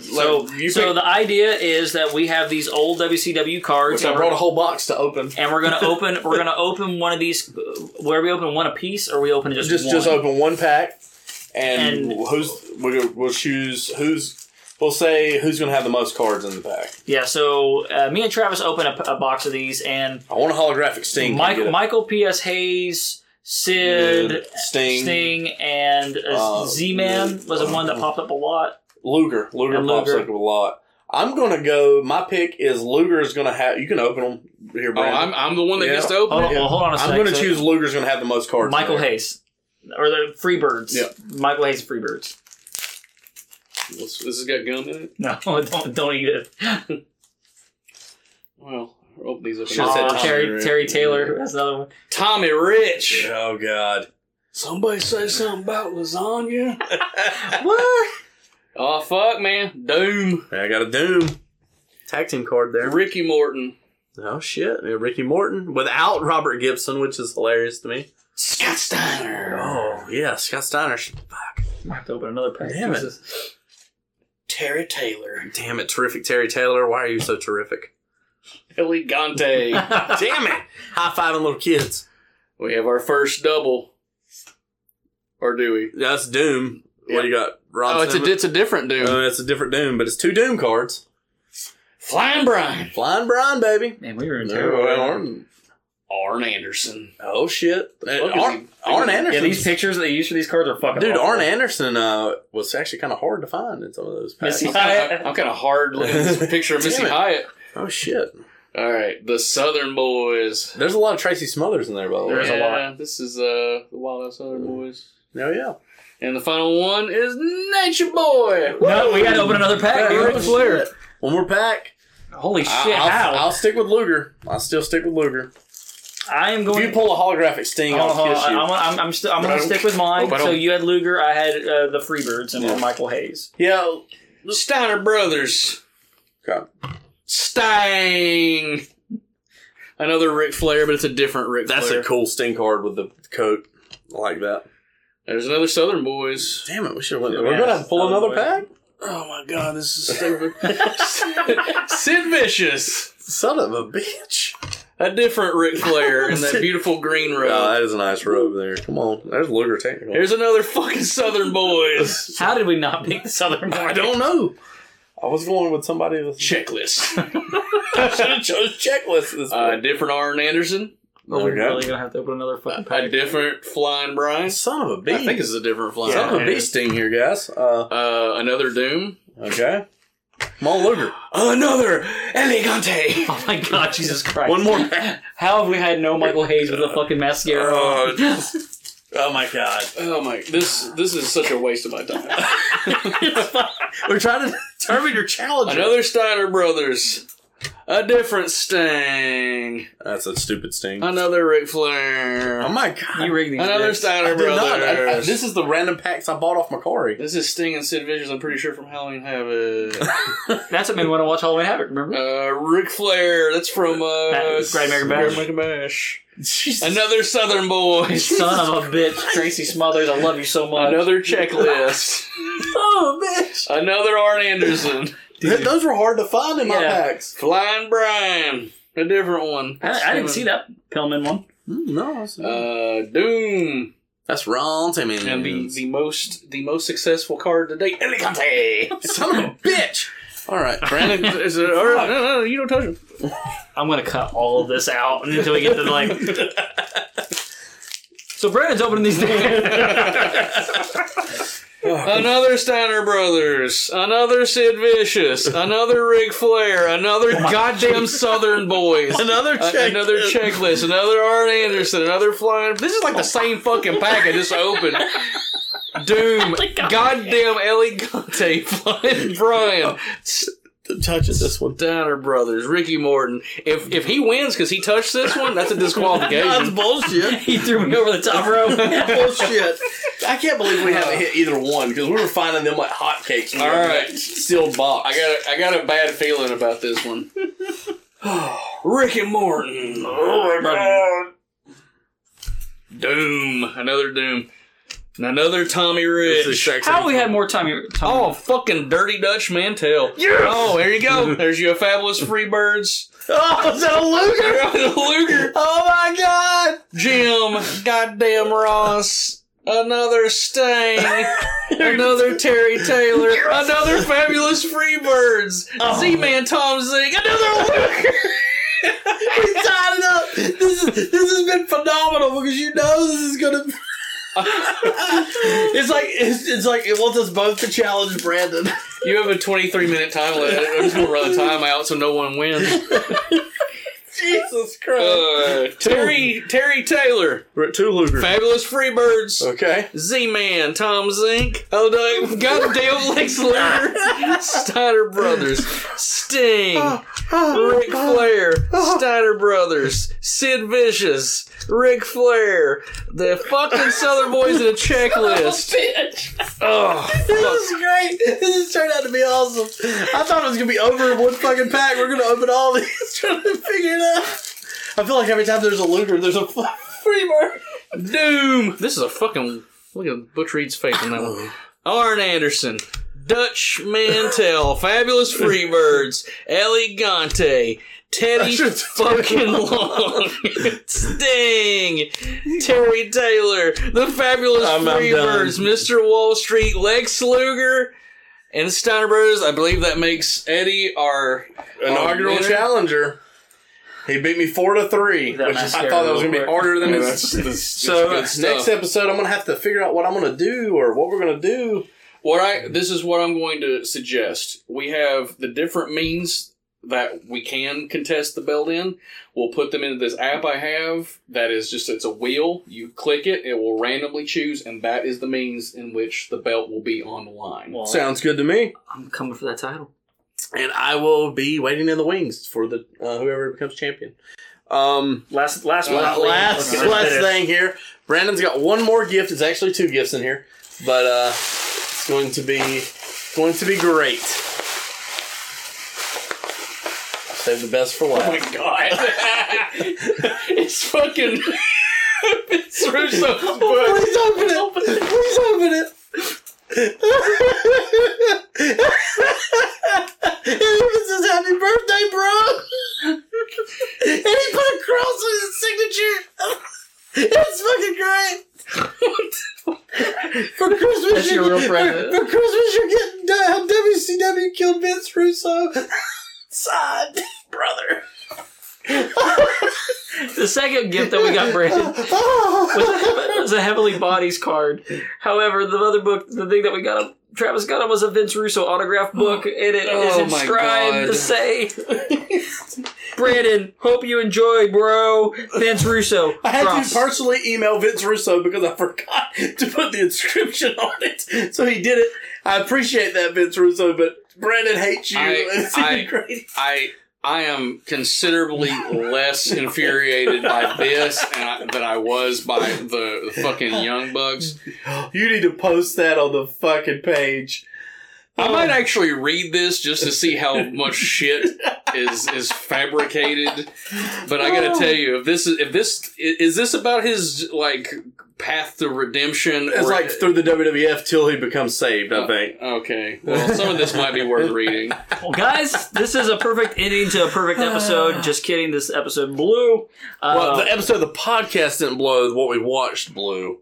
S1: so the idea is that we have these old WCW cards.
S11: Which I
S1: and
S11: brought
S1: we're-
S11: a whole box to open.
S1: and we're gonna open. We're gonna open one of these. uh, Where we open one a piece, or we open just
S11: just
S1: one?
S11: just open one pack, and,
S1: And-
S11: who's we're gonna- we'll choose who's we'll say who's going to have the most cards in the pack.
S1: Yeah, so uh, me and Travis open a, a box of these, and
S11: I want a holographic Sting. Can you get
S1: Michael,
S11: it?
S1: Michael P.S. Hayes, Sid,
S11: Yeah, Sting.
S1: Sting, and uh,
S11: Uh,
S1: Z Man was the one that popped up a lot.
S11: Luger. Luger
S1: And
S11: pops
S1: Luger.
S11: up a lot. I'm going to go. My pick is Luger is going to have. You can open them here, Brandon.
S2: Oh, I'm- I'm the one that gets to open
S11: Oh.
S1: Hold on- it? Oh, well, hold on a
S11: I'm
S1: sec,
S11: going to
S1: so-
S11: choose Luger's going to have the most cards. in
S1: Michael
S11: there.
S1: Hayes, or the Freebirds.
S11: Yep.
S1: Michael Hayes Freebirds.
S2: This, this has got gum in it.
S1: No, don't don't eat it.
S2: Well, I'll open these up.
S1: Should've said Oh, Tommy Terry- Rich. Terry Taylor. That's another one.
S2: Tommy Rich.
S11: Oh God.
S2: Somebody say something about lasagna.
S1: what?
S2: Oh fuck, man. Doom.
S11: I got a Doom tag team card there.
S2: Ricky Morton.
S11: Oh shit! Yeah, Ricky Morton without Robert Gibson, which is hilarious to me.
S2: Scott Steiner.
S11: Oh yeah, Scott Steiner. Fuck.
S1: I have to open another pack.
S11: Damn it.
S1: Jesus.
S2: Terry Taylor.
S11: Damn it, terrific Terry Taylor. Why are you so terrific?
S2: Billy Gante.
S11: Damn it! High fiving little kids.
S2: We have our first double. Or do we?
S11: That's Doom. What do you got? Ron
S2: oh, it's a,
S11: Simmons?
S2: it's a different Doom.
S11: Uh, it's a different Doom, but it's two Doom cards.
S2: Flying Brian.
S11: Flying Brian, baby.
S1: Man, we were in terrible.
S11: Arn.
S2: Arn Anderson.
S11: Oh shit!
S2: fuck
S11: Uh,
S2: is
S11: Arn,
S2: he-
S11: Arn
S1: Yeah,
S11: Anderson.
S1: these pictures that they use for these cards are fucking.
S11: Dude,
S1: awful.
S11: Arn Anderson uh, was actually kind of hard to find in some of those packs.
S1: Missy Hyatt.
S2: I'm kind of hard looking at this picture of
S11: Damn
S2: Missy
S11: it.
S2: Hyatt.
S11: Oh shit!
S2: All right, the Southern Boys.
S11: There's a lot of Tracy Smothers in there, by the way.
S1: There's a lot.
S2: Yeah, This is uh, the Wild Out Southern Boys.
S11: Oh yeah.
S2: And the final one is Nature Boy.
S1: No, we got to open another pack.
S11: Hey,
S1: dude.
S11: Ric Flair. One more pack.
S1: Holy shit!
S11: I-
S1: how?
S11: I'll, I'll stick with Luger. I'll still stick with Luger.
S1: I am
S11: If
S1: going.
S11: you pull a holographic sting,
S1: Hold on,
S11: I'll
S1: hold
S11: kiss
S1: on.
S11: you.
S1: I'm, I'm, I'm, still, I'm going
S11: But
S1: to
S11: I-
S1: stick with mine.
S2: but I
S1: So
S2: don't-
S1: you had Luger, I had uh, the Freebirds, and
S11: Yeah.
S1: Michael Hayes.
S11: yeah.
S2: Steiner Brothers.
S11: Okay.
S2: Sting. Another Ric Flair, but it's a different Ric
S11: That's
S2: Flair.
S11: a cool sting card with the coat. I like that.
S2: There's another Southern Boys.
S11: Damn it, we should have
S1: Yeah,
S11: went. We're gonna have to pull
S1: Southern
S11: another
S1: Boy.
S11: pack.
S2: Oh my god, this is stupid. Sid Vicious,
S11: Son of a bitch.
S2: a different Ric Flair in that beautiful green robe.
S11: Oh, that is a nice robe there. Come on, there's Luger technical.
S2: Here's another fucking Southern Boys
S1: How did we not pick the Southern Boy?
S11: I don't know. I was going with somebody that's
S2: checklist.
S11: should have chose checklist. at This
S2: A
S11: point.
S2: uh, different Arn Anderson,
S1: No, we're
S11: Okay.
S1: really going to have to open another fucking pack.
S2: a different Flying Brian.
S11: Son of a bee.
S2: I think this is a different Flying.
S11: Son of a
S2: Brian.
S11: bee sting here, guys. Uh,
S2: Uh, another Doom.
S11: okay. Come on, Luger.
S2: Another Elegante.
S1: Oh my god, Jesus Christ.
S11: One more pack.
S1: How have we had no Michael Hayes with a fucking mascara
S11: Oh,
S1: on?
S11: Oh my god.
S2: Oh my! This this is such a waste of my time.
S11: We're trying to determine your challenge.
S2: Another Steiner Brothers. A different Sting.
S11: That's a stupid sting.
S2: Another Ric Flair.
S11: Oh my god.
S1: you rigged these.
S2: Another
S1: picks.
S11: I
S2: Steiner
S11: did
S2: Brothers.
S11: not. I- I- this is the random packs I bought off Macari.
S2: This is Sting and Sid Vicious, I'm pretty sure, from Halloween Havoc.
S1: That's what made me want to watch Halloween Havoc, remember?
S2: uh, Ric Flair, that's from uh,
S1: That- Great American Bash.
S2: Great American Bash. Another Southern Boys.
S1: Son of a bitch. Tracy Smothers, I love you so much.
S2: Another checklist.
S11: Oh, bitch.
S2: Another Arn Anderson.
S11: Th- those were hard to find in my
S1: Yeah.
S11: packs.
S2: Flying Brian. A different one.
S1: I, I didn't see that Pillman one.
S11: Mm, no, that's,
S2: Uh, Doom.
S11: that's wrong, Timmy.
S2: And the, the most the most successful card to date, Elegante.
S11: son of a bitch. All right,
S2: Brandon, is it, all right, no, no, you don't touch him.
S1: I'm going to cut all of this out until we get to like. so Brandon's opening these things.
S2: Another Steiner Brothers, another Sid Vicious, another Ric Flair, another goddamn Southern Boys,
S11: another
S2: a-
S11: check.
S2: another checklist, another Arn Anderson, another Flying. This is like the same fucking pack I just opened. Doom, goddamn Elegante, Flying Brian,
S11: touch it. This one.
S2: Steiner Brothers, Ricky Morton. If if he wins because he touched this one, that's a disqualification.
S11: bullshit.
S1: he threw me over the top rope.
S11: bullshit. I can't believe we haven't hit either one because we were finding them like hotcakes. in
S2: All
S11: that
S2: right.
S11: sealed box.
S2: I got a, I got a bad feeling about this one. Rick and Morton. Oh my god. Doom. Another Doom. Another Tommy Rich.
S1: How we had more Tommy? Tommy
S2: oh, fucking dirty Dutch Mantel.
S1: Yes!
S2: Oh, there you go. There's your fabulous Freebirds.
S16: Oh, is that a Luger?
S2: Luger.
S16: Oh my god!
S2: Jim. Goddamn Ross. Another Sting. another Terry Taylor. Another fabulous Freebirds.
S16: Oh.
S2: Z-Man Tom Zink. Another Luger.
S16: We tied it up. This is this has been phenomenal because you know this is gonna. Be... it's like it's, it's like it wants us both to challenge Brandon.
S2: You have a 23 minute time limit. I'm just gonna run the time out so no one wins.
S16: Jesus Christ!
S2: Uh, Terry Terry Taylor,
S11: We're at two Luger.
S2: Fabulous Freebirds,
S11: Okay.
S2: Z Man, Tom Zink, oh no, goddamn Lex Luger, Steiner Brothers, Sting, Ric Flair, Steiner Brothers, Sid Vicious, Ric Flair, the fucking Southern Boys in a checklist. Oh,
S16: This is great. This has turned out to be awesome. I thought it was gonna be over in one fucking pack. We're gonna open all these trying to figure it out. I feel like every time there's a Luger, there's a free bird.
S2: Doom. This is a fucking look at Butch Reed's face on that
S16: Oh.
S2: one. Arn Anderson, Dutch Mantel, Fabulous Freebirds, Elegante, Teddy fucking Long, Sting, Terry Taylor, The Fabulous
S11: I'm- I'm
S2: Freebirds, Mr. Wall Street, Lex Luger. And Steiner Brothers, I believe that makes Eddie our
S11: Inaugural
S2: our winner.
S11: challenger. He beat me four to three,
S1: That
S11: which is, I
S1: mascara
S11: thought that was
S1: real
S11: gonna be
S1: quick.
S11: harder than
S2: Yeah,
S11: this.
S2: that's- that's-
S11: So
S2: that's good
S11: next
S2: stuff.
S11: episode, I'm gonna have to figure out what I'm gonna do or what we're gonna do.
S2: What I this is what I'm going to suggest. We have the different means that we can contest the belt in. We'll put them into this app I have that is just it's a wheel. You click it, it will randomly choose, and that is the means in which the belt will be on the line.
S1: Well,
S11: Sounds good to me.
S1: I'm Oh. coming for that title.
S11: And I will be waiting in the wings for the uh, whoever becomes champion. Um,
S1: Last last one.
S11: last last,
S1: Okay, let's finish.
S11: thing here. Brandon's got one more gift. It's actually two gifts in here, but uh, it's going to be it's going to be great. Save the best for last.
S2: god. it's fucking it's Russo's book.
S16: Please open it. Please open it. and it says happy birthday, bro. and he put a cross on his signature. It's fucking great. for Christmas,
S1: That's your
S16: you're-
S1: real present.
S16: For, for Christmas, you're getting uh, WCW killed Vince Russo. Sod, brother.
S1: The second gift that we got Brandon
S16: Oh.
S1: was a, was a Heavenly Bodies card. However, the other book, the thing that we got him, Travis got him was a Vince Russo autograph book, and it is
S2: Oh my
S1: inscribed
S2: God.
S1: to say, "Brandon, hope you enjoy, bro." Vince Russo.
S11: I had
S1: Cross.
S11: to personally email Vince Russo because I forgot to put the inscription on it. So he did it. I appreciate that, Vince Russo, but Brandon hates you.
S2: I-
S11: it's
S2: I-
S11: great.
S2: I I am considerably less infuriated by this and I, than I was by the, the fucking young bucks.
S11: You need to post that on the fucking page.
S2: I
S1: Um,
S2: might actually read this just to see how much shit is is fabricated. But I gotta tell you, if this is if this i- is this about his like path to redemption,
S11: It's
S2: or-
S11: like through the WWF till he becomes saved, I think.
S2: okay, well, some of this might be worth reading.
S1: Well, guys, this is a perfect ending to a perfect episode. Just kidding. This episode blew. Uh,
S11: Well, the episode of the podcast didn't blow. What we watched blew.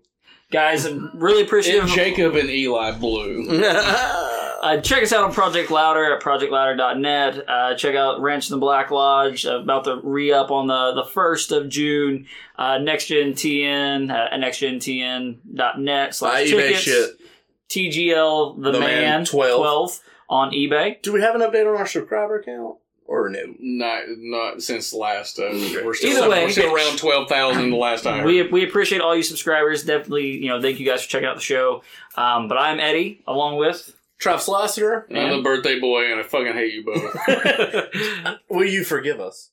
S1: guys, I'm really appreciative.
S2: If Jacob and Eli Blue.
S1: Uh, check us out on Project Louder at projectlouder.net. Uh, check out Ranch in the Black Lodge uh, about the re up on the, the 1st of June. Uh, Next Gen TN uh, at nextgentn.net
S11: My
S1: slash
S11: eBay
S1: tickets.
S11: shit.
S1: TGL The,
S11: The
S1: Man,
S11: Man
S1: 12.
S11: 12.
S1: on eBay.
S11: Do we have an update on our subscriber count? Or no?
S2: Not not since last. Uh, we're still,
S1: Either way-
S2: we're still around twelve thousand the last time.
S1: We, we appreciate all you subscribers. Definitely, you know, thank you guys for checking out the show. Um, but I'm Eddie, along with.
S11: Travis Lassiter,
S2: Mm-hmm. I'm the birthday boy, and I fucking hate you both.
S11: will you forgive us?